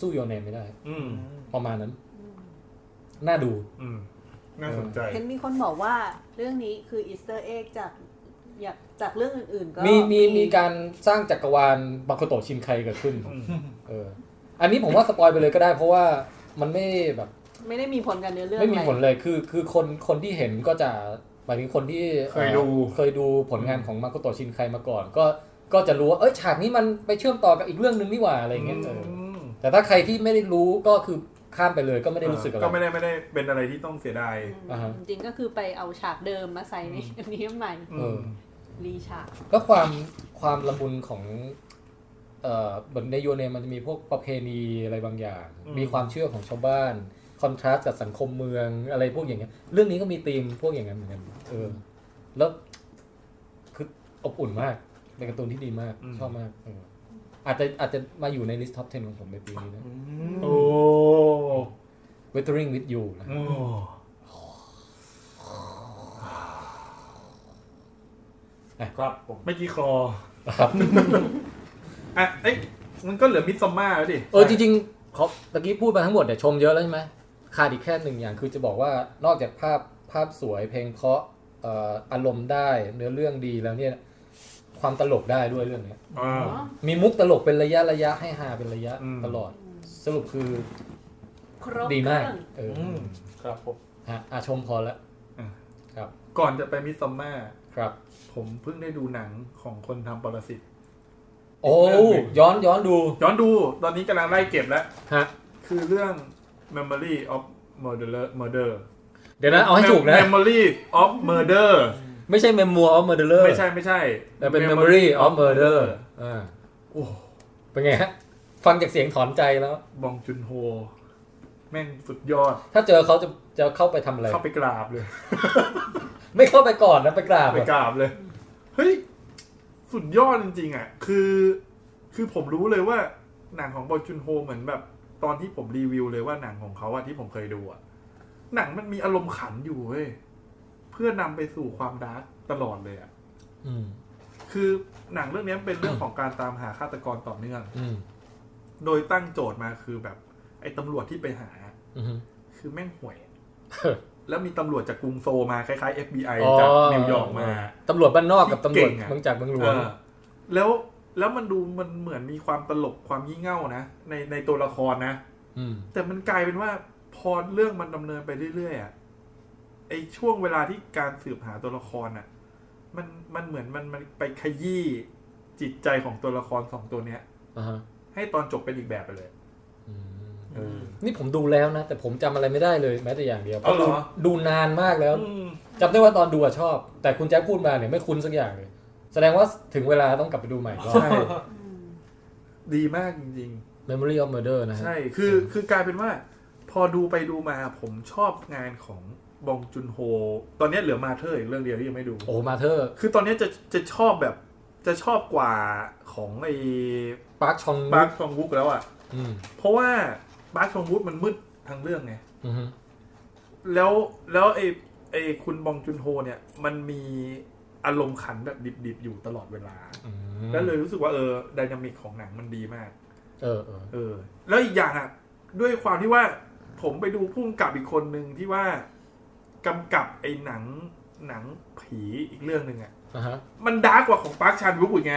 [SPEAKER 2] สู้โยเนมไม่ได้
[SPEAKER 3] อืม
[SPEAKER 2] ประมาณนั้น น่าดู
[SPEAKER 3] อืมน่าสนใจ
[SPEAKER 4] เห็นมีคนบอกว่าเรื่องนี้คืออีสเตอร์เอ็กจากอยากจากเรื่องอื่นๆก็
[SPEAKER 2] มีมีมีการสร้างจักรวาลบางโคโตะชินไคเกิดขึ้น
[SPEAKER 3] อืม
[SPEAKER 2] เอออันนี้ผมว่าสปอยไปเลยก็ได้ เพราะว่ามันไม่แบบ
[SPEAKER 4] ไม่ได้มีผลกันเนื้อเรื่อง
[SPEAKER 2] ไม่มี
[SPEAKER 4] อะร
[SPEAKER 2] ผลเลยคือคือคนคนที่เห็นก็จะหมายถึงคนที่
[SPEAKER 3] เคยดู
[SPEAKER 2] อ่อเคยดูผลงานของมาโคโตะชินไคมาก่อน ก็ก็จะรู้ว่าเอ้ยฉากนี้มันไปเชื่อมต่อกับอีกเรื่องหนึงนี่หว่าอะไรอย่างเงี้ยเออ
[SPEAKER 3] ม
[SPEAKER 2] แต่ถ้าใครที่ไม่ได้รู้ก็คือข้ามไปเลยก็ไม่ได้รู้สึกอะไร
[SPEAKER 3] ก็ไม่ได้ไม่ได้เป็นอะไรที่ต้องเสียดาย
[SPEAKER 4] อืม
[SPEAKER 2] อ่าฮะ
[SPEAKER 4] จริงๆก็คือไปเอาฉากเดิมมาใส่ในอันนี้ใหม่
[SPEAKER 2] เออ
[SPEAKER 4] รีฉาก
[SPEAKER 2] ก็ความความละมุนของ เอ่อเหมือนในยูเนมมันจะมีพวกประเพณีอะไรบางอย่าง มีความเชื่อของชาวบ้าน คอนทราสต์กับสังคมเมืองอะไรพวกอย่างเงี้ย เรื่องนี้ก็มีธีมพวกอย่างนั้นเหมือนกัน เออ แล้วคืออบอุ่นมาก เป็นการ์ตูนที่ดีมาก ชอบมากเอออาจจะอาจจะมาอยู่ในลิสต์ท็อป 10 ของผมในปีนี้นะ
[SPEAKER 3] โอ้
[SPEAKER 2] Weathering with You นะ
[SPEAKER 5] รับผม
[SPEAKER 3] ไม่กี่คลอ
[SPEAKER 2] ครับ
[SPEAKER 3] อ่ะเอ้ยมันก็เหลือมิดซัมมาแล้วดิ
[SPEAKER 2] เออจริงๆเขาตะกี้พูดมาทั้งหมดเนี่ยชมเยอะแล้วใช่ไหมขาดอีกแค่หนึ่งอย่างคือจะบอกว่านอกจากภาพภาพสวยเพลงเพราะเอ่ออารมณ์ได้เนื้อเรื่องดีแล้วเนี่ย ความตลกได้ด้วยเรื่องเนี้ย
[SPEAKER 3] อ่า
[SPEAKER 4] เนาะ
[SPEAKER 2] มีมุกตลกเป็นระยะระยะให้ฮาเป็นระยะ
[SPEAKER 3] อืม
[SPEAKER 2] ตลอด สรุปคือ
[SPEAKER 4] ครบ
[SPEAKER 2] ดีมาก
[SPEAKER 4] เครื่อง
[SPEAKER 2] เออ
[SPEAKER 5] ครับผม
[SPEAKER 2] ฮะอาชมพอแล้ว
[SPEAKER 3] ก่อนจะไปมิดซัมมา
[SPEAKER 2] ครับ
[SPEAKER 3] ผมเพิ่งได้ดูหนังของคนทำปรสิต
[SPEAKER 2] โอ้
[SPEAKER 3] เรื่องหนึ่ง
[SPEAKER 2] ย้อนย้อนดู
[SPEAKER 3] ย้อนดูตอนนี้กำลังไล่เก็บแล้ว
[SPEAKER 2] ฮะ
[SPEAKER 3] คือเรื่อง Memory of Murder Murder
[SPEAKER 2] เดี๋ยวนะเอาให้ถูกนะ
[SPEAKER 3] Memory of Murder
[SPEAKER 2] ไม่ใช่ Memo of Murderer
[SPEAKER 3] ไม่ใช่ไม่ใช่
[SPEAKER 2] แต่เป็น Memory of Murder อ่า
[SPEAKER 3] โอ้
[SPEAKER 2] เป็นไงฮะ ฟังจากเสียงถอนใจแล้ว
[SPEAKER 3] บองจุนโฮ แม่งสุดยอด
[SPEAKER 2] ถ้าเจอเขาจะจะเข้าไปทำอะไร
[SPEAKER 3] เข้าไปกราบเลย
[SPEAKER 2] ไม่เข้าไปก่อนนะไปกราบ
[SPEAKER 3] ไป
[SPEAKER 2] อะ
[SPEAKER 3] กราบเลย เฮ้ย สุดยอดจริงๆอ่ะ คือ คือผมรู้เลยว่าหนังของบอลจุนโฮเหมือนแบบ ตอนที่ผมรีวิวเลยว่าหนังของเขาอ่ะที่ผมเคยดูอ่ะ หนังมันมีอารมณ์ขันอยู่เว้ย เพื่อนำไปสู่ความดาร์กตลอดเลยอ่ะ
[SPEAKER 2] อืม
[SPEAKER 3] คือหนังเรื่องนี้เป็นเรื่องของการตามหาฆาตกรต่อเนื่อง
[SPEAKER 2] อืม
[SPEAKER 3] โดยตั้งโจทย์มาคือแบบ ไอ้ตำรวจที่ไปหา
[SPEAKER 2] อืม
[SPEAKER 3] คือแม่งห่วย แล้วมีตำรวจจากกรุงโซมาคล้ายๆ FBI
[SPEAKER 2] อ๋อ
[SPEAKER 3] จากนิวยอร์กมา
[SPEAKER 2] ตำรวจบ้านนอกกับตำรวจ
[SPEAKER 3] ที่เก่งอะ
[SPEAKER 2] เมืองจากเมืองหลว
[SPEAKER 3] เอง อแล้วแล้วมันดูมันเหมือนมีความตลกความยี่เง่านะ ในในตัวละครนะ
[SPEAKER 2] ม
[SPEAKER 3] แต่มันกลายเป็นว่าพอเรื่องมันดำเนินไปเรื่อยๆอะไอช่วงเวลาที่การสืบหาตัวละครอ่ะ มันมันเหมือนมันมันไปขยี้จิตใจของตัวละครสองตัวเนี้ย
[SPEAKER 2] อ่าฮะ
[SPEAKER 3] ให้ตอนจบเป็นอีกแบบไปเลย
[SPEAKER 2] อืม
[SPEAKER 3] เออ
[SPEAKER 2] นี่ผมดูแล้วนะ แต่ผมจำอะไรไม่ได้เลยแม้แต่อย่างเดียว
[SPEAKER 3] เอาเหรอ
[SPEAKER 2] ดูดูนานมากแล้ว
[SPEAKER 3] อืม
[SPEAKER 2] จำได้ว่าตอนดูอะชอบ แต่คุณแจ๊คพูดมาเนี่ยไม่คุ้นสักอย่างเลย แสดงว่าถึงเวลาต้องกลับไปดูใหม่ก็
[SPEAKER 3] ใช่ ดีมากจริง ๆ
[SPEAKER 2] Memory of Murder นะฮะ
[SPEAKER 3] ใช่ คือ คือกลายเป็นว่า พอดูไปดูมาผมชอบงานของบองจุนโฮ ตอนนี้เหลือมาเธออีกเรื่องเดียวที่ยังไม่ดู
[SPEAKER 2] โอ้มาเธอร์
[SPEAKER 3] คือตอนนี้จะ จะชอบแบบ จะชอบกว่าของไอ้
[SPEAKER 2] ปาร์คชอง
[SPEAKER 3] บาร์คชองวุกแล้วอะ่ะ
[SPEAKER 2] อืม
[SPEAKER 3] เพราะว่าบาร์คชองวุกมันมืดทางเรื่องไง
[SPEAKER 2] อืม
[SPEAKER 3] แล้ว แล้วไอ้ ไอ้คุณบองจุนโฮเนี่ย มันมีอารมณ์ขันแบบดิบๆอยู่ตลอดเวลา
[SPEAKER 2] อืม
[SPEAKER 3] แล้วเลยรู้สึกว่าเออไดนามิกของหนังมันดีมาก
[SPEAKER 2] เออเออ
[SPEAKER 3] เออแล้วอีกอย่างอ่ะด้วยความที่ว่าผมไปดูพุ่มกับอีกคนหนึ่งที่ว่ากำกับไอ้หนังหนังผีอีกเรื่องหนึ่งอ่ะ
[SPEAKER 2] อ่าฮะ
[SPEAKER 3] มันดาร์กกว่าของปาร์คชานวุกอีกไง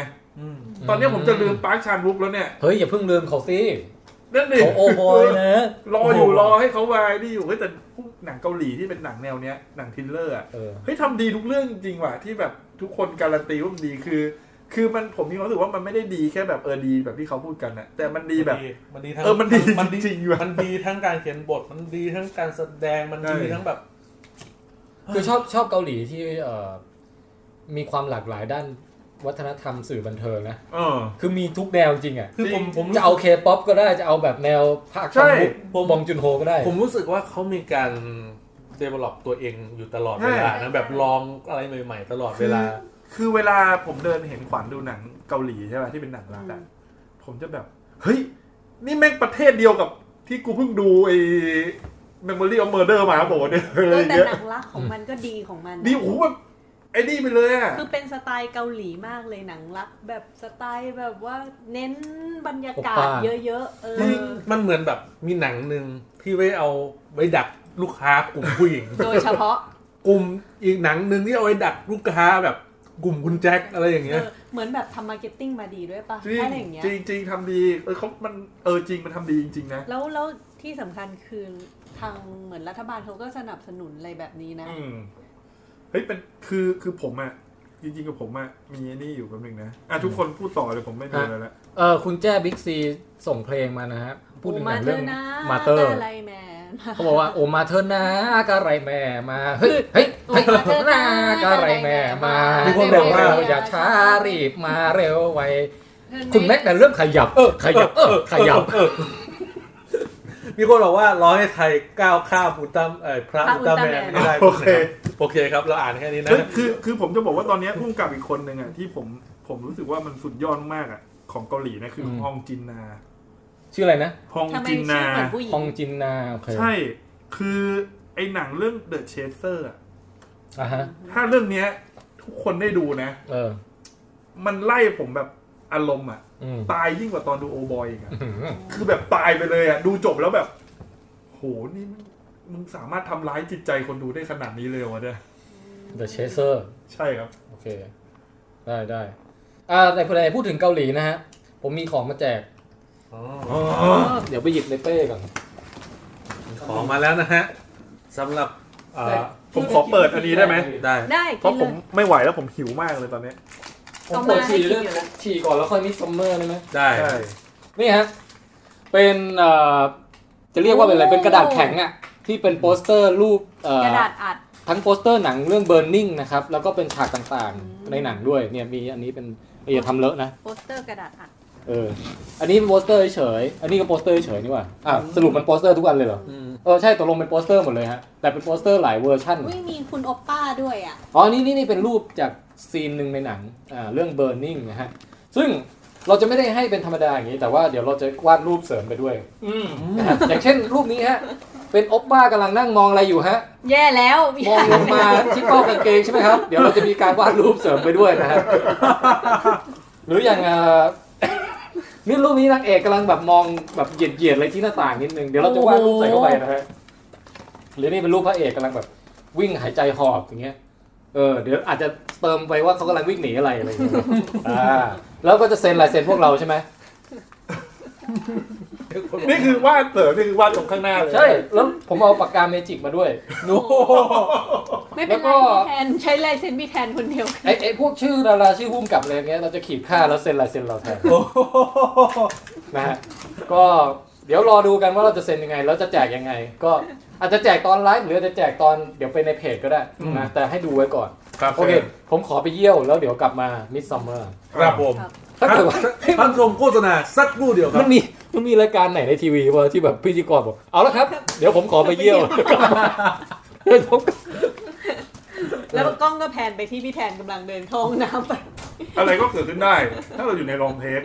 [SPEAKER 3] ตอนเนี้ยผมจะลืมปาร์คชานวุกแล้วเนี่ย
[SPEAKER 2] เฮ้ยอย่าเพิ่งลืมเขาสิ
[SPEAKER 3] นั่นดิ
[SPEAKER 2] เขาโอบอยนะ
[SPEAKER 3] รออยู่รอให้เขาวายนี่อยู่เฮ้ยแต่พวกหนังเกาหลีที่เป็นหนังแนวเนี้ยหนังทริลเลอร์อ่ะ
[SPEAKER 2] เออ
[SPEAKER 3] เฮ้ยทำดีทุกเรื่องจริงว่ะที่แบบทุกคนการันตีว่ามันดีคือ คือมันผมมีความรู้สึกว่ามันไม่ได้ดีแค่แบบเออดีแบบที่เขาพูดกันนะแต่มันดีแบบ
[SPEAKER 5] มันดีทั้ง
[SPEAKER 3] เออมันดี
[SPEAKER 5] มันดี
[SPEAKER 3] จริงๆว่ะ
[SPEAKER 5] มันดีทั้งการเขียนบท มันดีทั้งการแสดงมัน
[SPEAKER 3] ใช่
[SPEAKER 5] ดีทั้งแบบ
[SPEAKER 2] คือชอบชอบเกาหลีที่เอ่อมีความหลากหลายด้านวัฒนธรรมสื่อบันเทิงนะ
[SPEAKER 3] เออ
[SPEAKER 2] คือมีทุกแนวจริงอ่ะ
[SPEAKER 5] คือผม
[SPEAKER 3] จริง
[SPEAKER 5] ผม
[SPEAKER 2] จะเอาเคป๊อปก็ได้ จะเอาแบบแนวภาค
[SPEAKER 3] ใช่
[SPEAKER 2] ผมบองจุนโฮก็ได้
[SPEAKER 5] ผมรู้สึกว่าเขามีการ develop ตัวเองอยู่ตลอดเวลา
[SPEAKER 4] ใช่
[SPEAKER 5] นะแบบลองอะไรใหม่ ๆ ตลอดเวลา
[SPEAKER 3] คือเวลาผมเดินเห็นขวัญดูหนังเกาหลีใช่ไหมที่เป็นหนังรักอะผมจะแบบ เฮ้ย นี่แม่งประเทศเดียวกับที่กูเพิ่งดูไอ้ Memory of Murder มาโบเนี่ยอะไร
[SPEAKER 4] เอ
[SPEAKER 3] อ
[SPEAKER 4] อย่าง แต่
[SPEAKER 3] เงี้ย
[SPEAKER 4] หนังรักของมันก็ดีของมันนะ
[SPEAKER 3] นี่โอ้โหแบบไอ้นี่ไปเลยอะ
[SPEAKER 4] คือเป็นสไตล์เกาหลีมากเลยหนังรัก แบบสไตล์แบบว่าเน้นบรรยากาศ
[SPEAKER 2] โอปป้า
[SPEAKER 4] เยอะๆเออ
[SPEAKER 5] มันเหมือนแบบมีหนังหนึ่งที่ไว้เอาไว้ดักลูกค้ากลุ่มผู้หญิง
[SPEAKER 4] โดยเฉพาะ
[SPEAKER 5] กลุ่มอีกหนังหนึ่งที่เอาไว้ดักลูกค้าแบบกลุ่มคุณแจ็คอะไรอย่าง
[SPEAKER 4] เอ
[SPEAKER 5] เงี้ย
[SPEAKER 4] อเหมือนแบบทำมาร์เก็ตติ้งมาดีด้วยป่ะ
[SPEAKER 3] จริง
[SPEAKER 4] อะไรอย่างเงี้ย
[SPEAKER 3] จริงจริงทำดีเออเขามันเออจริงมันทำดีจริงๆนะ
[SPEAKER 4] แล้วแล้วที่สำคัญคือทางเหมือนรัฐบาลเขาก็สนับสนุนอะไรแบบนี้นะ
[SPEAKER 3] อืมเฮ้ยเป็นคือคือผมอะจริงๆกับผมอะมีไอ้นี่อยู่แป๊บนึงนะอ่ะทุกคนพูดต่อเลยผมไม่มีอะไรละ
[SPEAKER 2] เออคุณแจ้บิ๊กซีส่งเพลงมานะฮะ พูดถึงหนังเรื่องมา
[SPEAKER 4] มา
[SPEAKER 2] เตอร์
[SPEAKER 4] อะไรแหมมา
[SPEAKER 2] เขาบอกว่าโอมาเธอนะกะไรแม่มา เฮ้ยเฮ้ยเฮ้ยเธอนากะไรแม่มา
[SPEAKER 5] มีคนบอกว่า
[SPEAKER 2] อย่าช้ารีบมาเร็วไว
[SPEAKER 4] เรื่องนี้
[SPEAKER 2] คุณแม็กแต่เริ่มขยับ เออขยับ เออขยับ
[SPEAKER 5] เออเออมีคนบอกว่าร้อให้ไทยก้าวข้ามอุลตร้าเอ่อพระอุลตร้าแมนไม่ได้
[SPEAKER 3] โอเค
[SPEAKER 5] โอเคครับ เราอ่านแค่นี้นะ
[SPEAKER 3] เฮ้ยคือคือผมจะบอกว่าตอนเนี้ยพุ่งกับอีกคนหนึ่งอ่ะที่ผมผมรู้สึกว่ามันสุดยอดมากอ่ะของเกาหลีนะคือ
[SPEAKER 2] อืม
[SPEAKER 3] ฮองจินนา
[SPEAKER 2] ชื่ออะไรนะ
[SPEAKER 3] ฮอง
[SPEAKER 4] ทำไม
[SPEAKER 3] จิน
[SPEAKER 4] ชื่
[SPEAKER 3] นา
[SPEAKER 4] อเหมือนผู้หญิ
[SPEAKER 2] ฮอง
[SPEAKER 4] ง
[SPEAKER 2] จินนาโอเค
[SPEAKER 3] ใช่คือไอหนังเรื่อง The Chaser อ่ะ
[SPEAKER 2] อ่ะฮะ
[SPEAKER 3] ถ้าเรื่องเนี้ย ทุกคนได้ดูนะ
[SPEAKER 2] เออ
[SPEAKER 3] มันไล่ผมแบบอารมณ์อ่ะ
[SPEAKER 2] อืม
[SPEAKER 3] ตายยิ่งกว่าตอนดูโอบอยอีกอ่ะ
[SPEAKER 2] อื้อหือ
[SPEAKER 3] คือแบบตายไปเลยอ่ะ ดูจบแล้วแบบ โหนี่มึงมึงสามารถทำร้ายจิตใจคนดูได้ขนาดนี้เลยเหรอวะเนี่ย
[SPEAKER 2] The Chaser
[SPEAKER 3] ใช่ครับ
[SPEAKER 2] โอเค ได้ได้อ่าแต่พอไหนพูดถึงเกาหลีนะฮะ ผมมีของมาแจก
[SPEAKER 5] อ๋อ
[SPEAKER 2] เดี๋ยวไปหยิบในเป้ก่อน
[SPEAKER 5] ของมาแล้วนะฮะสำหรับเอ่อ
[SPEAKER 3] ผมขอเปิดอันนี้ได้ไหม
[SPEAKER 5] ได้
[SPEAKER 4] ได้
[SPEAKER 3] เพ
[SPEAKER 4] กิ
[SPEAKER 3] ราะ
[SPEAKER 4] น
[SPEAKER 3] ผ
[SPEAKER 4] เล
[SPEAKER 3] ม
[SPEAKER 4] ย
[SPEAKER 3] ไม่ไหวแล้วผมหิวมากเลยตอนเนี้ย
[SPEAKER 2] ผมปวดฉี่
[SPEAKER 4] เอามาให้กิน
[SPEAKER 2] เรื่อง
[SPEAKER 4] อยู่นะ
[SPEAKER 2] ฉี่ก่อนแล้วค่อยมิดซัมเมอร์ได้ไหม
[SPEAKER 5] ได้
[SPEAKER 3] ใช่
[SPEAKER 2] นี่ฮะ เป็นเอ่อ จะเรียกว่าเป็นอะไรเป็นกระดาษแข็งอะที่เป็นโปสเตอร์รูปเอ่อก
[SPEAKER 4] ระดาษอัด
[SPEAKER 2] ทั้งโปสเตอร์หนังเรื่อง Burning นะครับ แล้วก็เป็นฉากต่าง
[SPEAKER 4] อืม
[SPEAKER 2] ๆในหนังด้วยเนี่ยมีอันนี้เป็นอย่าทำเลอะนะ
[SPEAKER 4] โปสเตอร์กระดาษอัด
[SPEAKER 2] เออ อันนี้เป็นโปสเตอร์เฉยๆอันนี้ก็โปสเตอร์เฉยๆนี่หว่าอ่ะสรุปมันโปสเตอร์ทุกอันเลยเหรอ
[SPEAKER 5] อืม
[SPEAKER 2] เออใช่ตกลงเป็นโปสเตอร์หมดเลยฮะ แต่เป็นโปสเตอร์หลายเวอร์ชัน
[SPEAKER 4] อุ้ยมีคุณโอปป้าด้วยอ่ะ
[SPEAKER 2] อ๋อนี่นี่นี่เป็นรูปจากซีนหนึ่งในหนังอ่าเรื่อง Burning นะฮะ ซึ่งเราจะไม่ได้ให้เป็นธรรมดาอย่างนี้ แต่ว่าเดี๋ยวเราจะวาดรูปเสริมไปด้วย
[SPEAKER 3] อืม
[SPEAKER 2] นะฮะอย่างเช่นรูปนี้ฮะ เป็นโอปป้ากำลังนั่งมองอะไรอยู่ฮะ
[SPEAKER 4] แย่แล้ว
[SPEAKER 2] มองลงมาที่เป้ากางเกงใช่ไหมครับ เดี๋ยวเราจะมีการวาดรูปเสริมไปด้วย นะครับ หรืออย่างเอ่อ นี่รูปนี้นางเอกกำลังแบบมองแบบเหยียดๆอะไรที่หน้าต่างนิดนึง เดี๋ยวเราจะวาดรูปใส่เข้าไปนะฮะ หรือนี่เป็นรูปพระเอกกำลังแบบวิ่งหายใจหอบอย่างเงี้ย เออเดี๋ยวอาจจะเติมไปว่าเขากำลังวิ่งหนีอะไรอะไรอย่างเงี้ย อ่า แล้วก็จะเซ็นลายเซ็นพวกเราใช่ไหม
[SPEAKER 3] นี่คือวาดเสริมนี่คือวาดตรงข้างหน้าเลย
[SPEAKER 2] ใช่ แล้วผมเอาปากกาเมจิกมาด้วย
[SPEAKER 5] โน้
[SPEAKER 4] ไม่เป็น
[SPEAKER 2] แล้วก็
[SPEAKER 4] ไรพี่แทนใช้ลายเซ็นพี่แทนคนเดียว
[SPEAKER 2] ไอ้ไอ้พวกชื่อดาราชื่อพุ่มกับอะไรอย่างเงี้ยเราจะขีดค่าแล้วเซ็นลายเซ็นเราแทน นะฮะก็เดี๋ยวรอดูกันว่าเราจะเซ็นยังไง แล้วจะแจกยังไง ก็อาจจะแจกตอนไลฟ์หรืออาจจะแจกตอนเดี๋ยวไปในเพจก็ได้นะแต่ให้ดูไว้ก่อน
[SPEAKER 5] ครับ
[SPEAKER 2] โอเค ผมขอไปเยี่ยวแล้วเดี๋ยวกลับมามิดซัมเมอร์
[SPEAKER 5] ครับผม
[SPEAKER 2] ถ้าเกิดว่า
[SPEAKER 5] ท่านชมโฆษณาสักครู่เดียวครั
[SPEAKER 2] มั
[SPEAKER 5] บ
[SPEAKER 2] นมีมันมีรายการไหนในทีวีวะที่แบบพิธีกรบอกเอาละครับ เดี๋ยวผมขอไปเยี่ยว เดี๋ยวผม
[SPEAKER 4] แล้วกล้องก็แพนไปที่พี่แทนกำลังเดินเข้าห้องน้ำไป
[SPEAKER 3] อะไรก็เกิดขึ้นได้ ถ้าเราอยู่ในโรงเทส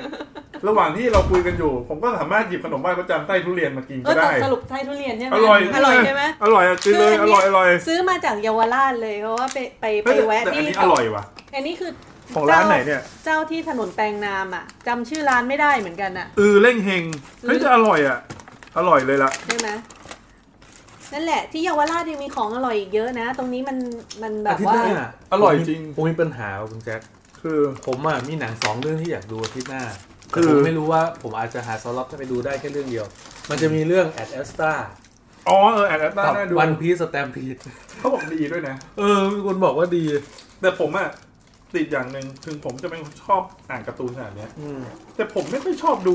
[SPEAKER 3] ระหว่างที่เราคุยกันอยู่ ผมก็สามารถหยิบขนมไหว้ประจำใต้ทุเรียนมากิน
[SPEAKER 4] เอ
[SPEAKER 3] ก็
[SPEAKER 4] อแต่
[SPEAKER 3] ได้
[SPEAKER 4] สรุปไส้ทุเรียนใช่ไหม
[SPEAKER 3] อร่อย
[SPEAKER 4] อร่อยใช่ไหม
[SPEAKER 3] อร่อยอะกินเลย
[SPEAKER 4] คือ
[SPEAKER 3] อน
[SPEAKER 4] อัเนี้
[SPEAKER 3] ร่อย
[SPEAKER 4] ย
[SPEAKER 3] อร่อย
[SPEAKER 4] ซื้อมาจากเยาวราชเลยเพราะว่าไปไปไป
[SPEAKER 3] เฮ้ย
[SPEAKER 4] แวะ
[SPEAKER 3] แต่อั
[SPEAKER 4] ที่
[SPEAKER 3] นนี้อร่อยว่ะ
[SPEAKER 4] อันนี้คือ
[SPEAKER 3] ของร้านไหนเนี่ย
[SPEAKER 4] เจ้าที่ถนนแปลงนามอ่ะจำชื่อร้านไม่ได้เหมือนกันอ่ะ
[SPEAKER 3] อือเร่งเฮงเฮ้ยจะอร่อยอ่ะ อร่อยเลยล่ะ
[SPEAKER 4] ใช่ไหมนั่นแหละที่เยาวราชยังมีของอร่อยอีกเยอะนะ ตรงนี้มันมันแบ
[SPEAKER 5] อา
[SPEAKER 4] บ
[SPEAKER 5] ทิตย์
[SPEAKER 4] ว่า
[SPEAKER 5] หน้า
[SPEAKER 3] อร่อยจริง
[SPEAKER 5] ผมมีปัญหากับคุณแจ็ค
[SPEAKER 3] คือ
[SPEAKER 5] ผมอ่ะมีหนังสองเรื่องที่อยากดูอาทิตย์หน้า
[SPEAKER 3] คื
[SPEAKER 5] คือ อไม่รู้ว่าผมอาจจะหาสล็อตให้ไปดูได้แค่เรื่องเดียว มันจะมีเรื่องแอดแอสตา
[SPEAKER 3] อ๋อเออแอดแอดต้า
[SPEAKER 5] กับ
[SPEAKER 3] น่าดู
[SPEAKER 5] วันพีสแตมพีด
[SPEAKER 3] เขาบอกดีด้วยนะ
[SPEAKER 5] เออมีคนบอกว่าดี
[SPEAKER 3] แต่ผมอ่ะติดอย่างหนึ่งถึงผมจะเป็นคนชอบอ่านการ์ตูนขนาดเนี้ย แต่ผมไม่ค่อยชอบดู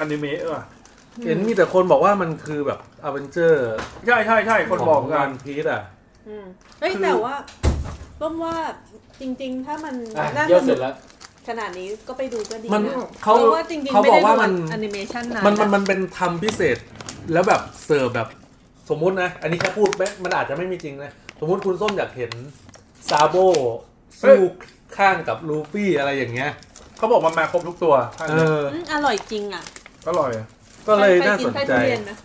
[SPEAKER 3] อนิเมะเออ
[SPEAKER 5] เห็นมีแต่คนบอกว่ามันคือแบบอเวนเจอร์
[SPEAKER 3] ใช่ใช่ใช่คนบอกกั
[SPEAKER 5] วัน นพีซอ่ะ
[SPEAKER 4] อืมเฮ้ย
[SPEAKER 3] คือ
[SPEAKER 4] แต่ว่าร่มว่าจริง ๆ ถ้ามัน
[SPEAKER 2] อ่ะ
[SPEAKER 4] น่า
[SPEAKER 2] เยี่ยว
[SPEAKER 4] ส
[SPEAKER 2] เสร็จ
[SPEAKER 4] นุก
[SPEAKER 2] แล้ว
[SPEAKER 4] ขนาดนี้ก็ไปดูก็ดี
[SPEAKER 5] มัน
[SPEAKER 4] นะ
[SPEAKER 5] เขา
[SPEAKER 4] เพราะว่าจริง
[SPEAKER 5] เขา
[SPEAKER 4] ๆไม่
[SPEAKER 5] บอ
[SPEAKER 4] ได้
[SPEAKER 5] กว่ามัน
[SPEAKER 4] แอนิเมชันนะ
[SPEAKER 5] มันมันมันเป็นทำพิเศษแล้วแบบเสิร์ฟแบบสมมุตินะ อันนี้แค่พูดไม่มันอาจจะไม่มีจริงนะ สมมุติคุณส้มอยากเห็นซาโบสู้ข้างกับลูฟี่อะไรอย่างเงี้ย
[SPEAKER 3] เขาบอกมันมาครบทุกตัวท่าน
[SPEAKER 5] เอ
[SPEAKER 3] เนี่ย
[SPEAKER 5] อ
[SPEAKER 4] อืมอร่อยจริงอ่ะ
[SPEAKER 3] อร่อย
[SPEAKER 5] ก็เลยน่าสน
[SPEAKER 4] ไปกิ
[SPEAKER 5] ใจ
[SPEAKER 4] ไส้ทุเรียนนะ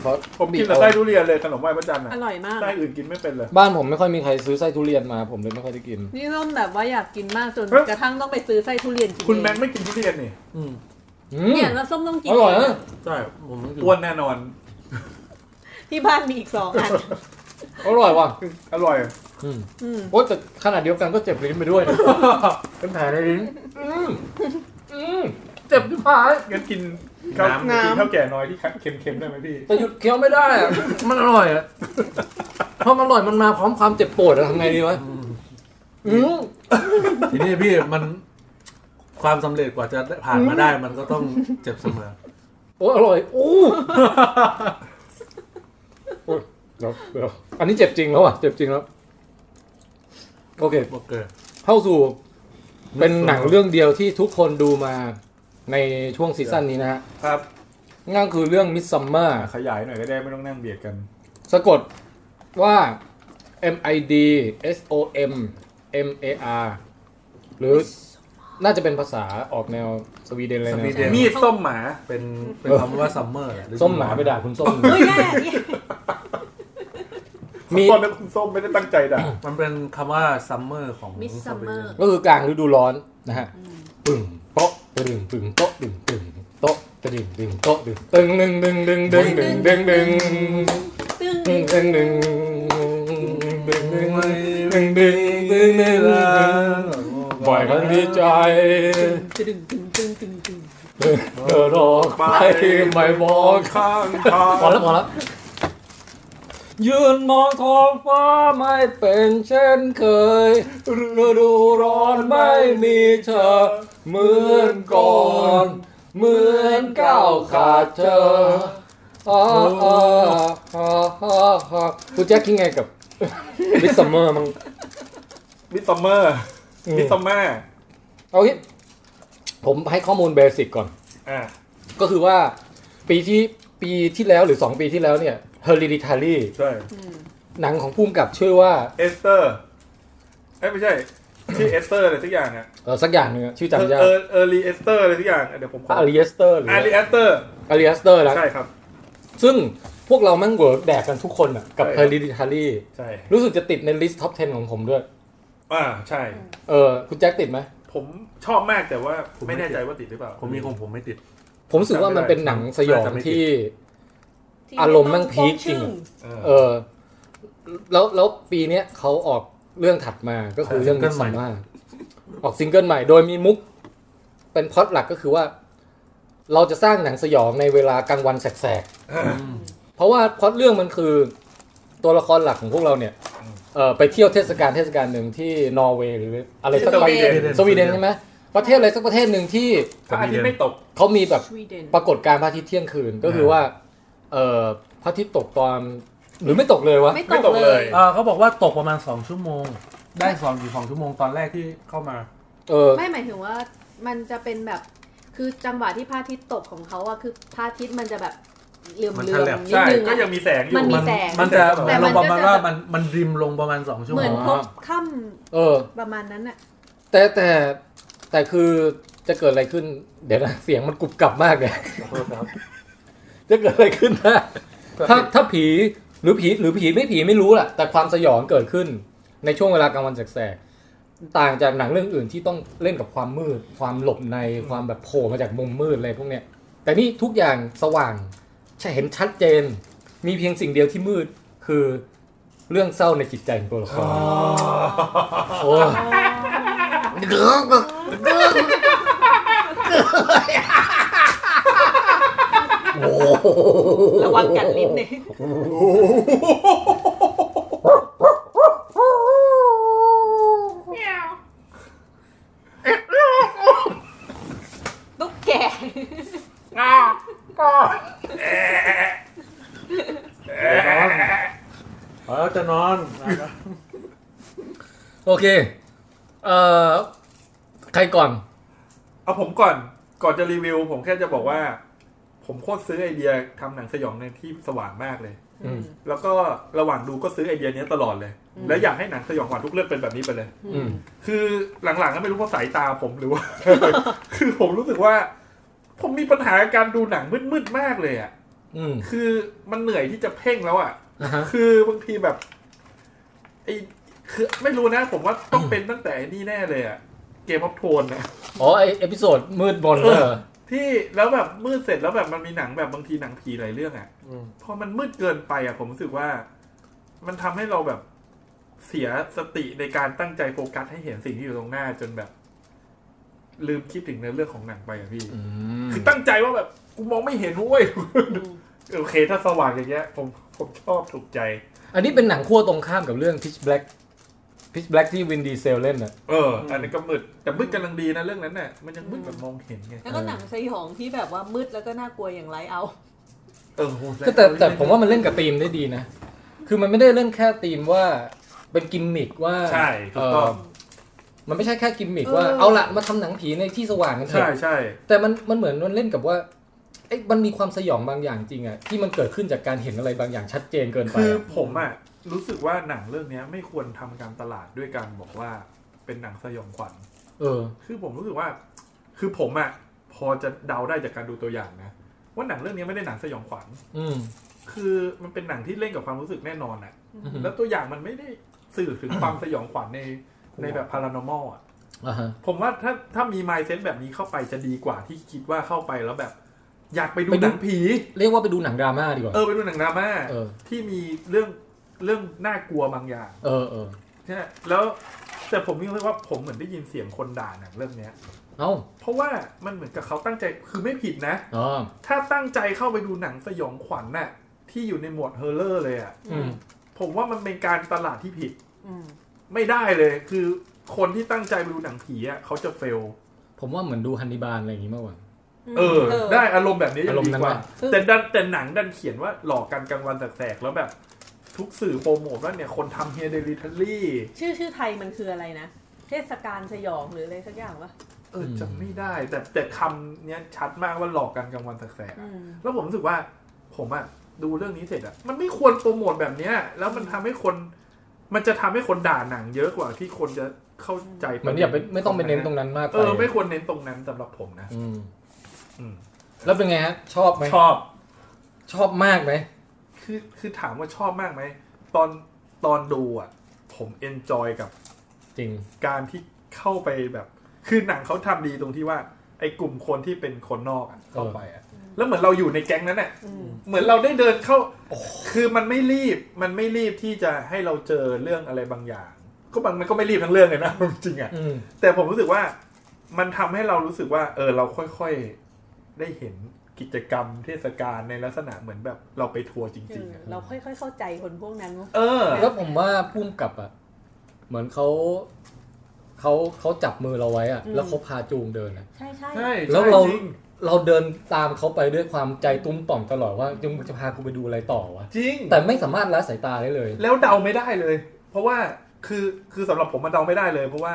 [SPEAKER 2] ขอ
[SPEAKER 3] ผมกินแต่ไส้ทุเรียนเลยขนมไหว้พระจันทร์อ่ะ
[SPEAKER 4] อร่อยมาก
[SPEAKER 3] ไส้อื่นกินไม่เป็นเลย
[SPEAKER 2] บ้านผมไม่ค่อยมีใครซื้อไส้ทุเรียนมาผมเลยไม่ค่อยได้กิน
[SPEAKER 4] นี่ร่มแบบว่าอยากกินมากจน
[SPEAKER 3] เฮ้ย
[SPEAKER 4] กระทั่งต้องไปซื้อไส้ทุเรียนกิน
[SPEAKER 3] คุณแบง
[SPEAKER 4] เอ
[SPEAKER 3] ค์ไม่กินทุเรียนนี่
[SPEAKER 5] อืม
[SPEAKER 2] อื
[SPEAKER 4] ง
[SPEAKER 2] ม
[SPEAKER 4] เนี่ยแล้วส้มต้องกิน
[SPEAKER 2] อร่อยนะ
[SPEAKER 5] ใช่ผมรู้สึก
[SPEAKER 3] อ้วนแน่นอน
[SPEAKER 4] ที่บ้านมีอีกสองอั น
[SPEAKER 2] อร่อยว่ะ
[SPEAKER 3] อร่อย
[SPEAKER 2] อืม
[SPEAKER 4] อืม
[SPEAKER 2] โอ้แต่ขนาดเดียวกันก็เจ็บลิ้นไปด้วย นะ เป็นแผลในลิ้นอืมอืมเจ็บที่ผาย
[SPEAKER 3] งั้นกินข้าว
[SPEAKER 5] น้ำ
[SPEAKER 3] กินข้าวแก่น้อยที่เค็มๆได้ไหมพี่
[SPEAKER 2] แต่หยุดเคี้ยวไม่ได้อะมันอร่อยอะเพราะมันอร่อยมันมาพร้อมความเจ็บปวดอะทำไงดีวะอืม
[SPEAKER 5] ทีนี้พี่มันความสำเร็จกว่าจะผ่านมาได้มันก็ ต้องเจ็บเสมอ
[SPEAKER 2] โอ้อร่อยโอ้โอ้ยเดี๋ยวเดี๋ยวอันนี้เจ็บจริงแล้วอ่ะเจ็บจริงแล้วโอเค
[SPEAKER 5] บอกเกอร์
[SPEAKER 2] เข้าสู่เป็นหนังเรื่องเดียวที่ทุกคนดูมาในช่วงซีซั่นนี้นะฮะ
[SPEAKER 3] ครับ
[SPEAKER 2] นั่นคือเรื่องมิสซัมเมอร์
[SPEAKER 3] ขยายหน่อยก็ได้ไม่ต้องนั่งเบียดกัน
[SPEAKER 2] สะกดว่า M I D S O M M A R หรือน่าจะเป็นภาษาออกแนวสวีเดนเลย
[SPEAKER 5] ส
[SPEAKER 2] นะ
[SPEAKER 5] วีเดน
[SPEAKER 3] มีดส้มหมา
[SPEAKER 5] เป็นเป็นคำว่าซัมเมอร์และรือ
[SPEAKER 2] ส้มหมาไปด่าคุณส้ม
[SPEAKER 4] เฮ้ยแย่แย่
[SPEAKER 2] มี
[SPEAKER 3] ตอนนั้นคุณส้มไม่ได้ตั้งใจด่า
[SPEAKER 5] มันเป็นคำว่าซัมเมอร์ของ
[SPEAKER 4] มิสซัมเมอร์
[SPEAKER 2] ก็คือกลางฤดูร้อนนะฮะปึ่งโต๊ะตึงปึ่งโต๊ะตึงตึงโต๊ะตึงตึงโต๊ะตึงตึงดึงดึงดึงดึงดึงดึงดึง
[SPEAKER 4] ตึ้ง
[SPEAKER 2] ดึงดึงดึงดึงดึงดึงดึงดึงดึงบ่อยครั้งดีใจ
[SPEAKER 4] ตึ้งตึ้งตึ้งตึ้งตึ้ง
[SPEAKER 2] เดินออกไปไม่มองข้าง
[SPEAKER 3] ข้างทาง
[SPEAKER 2] พอแล้วพอแล้วยืนมองท้องฟ้าไม่เป็นเช่นเคยฤดูร้อนไม่มีเธอ เหมือนก่อน เหมือนก้าวขาดเธอ อ๋ออ๋ออ๋ออ๋ออ๋อคุณแจ็คคิดไงกับ วิสซัมเมอร์มั้ง
[SPEAKER 3] มิดซัมเมอร์
[SPEAKER 2] อืม
[SPEAKER 3] มิดซัมเมอร์
[SPEAKER 2] เอางี้ผมให้ข้อมูลเบสิกก่อน
[SPEAKER 3] อ่า
[SPEAKER 2] ก็คือว่าปีที่ปีที่แล้วหรือ 2 ปีที่แล้วเนี่ย Hereditary
[SPEAKER 3] ใช่
[SPEAKER 4] อืม
[SPEAKER 2] หนังของภูมิกับชื่อว่า
[SPEAKER 3] เอสเตอร์เอ้ยไม่ใช่ ชื่อเอสเตอร์อะไรสักอย่างอ่ะ
[SPEAKER 2] เอ่อสักอย่างหนึงอะชื่อจำยาก
[SPEAKER 3] เออเออรีเอสเตอร์อะไรสักอย่างอ่ะเดี๋ยวผมขอ
[SPEAKER 2] อาริเอสเตอร์หรือ
[SPEAKER 3] อารีเอสเตอร์
[SPEAKER 2] อาริเอสเตอร์แล้ว
[SPEAKER 3] ใช่ครับ
[SPEAKER 2] ซึ่งพวกเราแมั่งเวิร์กแดกกันทุกคนอะกับ
[SPEAKER 3] ใช่
[SPEAKER 2] Hereditary
[SPEAKER 3] ใช่
[SPEAKER 2] รู้สึกจะติดในลิสต์ท็อป 10 ของผมด้วย
[SPEAKER 3] อ่าใช่
[SPEAKER 2] เออคุณแจ็คติดไหม
[SPEAKER 3] ผมชอบมากแต่ว่าไม่แน่ใจว่าติดหรือเปล่า
[SPEAKER 5] ผมมีของผมไม่ติด
[SPEAKER 2] ผมรู้สึกว่ามันเป็นหนังสยอง
[SPEAKER 5] น่าจะไม่ติด
[SPEAKER 2] ที่
[SPEAKER 4] ที่
[SPEAKER 2] อารมณ์แม่งพีคจริงอะ
[SPEAKER 3] เออ
[SPEAKER 2] เออแล้วแล้วปีเนี้ยเขาออกเรื่องถัดมาก็คือเรื่อง
[SPEAKER 5] เออซิ
[SPEAKER 2] มิส
[SPEAKER 5] งเกิล
[SPEAKER 2] ซั
[SPEAKER 5] ใหม่
[SPEAKER 2] มมาออกซิงเกิลใหม่โดยมีมุก เป็นพล็อดหลักก็คือว่า เราจะสร้างหนังสยองในเวลากลางวันแสกๆ เพราะว่าพล็อดเรื่องมันคือ ตัวละครหลักของพวกเราเนี่ยเออไปเที่ยวเทศกาลเทศกาลหนึ่งที่นอร์เวย์หรืออะไรสักประเทศสวีเดนใช่ไหมประเทศอะไรสักประเทศหนึ่งที่
[SPEAKER 3] พระอาทิตย์ไม่ตก
[SPEAKER 2] เขามีแบบ
[SPEAKER 4] สวีเดน
[SPEAKER 2] ปรากฏการณ์พระอาทิตย์เที่ยงคืนก็คือว่า เออพระอาทิตย์ตกตอนหรือไม่ตกเลยวะ
[SPEAKER 4] ไม่
[SPEAKER 3] ไม่
[SPEAKER 4] ต
[SPEAKER 3] ต
[SPEAKER 4] ก
[SPEAKER 3] ก
[SPEAKER 4] เล
[SPEAKER 3] เลย ย
[SPEAKER 5] เออเขาบอกว่าตกประมาณสองชั่วโมง ได้สองถึงสองชั่วโมงตอนแรกที่เข้ามา
[SPEAKER 2] เออ
[SPEAKER 6] ไม่หมายถึงว่ามันจะเป็นแบบ คือจังหวะที่พระอาทิตย์ตกของเขาอะคือพระอาทิตย์มันจะแบบเหลื่อม
[SPEAKER 5] มัน
[SPEAKER 6] เลื่
[SPEAKER 5] ฉ
[SPEAKER 6] อม
[SPEAKER 5] ลับ
[SPEAKER 6] นิด
[SPEAKER 3] ใช่
[SPEAKER 6] นึง
[SPEAKER 3] ก็ยัง
[SPEAKER 6] อะ
[SPEAKER 3] มีแสงอยู่
[SPEAKER 6] มันมี
[SPEAKER 5] มั
[SPEAKER 6] แสง
[SPEAKER 5] มันจะ
[SPEAKER 6] แต่
[SPEAKER 5] ล
[SPEAKER 6] มั
[SPEAKER 5] ง
[SPEAKER 6] น
[SPEAKER 5] ประมาณ
[SPEAKER 6] ก็จะ
[SPEAKER 5] ว่ามันมันริมลงประมาณสองชั่ว
[SPEAKER 6] เห
[SPEAKER 5] โม
[SPEAKER 6] มือน
[SPEAKER 5] ง
[SPEAKER 6] พบค่
[SPEAKER 2] เออ
[SPEAKER 6] ำประมาณนั้นอะ
[SPEAKER 2] แต่แต่แต่คือจะเกิดอะไรขึ้น เดี๋ยวนะเสียงมันกรุบกรับมากเลยจะเกิดอะไรขึ้นนะถ้าถ้าผีหรือผีหรือผีไม่ผีไม่รู้แหละแต่ความสยองเกิดขึ้น ในช่วงเวลากลางวันแสกๆต่างจากหนังเรื่องอื่นที่ต้องเล่นกับความมืด ความหลบในความแบบโผล่มาจากมุมมืดอะไรพวกเนี้ยแต่นี่ทุกอย่างสว่างจะเห็นชัดเจน มีเพียงสิ่งเดียวที่มืดคือเรื่องเศร้าในจิตใจของตัวละครโอ้ย
[SPEAKER 4] ระวังกัดลิ้นเนี่ยตุ๊กแก
[SPEAKER 5] แล้วจะนอน
[SPEAKER 2] โอเค เอ่อ ใครก่อน
[SPEAKER 3] เอาผมก่อนก่อนจะรีวิว ผมแค่จะบอกว่า ผมโคตรซื้อไอเดียทำหนังสยองในที่สว่างมากเลย
[SPEAKER 2] อืม
[SPEAKER 3] แล้วก็ระหว่างดูก็ซื้อไอเดียเนี้ยตลอดเลย แล้วอยากให้หนังสยองขวัญทุกเรื่องเป็นแบบนี้ไปเลย
[SPEAKER 2] อืม
[SPEAKER 3] คือหลังๆก็ไม่รู้เพราะสายตาผมหรือว่า คือผมรู้สึกว่า ผมมีปัญหากับการดูหนังมืดๆมากเลยอ่ะ
[SPEAKER 2] อืม
[SPEAKER 3] คือมันเหนื่อยที่จะเพ่งแล้วอ่ะ
[SPEAKER 2] อ่าฮะ
[SPEAKER 3] คือบางทีแบบไอคือไม่รู้นะ ผมว่าต้องเป็นตั้งแต่ไอ้นี่แน่เลยอ่ะ เกมออฟโทนนะ
[SPEAKER 2] อ๋อ ไอเอพิโซดมืดบนเลยเหรอ
[SPEAKER 3] ที่แล้วแบบมืดเสร็จแล้วแบบมันมีหนังแบบบางทีหนังผีหลายเรื่องอะ่ะพอมันมืดเกินไปอะ่ะ ผมรู้สึกว่า มันทำให้เราแบบเสียสติในการตั้งใจโฟกัสให้เห็นสิ่งที่อยู่ตรงหน้าจนแบบ ลืมคิดถึงในอเรื่องของหนังไปอะพี่
[SPEAKER 2] ม
[SPEAKER 3] คือตั้งใจว่าแบบกูมองไม่เห็นเว้ย โอเค ถ้าสว่างอย่างเงี้ยผมผมชอบถูกใจ
[SPEAKER 2] อันนี้เป็นหนังขั้วตรงข้ามกับเรื่อง Pitch Black Pitch Black ที่วินดีเซลเล่นน่ะ
[SPEAKER 3] เอออันนั้นก็มืดแต่มืดกำลังดีนะเรื่องนั้นน่ะมันยังมืดแบบมองเห็นไง
[SPEAKER 4] แล้วก็หนังสยองที่แบบว่ามืดแล้วก็น่ากลัวอย่างไรเอา
[SPEAKER 3] เออโห
[SPEAKER 2] ก็แต่แต่ผมว่ามันเล่นกับธีมได้ดีนะ คือมันไม่ได้เล่นแค่ธีมว่าเป็นกิมมิกว่า
[SPEAKER 3] ใช่ถูกต้อง
[SPEAKER 2] เมันไม่ใช่แค่กิมมิกว่า
[SPEAKER 4] เออ
[SPEAKER 2] เอาละมาทำหนังผีในที่สว่างกันเถ
[SPEAKER 3] ใช่
[SPEAKER 2] อะ
[SPEAKER 3] ใช่
[SPEAKER 2] แต่มันมันเหมือนมันเล่นกับว่าเอ้ยมันมีความสยองบางอย่างจริงอะที่มันเกิดขึ้นจากการเห็นอะไรบางอย่างชัดเจนเกินไป
[SPEAKER 3] คือ
[SPEAKER 2] อะ
[SPEAKER 3] ผมอะรู้สึกว่าหนังเรื่องเนี้ยไม่ควรทำการตลาดด้วยการบอกว่าเป็นหนังสยองขวัญ
[SPEAKER 2] เออ
[SPEAKER 3] คือผมรู้สึกว่า คือผมอะพอจะเดาได้จากการดูตัวอย่างนะว่าหนังเรื่องเนี้ยไม่ได้หนังสยองขวัญ
[SPEAKER 2] อืม
[SPEAKER 3] คือมันเป็นหนังที่เล่นกับความรู้สึกแน่นอนอะ
[SPEAKER 2] อือฮึ
[SPEAKER 3] แล้วตัวอย่างมันไม่ได้สื่อถึงความสยองขวัญในในแบบพารานอมอลอะ
[SPEAKER 2] อ่าฮะ
[SPEAKER 3] ผมว่าถ้าถ้ามีไมเซ็ตแบบนี้เข้าไปจะดีกว่าที่คิดว่าเข้าไปแล้วแบบ อยากไปดู
[SPEAKER 2] ไปดู
[SPEAKER 3] หนังผี
[SPEAKER 2] เรียกว่าไปดูหนังดราม่าดีกว่า
[SPEAKER 3] เออไปดูหนังดราม่า
[SPEAKER 2] เออ
[SPEAKER 3] ที่มีเรื่องเรื่องน่ากลัวบางอย่าง
[SPEAKER 2] เออเออ
[SPEAKER 3] ใช่แล้วแต่ผมมีความรู้สึกว่าผมเหมือนได้ยินเสียงคนด่าหนังเรื่องเนี้ย
[SPEAKER 2] เอ้า
[SPEAKER 3] เพราะว่ามันเหมือนกับเขาตั้งใจคือไม่ผิดนะ
[SPEAKER 2] อ๋อ
[SPEAKER 3] ถ้าตั้งใจเข้าไปดูหนังสยองขวัญน่ะที่อยู่ในหมวดเฮอร์เลอร์เลยอะ่ะ
[SPEAKER 2] อืม
[SPEAKER 3] ผมว่ามันเป็นการตลาดที่ผิด
[SPEAKER 4] อืม
[SPEAKER 3] ไม่ได้เลย คือคนที่ตั้งใจไปดูหนังผีอะ่ะเขาจะเฟล
[SPEAKER 2] ผมว่าเหมือนดูฮันนิบาลอะไรอย่างงี้มากกว่า
[SPEAKER 4] ม
[SPEAKER 3] เออ
[SPEAKER 4] เออ
[SPEAKER 3] ได้อารมณ์แบบนี้ยั
[SPEAKER 2] อาง รมณ์
[SPEAKER 3] ดีกว่า
[SPEAKER 2] นั้นแหละ
[SPEAKER 4] คือ
[SPEAKER 3] แต่ดันแต่หนังดันเขียนว่าหลอกกันกลางวันแสกๆแล้วแบบ ทุกสื่อโปรโมทว่าเนี่ยคนทำเฮียเดลิทัลลี่
[SPEAKER 4] ชื่อชื่อไทยมันคืออะไรนะ เทศกาลสยองหรืออะไรสักอย่างวะ
[SPEAKER 3] เออจำไม่ได้ แต่แต่คำเนี้ยชัดมากว่าหลอกกันกลางวันแสกๆ
[SPEAKER 4] อื
[SPEAKER 3] อะ
[SPEAKER 4] ม
[SPEAKER 3] แล้วผมรู้สึกว่าผมอะดูเรื่องนี้เสร็จอะมันไม่ควรโปรโมทแบบเนี้ยแล้วมันทำให้คน มันจะทำให้คนด่าหนังเยอะกว่าที่คนจะเข้าใจ
[SPEAKER 2] เหมือนอย่าไปไม่ต้องไปเน้นตรงนั้นมากไป
[SPEAKER 3] เออไม่ควรเน้นตรงนั้นสำหรับผมนะ
[SPEAKER 2] อืม
[SPEAKER 3] อืม
[SPEAKER 2] แล้วเป็นไงฮะ ชอบไหม
[SPEAKER 3] ชอบ
[SPEAKER 2] ชอบมากไหม
[SPEAKER 3] คือคือถามว่าชอบมากไหม ตอนตอนดูอ่ะ ผมเอนจอยกับ
[SPEAKER 2] จริง
[SPEAKER 3] การที่เข้าไปแบบ คือหนังเขาทำดีตรงที่ว่า ไอ้กลุ่มคนที่เป็นคนนอกอะเข้าไปอ่ะ แล้วเหมือนเราอยู่ในแก๊งนั้นอ่ะ
[SPEAKER 4] อืม
[SPEAKER 3] เหมือนเราได้เดินเข้า คือมันไม่รีบมันไม่รีบที่จะให้เราเจอเรื่องอะไรบางอย่าง ก็มันมันก็ไม่รีบทั้งเรื่องเลยนะ จริงอ่ะ
[SPEAKER 2] อืม
[SPEAKER 3] แต่ผมรู้สึกว่ามันทำให้เรารู้สึกว่า เออเราค่อยๆได้เห็นกิจกรรมเทศกาลในลักษณะเหมือนแบบเราไปทัวร์จ
[SPEAKER 4] เอ
[SPEAKER 3] ริง
[SPEAKER 4] อ
[SPEAKER 3] ๆอะ
[SPEAKER 4] เราค่อยๆเข้าใจคนพวกนั้นมั้ง
[SPEAKER 3] เออ
[SPEAKER 2] แล้วผมว่าพุ่มกับอ่ะ เหมือนเขาเขาเขาจับมือเราไว้อ่ะ แล้วเขาพาจูงเดินอะ
[SPEAKER 4] ใช่ใช่
[SPEAKER 3] ใช่
[SPEAKER 2] แล้วเรา
[SPEAKER 3] ใช่
[SPEAKER 2] เราเดินตามเขาไปด้วยความใจตุ้มต่อมตลอดว่าจะมึงจะพากูไปดูอะไรต่อวะ
[SPEAKER 3] จริง
[SPEAKER 2] แต่ไม่สามารถละสายตาได้เลย
[SPEAKER 3] แล้วเดาไม่ได้เลย เพราะว่าคือคือสำหรับผมมันเดาไม่ได้เลย เพราะว่า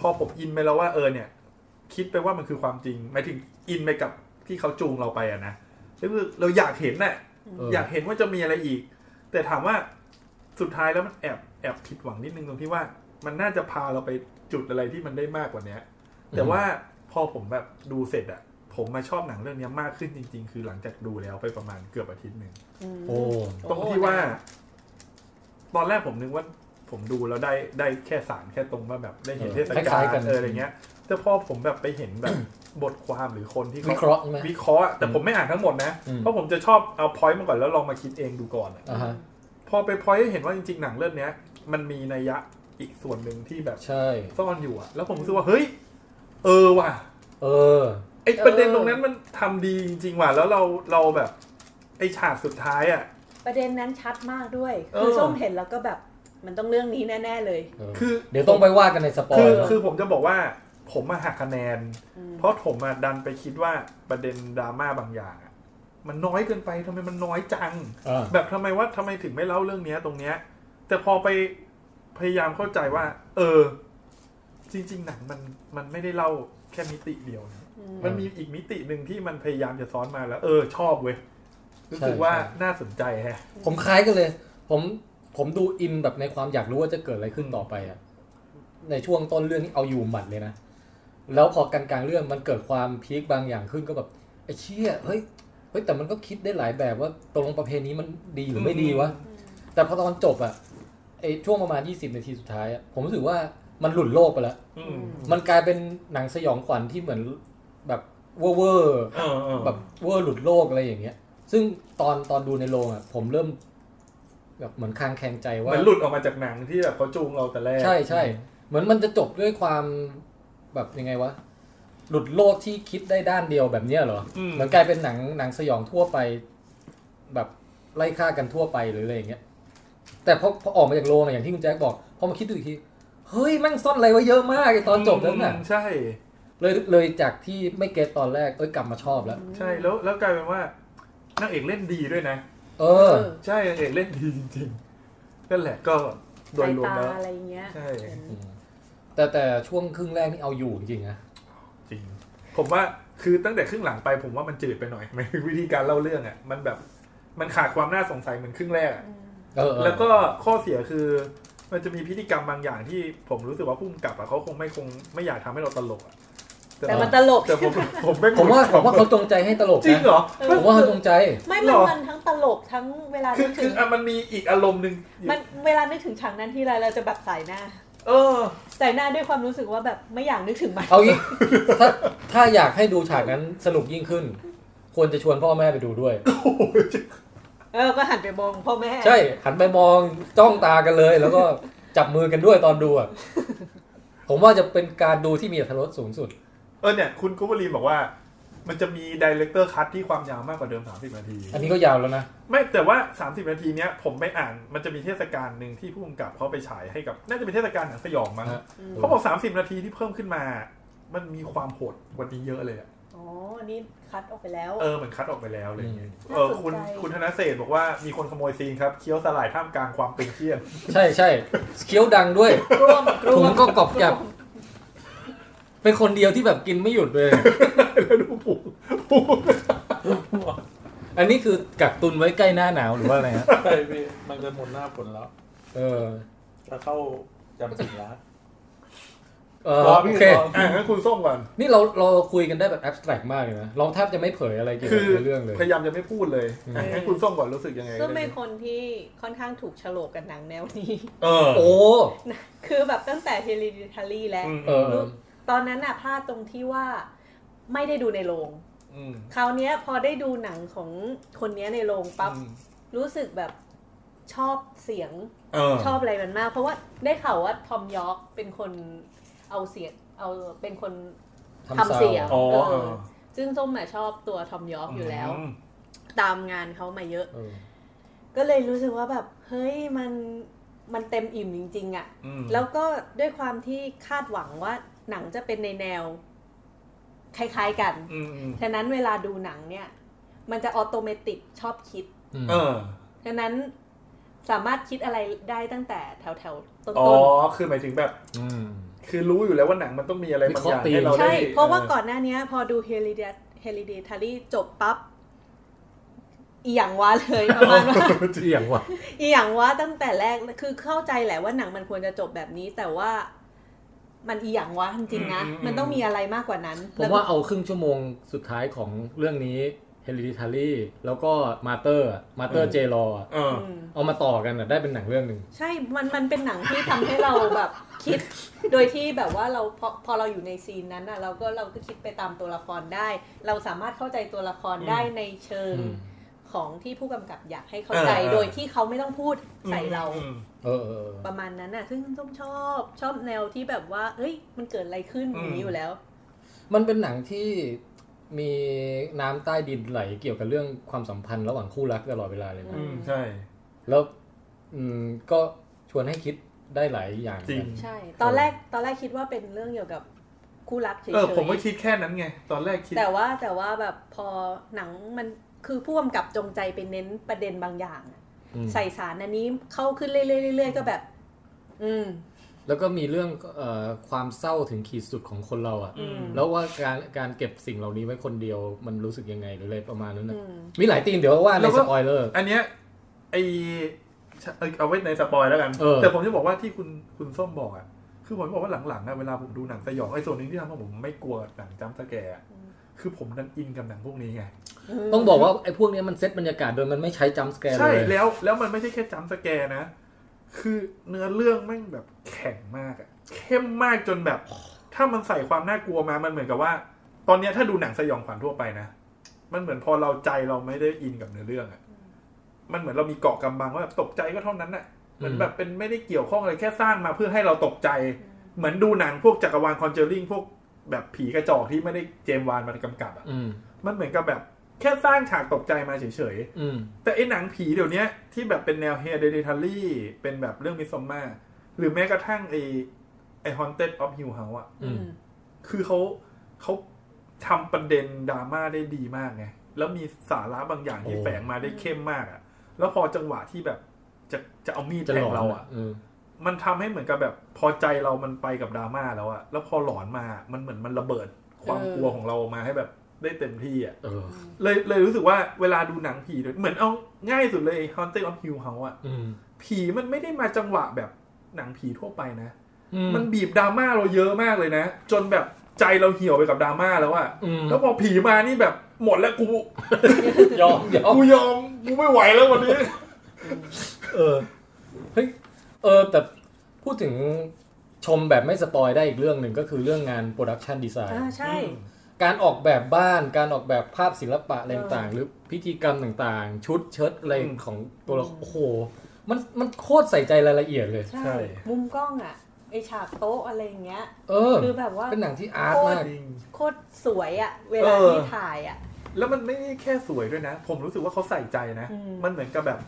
[SPEAKER 3] พอผมอินไปแล้วว่าเออเนี่ย คิดไปว่ามันคือความจริงหมายถึงอินไปกับที่เขาจูงเราไปอะนะแล้วคือเราอยากเห็นน่ะ
[SPEAKER 2] เออ
[SPEAKER 3] อ
[SPEAKER 2] อ
[SPEAKER 3] ยากเห็นว่าจะมีอะไรอีก แต่ถามว่าสุดท้ายแล้วมันแอบแอบผิดหวังนิดนึงตรงที่ว่า มันน่าจะพาเราไปจุดอะไรที่มันได้มากกว่าเนี้ย แต่ว่าพอผมแบบดูเสร็จอะผมมาชอบหนังเรื่องเนี้ยมากขึ้นจริง ๆ คือหลังจากดูแล้วไปประมาณเกือบอาทิตย์หนึ่ง
[SPEAKER 2] โอ้
[SPEAKER 3] ตรงที่ว่า ตอนแรกผมนึกว่า ผมดูแล้วได้ได้แค่สารแค่ตรงว่าแบบได้เห็นเทศ
[SPEAKER 2] เออค
[SPEAKER 3] กา
[SPEAKER 2] ล้า
[SPEAKER 3] ล
[SPEAKER 2] ยๆกัน
[SPEAKER 3] เอออะไรเงี้ย แต่พอผมแบบไปเห็นแบบ บทความหรือคนที่
[SPEAKER 2] วิเคราะห์ใช่ไหม
[SPEAKER 3] วิเคราะห์แต่ผมไม่อ่านทั้งหมดนะ
[SPEAKER 2] อืม
[SPEAKER 3] เพราะผมจะชอบเอาพอยต์มาก่อนแล้วลองมาคิดเองดูก่อนอะ
[SPEAKER 2] อ่าฮะ
[SPEAKER 3] พอไปพอยต์เห็นว่าจริงๆหนังเรื่องเนี้ย มันมีนัยยะอีกส่วนหนึ่งที่แบบ
[SPEAKER 2] ใช่
[SPEAKER 3] ซ่อนอยู่อะแล้วผมรู้สึกว่าเฮ้ย เออว่ะ
[SPEAKER 2] เออ
[SPEAKER 3] ไอ้ประเด็น
[SPEAKER 4] เออ
[SPEAKER 3] ตรงนั้นมันทำดีจริงๆว่ะแล้วเราเราแบบ ไอ้ฉากสุดท้ายอะ
[SPEAKER 4] ประเด็นนั้นชัดมากด้วย
[SPEAKER 3] เออ
[SPEAKER 4] คือส้มเห็นแล้วก็แบบ มันต้องเรื่องนี้แน่ ๆ เลย
[SPEAKER 2] เออ
[SPEAKER 3] คือ
[SPEAKER 2] เดี๋ยวต้องไปว่ากันในสปอย
[SPEAKER 3] คือ
[SPEAKER 2] เนอะ
[SPEAKER 3] คือผมจะบอกว่าผมมาหักคะแนน
[SPEAKER 4] อืม
[SPEAKER 3] เพราะผมอะดันไปคิดว่าประเด็นดราม่าบางอย่างอะมันน้อยเกินไปทำไมมันน้อยจัง
[SPEAKER 2] า
[SPEAKER 3] แบบทำไมว่าทำไมถึงไม่เล่าเรื่องเนี้ยตรงเนี้ย แต่พอไปพยายามเข้าใจว่า เออ จริง ๆ หนังมันมันไม่ได้เล่าแค่มิติเดียวนะมันมีอีกมิติหนึ่งที่มันพยายามจะซ้อนมาแล้ว เออ ชอบเว้ยรู้สึกว่าน่าสนใจแฮะ
[SPEAKER 2] ผมคล้ายกันเลย ผมผมดูอินแบบในความอยากรู้ว่าจะเกิดอะไรขึ้นต่อไปอะในช่วงต้นเรื่องนี่เอาอยู่หมัดเลยนะ แล้วพอกลางๆเรื่องมันเกิดความพีคบางอย่างขึ้นก็แบบไอ้เชี่ยเฮ้ยเฮ้ยแต่มันก็คิดได้หลายแบบว่าตกลงประเพณีมันดีหรือไม่ดีวะ แต่พอตอนจบอะไอช่วงประมาณ 20 นาทีสุดท้ายอะผมรู้สึกว่ามันหลุดโลกไปแล้ว
[SPEAKER 3] อืม
[SPEAKER 2] มันกลายเป็นหนังสยองขวัญที่เหมือนแบบเวอร์ๆ
[SPEAKER 3] เออเออ
[SPEAKER 2] แบบเวอร์หลุดโลกอะไรอย่างเงี้ย ซึ่งตอนตอนดูในโรงอ่ะ ผมเริ่ม แบบเหมือนคลางแคลงใจว่า
[SPEAKER 3] มันหลุดออกมาจากหนังที่แบบเขาจูงเราแต่แรก
[SPEAKER 2] ใช่ใช่เหมือนมันจะจบด้วยความแบบยังไงวะ หลุดโลกที่คิดได้ด้านเดียวแบบเนี้ยเหรอ
[SPEAKER 3] อืม
[SPEAKER 2] เหมือนกลายเป็นหนังหนังสยองทั่วไป แบบไล่ฆ่ากันทั่วไปหรืออะไรอย่างเงี้ย แต่พอพอออกมาจากโรงอะอย่างที่คุณแจ็คบอกพอมาคิดดูอีกทีเฮ้ยแม่งซ่อนอะไรไว้เยอะมากไอ้ตอนจบนั้นน่ะ
[SPEAKER 3] อืมใช่
[SPEAKER 2] เลยเลยจากที่ไม่เก็ตตอนแรกเอ้ยกลับมาชอบแล้ว
[SPEAKER 3] ใช่แล้วแล้วกลายเป็นว่านางเอกเล่นดีด้วยนะ
[SPEAKER 2] เออ
[SPEAKER 3] ใช่นางเอกเล่นดีจริงๆนั่นแหละก็โด
[SPEAKER 4] สาย ย
[SPEAKER 3] รวม
[SPEAKER 4] ตา
[SPEAKER 3] แล้ว
[SPEAKER 4] อะไรอย่างเงี้ย
[SPEAKER 3] ใช่
[SPEAKER 4] เห็น
[SPEAKER 2] แต่แต่ช่วงครึ่งแรกนี่เอาอยู่จริงๆนะ
[SPEAKER 3] จริง ผมว่าคือตั้งแต่ครึ่งหลังไปผมว่ามันจืดไปหน่อยหมายถึงวิธีการเล่าเรื่องอ่ะมันแบบมันขาดความน่าสงสัยเหมือนครึ่งแรกอะ
[SPEAKER 4] อืม
[SPEAKER 2] เออเออ
[SPEAKER 3] แล้วก็ข้อเสียคือ มันจะมีพิธีกรรมบางอย่างที่ผมรู้สึกว่าผู้กำกับอะเขาคงไม่คงไม่อยากทำให้เราตลกอะแต่
[SPEAKER 4] แต่
[SPEAKER 3] ผ
[SPEAKER 4] มั
[SPEAKER 3] ม
[SPEAKER 4] นตลก
[SPEAKER 3] แต่ผมผมไม่
[SPEAKER 2] ผมว่าผมว่าเขาจงใจให้ตลก
[SPEAKER 3] จริง
[SPEAKER 2] นะ
[SPEAKER 3] เหรอ
[SPEAKER 2] ผมว่าเขาจงใจ
[SPEAKER 4] ไม่
[SPEAKER 3] หร
[SPEAKER 4] มัน
[SPEAKER 3] อ
[SPEAKER 4] มันทั้งตลกทั้งเวลา
[SPEAKER 3] คื
[SPEAKER 4] นึ
[SPEAKER 3] อก คื
[SPEAKER 4] ถึ
[SPEAKER 3] อง อ่ะมันมีอีกอารมณ์หนึ่งอยู่
[SPEAKER 4] มันเวลานึกถึงฉากนั้นที่ไรเราจะแบบสายหน้า
[SPEAKER 3] เออ
[SPEAKER 4] สายหน้าด้วยความรู้สึกว่าแบบไม่อยากนึกถึงมัน
[SPEAKER 2] เอางี้ ถ้าถ้าอยากให้ดูฉากนั้นสนุกยิ่งขึ้น ควรจะชวนพ่อแม่ไปดูด้วย
[SPEAKER 4] เออก็หันไปมองพ่อแม่
[SPEAKER 2] ใช่ หันไปมองจ้องตากันเลย แล้วก็ จับมือกันด้วยตอนดูอะผมว่าจะเป็นการดูที่มีอรรถรสสูงสุด
[SPEAKER 3] เออเนี่ยคุณกุบลีบอกว่า มันจะมีดีเลกเตอร์คัทที่ความยาวมากกว่าเดิม 30 นาที
[SPEAKER 2] อันนี้ก็ยาวแล้วนะ
[SPEAKER 3] ไม่แต่ว่า 30 นาทีเนี้ยผมไปอ่านมันจะมีเทศกาลหนึ่งที่ผู้กำกับเขาไปฉายให้กับ น่าจะเป็นเทศกาลหนังสยองมั้ง
[SPEAKER 2] ฮะ
[SPEAKER 3] เขาบอก 30 นาทีที่เพิ่มขึ้นมา มันมีความโหดกว่านี้เยอะเลยอะ
[SPEAKER 4] อ๋ออันนี้คัดออกไปแล้ว
[SPEAKER 3] เออมันคัดออกไปแล้วอะไรเงี้ยเออ
[SPEAKER 4] น่าสนใจ
[SPEAKER 3] คุณคุณธนเศษบอกว่ามีคนขโมยซีนครับเคี้ยวสลายท่ามกลางความตึงเครียด
[SPEAKER 2] ใช่ใช่เคี้ยวดังด้วย
[SPEAKER 4] กลวมกล
[SPEAKER 2] ถุง
[SPEAKER 4] วม
[SPEAKER 2] ก็กรอบแกรบเป็นคนเดียวที่แบบกินไม่หยุดเลย
[SPEAKER 3] แล้วดูผูผู
[SPEAKER 2] อันนี้คือกักตุนไว้ใกล้หน้าหนาวหรือว่าอะไรฮะ
[SPEAKER 7] ใช่พี่มันจะหมดหน้าฝนแล้ว
[SPEAKER 2] เออ
[SPEAKER 7] จะเข้าจำสิงแล้ว
[SPEAKER 2] เออ
[SPEAKER 7] รอพี่
[SPEAKER 2] โอเค
[SPEAKER 7] รอ
[SPEAKER 3] อ่ะงั้นคุณส้มก่อน
[SPEAKER 2] นี่เราเราคุยกันได้แบบแอบสแตรกมากเลยนะเราแทบจะไม่เผยอะไรเกี่ยว
[SPEAKER 3] คื
[SPEAKER 2] กับ
[SPEAKER 3] อ
[SPEAKER 2] เรื่องเลย
[SPEAKER 3] พยายามจะไม่พูดเลยอ่ะงั้นคุณส้มก่อนรู้สึกยังไง
[SPEAKER 4] ซึ่งเป็นคนที่ค่อนข้างถูกโฉลกกับหนังแนวนี้
[SPEAKER 3] เออ
[SPEAKER 2] โอ้
[SPEAKER 4] คือแบบตั้งแต่ Hereditary แล้ว
[SPEAKER 3] ม
[SPEAKER 2] เออ
[SPEAKER 4] ตอนนั้นน่ะพลาดตรงที่ว่าไม่ได้ดูในโรง
[SPEAKER 3] อืม
[SPEAKER 4] คราวเนี้ยพอได้ดูหนังของคนเนี้ยในโรงปั๊บ
[SPEAKER 3] อืม
[SPEAKER 4] รู้สึกแบบชอบเสียง
[SPEAKER 3] เออ
[SPEAKER 4] ชอบอะไรมันมาก เพราะว่าได้ข่าวว่าทอมยอร์กเป็นคนเอาเสียงเอาเป็นคนทำเสียง
[SPEAKER 3] อ๋อ
[SPEAKER 4] เอ
[SPEAKER 3] เอ
[SPEAKER 4] อ
[SPEAKER 3] อ
[SPEAKER 4] ซึ่งส้มอะชอบตัวทอมยอร์กอยู่แล้ว
[SPEAKER 3] ม
[SPEAKER 4] ตามงานเขามาเยอะ
[SPEAKER 2] เออ
[SPEAKER 4] ก็เลยรู้สึกว่าแบบเฮ้ยมันมันเต็มอิ่มจริง ๆอะ่ะ
[SPEAKER 3] อืม
[SPEAKER 4] แล้วก็ด้วยความที่คาดหวังว่าหนังจะเป็นในแนว คล้ายๆกัน
[SPEAKER 3] อืมอืม
[SPEAKER 4] ฉะนั้นเวลาดูหนังเนี่ย มันจะออโตเมติกชอบคิด
[SPEAKER 3] เออ
[SPEAKER 4] ฉะนั้นสามารถคิดอะไรได้ตั้งแต่แถวแถวๆต้
[SPEAKER 3] อ๋อน คือหมายถึงแบบ
[SPEAKER 2] อืม
[SPEAKER 3] คือรู้อยู่แล้วว่าหนังมันต้องมีอะไรบางอย่าง
[SPEAKER 2] วิเคราะห์ธีม
[SPEAKER 3] ให้เรา
[SPEAKER 4] ๆ ใช่
[SPEAKER 3] ได้
[SPEAKER 4] เพราะว่าก่อนหน้าเนี้ย พอดู h e r e d i t a r y จบปั๊บ อีหยังวะเลยประมาณ ว่า
[SPEAKER 2] เสียงว่ะ
[SPEAKER 4] อีหยังวะตั้งแต่แรกคือเข้าใจแหละว่าหนังมันควรจะจบแบบนี้ แต่ว่ามันอีหยังวะจริงๆนะ มันต้องมีอะไรมากกว่านั้น
[SPEAKER 2] ผมว่าเอาครึ่งชั่วโมงสุดท้ายของเรื่องนี้ Hereditary แล้วก็ Mater อะ Mater J Law อะ
[SPEAKER 3] เออ
[SPEAKER 4] อืม
[SPEAKER 2] เอามาต่อกันอะได้เป็นหนังเรื่องหนึ่ง
[SPEAKER 4] ใช่ มัน มันเป็นหนังที่ทำให้เราแบบคิด โดยที่แบบว่าเราพอพอเราอยู่ในซีนนั้นอ่ะ เราก็เราก็คิดไปตามตัวละครได้ เราสามารถเข้าใจตัวละครได้ในเชิง
[SPEAKER 2] อืม
[SPEAKER 4] ของที่ผู้กำกับอยากให้เข้าใจ
[SPEAKER 3] เออเออ
[SPEAKER 4] โดยที่เขาไม่ต้องพูดใส่เรา
[SPEAKER 3] อืม
[SPEAKER 2] เออเออเอ
[SPEAKER 4] ป
[SPEAKER 2] อ
[SPEAKER 4] ระมาณนั้นน่ะ ซึ่งส้มชอบชอบแนวที่แบบว่า เฮ้ย มันเกิดอะไรขึ้น
[SPEAKER 3] อืม
[SPEAKER 4] อย่างนี้อยู่แล้ว
[SPEAKER 2] มันเป็นหนังที่มีน้ำใต้ดินไหลเกี่ยวกับเรื่องความสัมพันธ์ระหว่างคู่รักตลอดเวลาเลยนะ
[SPEAKER 3] อืมใช่
[SPEAKER 2] แล้วอืมก็ชวนให้คิดได้หลายอย่าง
[SPEAKER 3] จริง
[SPEAKER 2] นะ
[SPEAKER 4] ใช่ ตอนแรก ตอนแรกคิดว่าเป็นเรื่องเกี่ยวกับคู่รักเฉยๆ
[SPEAKER 3] เออ ผมก็คิดแค่นั้นไง ตอนแรกคิด
[SPEAKER 4] แต่ว่าแต่ว่าแบบพอหนังมันคือผู้กำกับจงใจไปเน้นประเด็นบางอย่างอะ
[SPEAKER 2] อืม
[SPEAKER 4] ใส่สารอันนี้เข้าขึ้นเรือยๆเรื่อยๆก็แบบ อืม
[SPEAKER 2] แล้วก็มีเรื่องเอ่อความเศร้าถึงขีดสุดของคนเราอะ่ะ
[SPEAKER 4] อืม
[SPEAKER 2] แล้วว่าการการเก็บสิ่งเหล่านี้ไว้คนเดียวมันรู้สึกยังไงหรืออะไรประมาณนั้นนะ
[SPEAKER 4] อืม
[SPEAKER 2] มีหลายตีนเดี๋ยวว่า
[SPEAKER 3] แล้
[SPEAKER 2] ใน
[SPEAKER 3] วก็
[SPEAKER 2] สปอยเลอร์
[SPEAKER 3] อันเนี้ยไอเอาเอาไว้ในสปอยแล้วกัน
[SPEAKER 2] เออ
[SPEAKER 3] แต่ผมจะบอกว่าที่คุณคุณส้มบอกอ่ะ คือผมจะบอกว่าหลังๆอะเวลาผมดูหนังสยองไอ้ส่วนหนึงที่ทำให้ผมไม่กลัวหนังจัมป์สแกร์อะ
[SPEAKER 4] อืม
[SPEAKER 3] คือผมดันอินกับหนังพวกนี้ไง
[SPEAKER 2] ต้องบอกว่าไอ้พวกเนี้ยมันเซตบรรยากาศโดยมันไม่ใช้จัมป์สแกร์
[SPEAKER 3] ใช่
[SPEAKER 2] เลย
[SPEAKER 3] แล้วแล้วมันไม่ใช่แค่จัมป์สแกร์นะ คือเนื้อเรื่องแม่งแบบแข็งมากอะเข้มมากจนแบบ ถ้ามันใส่ความน่ากลัวมามันเหมือนกับว่า ตอนเนี้ยถ้าดูหนังสยองขวัญทั่วไปนะ มันเหมือนพอเราใจเราไม่ได้อินกับเนื้อเรื่องอะมันเหมือนเรามีเกาะกำบังว่าแบบตกใจก็เท่านั้นอะเหมือนแบบเป็นไม่ได้เกี่ยวข้องอะไรแค่สร้างมาเพื่อให้เราตกใจ เหมือนดูหนังพวกจักรวาลคอนเจอริงพวกแบบผีกระจอกที่ไม่ได้เจมส์วานมันกำกับอะ
[SPEAKER 2] อืม
[SPEAKER 3] มันเหมือนกับแบบแค่สร้างฉากตกใจมาเฉยๆ
[SPEAKER 2] อืม
[SPEAKER 3] แต่ไอ้หนังผีเดี๋ยวเนี้ยที่แบบเป็นแนว hereditary เป็นแบบเรื่องมิซอมมาหรือแม้กระทั่งไอ้ไอ้ haunted of hill house อะ
[SPEAKER 2] อืม
[SPEAKER 3] คือเขาเขาทำประเด็นดราม่าได้ดีมากไง แล้วมีสาระบางอย่างที่แฝงมาได้เข้มมากอะแล้วพอจังหวะที่แบบจะจะเอามีด
[SPEAKER 2] จะ
[SPEAKER 3] แท
[SPEAKER 2] หล
[SPEAKER 3] ง
[SPEAKER 2] อน
[SPEAKER 3] เราอะ
[SPEAKER 2] อืม
[SPEAKER 3] มันทำให้เหมือนกับแบบพอใจเรามันไปกับดราม่าแล้วอะแล้วพอหลอนมามันเหมือนมันระเบิดความกลัวของเราออกมาให้แบบได้เต็มที่อะ
[SPEAKER 2] เออ
[SPEAKER 3] เลยเลยรู้สึกว่าเวลาดูหนังผีเนี่ยเหมือนเอาง่ายสุดเลย Haunted of Hill House อะ
[SPEAKER 2] อืม
[SPEAKER 3] ผีมันไม่ได้มาจังหวะแบบหนังผีทั่วไปนะ
[SPEAKER 2] อืม
[SPEAKER 3] มันบีบดราม่าเราเยอะมากเลยนะ จนแบบใจเราเหี่ยวไปกับดราม่าแล้วอะ
[SPEAKER 2] อืม
[SPEAKER 3] แล้วพอผีมานี่แบบหมดแล้วกู
[SPEAKER 2] ยอมยอม
[SPEAKER 3] กูยอมกูไม่ไหวแล้ววันนี้
[SPEAKER 2] เออเฮ้ยเออแต่พูดถึงชมแบบไม่สปอยได้อีกเรื่องหนึ่งก็คือเรื่องงานโปรดักชันดีไซน์
[SPEAKER 4] อ่าใช่
[SPEAKER 2] การออกแบบบ้านการออกแบบภาพศิลปะอะไรต่างๆหรือพิธีกรรมต่างๆ ชุดเชิ้ตอะไร
[SPEAKER 3] อืม
[SPEAKER 2] ของตัวละครโอ้โห มันมันโคตรใส่ใจรายละเอียดเลย
[SPEAKER 3] ใช่
[SPEAKER 4] ใช่ มุมกล้องอ่ะ ไอฉากโต๊ะอะไรอย่างเงี้ย
[SPEAKER 2] เออ
[SPEAKER 4] คือแบบว่า
[SPEAKER 2] เป็นหนังที่อาร์ตมาก
[SPEAKER 3] จริง
[SPEAKER 4] โคตรสวยอ่ะ เวลา
[SPEAKER 3] เออ
[SPEAKER 4] ที่ถ่ายอ่ะ
[SPEAKER 3] แล้วมันไม่ได้แค่สวยด้วยนะ ผมรู้สึกว่าเขาใส่ใจนะ
[SPEAKER 4] อืม
[SPEAKER 3] มันเหมือนกับแบบ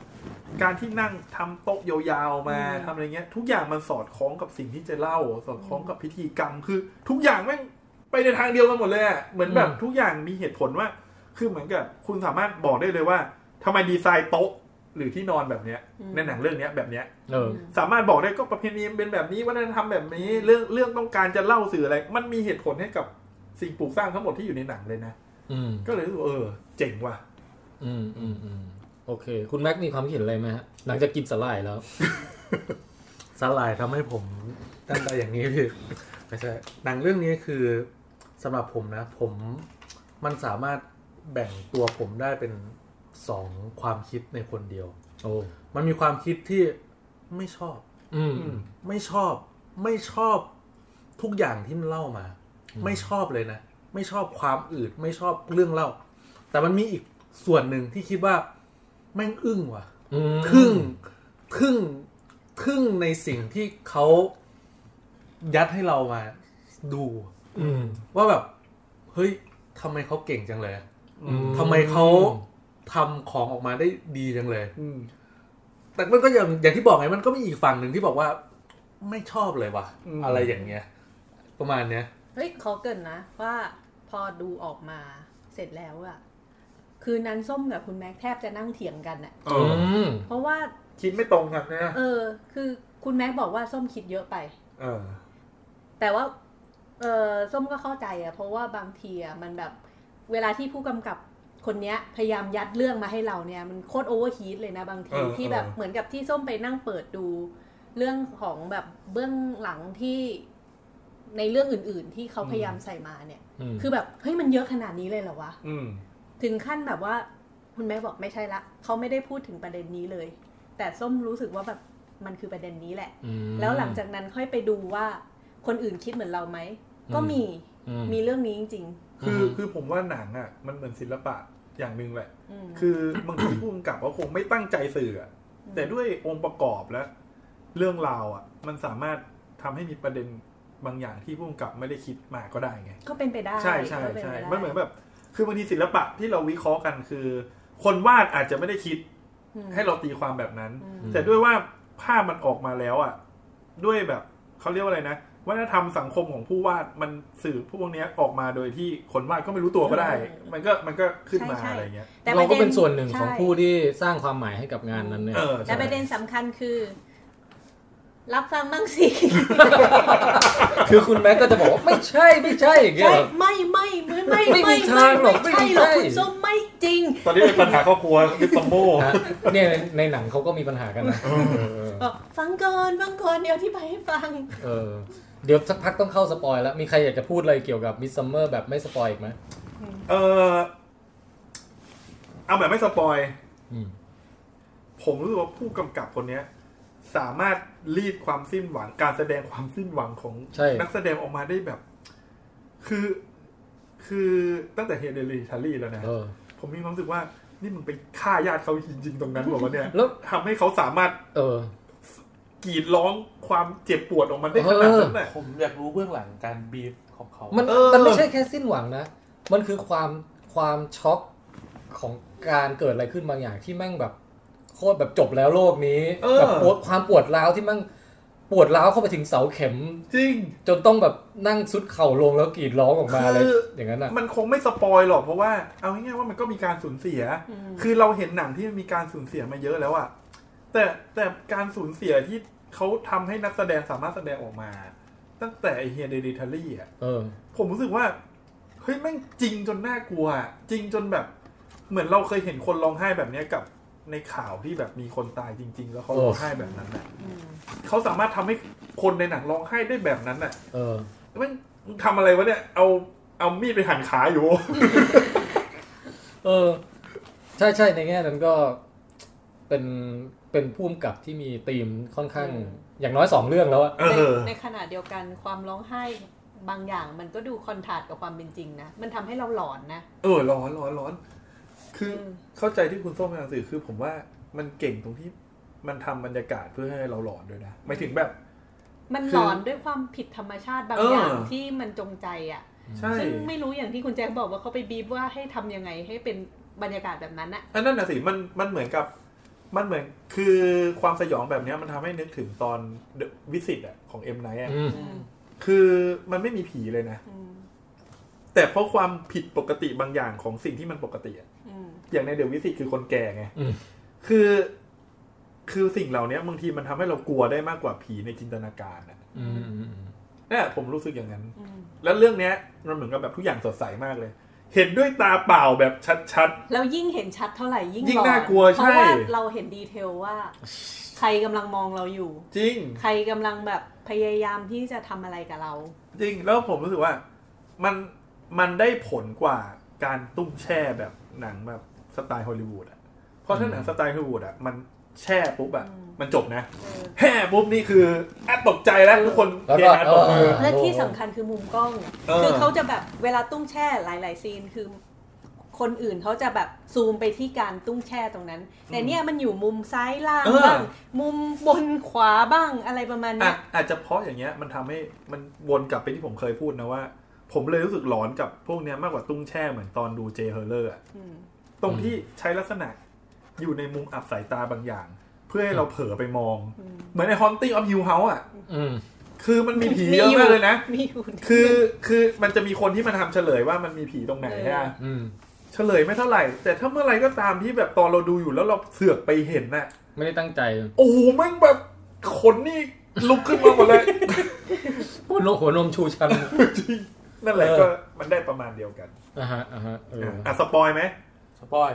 [SPEAKER 3] การที่นั่งทำโต๊ะยาวๆมา
[SPEAKER 4] อืม
[SPEAKER 3] ทำอะไรเงี้ย ทุกอย่างมันสอดคล้องกับสิ่งที่จะเล่า สอดคล้องกับพิธีกรรมคือ ทุกอย่างแม่ง ไปในทางเดียวกันหมดเลยอะเหมือนแบบ
[SPEAKER 2] อืม
[SPEAKER 3] ทุกอย่างมีเหตุผลว่า คือเหมือนกับคุณสามารถบอกได้เลยว่าทำไมดีไซน์โต๊ะหรือที่นอนแบบเนี้ย
[SPEAKER 4] อืม
[SPEAKER 3] ในหนังเรื่องเนี้ยแบบเนี้ย
[SPEAKER 2] เออ
[SPEAKER 3] สามารถบอกได้ก็ประเพณีมันเป็นแบบนี้วัฒนธรรมแบบนี้เรื่องเรื่องต้องการจะเล่าสื่ออะไร มันมีเหตุผลให้กับสิ่งปลูกสร้างทั้งหมดที่อยู่ในหนังเลยนะ
[SPEAKER 2] อืม
[SPEAKER 3] ก็เลยรู้สึกว่าเออ เจ๋งว่ะ
[SPEAKER 2] อืมอืมอืมโอเค คุณแม็กมีความคิดเห็นอะไรไหมฮะหลังจากกินสลายแล้ว
[SPEAKER 5] สลายทำให้ผมตั้งใจอย่างนี้พี่ ไม่ใช่หนังเรื่องนี้คือสำหรับผมนะ ผมมันสามารถแบ่งตัวผมได้เป็นสองความคิดในคนเดียว
[SPEAKER 2] โอ้
[SPEAKER 5] มันมีความคิดที่ไม่ชอบ
[SPEAKER 2] อืม
[SPEAKER 3] อืม
[SPEAKER 5] ไม่ชอบไม่ชอบทุกอย่างที่มันเล่ามา ไม่ชอบเลยนะ ไม่ชอบความอืดไม่ชอบเรื่องเล่า แต่มันมีอีกส่วนหนึ่งที่คิดว่าแม่งอึ้งว่ะ
[SPEAKER 2] อืม
[SPEAKER 5] ทึ่งทึ่งทึ่งในสิ่งที่เขายัดให้เรามาดู
[SPEAKER 2] อืม
[SPEAKER 5] ว่าแบบ เฮ้ยทำไมเขาเก่งจังเลย
[SPEAKER 2] อื
[SPEAKER 5] ทำไมเขาทำของออกมาได้ดีจังเลย
[SPEAKER 3] อืม
[SPEAKER 5] แต่มันก็อย่างอย่างที่บอกไงมันก็มีอีกฝั่งหนึ่งที่บอกว่าไม่ชอบเลยว่ะ อะไรอย่างเงี้ย ประมาณเนี้ย
[SPEAKER 4] เฮ้ยขอเกรินนะ ว่าพอดูออกมาเสร็จแล้วอะคืนนั้นส้มกับคุณแม็กแทบจะนั่งเถียงกันอะ
[SPEAKER 3] เอ
[SPEAKER 2] อื
[SPEAKER 3] อ
[SPEAKER 2] ม
[SPEAKER 4] เพราะว่า
[SPEAKER 3] คิดไม่ตรงกันนะ
[SPEAKER 4] เออ คือคุณแม็กบอกว่าส้มคิดเยอะไป
[SPEAKER 3] เออ
[SPEAKER 4] แต่ว่า เออส้มก็เข้าใจอะเพราะว่าบางทีอะมันแบบเวลาที่ผู้กำกับคนเนี้ย พยายามยัดเรื่องมาให้เราเนี่ย มันโคตรโอเวอร์ฮีทเลยนะบางที
[SPEAKER 3] เออ
[SPEAKER 4] ที่แบบ
[SPEAKER 3] เออ
[SPEAKER 4] เหมือนกับที่ส้มไปนั่งเปิดดู เรื่องของแบบเบื้องหลังที่ในเรื่องอื่น ๆ ที่เขาพยายามใส่มาเนี่ย
[SPEAKER 2] อืม
[SPEAKER 4] คือแบบเฮ้ยมันเยอะขนาดนี้เลยเหรอวะ
[SPEAKER 3] อืม
[SPEAKER 4] ถึงขั้นแบบว่าคุณแม่บอกไม่ใช่ละเขาไม่ได้พูดถึงประเด็นนี้เลย แต่ส้มรู้สึกว่าแบบมันคือประเด็นนี้แหละ
[SPEAKER 2] ม
[SPEAKER 4] แล้วหลังจากนั้นค่อยไปดูว่าคนอื่นคิดเหมือนเราไหม
[SPEAKER 2] อืม
[SPEAKER 4] ก็มี
[SPEAKER 2] อืม
[SPEAKER 4] มีเรื่องนี้จริง
[SPEAKER 3] คือ
[SPEAKER 2] อืม
[SPEAKER 3] คือผมว่าหนังอ่ะ มันเหมือนศิลปะอย่างหนึ่งแหละ
[SPEAKER 4] ๆ อืม
[SPEAKER 3] คือบางทีผู้กำกับเขาคงไม่ตั้งใจสื่ออะ
[SPEAKER 4] อืม
[SPEAKER 3] แต่ด้วยองค์ประกอบและเรื่องราวอ่ะ มันสามารถทำให้มีประเด็นบางอย่างที่ผู้กำกับไม่ได้คิดมาก็ได้ไง
[SPEAKER 4] ก็เป็นไปได้
[SPEAKER 3] ใช่ใช่
[SPEAKER 4] ก็เป็น
[SPEAKER 3] ใช่
[SPEAKER 4] ไปได้
[SPEAKER 3] มันเหมือนแบบ คือบางทีศิลปะที่เราวิเคราะห์กันคือ คนวาดอาจจะไม่ได้คิด
[SPEAKER 4] อืม
[SPEAKER 3] ให้เราตีความแบบนั้น
[SPEAKER 4] อืม
[SPEAKER 3] แต่ด้วยว่าภาพมันออกมาแล้วอ่ะ ด้วยแบบเขาเรียกว่าอะไรนะ วัฒนธรรมสังคมของผู้วาดมันสื่อพวกเนี้ยออกมาโดยที่คนวาดก็ไม่รู้ตัวก็ได้ มันก็มันก็ขึ้นมา
[SPEAKER 4] ใช่ใช่
[SPEAKER 3] อะไรเงี้ย
[SPEAKER 4] แต่ป
[SPEAKER 2] เรา
[SPEAKER 4] ระด็
[SPEAKER 2] ก็เป็นส่วนหนึ่งของ
[SPEAKER 4] ใช่
[SPEAKER 2] ผู้ที่สร้างความหมายให้กับงานนั้นเนี่ย
[SPEAKER 3] เออ
[SPEAKER 4] แต่
[SPEAKER 3] ใช่
[SPEAKER 4] ประเด็นสำคัญคือ รับฟังบ้างสิ
[SPEAKER 2] คือคุณแม็กก็จะบอกว่าไม่ใช่ไม่ใช่อย่างเงี้ย
[SPEAKER 4] ใช่
[SPEAKER 2] เหรอ
[SPEAKER 4] ไม่ไม่ไม่ไม่
[SPEAKER 2] ไม่มีทางหรอก
[SPEAKER 4] ไม่ใช่
[SPEAKER 2] ไม่มี
[SPEAKER 4] หรอก
[SPEAKER 2] ใช่
[SPEAKER 4] คุณส้มไม่จริง
[SPEAKER 7] ตอนนี้เป็นปัญหาครอบครัวมิสซัมโบ
[SPEAKER 2] ฮะเนี่ยในในหนังเขาก็มีปัญหากันนะเออ
[SPEAKER 4] บอกฟังก่อนฟังก่อนเดี๋ยวที่ไปให้ฟัง
[SPEAKER 2] เออ เดี๋ยวสักพักต้องเข้าสปอยแล้ว มีใครอยากจะพูดอะไรเกี่ยวกับมิสซัมเมอร์แบบไม่สปอยอีกไหม
[SPEAKER 3] เออเอาแบบไม่สปอย
[SPEAKER 2] อืม
[SPEAKER 3] ผมรู้สึกว่าผู้กำกับคนเนี้ย สามารถรีดความสิ้นหวังการแสดงความสิ้นหวังของ
[SPEAKER 2] ใช่
[SPEAKER 3] นักแสดงออกมาได้แบบ คือคือตั้งแต่เฮเดลีชารีแล้วนะ
[SPEAKER 2] เออ
[SPEAKER 3] ผมมีความรู้สึกว่า นี่มึงไปฆ่าญาติเขาจริงๆตรงนั้นหรอวะเนี่ย
[SPEAKER 2] แล้ว
[SPEAKER 3] ทำให้เขาสามารถ
[SPEAKER 2] เออ
[SPEAKER 3] กรีดร้องความเจ็บปวดออกมาได้ขนาดนั้นแหละ
[SPEAKER 7] ผมอยากรู้เบื้องหลังการบีฟของเขา
[SPEAKER 2] มัน
[SPEAKER 3] เออ
[SPEAKER 2] มันไม่ใช่แค่สิ้นหวังนะ มันคือความความช็อกของการเกิดอะไรขึ้นบางอย่างที่แม่งแบบโคตรแบบจบแล้วโลกนี้
[SPEAKER 3] เออ
[SPEAKER 2] แบบปวดความปวดร้าวที่แม่งปวดร้าวเข้าไปถึงเสาเข็ม
[SPEAKER 3] จริง
[SPEAKER 2] จนต้องแบบนั่งซุดเข่าลงแล้วกรีดร้องออกมาอะไร
[SPEAKER 3] คือ
[SPEAKER 2] อย่างนั้นอ่ะ
[SPEAKER 3] มันคงไม่สปอยหรอกเพราะว่าเอาง่ายๆว่ามันก็มีการสูญเสีย
[SPEAKER 4] อืม
[SPEAKER 3] คือเราเห็นหนังที่มันมีการสูญเสียมาเยอะแล้วอะแต่แต่การสูญเสียที่เขาทำให้นักแสดงสามารถแสดงออกมา ตั้งแต่ไอเฮียเดลิทารี่อะ
[SPEAKER 2] เออ
[SPEAKER 3] ผมรู้สึกว่าเฮ้ยแม่งจริงจนน่ากลัวอะจริงจนแบบ เหมือนเราเคยเห็นคนร้องไห้แบบเนี้ยกับในข่าวที่แบบมีคนตายจริง ๆ แล้วเขาร้องไห้แบบนั้นอะ
[SPEAKER 4] อืม
[SPEAKER 3] เขาสามารถทำให้คนในหนังร้องไห้ได้แบบนั้นอะ
[SPEAKER 2] เออ
[SPEAKER 3] แม่งทำอะไรวะเนี่ยเอาเอามีดไปหั่นขาอยู่
[SPEAKER 2] เออ ใช่ใช่ในแง่นั้นก็เป็นเป็นผู้กำกับที่มีธีมค่อนข้างอย่างน้อยสองเรื่องแล้วอะ
[SPEAKER 3] เอ
[SPEAKER 4] ใน
[SPEAKER 3] อ
[SPEAKER 4] ในขณะเดียวกันความร้องไห้บางอย่างมันก็ดูคอนทราสต์กับความเป็นจริงนะ มันทำให้เราหลอนนะ
[SPEAKER 3] เออ ร้อนร้อนร้อน คือ
[SPEAKER 4] ม
[SPEAKER 3] เข้าใจที่คุณส้มกำลังสื่อคือผมว่ามันเก่งตรงที่มันทำบรรยากาศเพื่อให้เราหลอนด้วยนะหมายถึงแบบ
[SPEAKER 4] มัน
[SPEAKER 3] คือ
[SPEAKER 4] หลอนด้วยความผิดธรรมชาติบาง
[SPEAKER 3] เออ
[SPEAKER 4] อ
[SPEAKER 3] อ
[SPEAKER 4] ย่างที่มันจงใจอ่ะ
[SPEAKER 3] ใช่
[SPEAKER 4] ซึ่งไม่รู้อย่างที่คุณแจ็คบอกว่าเขาไปบีบว่าให้ทำยังไงให้เป็นบรรยากาศแบบนั้นอะ
[SPEAKER 3] อันนั้นนะสิมันมันเหมือนกับ มันเหมือนคือความสยองแบบเนี้ยมันทำให้นึกถึงตอนวิสิตอ่ะของเอ็มไนท์อ่ะ
[SPEAKER 2] อืม
[SPEAKER 4] อืม
[SPEAKER 3] คือมันไม่มีผีเลยนะ
[SPEAKER 4] อืม
[SPEAKER 3] แต่เพราะความผิดปกติบางอย่างของสิ่งที่มันปกติอะ
[SPEAKER 4] อืม
[SPEAKER 3] อย่างในเดอะวิสิตคือคนแก่ไง
[SPEAKER 2] อืม
[SPEAKER 3] คือ คือสิ่งเหล่านี้บางทีมันทำให้เรากลัวได้มากกว่าผีในจินตนาการนะ
[SPEAKER 2] อืมอืมอืม
[SPEAKER 3] เนี่ยผมรู้สึกอย่างนั้น
[SPEAKER 4] อืม
[SPEAKER 3] แล้วเรื่องเนี้ยมันเหมือนกับแบบทุกอย่างสดใสมากเลย เห็นด้วยตาเปล่าแบบชัด
[SPEAKER 4] แล้วยิ่งเห็นชัดเท่าไหร่ยิ่ง
[SPEAKER 3] ยิ่ง
[SPEAKER 4] หอ
[SPEAKER 3] น่ากลัว
[SPEAKER 4] เพราะ
[SPEAKER 3] ใช่
[SPEAKER 4] ว่าเราเห็นดีเทลว่า ใครกำลังมองเราอยู่
[SPEAKER 3] ๆ จริง
[SPEAKER 4] ใครกำลังแบบพยายามที่จะทำอะไรกับเรา
[SPEAKER 3] จริง แล้วผมรู้สึกว่ามันมันได้ผลกว่าการตุ้มแช่แบบหนังแบบสไตล์ฮอลลีวูดอ่ะ เพราะถ้าหนังสไตล์ฮอลลีวูดอ่ะ มันแช่ปุ๊บอ่ะ
[SPEAKER 4] อืม
[SPEAKER 3] มันจบนะ
[SPEAKER 4] เออ
[SPEAKER 3] แห่ปุ๊บนี่คือแอดตกใจแล้วทุกคน
[SPEAKER 2] แล้ว
[SPEAKER 3] เฮ
[SPEAKER 2] ก็
[SPEAKER 3] ฮา
[SPEAKER 2] เอ
[SPEAKER 3] ต
[SPEAKER 2] อบ
[SPEAKER 3] มือ
[SPEAKER 4] และที่สำคัญคือมุมกล้อง
[SPEAKER 3] เออ
[SPEAKER 4] คือเขาจะแบบเวลาตุ้งแช่หลาย ๆ ซีนคือ คนอื่นเขาจะแบบซูมไปที่การตุ้งแช่ตรงนั้น แต่เนี่ยมันอยู่มุมซ้ายล่าง
[SPEAKER 3] เออ
[SPEAKER 4] บ้างมุมบนขวาบ้างอะไรประมาณ
[SPEAKER 3] อ่ะ
[SPEAKER 4] เนี้ย
[SPEAKER 3] อาจจะเพราะอย่างเงี้ยมันทำให้มันวนกลับไปที่ผมเคยพูดนะว่า ผมเลยรู้สึกหลอนกับพวกเนี้ยมากกว่าตุ้งแช่เหมือนตอนดูเจเฮอร์เลอร์อะ
[SPEAKER 4] อืม
[SPEAKER 3] ตรงที่ใช้ลักษณะอยู่ในมุมอับสายตาบางอย่าง เพื่อให้เราเผลอไปมอง
[SPEAKER 4] อืม
[SPEAKER 3] เหมือนในฮอนตี้ออฟฮิวเฮาอ่ะ
[SPEAKER 2] อืม
[SPEAKER 3] คือมันมีผีเยอะมากเลยนะ
[SPEAKER 4] มีอยู่
[SPEAKER 3] คือคือมันจะมีคนที่มันทำเฉลยว่ามันมีผีตรงไหนใช่ไหม
[SPEAKER 2] อืม
[SPEAKER 3] เฉลยไม่เท่าไหร่ แต่ถ้าเมื่อไหรก็ตามที่แบบตอนเราดูอยู่แล้วเราเสือกไปเห็นน่ะ
[SPEAKER 2] ไม่ได้ตั้งใจ
[SPEAKER 3] โอ้โหแมันแบบขนนี่ลุกขึ้นมาหมดเลย
[SPEAKER 2] หัวนมหัวนมชูชัน
[SPEAKER 3] นั่นแหละ
[SPEAKER 2] เออ
[SPEAKER 3] ก็มันได้ประมาณเดียวกัน
[SPEAKER 2] อ่ะฮะอ่ะฮะเออ
[SPEAKER 3] อ่ะสปอยไหม
[SPEAKER 7] สปอย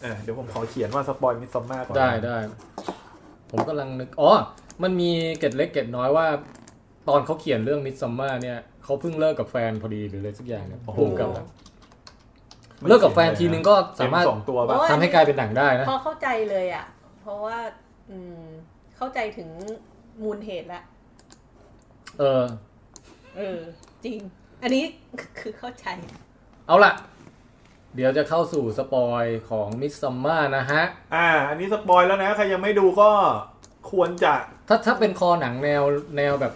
[SPEAKER 3] เออเดี๋ยวผมขอเขียนว่าสปอยมิซอมมาก่อน
[SPEAKER 2] ได้ได้ ผมกำลังนึก อ๋อ มันมีเกร็ดเล็กเกร็ดน้อยว่า ตอนเขาเขียนเรื่องมิ s ซัมมาเนี่ยเขาเพิ่งเลิกกับแฟนพอดีหรืออะไรสักอย่างเนี่ยพุ่มกับอะเลิกกับแฟนทีนึงก็สามารถ
[SPEAKER 3] เต็สองตัวปะ
[SPEAKER 2] ทำให้กลายเป็นหนังได้นะ
[SPEAKER 4] พอเข้าใจเลยอ่ะ เพราะว่าอืมเข้าใจถึงมูลเหตุละ
[SPEAKER 2] เออ
[SPEAKER 4] เออ จริง อันนี้คือเข้าใจ
[SPEAKER 2] เอาล่ะ เดี๋ยวจะเข้าสู่สปอยของมิ s ซัมมานะฮะ
[SPEAKER 3] อ่า อันนี้สปอยแล้วนะ ใครยังไม่ดูก็ควรจะ
[SPEAKER 2] ถ้าถ้าเป็นคอหนังแนวแนวแบบ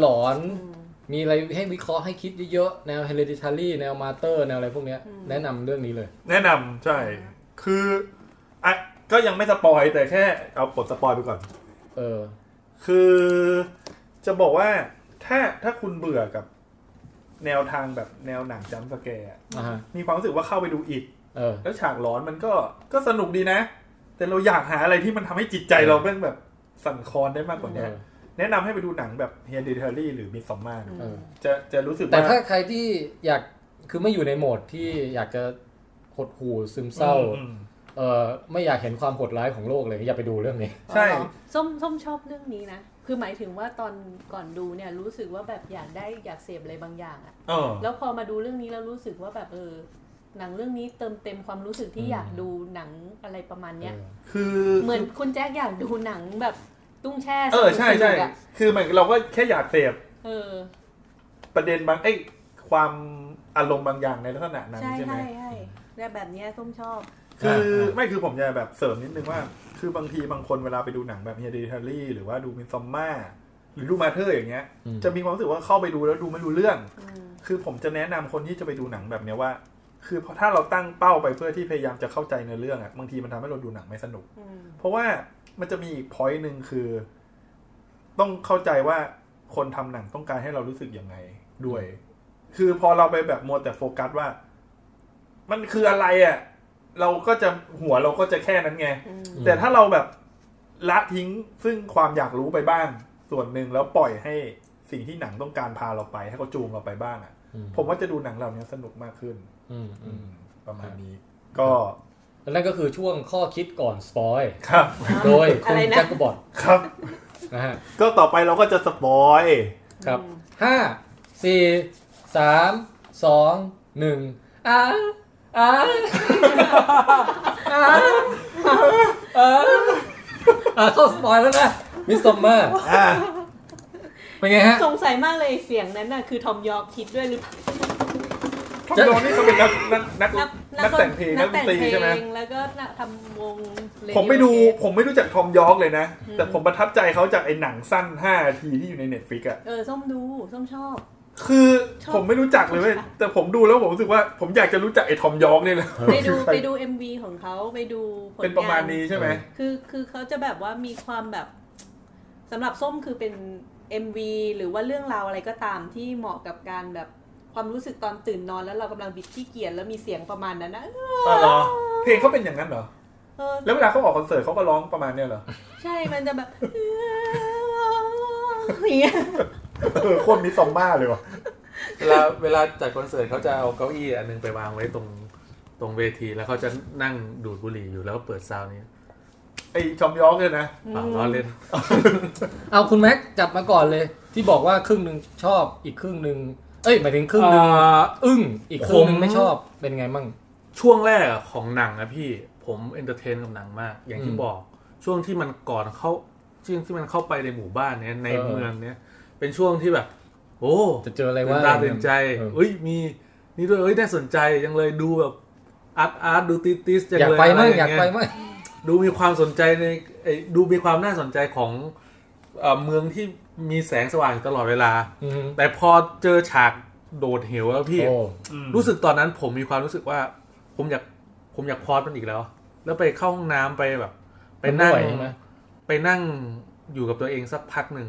[SPEAKER 2] หลอน
[SPEAKER 4] อืม
[SPEAKER 2] ๆ มีอะไรให้วิเคราะห์ให้คิดเยอะๆ แนว hereditary แนว martyr แนวอะไรพวกเนี้ย
[SPEAKER 4] อืม
[SPEAKER 2] แนะนำเรื่องนี้เลย
[SPEAKER 3] แนะนำใช่ คืออ่ะก็ยังไม่สปอยแต่แค่เอาปลดสปอยไปก่อน
[SPEAKER 2] เออ
[SPEAKER 3] คือจะบอกว่าถ้าถ้าคุณเบื่อกับแนวทางแบบแนวหนังจัมป์สแกร์อะ
[SPEAKER 2] อ่าฮะ
[SPEAKER 3] มีความรู้สึกว่าเข้าไปดูอิด
[SPEAKER 2] เออ
[SPEAKER 3] แล้วฉากร้อนมันก็ก็สนุกดีนะ แต่เราอยากหาอะไรที่มันทำให้จิตใจเราเป็นแบบสั่นคลอนได้มากกว่า
[SPEAKER 2] เอ
[SPEAKER 3] นี้
[SPEAKER 2] อ
[SPEAKER 3] แนะนำให้ไปดูหนังแบบเฮนด t เทอรี่หรือมิสซอมมา
[SPEAKER 2] เออ
[SPEAKER 3] จะจะรู้สึก
[SPEAKER 2] แต่
[SPEAKER 3] ว่า
[SPEAKER 2] ถ้าใครที่อยาก คือไม่อยู่ในโหมดที่อยากจะหดหู่ซึมเศร้า
[SPEAKER 3] อืม
[SPEAKER 2] เออไม่อยากเห็นความโหดร้ายของโลกเลย อย่าไปดูเรื่องนี้
[SPEAKER 3] ใช่
[SPEAKER 4] อ๋อเหรอส้มส้มชอบเรื่องนี้นะ คือหมายถึงว่าตอนก่อนดูเนี่ยรู้สึกว่าแบบอยากได้อยากเสพอะไรบางอย่างอะ
[SPEAKER 3] เออ
[SPEAKER 4] แล้วพอมาดูเรื่องนี้แล้วรู้สึกว่าแบบเออ หนังเรื่องนี้เติมเต็มความรู้สึกที่
[SPEAKER 2] อืม
[SPEAKER 4] อยากดูหนังอะไรประมาณเนี้ย
[SPEAKER 2] เออ
[SPEAKER 3] คือ
[SPEAKER 4] เหมือนคุณแจ๊คอยากดูหนังแบบตุ้งแช่
[SPEAKER 3] เออใช่ใช่
[SPEAKER 4] สนุกๆอะ
[SPEAKER 3] คือเหมือนเราก็แค่อยากเสพ
[SPEAKER 4] เออ
[SPEAKER 3] ประเด็นบางเอ้ยความอารมณ์บางอย่างในลักษณะนั้น
[SPEAKER 4] ใช่
[SPEAKER 3] ใช่ไหม
[SPEAKER 4] ใช่ใช่แต่แบบเนี้ยส้มชอบ
[SPEAKER 3] คืออา ไม่คือผมจะแบบเสริมนิดนึงว่า คือบางทีบางคนเวลาไปดูหนังแบบเฮดิทารีหรือว่าดูมินซอมมาหรือดูมาเธอร์อย่างเงี้ย
[SPEAKER 2] อืม
[SPEAKER 3] จะมีความรู้สึกว่าเข้าไปดูแล้วดูไม่รู้เรื่อง
[SPEAKER 4] อืม
[SPEAKER 3] คือผมจะแนะนำคนที่จะไปดูหนังแบบเนี้ยว่า คือพอถ้าเราตั้งเป้าไปเพื่อที่พยายามจะเข้าใจเนื้อเรื่องอะบางทีมันทำให้เราดูหนังไม่สนุก
[SPEAKER 4] อืม
[SPEAKER 3] เพราะว่ามันจะมีอีกพอยต์หนึ่งคือ ต้องเข้าใจว่าคนทำหนังต้องการให้เรารู้สึกยังไงด้วย คือพอเราไปแบบมัวแต่โฟกัสว่า มันคืออะไรอะ่ะ เราก็จะหัวเราก็จะแค่นั้นไง
[SPEAKER 4] อืม
[SPEAKER 3] แต่ถ้าเราแบบละทิ้งซึ่งความอยากรู้ไปบ้าง ส่วนหนึ่งแล้วปล่อยให้สิ่งที่หนังต้องการพาเราไป ให้เขาจูงเราไปบ้างอะ่ะ
[SPEAKER 2] อืม
[SPEAKER 3] ผมว่าจะดูหนังเหล่านี้สนุกมากขึ้น
[SPEAKER 2] อืม
[SPEAKER 3] อื
[SPEAKER 2] อืม
[SPEAKER 3] ม ประมาณนี้ ก็
[SPEAKER 2] แล้วนั่นก็คือช่วงข้อคิดก่อนสปอย
[SPEAKER 3] ครับ
[SPEAKER 2] โดยคุ
[SPEAKER 4] อะ
[SPEAKER 2] ณ
[SPEAKER 4] ไรนะ
[SPEAKER 2] แจ็คกบอด
[SPEAKER 3] ครับ
[SPEAKER 2] นะฮะ
[SPEAKER 3] ก็ต่อไปเราก็จะสปอย
[SPEAKER 2] ครับห้าสี่สามสองหนึ่งอ่าอ่าอ่าอ่าอ่าเข้าสปอยแล้วนะมิสซอมมา
[SPEAKER 3] อ่ะ
[SPEAKER 2] เป็นไงฮะ
[SPEAKER 4] สงสัยมากเลยเสียงนั้นน่ะคือทอมยอร์กคิดด้วยหรือเปล่า
[SPEAKER 3] ทอมยอนนี่เขาเป็นนักนักนัก
[SPEAKER 4] นัก
[SPEAKER 3] นักแต่งเพลงนักดนตรีใช่ไหม
[SPEAKER 4] นักแต่งเพลงแล้วก็นักทำวง Radio
[SPEAKER 3] ผมไม่ดู
[SPEAKER 4] Tape
[SPEAKER 3] ผมไม่รู้จักทอมยอร์กเลยนะ แต่ผมประทับใจเขาจากไอ้หนังสั้น5นาทีที่อยู่ในเน็ตฟิกอะ
[SPEAKER 4] เออ ส้มดู ส้มชอบ
[SPEAKER 3] คือ
[SPEAKER 4] ชอบ
[SPEAKER 3] ผมไม่รู้จักเลยเว้ยแต่ผมดูแล้วผมรู้สึกว่าผมอยากจะรู้จักไอ้ทอมยอร์กเนี่ยแหละ
[SPEAKER 4] ไปดูไปดู MV ของเขาไปดูผลงาน
[SPEAKER 3] เป็นประมาณนี้ใช่ไหม
[SPEAKER 4] คือคือเขาจะแบบว่ามีความแบบสำหรับส้มคือเป็น MV หรือว่าเรื่องราวอะไรก็ตามที่เหมาะกับการแบบ ความรู้สึกตอนตื่นนอนแล้วเรากำลังบิดขี้เกียจแล้วมีเสียงประมาณนั้นนะ
[SPEAKER 3] อ๋อเหรอเพลงเขาเป็นอย่างนั้นเหรอ
[SPEAKER 4] เออ
[SPEAKER 3] แล้วเวลาเขาออกคอนเสิร์ตเขาก็ร้องประมาณเนี้ยเหรอ
[SPEAKER 4] ใช่มันจะแบบ อย่างเงี้ย
[SPEAKER 3] เออโคตรมิสซอมบ้าเลยวะ
[SPEAKER 5] เวลาเวลาจัดคอนเสิร์ตเขาจะเอาเก้าอี้อันหนึงไปวางไว้ตรงตรงเวทีแล้วเขาจะนั่งดูดบุหรี่อยู่แล้วก็เปิดซาวน์นี้
[SPEAKER 3] ไอชอมยอกเนี่ยนะ
[SPEAKER 5] เปล่าล้อเล่น
[SPEAKER 2] เอาคุณแม็กจับมาก่อนเลย ที่บอกว่าครึ่งหนึ่งชอบอีกครึ่งหนึ่งเอ้ยหมายถึงครึ่งหนึ่งอึ้งอีกครึ่งหนึ่ง
[SPEAKER 5] ผม
[SPEAKER 2] ไม่ชอบเป็นไงมั่ง
[SPEAKER 5] ช่วงแรกอะของหนังนะพี่ผมเอนเตอร์เทนกับหนังมาก อย่างที่
[SPEAKER 2] อืม
[SPEAKER 5] บอกช่วงที่มันก่อนเข้าช่วงที่มันเข้าไปในหมู่บ้านเนี้ยใน
[SPEAKER 2] เออ
[SPEAKER 5] เมืองเนี้ยเป็นช่วงที่แบบ โอ้
[SPEAKER 2] จะเจออะไร
[SPEAKER 5] ตื่น
[SPEAKER 2] ว่า
[SPEAKER 5] ตาตื่นใจ
[SPEAKER 2] เออ
[SPEAKER 5] เอ้ยมีนี่ด้วยเอ้ยน่าสนใจยังเลยดูแบบอาร์ตอาร์ตดูติสติสจัง
[SPEAKER 2] อยาก
[SPEAKER 5] เลย
[SPEAKER 2] ไปมั่ง
[SPEAKER 5] ะร
[SPEAKER 2] อยาก
[SPEAKER 5] เงี้
[SPEAKER 2] ไปมั่ง
[SPEAKER 5] ดูมีความสนใจในไอ้ดูมีความน่าสนใจของเอ่อเมืองที่มีแสงสว่างอยู่ตลอดเวลา
[SPEAKER 2] อืม
[SPEAKER 5] แต่พอเจอฉากโดดเหวแล้วพี่
[SPEAKER 2] โอ้
[SPEAKER 5] รู้สึกตอนนั้นผมมีความรู้สึกว่า ผมอยากผมอยากพอดมันอีกแล้ว แล้วไปเข้าห้องน้ำไปแบบ ไปนั่ง
[SPEAKER 2] ม่หวใช่ไหม
[SPEAKER 5] ไปนั่งอยู่กับตัวเองสักพักหนึ่ง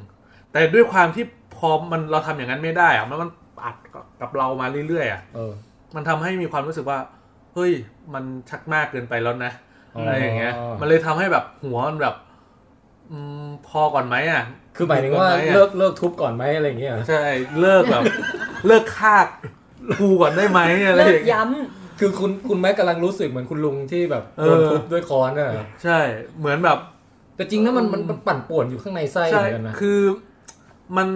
[SPEAKER 5] แต่ด้วยความที่พอมันเราทำอย่างนั้นไม่ได้อะมันมันอัดกับเรามาเรื่อยๆอะ
[SPEAKER 2] เออ
[SPEAKER 5] มันทำให้มีความรู้สึกว่า เฮ้ยมันชักมากเกินไปแล้วนะ
[SPEAKER 2] อ๋อ
[SPEAKER 5] อะไรอย่างเงี้ย มันเลยทำให้แบบหัวมันแบบ อืมพอก่อนไหมอ่ะ
[SPEAKER 2] คือหมายถึงว่า
[SPEAKER 5] ก่อนไอะ
[SPEAKER 2] เลิกเลิกทุบก่อนไหมอะไรอย่างเงี้ย
[SPEAKER 5] ใช่ เลิกแบบ เลิกคาดกูก่อนได้ไหมอะไร
[SPEAKER 4] เลิ
[SPEAKER 5] อก ย่างเงี้ย
[SPEAKER 4] ย้
[SPEAKER 2] คือคุณคุณแม็กกำลังรู้สึกเหมือนคุณลุงที่แบบ
[SPEAKER 5] เอ
[SPEAKER 2] โด
[SPEAKER 5] อ
[SPEAKER 2] นทุบด้วยค้อนน่ะ
[SPEAKER 5] ใช่ เหมือนแบบ
[SPEAKER 2] แต่จริงนะมันมันมันปั่นป่วนอยู่ข้างในไส้เห
[SPEAKER 5] ใช่
[SPEAKER 2] มือนกันนะ
[SPEAKER 5] คือมัน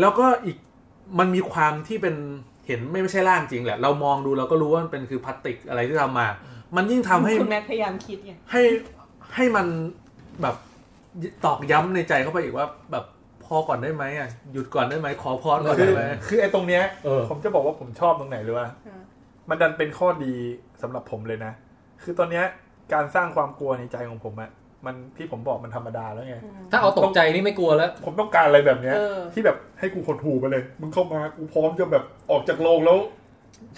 [SPEAKER 5] แล้วก็อีก มันมีความที่เป็นเห็นไม่ไม่ใช่ร่างจริงแหละ เรามองดูเราก็รู้ว่ามันเป็นคือพลาสติกอะไรที่ทำมา มันยิ่งทำให้
[SPEAKER 4] ำคุณแม็กพยายามคิดไง
[SPEAKER 5] ให้ให้มันแบบตอกย้ำในใจเข้าไปอีกว่า แบบพอก่อนได้ไหมอ่ะหยุดก่อนได้ไหมขอพรก่อน
[SPEAKER 3] คือ
[SPEAKER 5] ได้ไหม
[SPEAKER 3] คือไอตรงเนี้ย
[SPEAKER 2] เออ
[SPEAKER 3] ผมจะบอกว่าผมชอบตรงไหนรู้ป่ะ
[SPEAKER 4] อืม
[SPEAKER 3] มันดันเป็นข้อดีสำหรับผมเลยนะ คือตอนเนี้ยการสร้างความกลัวในใจของผมอะมันที่ผมบอกมันธรรมดาแล้วไง
[SPEAKER 2] ถ้าเอาตกใจนี่ไม่กลัวแล้ว
[SPEAKER 3] ผมต้องการอะไรแบบเนี้ย
[SPEAKER 4] เออ
[SPEAKER 3] ที่แบบให้กูขดหูไปเลย มึงเข้ามากูพร้อมจะแบบออกจากโรงแล้ว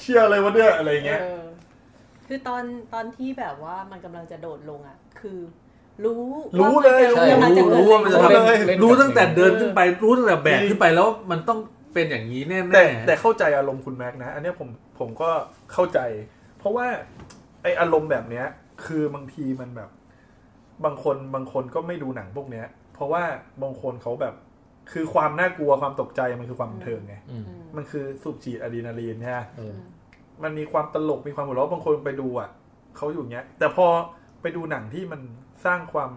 [SPEAKER 3] เชื่ออะไรวะเนี่ยอะไรอย่างเงี้ย
[SPEAKER 4] เออคือตอนตอนที่แบบว่ามันกำลังจะโดดลงอ่ะ คือรู้
[SPEAKER 3] รู้เลย
[SPEAKER 4] ว่า
[SPEAKER 2] ใช่
[SPEAKER 4] มันกำลังจะเกิด
[SPEAKER 5] รู้รู้ว่ามันจะ
[SPEAKER 3] รู้
[SPEAKER 5] ทำ
[SPEAKER 3] เลย
[SPEAKER 5] รู้ตั้งแต่เดินขึ้นไปรู้ตั้งแต่แบกขึ้นไปแล้วมันต้องเป็นอย่างนี้แน่ๆ
[SPEAKER 3] แต่แต่เข้าใจอารมณ์คุณแม็กซ์นะ อันเนี้ยผมผมก็เข้าใจ เพราะว่าไออารมณ์แบบเนี้ย คือบางทีมันแบบ บางคนบางคนก็ไม่ดูหนังพวกเนี้ย เพราะว่าบางคนเขาแบบ คือความน่ากลัวความตกใจมันคือความบันเทิงไง
[SPEAKER 2] อืม
[SPEAKER 4] อืม
[SPEAKER 3] มันคือสูบฉีดอะดรีนาลีนใช่ไหม
[SPEAKER 2] เออ
[SPEAKER 3] มันมีความตลกมีความหัวเราะบางคนไปดูอ่ะเขาอยู่อย่างเงี้ย แต่พอไปดูหนังที่มันสร้างความ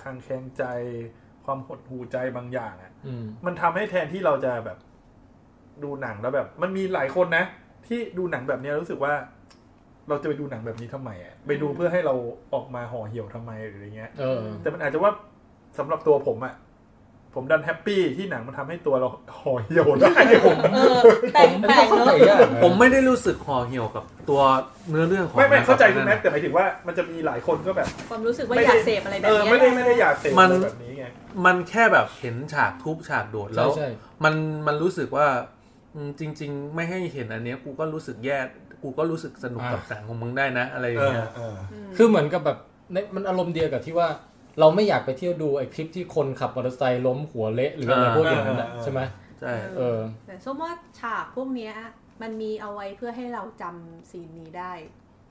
[SPEAKER 3] คลางแคลงใจ ความหดหูใจบางอย่างอ่ะ
[SPEAKER 2] อืม
[SPEAKER 3] มันทำให้แทนที่เราจะแบบดูหนังแล้วแบบ มันมีหลายคนนะ ที่ดูหนังแบบเนี้ยรู้สึกว่า เราจะไปดูหนังแบบนี้ทำไมอะไปดูเพื่อให้เราออกมาห่อเหี่ยวทำไมหรืออะไรเงี้ย
[SPEAKER 2] เออ
[SPEAKER 3] แต่มันอาจจะว่าสำหรับตัวผมอะผมดันแฮปปี้ที่หนังมันทำให้ตัวเราห่อเหี่ยวได้ ผม
[SPEAKER 4] เออแปลกแปลกเนอะ
[SPEAKER 5] ผมไม่ได้รู้สึกห่อเหี่ยวกับตัวเนื้อเรื่องของ
[SPEAKER 3] ไม่ไม่
[SPEAKER 5] น
[SPEAKER 3] เข้าใจ
[SPEAKER 5] รับ
[SPEAKER 3] คุณแม็กซ์แต่หมายถึงว่ามันจะมีหลายคนก็แบบ
[SPEAKER 4] ความรู้สึกว่า
[SPEAKER 3] ไม่
[SPEAKER 4] อ
[SPEAKER 3] ได้
[SPEAKER 4] ยากเสพอะไรแบบ
[SPEAKER 3] เอ
[SPEAKER 4] เนี้
[SPEAKER 3] อย ไม่ได้ไม่ได้อยากเสพอะไรแบบนี้ไง
[SPEAKER 5] มันแค่แบบเห็นฉากทุบฉากโดดแล้ว
[SPEAKER 2] ใช่ใช่
[SPEAKER 5] มันมันรู้สึกว่าอืมจริง ๆ ไม่ให้เห็นอันเนี้ยกูก็รู้สึกแย่กูก็รู้สึกสนุกกับหนังของมึงได้นะ อะไรอย่า
[SPEAKER 3] เอง อ
[SPEAKER 5] เงี้ย
[SPEAKER 3] เออ
[SPEAKER 2] คือเหมือนกับแบบในมันอารมณ์เดียวกับที่ว่า เราไม่อยากไปเที่ยวดูไอ้คลิปที่คนขับมอเตอร์ไซค์ล้มหัวเละหรืออะไร
[SPEAKER 5] อ่า
[SPEAKER 2] พวกอย่างนั้นน่ะ
[SPEAKER 3] อ่า
[SPEAKER 2] ใช่ไหม
[SPEAKER 5] ใช่
[SPEAKER 2] เออ
[SPEAKER 4] แต่ส้มว่าฉากพวกเนี้ย มันมีเอาไว้เพื่อให้เราจำซีนนี้ได้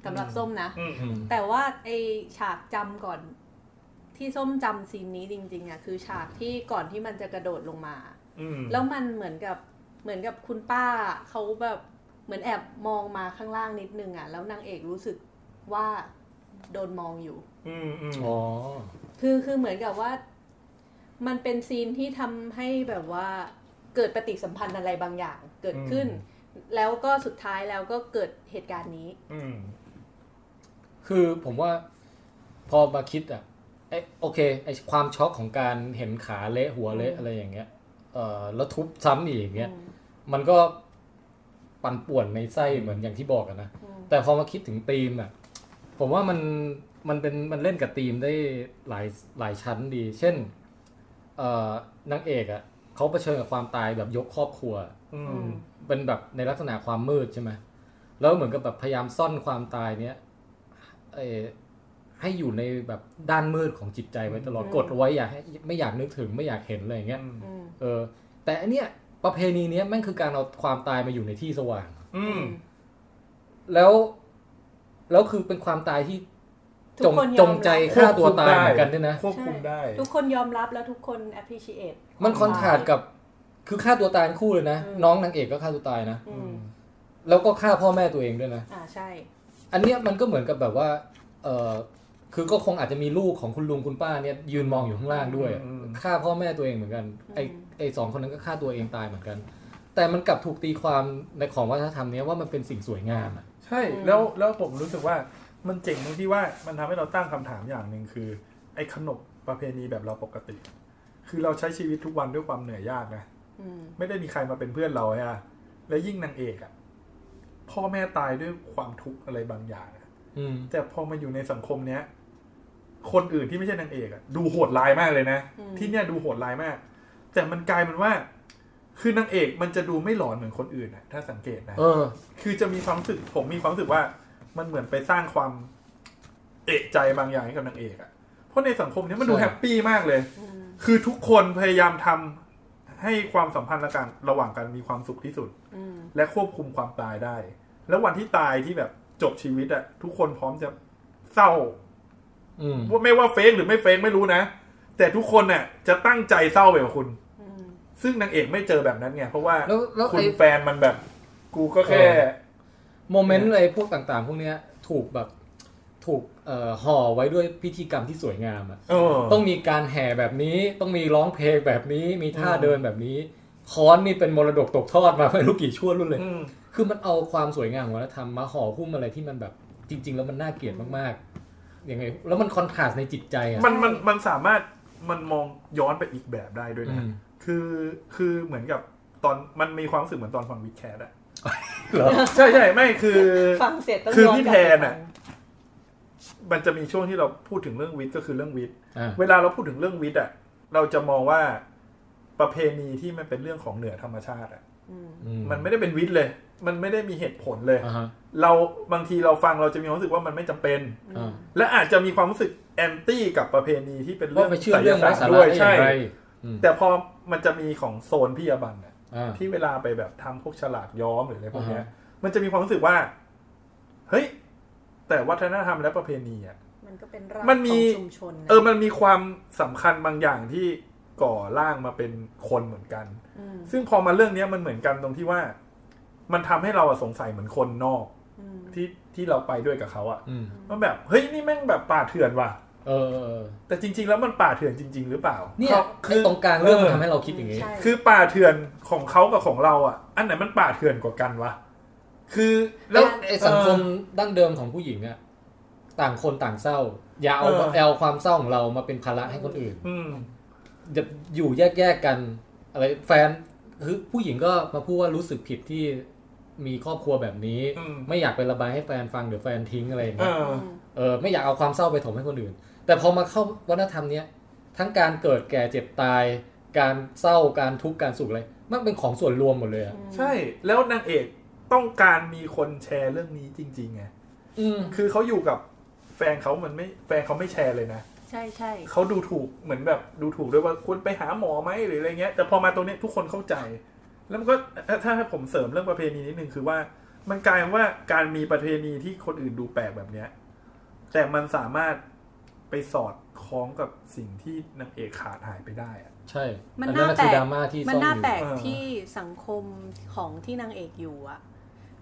[SPEAKER 4] สำหรับส้มนะ
[SPEAKER 3] อืม
[SPEAKER 2] อืม
[SPEAKER 4] แต่ว่าไอฉากจำก่อน ที่ส้มจำซีนนี้จริงๆอ่ะคือฉากที่ก่อนที่มันจะกระโดดลงมา
[SPEAKER 3] อืม
[SPEAKER 4] แล้วมันเหมือนกับเหมือนกับคุณป้าเขาแบบเหมือนแอบมองมาข้างล่างนิดนึงอ่ะ แล้วนางเอกรู้สึกว่าโดนมองอยู่
[SPEAKER 3] อืมอืม
[SPEAKER 2] อ๋อ
[SPEAKER 4] คือคือเหมือนกับว่า มันเป็นซีนที่ทำให้แบบว่าเกิดปฏิสัมพันธ์อะไรบางอย่างเกิดขึ้น แล้วก็สุดท้ายแล้วก็เกิดเหตุการณ์นี้
[SPEAKER 3] อืม
[SPEAKER 2] คือผมว่าพอมาคิดอ่ะเอะโอเคไอความช็อกของการเห็นขาเละหัวเละ
[SPEAKER 4] อืม
[SPEAKER 2] อะไรอย่างเงี้ยเออแล้วทุบซ้ำอีกอย่างเงี้ย
[SPEAKER 4] อืม
[SPEAKER 2] มันก็ปั่นป่วนในไส้เหมือนอย่างที่บอกอะนะ
[SPEAKER 4] อืม
[SPEAKER 2] แต่พอมาคิดถึงธีมอ่ะผมว่ามันมันเป็นมันเล่นกับธีมได้หลายหลายชั้นดี เช่นเอ่อนางเอกอ่ะเขาเผชิญกับความตายแบบยกครอบครัว
[SPEAKER 3] อื
[SPEAKER 4] อื
[SPEAKER 3] ม
[SPEAKER 4] ม
[SPEAKER 2] เป็นแบบในลักษณะความมืดใช่ไหมแล้วเหมือนกับแบบพยายามซ่อนความตายเนี้ยเอ่อให้อยู่ในแบบด้านมืดของจิตใจไว้ตลอดกดเอาไว้อย่าให้ไม่อยากนึกถึงไม่อยากเห็นอะไรอย่างเงี้ย
[SPEAKER 3] อืม
[SPEAKER 4] อืม
[SPEAKER 2] เออแต่อันเนี้ย ประเพณีเนี้ยแม่งคือการเอาความตายมาอยู่ในที่สว่าง
[SPEAKER 3] อืม
[SPEAKER 2] แล้วแล้วคือเป็นความตายที่
[SPEAKER 4] ทุ
[SPEAKER 2] จ
[SPEAKER 4] ก
[SPEAKER 2] ง
[SPEAKER 4] คนย
[SPEAKER 2] จ
[SPEAKER 4] อม
[SPEAKER 2] งใจ
[SPEAKER 4] รับ
[SPEAKER 2] ฆ่าตัวตายเหมือนกันด้วยนะ
[SPEAKER 3] ควบคุมได้
[SPEAKER 4] ทุกคนยอมรับแล้วทุกคน appreciate
[SPEAKER 2] มันคอนทราดกับคือฆ่าตัวตายทั้งคู่เลยนะ
[SPEAKER 4] อืม
[SPEAKER 2] น้องนางเอกก็ฆ่าตัวตายนะ
[SPEAKER 4] อืม
[SPEAKER 2] แล้วก็ฆ่าพ่อแม่ตัวเองด้วยนะ
[SPEAKER 4] อ่าใช่
[SPEAKER 2] อันเนี้ยมันก็เหมือนกับแบบว่าเออคือก็คงอาจจะมีลูกของคุณลุงคุณป้าเนี่ยยืนมองอยู่ข้างล่างด้วย
[SPEAKER 3] อืม
[SPEAKER 2] ฆ่าพ่อแม่ตัวเองเหมือนกันไอ
[SPEAKER 4] อืม
[SPEAKER 2] ไอสองคนนั้นก็ฆ่าตัวเองตายเหมือนกัน แต่มันกลับถูกตีความในของวัฒนธรรมเนี้ยว่ามันเป็นสิ่งสวยงามอะ
[SPEAKER 3] ใช่แล้วแล้วผมรู้สึกว่ามันเจ๋งตรงที่ว่ามันทำให้เราตั้งคำถามอย่างหนึ่งคือ ไอ้ขนบประเพณีแบบเราปกติ คือเราใช้ชีวิตทุกวันด้วยความเหนื่อยยากนะ
[SPEAKER 4] อืม
[SPEAKER 3] ไม่ได้มีใครมาเป็นเพื่อนเราฮะและยิ่งนางเอกอะพ่อแม่ตายด้วยความทุกข์อะไรบางอย่างอะ
[SPEAKER 2] อืม
[SPEAKER 3] แต่พอมาอยู่ในสังคมเนี้ย คนอื่นที่ไม่ใช่นางเอกอะดูโหดร้ายมากเลยนะ ที่เนี่ยดูโหดร้ายมาก แต่มันกลายเป็นว่า คือนางเอกมันจะดูไม่หลอนเหมือนคนอื่นอะถ้าสังเกตนะ
[SPEAKER 2] เออ
[SPEAKER 3] คือจะมีความรู้สึกผมมีความรู้สึกว่ามันเหมือนไปสร้างความ เอะใจบางอย่างให้กับนางเอกอะเพราะในสังคมเนี้ยมันดู
[SPEAKER 2] ใช่
[SPEAKER 3] แฮปปี้มากเลย
[SPEAKER 4] อืม
[SPEAKER 3] คือทุกคนพยายามทำให้ความสัมพันธ์ระกันระหว่างกันมีความสุขที่สุด
[SPEAKER 4] อืม
[SPEAKER 3] และควบคุมความตายได้ แล้ววันที่ตายที่แบบจบชีวิตอะทุกคนพร้อมจะเศร้า
[SPEAKER 2] อืม
[SPEAKER 3] ว่าไม่ว่าเฟกหรือไม่เฟกไม่รู้นะ แต่ทุกคนน่ะจะตั้งใจเศร้าไปกับคุณ
[SPEAKER 4] อืม
[SPEAKER 3] ซึ่งนางเอกไม่เจอแบบนั้นไงเพราะว่า
[SPEAKER 2] แล้วแล้ว
[SPEAKER 3] คุ
[SPEAKER 2] ไอ
[SPEAKER 3] ณแฟนมันแบบ กูก็แค่
[SPEAKER 2] เออ โมเมนต์อะไรพวกต่างๆ พวกเนี้ยถูกแบบถูกเอ่อห่อไว้ด้วยพิธีกรรมที่สวยงามอะ
[SPEAKER 3] เออ
[SPEAKER 2] ต้องมีการแห่แบบนี้ต้องมีร้องเพลงแบบนี้ มีท่า
[SPEAKER 3] อืม
[SPEAKER 2] เดินแบบนี้ค้อนนี่เป็นมรดกตกทอดมา ไม่รู้กี่ชั่วรุ่นเลย
[SPEAKER 3] อืม
[SPEAKER 2] คือมันเอาความสวยงามของวัฒนธรรมมาห่อหุ้มอะไรที่มันแบบจริง ๆ แล้วมันน่าเกลียดมากๆยังไง แล้วมันคอนทราสต์ในจิตใจอ่ะ
[SPEAKER 3] มันมันมันสามารถมันมองย้อนไปอีกแบบได้ด้วยนะ
[SPEAKER 2] อืม
[SPEAKER 3] คือคือเหมือนกับตอนมันมีความรู้สึกเหมือนตอนฟังวิดแคทอะ
[SPEAKER 2] เหรอ
[SPEAKER 3] ใช่ใช่ไม่คือ
[SPEAKER 4] ฟังเสร็จต้อง
[SPEAKER 3] คือ
[SPEAKER 4] ย้
[SPEAKER 3] พี่
[SPEAKER 4] กลับ
[SPEAKER 3] แพน
[SPEAKER 4] ไปฟัง
[SPEAKER 3] น่ะ มันจะมีช่วงที่เราพูดถึงเรื่องวิทย์ก็คือเรื่องวิทย์
[SPEAKER 2] อ่ะ
[SPEAKER 3] เวลาเราพูดถึงเรื่องวิทย์อะเราจะมองว่าประเพณีที่มันเป็นเรื่องของเหนือธรรมชาติอะ
[SPEAKER 4] อืม
[SPEAKER 2] อื
[SPEAKER 3] มันไม่ได้เป็นวิทย์เลย มันไม่ได้มีเหตุผลเลย
[SPEAKER 2] อ่าฮะ
[SPEAKER 3] เราบางทีเราฟังเราจะมีความรู้สึกว่ามันไม่จำเป็น
[SPEAKER 2] อ่า
[SPEAKER 3] และอาจจะมีความรู้สึกแอนตี้กับประเพณีที่เป็นเรื่
[SPEAKER 2] ว่า
[SPEAKER 3] อง
[SPEAKER 2] ไปเชื่อเรื่องไร้สาระ
[SPEAKER 3] ด้วย
[SPEAKER 2] ได้อย่า
[SPEAKER 3] ใช่
[SPEAKER 2] งไรอืม
[SPEAKER 3] แต่พอมันจะมีของโซนพิยาบันน่ะ
[SPEAKER 2] อ่า
[SPEAKER 3] ที่เวลาไปแบบทำพวกฉลากย้อมหรืออะไรพวกเนี้ย
[SPEAKER 2] อ่าฮ
[SPEAKER 3] มันจะมีความรู้สึกว่า เฮ้ย แต่วัฒนธรรมและประเพณีอ่ะ
[SPEAKER 4] มันก็เป็นราก
[SPEAKER 3] มันมี
[SPEAKER 4] ของชุมชนนะ
[SPEAKER 3] เออมันมีความสำคัญบางอย่างที่ก่อร่างมาเป็นคนเหมือนกัน
[SPEAKER 4] ม
[SPEAKER 3] ซึ่งพอมาเรื่องเนี้ยมันเหมือนกันตรงที่ว่า มันทำให้เราอะสงสัยเหมือนคนนอก
[SPEAKER 4] อืม
[SPEAKER 3] ที่ที่เราไปด้วยกับเขาอะ
[SPEAKER 2] อืม
[SPEAKER 3] มันแบบเฮ้ยนี่แม่งแบบป่าเถื่อนว่ะ
[SPEAKER 2] เออเออเออ
[SPEAKER 3] แต่จริง ๆ แล้วมันป่าเถื่อนจริง ๆ หรือเปล่า
[SPEAKER 2] เนี่ย
[SPEAKER 3] ขา
[SPEAKER 2] ไอ้ตรงกลางเรื่องมัน
[SPEAKER 3] เออ
[SPEAKER 2] ทำให้เราคิดอย่างนี้
[SPEAKER 4] ใช่
[SPEAKER 3] คือป่าเถื่อนของเขากับของเราอ่ะ อันไหนมันป่าเถื่อนกว่ากันวะ คือ
[SPEAKER 2] แล้วไอ้สังคม
[SPEAKER 3] เอ
[SPEAKER 2] ดั้งเดิมของผู้หญิงอะต่างคนต่างเศร้า อย่าเอา
[SPEAKER 3] เออ
[SPEAKER 2] เอาความเศร้าของเรามาเป็นภาระให้คนอื่น
[SPEAKER 3] ออืม
[SPEAKER 2] จะอยู่แยกๆกัน อะไรแฟนคือผู้หญิงก็มาพูดว่ารู้สึกผิดที่มีครอบครัวแบบนี้
[SPEAKER 3] อืม
[SPEAKER 2] ไม่อยากไประบายให้แฟนฟังเดี๋ยวแฟนทิ้งอะไรอย่าง
[SPEAKER 3] เอ
[SPEAKER 2] เงี้ย
[SPEAKER 3] อ
[SPEAKER 4] ม
[SPEAKER 2] เออไม่อยากเอาความเศร้าไปถมให้คนอื่น แต่พอมาเข้าวัฒนธรรมเนี้ยทั้งการเกิดแก่เจ็บตาย การเศร้าการทุกข์การสุขอะไรมันเป็นของส่วนรวมหมดเลยอะ
[SPEAKER 3] ใช่ แล้วนางเอกต้องการมีคนแชร์เรื่องนี้จริงๆไง
[SPEAKER 2] อืม
[SPEAKER 3] คือเขาอยู่กับแฟนเขามันไม่ แฟนเขาไม่แชร์เลยนะ
[SPEAKER 4] ใช่ใช่
[SPEAKER 3] เขาดูถูกเหมือนแบบดูถูกด้วยว่าควรไปหาหมอไหมหรืออะไรเงี้ย แต่พอมาตรงเนี้ยทุกคนเข้าใจ แล้วมันก็ถ้าถ้าให้ผมเสริมเรื่องประเพณีนิดนึงคือว่า มันกลายเป็นว่าการมีประเพณีที่คนอื่นดูแปลกแบบเนี้ย แต่มันสามารถไปสอดคล้องกับสิ่งที่นางเอกขาดหายไปได้อะ
[SPEAKER 2] ใช่
[SPEAKER 4] มัน
[SPEAKER 2] อั
[SPEAKER 4] น่า
[SPEAKER 2] มั
[SPEAKER 4] แปล
[SPEAKER 2] คือก ดราม่าที่
[SPEAKER 4] มัน
[SPEAKER 2] ซ่อน
[SPEAKER 4] น่า
[SPEAKER 2] อยู่
[SPEAKER 4] แปลก
[SPEAKER 3] เออ
[SPEAKER 4] ที่สังคมของที่นางเอกอยู่อะ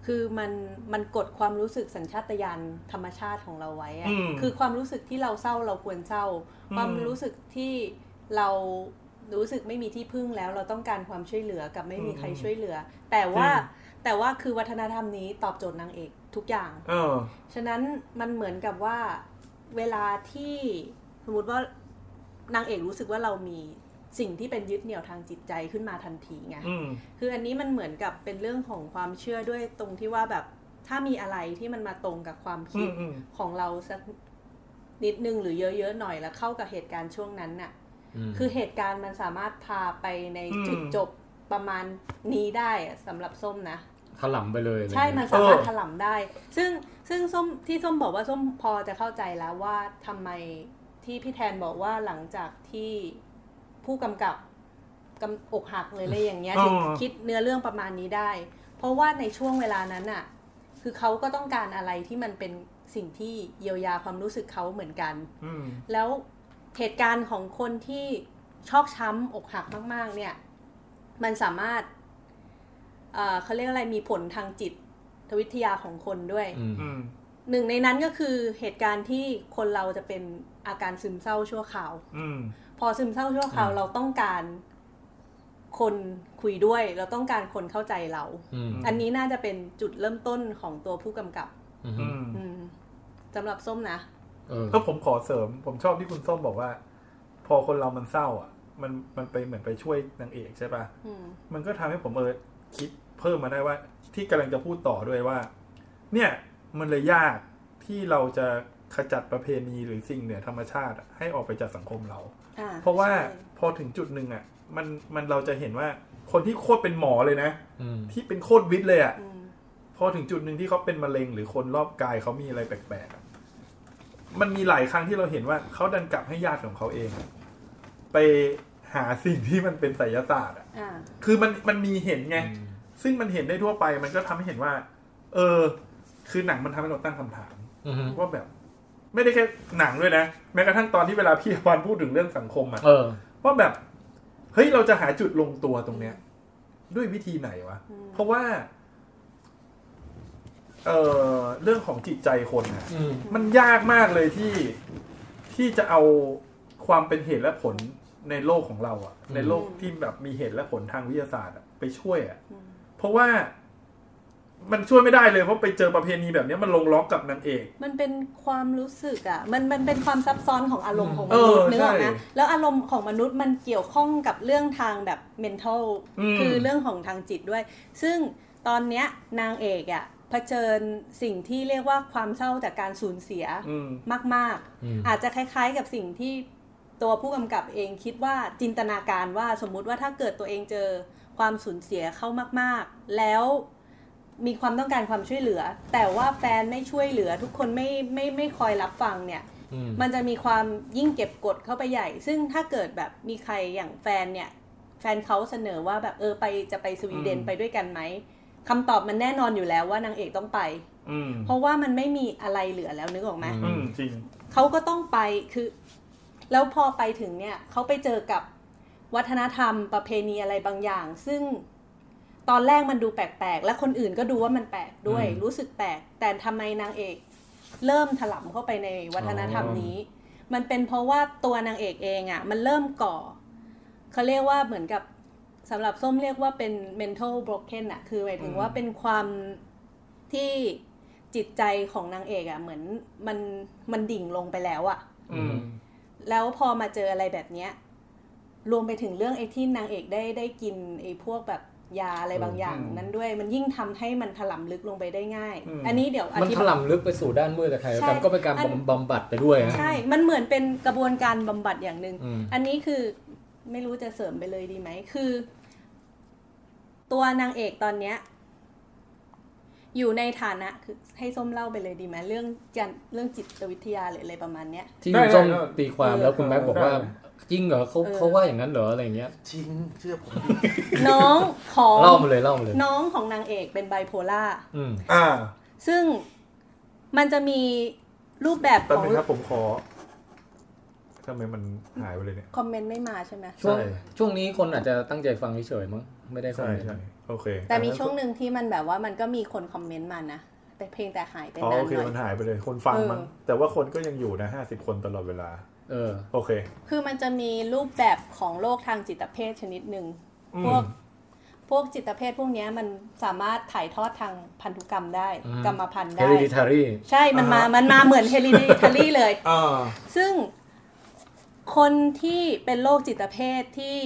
[SPEAKER 4] คือมันมันกดความรู้สึกสัญชาตญาณธรรมชาติของเราไว้อะ
[SPEAKER 3] อืม
[SPEAKER 4] คือความรู้สึกที่เราเศร้าเราควรเศร้า ความรู้สึกที่เรารู้สึกไม่มีที่พึ่งแล้วเราต้องการความช่วยเหลือกับไม่มีใครช่วยเหลือ แต่ว่า
[SPEAKER 3] จริง
[SPEAKER 4] แต่ว่าคือวัฒนธรรมนี้ตอบโจทย์นางเอกทุกอย่าง
[SPEAKER 3] เออ
[SPEAKER 4] ฉะนั้นมันเหมือนกับว่าเวลาที่สมมติว่านางเอกรู้สึกว่าเรามีสิ่งที่เป็นยึดเหนี่ยวทางจิตใจขึ้นมาทันทีไง
[SPEAKER 3] อืม
[SPEAKER 4] คืออันนี้มันเหมือนกับเป็นเรื่องของความเชื่อด้วยตรงที่ว่าแบบถ้ามีอะไรที่มันมาตรงกับความ
[SPEAKER 3] อื
[SPEAKER 4] คิด
[SPEAKER 3] มอืม
[SPEAKER 4] ของเราสักนิดนึงหรือเยอะๆหน่อยแล้วเข้ากับเหตุการณ์ช่วงนั้นน่ะ คือเหตุการณ์มันสามารถพาไปในจุด
[SPEAKER 3] อืม
[SPEAKER 4] จบประมาณนี้ได้อะสำหรับส้มนะ
[SPEAKER 2] ถล่มไปเลยอะไร
[SPEAKER 4] ใช่
[SPEAKER 2] เงี้ย
[SPEAKER 4] มันสามารถ
[SPEAKER 3] เออ
[SPEAKER 4] ถล่มได้ ซึ่งซึ่งส้มที่ส้มบอกว่าส้มพอจะเข้าใจแล้วว่าทำไมที่พี่แทนบอกว่าหลังจากที่ผู้กำกับ กำอกหักเลยอะไรอย่างเงี้ย
[SPEAKER 3] อ๋อ
[SPEAKER 4] ถึงคิดเนื้อเรื่องประมาณนี้ได้ เพราะว่าในช่วงเวลานั้นอ่ะ คือเขาก็ต้องการอะไรที่มันเป็นสิ่งที่เยียวยาความรู้สึกเขาเหมือนกัน
[SPEAKER 3] อืม
[SPEAKER 4] แล้วเหตุการณ์ของคนที่ชอกช้ำอกหักมาก ๆ เนี่ย มันสามารถเอ่อเขาเรียกอะไรมีผลทางจิตวิทยาของคนด้วย
[SPEAKER 2] อืม
[SPEAKER 3] อืม
[SPEAKER 4] หนึ่งในนั้นก็คือเหตุการณ์ที่คนเราจะเป็นอาการซึมเศร้าชั่วคราว
[SPEAKER 3] อืม
[SPEAKER 4] พอซึมเศร้าชั่วคราวเราต้องการคนคุยด้วย เราต้องการคนเข้าใจเรา
[SPEAKER 2] อืม
[SPEAKER 4] อันนี้น่าจะเป็นจุดเริ่มต้นของตัวผู้กำกับ
[SPEAKER 2] อื
[SPEAKER 3] อื
[SPEAKER 2] ม
[SPEAKER 3] ม
[SPEAKER 4] อืมสำหรับส้มนะ
[SPEAKER 2] เออ
[SPEAKER 3] ถ้าผมขอเสริม ผมชอบที่คุณส้มบอกว่า พอคนเรามันเศร้า อ่ะ มันมันไปเหมือนไปช่วยนางเอกใช่ปะ
[SPEAKER 4] อืม
[SPEAKER 3] มันก็ทำให้ผมเออคิดเพิ่มมาได้ว่า ที่กำลังจะพูดต่อด้วยว่า เนี่ย มันเลยยากที่เราจะขจัดประเพณีหรือสิ่งเหนือธรรมชาติอะให้ออกไปจากสังคมเรา
[SPEAKER 4] อ่
[SPEAKER 3] เพราะว่า
[SPEAKER 4] ใช่
[SPEAKER 3] พอถึงจุดหนึ่งอ่ะ มันมันเราจะเห็นว่าคนที่โคตรเป็นหมอเลยนะ
[SPEAKER 2] อืม
[SPEAKER 3] ที่เป็นโคตรวิทย์เลยอ่ะ
[SPEAKER 4] อืม
[SPEAKER 3] พอถึงจุดหนึ่งที่เขาเป็นมะเร็งหรือคนรอบกายเขามีอะไรแปลกๆอะมันมีหลายครั้งที่เราเห็นว่าเขาดันกลับให้ญาติของเขาเอง ไปหาสิ่งที่มันเป็นไสยศาสตร์อะ
[SPEAKER 4] อ่า
[SPEAKER 3] คือมันมันมีเห็นไง ซึ่งมันเห็นได้ทั่วไป มันก็ทำให้เห็นว่า เออ คือหนังมันทำให้เราตั้งคำถาม
[SPEAKER 2] อืม
[SPEAKER 3] ว่าแบบ ไม่ได้แค่หนังด้วยนะ แม้กระทั่งตอนที่เวลาพี่อวันพูดถึงเรื่องสังคมอะ
[SPEAKER 2] เออ
[SPEAKER 3] ว่าแบบ เฮ้ยเราจะหาจุดลงตัวตรงเนี้ย ด้วยวิธีไหนวะ
[SPEAKER 4] อืม
[SPEAKER 3] เพราะว่า เออเรื่องของจิตใจคนนะ
[SPEAKER 2] อืม
[SPEAKER 3] มันยากมากเลยที่ที่จะเอาความเป็นเหตุและผลในโลกของเราอะในโลกที่แบบมีเหตุและผลทางวิทยาศาสตร์อะไปช่วยอะ
[SPEAKER 4] อืม
[SPEAKER 3] เพราะว่ามันช่วยไม่ได้เลยเพราะไปเจอประเพณีแบบเนี้ยมันลงล็อกกับนางเอก
[SPEAKER 4] มันเป็นความรู้สึกอะ่ะ มันมันเป็นความซับซ้อนของอารมณ์ของม
[SPEAKER 3] เออ
[SPEAKER 4] นุษย์นึกออก
[SPEAKER 3] ใช่
[SPEAKER 4] นะแล้วอารมณ์ของมนุษย์มันเกี่ยวข้องกับเรื่องทางแบบ mental
[SPEAKER 3] อืม
[SPEAKER 4] คือเรื่องของทางจิตด้วย ซึ่งตอนเนี้ยนางเอกอะ่ะเผชิญสิ่งที่เรียกว่าความเศร้าจากการสูญเสีย
[SPEAKER 3] อืม
[SPEAKER 4] มาก
[SPEAKER 2] อืม
[SPEAKER 4] ๆ อาจจะคล้าย ๆ กับสิ่งที่ตัวผู้กำกับเองคิดว่าจินตนาการว่าสมมุติว่าถ้าเกิดตัวเองเจอความสูญเสียเข้ามาก ๆ แล้ว มีความต้องการความช่วยเหลือ แต่ว่าแฟนไม่ช่วยเหลือ ทุกคนไม่ไม่ไม่คอยรับฟังเนี่ย
[SPEAKER 2] อืม
[SPEAKER 4] มันจะมีความยิ่งเก็บกดเข้าไปใหญ่ ซึ่งถ้าเกิดแบบมีใครอย่างแฟนเนี่ย แฟนเขาเสนอว่าแบบเออไปจะไปสวีเดน
[SPEAKER 3] อืม
[SPEAKER 4] ไปด้วยกันไหมคำตอบมันแน่นอนอยู่แล้วว่านางเอกต้องไป
[SPEAKER 3] อืม
[SPEAKER 4] เพราะว่ามันไม่มีอะไรเหลือแล้วนึกออกไหม
[SPEAKER 2] อืม
[SPEAKER 3] อืมจริง
[SPEAKER 4] เขาก็ต้องไปคือ แล้วพอไปถึงเนี่ยเขาไปเจอกับวัฒนธรรมประเพณีอะไรบางอย่าง ซึ่งตอนแรกมันดูแปลกๆ และคนอื่นก็ดูว่ามันแปลกด้วย
[SPEAKER 2] อืม
[SPEAKER 4] รู้สึกแปลก แต่ทำไมนางเอกเริ่มถลำเข้าไปในวัฒนธรรมนี้ มันเป็นเพราะว่าตัวนางเอกเองอะ่ะ มันเริ่มก่อเขาเรียกว่าเหมือนกับสำหรับส้มเรียกว่าเป็น mental broken อะคือหมายถึง
[SPEAKER 3] อืม
[SPEAKER 4] ว่าเป็นความที่จิตใจของนางเอกอะ่ะ เหมือนมันมันดิ่งลงไปแล้วอ่ะ
[SPEAKER 3] อืม
[SPEAKER 4] แล้วพอมาเจออะไรแบบเนี้ย รวมไปถึงเรื่องไอ้ที่นางเอกได้ได้กินไอ้พวกแบบยาอะไรบางอย่าง
[SPEAKER 3] อืม
[SPEAKER 4] นั้นด้วยมันยิ่งทำให้มันถลำลึกลงไปได้ง่าย
[SPEAKER 3] อืม
[SPEAKER 4] อันนี้เดี๋ยวอ
[SPEAKER 2] มัน
[SPEAKER 4] ธิ
[SPEAKER 2] ถ
[SPEAKER 4] บาย
[SPEAKER 2] ล่ำลึกไปสู่ด้านมืดแต่ใคร
[SPEAKER 4] ใช่
[SPEAKER 2] กันก็เป็นการ
[SPEAKER 4] อัน
[SPEAKER 2] บำบำบัดไปด้วยนะ
[SPEAKER 4] ใช่ มันเหมือนเป็นกระบวนการบำบัดอย่างหนึ่ง
[SPEAKER 2] อืม
[SPEAKER 4] อันนี้คือไม่รู้จะเสริมไปเลยดีไหม คือ ตัวนางเอกตอนเนี้ย อยู่ในฐานะคือให้ส้มเล่าไปเลยดีไหมเรื่องการเรื่องจิตวิทยาหรืออะไรประมาณเนี้ย
[SPEAKER 2] ที่
[SPEAKER 3] ได้
[SPEAKER 2] คุณส้ม
[SPEAKER 3] ได้ได้
[SPEAKER 2] ตีความแล้วคุณแม็ก
[SPEAKER 3] เออ
[SPEAKER 2] บอกว่า
[SPEAKER 3] ได้
[SPEAKER 2] จริงเหรอเขา
[SPEAKER 4] เออ
[SPEAKER 2] เขาว่าอย่างนั้นเหรออะไรเงี้ย
[SPEAKER 7] จริงเชื่อผม
[SPEAKER 4] น้องของ
[SPEAKER 2] เล่ามาเลยเล่ามาเลย
[SPEAKER 4] น้องของนางเอกเป็นไบโพล่า
[SPEAKER 2] อืม
[SPEAKER 3] อ่า
[SPEAKER 4] ซึ่งมันจะมีรูปแบบ
[SPEAKER 3] ตอน
[SPEAKER 4] ของ
[SPEAKER 3] นี้ครับผมขอทำไมมันหายไปเลยเนี่ย
[SPEAKER 4] คอมเมนต์ไม่มาใช่ไหม
[SPEAKER 2] ช่วง
[SPEAKER 3] ใช่
[SPEAKER 2] ช่วงนี้คนอาจจะตั้งใจฟังเฉยๆมั้งไม่ได้คอม
[SPEAKER 3] ใช่
[SPEAKER 2] เมนต์
[SPEAKER 3] ใช่โอเค
[SPEAKER 4] แต่มีช่วงหนึ่งที่มันแบบว่ามันก็มีคนคอมเมนต์มานะแต่เพลงแต่หาย
[SPEAKER 3] อ๋อน
[SPEAKER 4] ไปาน
[SPEAKER 3] โอเค
[SPEAKER 4] หน่อ
[SPEAKER 3] มัน
[SPEAKER 4] ย
[SPEAKER 3] หายไปเลย คนฟัง
[SPEAKER 4] เออ
[SPEAKER 3] มั้งแต่ว่าคนก็ยังอยู่นะห้าสิบคนตลอดเวลา
[SPEAKER 2] เออ
[SPEAKER 3] โอเค
[SPEAKER 4] คือมันจะมีรูปแบบของโรคทางจิตเภทชนิดหนึ่ง
[SPEAKER 3] อืม
[SPEAKER 4] พวกพวกจิตเภทพวกเนี้ยมันสามารถถ่ายทอดทางพันธุกรรมได้
[SPEAKER 2] อืม
[SPEAKER 4] กรรมพันธุ์ได้
[SPEAKER 2] hereditary
[SPEAKER 4] ใช่มันมามันมาเหมือนเฮลิทารี่เลย
[SPEAKER 3] อ่า
[SPEAKER 4] ซึ่งคนที่เป็นโรคจิตเภทที่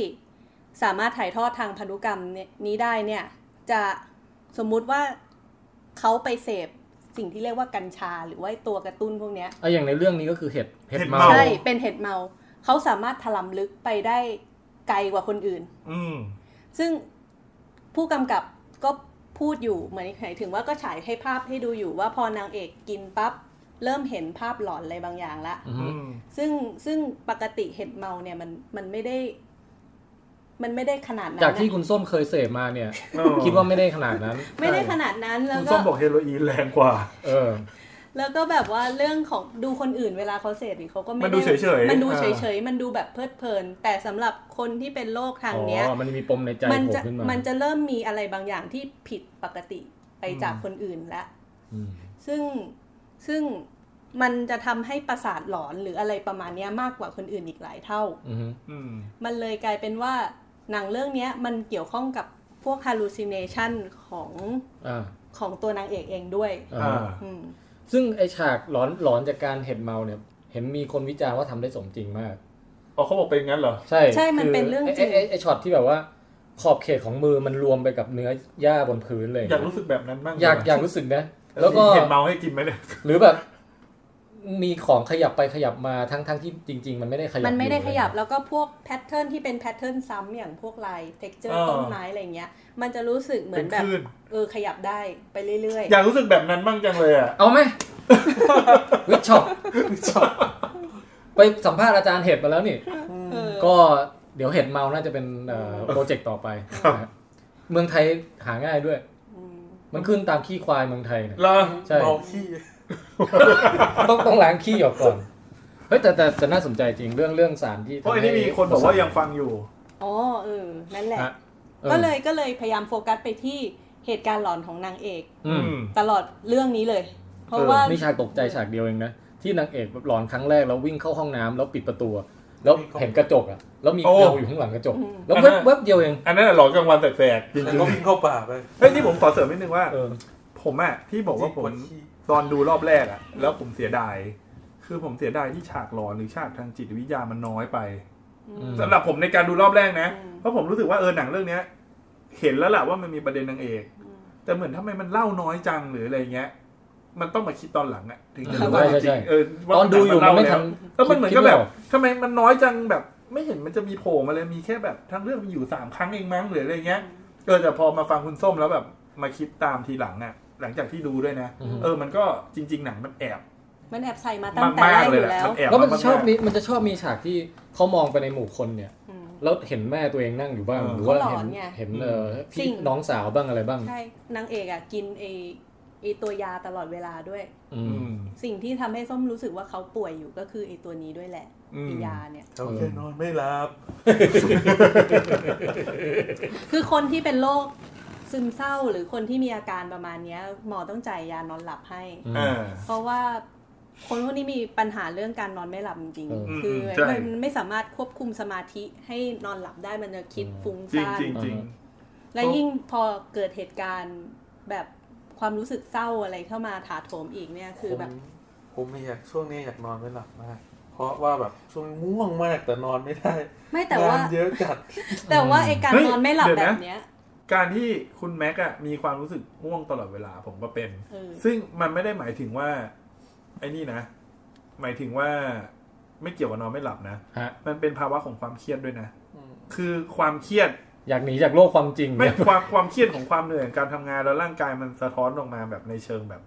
[SPEAKER 4] สามารถถ่ายทอดทางพันธุกรรมเนี่ยนี้ได้เนี่ย จะสมมุติว่าเขาไปเสพสิ่งที่เรียกว่ากัญชา หรือว่าตัวกระตุ้นพวกเนี้ย
[SPEAKER 2] ไอะอย่างในเรื่องนี้ก็คือเห็ดเห็ดเมา
[SPEAKER 4] ใช่เป็นเห็ดเมา เขาสามารถถลำลึกไปได้ไกลกว่าคนอื่น
[SPEAKER 3] อืม
[SPEAKER 4] ซึ่งผู้กำกับก็พูดอยู่เหมือนหมายถึงว่าก็ฉายให้ภาพให้ดูอยู่ว่าพอนางเอกกินปั๊บเริ่มเห็นภาพหลอนอะไรบางอย่างละ
[SPEAKER 2] อืม
[SPEAKER 3] อืม
[SPEAKER 4] ซึ่งซึ่งปกติเห็ดเมาเนี่ยมันมันไม่ได้ มันไม่ได้ขนาดนั้น
[SPEAKER 2] จากที่
[SPEAKER 4] อะ
[SPEAKER 2] คุณส้มเคยเสพมาเนี่ย
[SPEAKER 3] เออ
[SPEAKER 2] คิดว่าไม่ได้ขนาดนั้น
[SPEAKER 4] ไม่ได้ขนาดนั้นแล้ว
[SPEAKER 3] คุณ
[SPEAKER 4] ก็
[SPEAKER 3] ส้มบอกเฮโรอีนแรงกว่า
[SPEAKER 2] เออ
[SPEAKER 4] แล้วก็แบบว่าเรื่องของดูคนอื่นเวลาเขาเสพนี่เขาก็ไม่
[SPEAKER 3] มันดู
[SPEAKER 4] ไ
[SPEAKER 3] เฉยๆ
[SPEAKER 4] มันดู
[SPEAKER 3] อ่า
[SPEAKER 4] เฉยๆ มันดูแบบเพลิดเพลิน แต่สำหรับคนที่เป็นโรคทาง
[SPEAKER 2] อ๋
[SPEAKER 4] เนี้ย
[SPEAKER 2] อ มันมีปมในใจ
[SPEAKER 4] มัน
[SPEAKER 2] โผล่
[SPEAKER 4] จะ
[SPEAKER 2] ขึ้นมา
[SPEAKER 4] มันจะเริ่มมีอะไรบางอย่างที่ผิดปกติไปจากคนอื่นแล้ว
[SPEAKER 2] อืม
[SPEAKER 4] ซึ่งซึ่งมันจะทำให้ประสาทหลอนหรืออะไรประมาณเนี้ยมากกว่าคนอื่นอีกหลายเท่า
[SPEAKER 2] อือฮึ
[SPEAKER 3] อืม
[SPEAKER 4] มันเลยกลายเป็นว่าหนังเรื่องเนี้ยมันเกี่ยวข้องกับพวก hallucination ของ
[SPEAKER 2] อ่า
[SPEAKER 4] ของตัวนางเอกเองด้วย
[SPEAKER 2] อ่า
[SPEAKER 3] อ่า
[SPEAKER 4] อืม
[SPEAKER 2] ซึ่งไอฉากหลอนหลอนจากการเห็นเมาเนี่ย เห็นมีคนวิจารณ์ว่าทำได้สมจริงมาก
[SPEAKER 3] อ๋อเขาบอกเป็นงั้นเหรอ
[SPEAKER 2] ใช่
[SPEAKER 4] ใช่มันเป็นเรื่องจริง
[SPEAKER 2] ไไไอช็อตที่แบบว่า ขอบเขตของมือมันรวมไปกับเนื้อหญ้าบนพื้นเลย
[SPEAKER 3] อยากรู้สึกแบบนั้นบ้าง
[SPEAKER 2] อยาก
[SPEAKER 3] จัง
[SPEAKER 2] อยากรู้สึกนะ แล้วก็
[SPEAKER 3] เห็นเมาให้กินไหมเนี่ย
[SPEAKER 2] หรือแบบ มีของขยับไปขยับมาทั้งทั้งที่จริง ๆ มันไม่ได้ขยับ
[SPEAKER 4] มันไม่ได้
[SPEAKER 2] อยู่
[SPEAKER 4] ขยับแล้วก็พวกแพทเทิร์นที่เป็นแพทเทิร์นซ้ำอย่างพวกลายเท็กเจอ
[SPEAKER 3] เอ
[SPEAKER 4] ร์
[SPEAKER 3] อ
[SPEAKER 4] ต้นไม้อะไรเงี้ย มันจะรู้สึกเหมื
[SPEAKER 3] เป็
[SPEAKER 4] อน
[SPEAKER 3] น
[SPEAKER 4] แบบ
[SPEAKER 3] คลื่น
[SPEAKER 4] เออขยับได้ไปเรื่อย
[SPEAKER 3] อยากรู้สึกแบบนั้นบ้างจังเลยอ่ะ
[SPEAKER 2] เอาไหม วิชช็อปวิชช็อปไปสัมภาษณ์อาจารย์เห็ดมาแล้วนี่
[SPEAKER 4] ๆเออ
[SPEAKER 2] ก็เดี๋ยวเห็ดเมาน่าจะเป็นเอ่อโปรเจกต์ต่อไป
[SPEAKER 3] ครับ
[SPEAKER 2] นะฮะเมืองไทยหาง่ายด้วย
[SPEAKER 4] อืม
[SPEAKER 2] มันขึ้นตามขี้ควายเมืองไทยเนี่ย
[SPEAKER 3] เหรอ
[SPEAKER 2] ใช่
[SPEAKER 7] เมาขี้
[SPEAKER 2] ต้องต้องล้างขี้ออกก่อน เฮ้ยแต่แต่แต่น่าสนใจจริงเรื่องเรื่องสารที่
[SPEAKER 3] เพราะอันนี้มีคนบอกว่ายังฟังอยู่
[SPEAKER 4] อ๋อเออนั่นแหละ
[SPEAKER 2] ฮออ
[SPEAKER 4] ก็เลยก็เลยพยายามโฟกัสไปที่เหตุการณ์หลอนของนางเอก
[SPEAKER 2] อืม
[SPEAKER 4] ตลอดเรื่องนี้เลย เพราะ
[SPEAKER 3] เออ
[SPEAKER 4] ว่า
[SPEAKER 2] มีฉากตกใจฉากเดียวเองนะ ที่นางเอกแบบหลอนครั้งแรกแล้ววิ่งเข้าห้องน้ำแล้วปิดประตูอะแล้วเห็นกระจกอ่ะ แล้วมี
[SPEAKER 3] โอ้
[SPEAKER 2] เงาอยู่ข้างหลังกระจก แล้วแวบแวบเดียวเอง
[SPEAKER 3] อันนั้นน่ะหลอนกลางวันแสกๆจริ
[SPEAKER 7] แล้ว
[SPEAKER 3] ง
[SPEAKER 7] ก็วิ่งเข้าป่าไป
[SPEAKER 3] ๆเฮ้ยนี่ผมขอเสริมนิดนึงว่า
[SPEAKER 2] เออ
[SPEAKER 3] ผมอะที่บอกว่าผม
[SPEAKER 7] ดขี้
[SPEAKER 3] ตอนดูรอบแรกอะแล้วผมเสียดาย คือผมเสียดายที่ฉากหลอนหรือฉากทางจิตวิทยามันน้อยไป
[SPEAKER 4] อืม
[SPEAKER 2] ม
[SPEAKER 3] สำหรับผมในการดูรอบแรกนะ
[SPEAKER 4] อืม
[SPEAKER 3] เพราะผมรู้สึกว่าเออหนังเรื่องเนี้ย เห็นแล้วแหละว่ามันมีประเด็นนางเอก
[SPEAKER 4] อืม
[SPEAKER 3] แต่เหมือนทำไมมันเล่าน้อยจังหรืออะไรเงี้ย มันต้องมาคิดตอนหลังอะถึงจะรู้
[SPEAKER 2] ใช่
[SPEAKER 3] ว่า
[SPEAKER 2] ใช่
[SPEAKER 3] จริ
[SPEAKER 2] ใช่
[SPEAKER 3] งๆเออว่า
[SPEAKER 2] ตอนดูอยู่มันไม่ทัน
[SPEAKER 3] แล้วมันเหมือนกับ
[SPEAKER 2] คิด
[SPEAKER 3] แบ
[SPEAKER 2] ไ
[SPEAKER 3] บทำไมมันน้อยจังแบบ ไม่เห็นมันจะมีโผล่มาเลยมีแค่แบบทั้งเรื่องมีอยู่สามครั้งเองมั้งหรืออะไรเงี้ยเออแต่พอมาฟังคุณส้มแล้วแบบมาคิดตามทีหลังอะหลังจากที่ดูด้วยนะ
[SPEAKER 2] อือฮึ
[SPEAKER 3] เออมันก็จริง ๆ หนังมันแอบ
[SPEAKER 4] มันแอบใส่มาตั้งแต่
[SPEAKER 3] มา
[SPEAKER 4] แร
[SPEAKER 3] ก
[SPEAKER 4] ก
[SPEAKER 3] ๆ
[SPEAKER 4] อ
[SPEAKER 3] เลย
[SPEAKER 4] ยู่
[SPEAKER 3] แหละ
[SPEAKER 4] แล้ว
[SPEAKER 3] มันแอบ
[SPEAKER 2] แล้วมันจะ
[SPEAKER 3] าๆ
[SPEAKER 2] ชอบมีมันจะชอบมีฉากที่เขามองไปในหมู่คนเนี่ย
[SPEAKER 4] อืม
[SPEAKER 2] แล้วเห็นแม่ตัวเองนั่งอยู่บ้างหรือว่า
[SPEAKER 4] เขาห
[SPEAKER 2] เห็
[SPEAKER 4] ลอน นไง
[SPEAKER 2] เห็นเออพี่
[SPEAKER 4] จริง
[SPEAKER 2] น้องสาวบ้างอะไรบ้าง
[SPEAKER 4] ใช่นางเอกอ่ะกินไอไอตัวยาตลอดเวลาด้วย
[SPEAKER 2] อื
[SPEAKER 3] อื
[SPEAKER 2] ม
[SPEAKER 3] ม
[SPEAKER 4] สิ่งที่ทำให้ส้มรู้สึกว่าเขาป่วยอยู่ก็คือไอตัวนี้ด้วยแหละ
[SPEAKER 3] อืม
[SPEAKER 4] ไอ้ยาเนี่ย
[SPEAKER 7] เขาแค่นอนไม่หลับ
[SPEAKER 4] คือคนที่เป็นโรคซึมเศร้าหรือคนที่มีอาการประมาณเนี้ย หมอต้องจ่ายยานอนหลับให้
[SPEAKER 3] เออ
[SPEAKER 4] เพราะว่าคนพวกนี้มีปัญหาเรื่องการนอนไม่หลับจริง
[SPEAKER 2] อืม
[SPEAKER 4] ๆคือ
[SPEAKER 3] ใช่
[SPEAKER 4] มันไม่สามารถควบคุมสมาธิให้นอนหลับได้มันจะคิดฟุ้ง
[SPEAKER 3] จริง
[SPEAKER 4] ซ่าน
[SPEAKER 3] จริงจริง
[SPEAKER 4] และยิ่งพอเกิดเหตุการณ์แบบความรู้สึกเศร้าอะไรเข้ามาถาโถมอีกเนี่ยคือแบบ
[SPEAKER 7] ผมผมไม่อยากช่วงนี้อยากนอนไม่หลับมาก เพราะว่าแบบช่วงนี้ง่วงมากแต่นอนไม่ได้
[SPEAKER 4] ไม่แต่ว่าง
[SPEAKER 7] นเยอะจัด
[SPEAKER 4] แต่ว่าไอการ
[SPEAKER 3] เฮ้ย
[SPEAKER 4] นอนไม่หลับ
[SPEAKER 3] เดี๋ยว
[SPEAKER 4] แบ
[SPEAKER 3] นะ
[SPEAKER 4] บเนี้ย
[SPEAKER 3] การที่คุณแม็กอะมีความรู้สึกง่วงตลอดเวลาผมก็เป็น
[SPEAKER 4] เออ
[SPEAKER 3] ซึ่งมันไม่ได้หมายถึงว่า ไอ้นี่นะ หมายถึงว่าไม่เกี่ยวกับนอนไม่หลับนะ
[SPEAKER 2] ฮะ
[SPEAKER 3] มันเป็นภาวะของความเครียดด้วยนะ
[SPEAKER 7] อืม
[SPEAKER 3] คือความเครียด
[SPEAKER 2] อยากหนีจากโลกความจริง
[SPEAKER 3] ไม่ความความเครียดของความเหนื่อยการทำงานแล้วร่างกายมันสะท้อนออกมาแบบในเชิงแบบ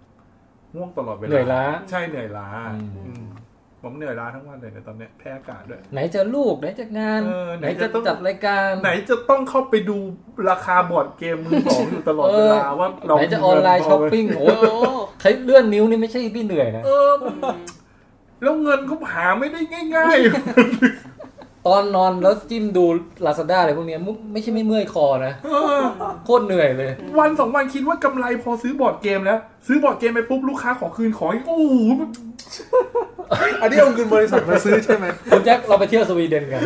[SPEAKER 3] ง่วงตลอดเวลา
[SPEAKER 2] เหนื่อยล้า
[SPEAKER 3] ใช่เหนื่อยล้า
[SPEAKER 2] อืม
[SPEAKER 3] อืมผมเหนื่อยล้าทั้งวันเลยในตอนเนี้ยแพ้อากาศด้วย
[SPEAKER 2] ไหนจะลูกไหนจะงาน
[SPEAKER 3] เออไห
[SPEAKER 2] ไห
[SPEAKER 3] น
[SPEAKER 2] น
[SPEAKER 3] จะ
[SPEAKER 2] จะ
[SPEAKER 3] ต้อง
[SPEAKER 2] จัดรายการ
[SPEAKER 3] ไหนจะต้องเข้าไปดูราคาบอร์ดเกมมือสองอยู่ตลอดเวลา
[SPEAKER 2] เออ
[SPEAKER 3] ว่าเรา
[SPEAKER 2] ไหนจะออนไลน์ช้อปปิ้งโอ้
[SPEAKER 4] โอ้
[SPEAKER 2] ยใครเลื่อนนิ้วนี่ไม่ใช่พี่เหนื่อยนะ
[SPEAKER 3] เออแล้วเงินก็หาไม่ได้ง่ายๆ
[SPEAKER 2] ตอนนอนแล้วจิ้มดูลาซาด้าอะไรพวกเนี้ยมุไม่ใช่ไม่เมื่อยคอนะ
[SPEAKER 3] เออ
[SPEAKER 2] โคตรเหนื่อยเลย
[SPEAKER 3] วันสองวันคิดว่ากำไรพอซื้อบอร์ดเกมแล้ว ซื้อบอร์ดเกมไปปุ๊บลูกค้าขอคืนของอีกโอ้โหมัน
[SPEAKER 7] อันนี้เอาเงินบริษัทมาซื้อใช่ไหม
[SPEAKER 2] คุณแจ็คเราไปเที่ยวสวีเดนกัน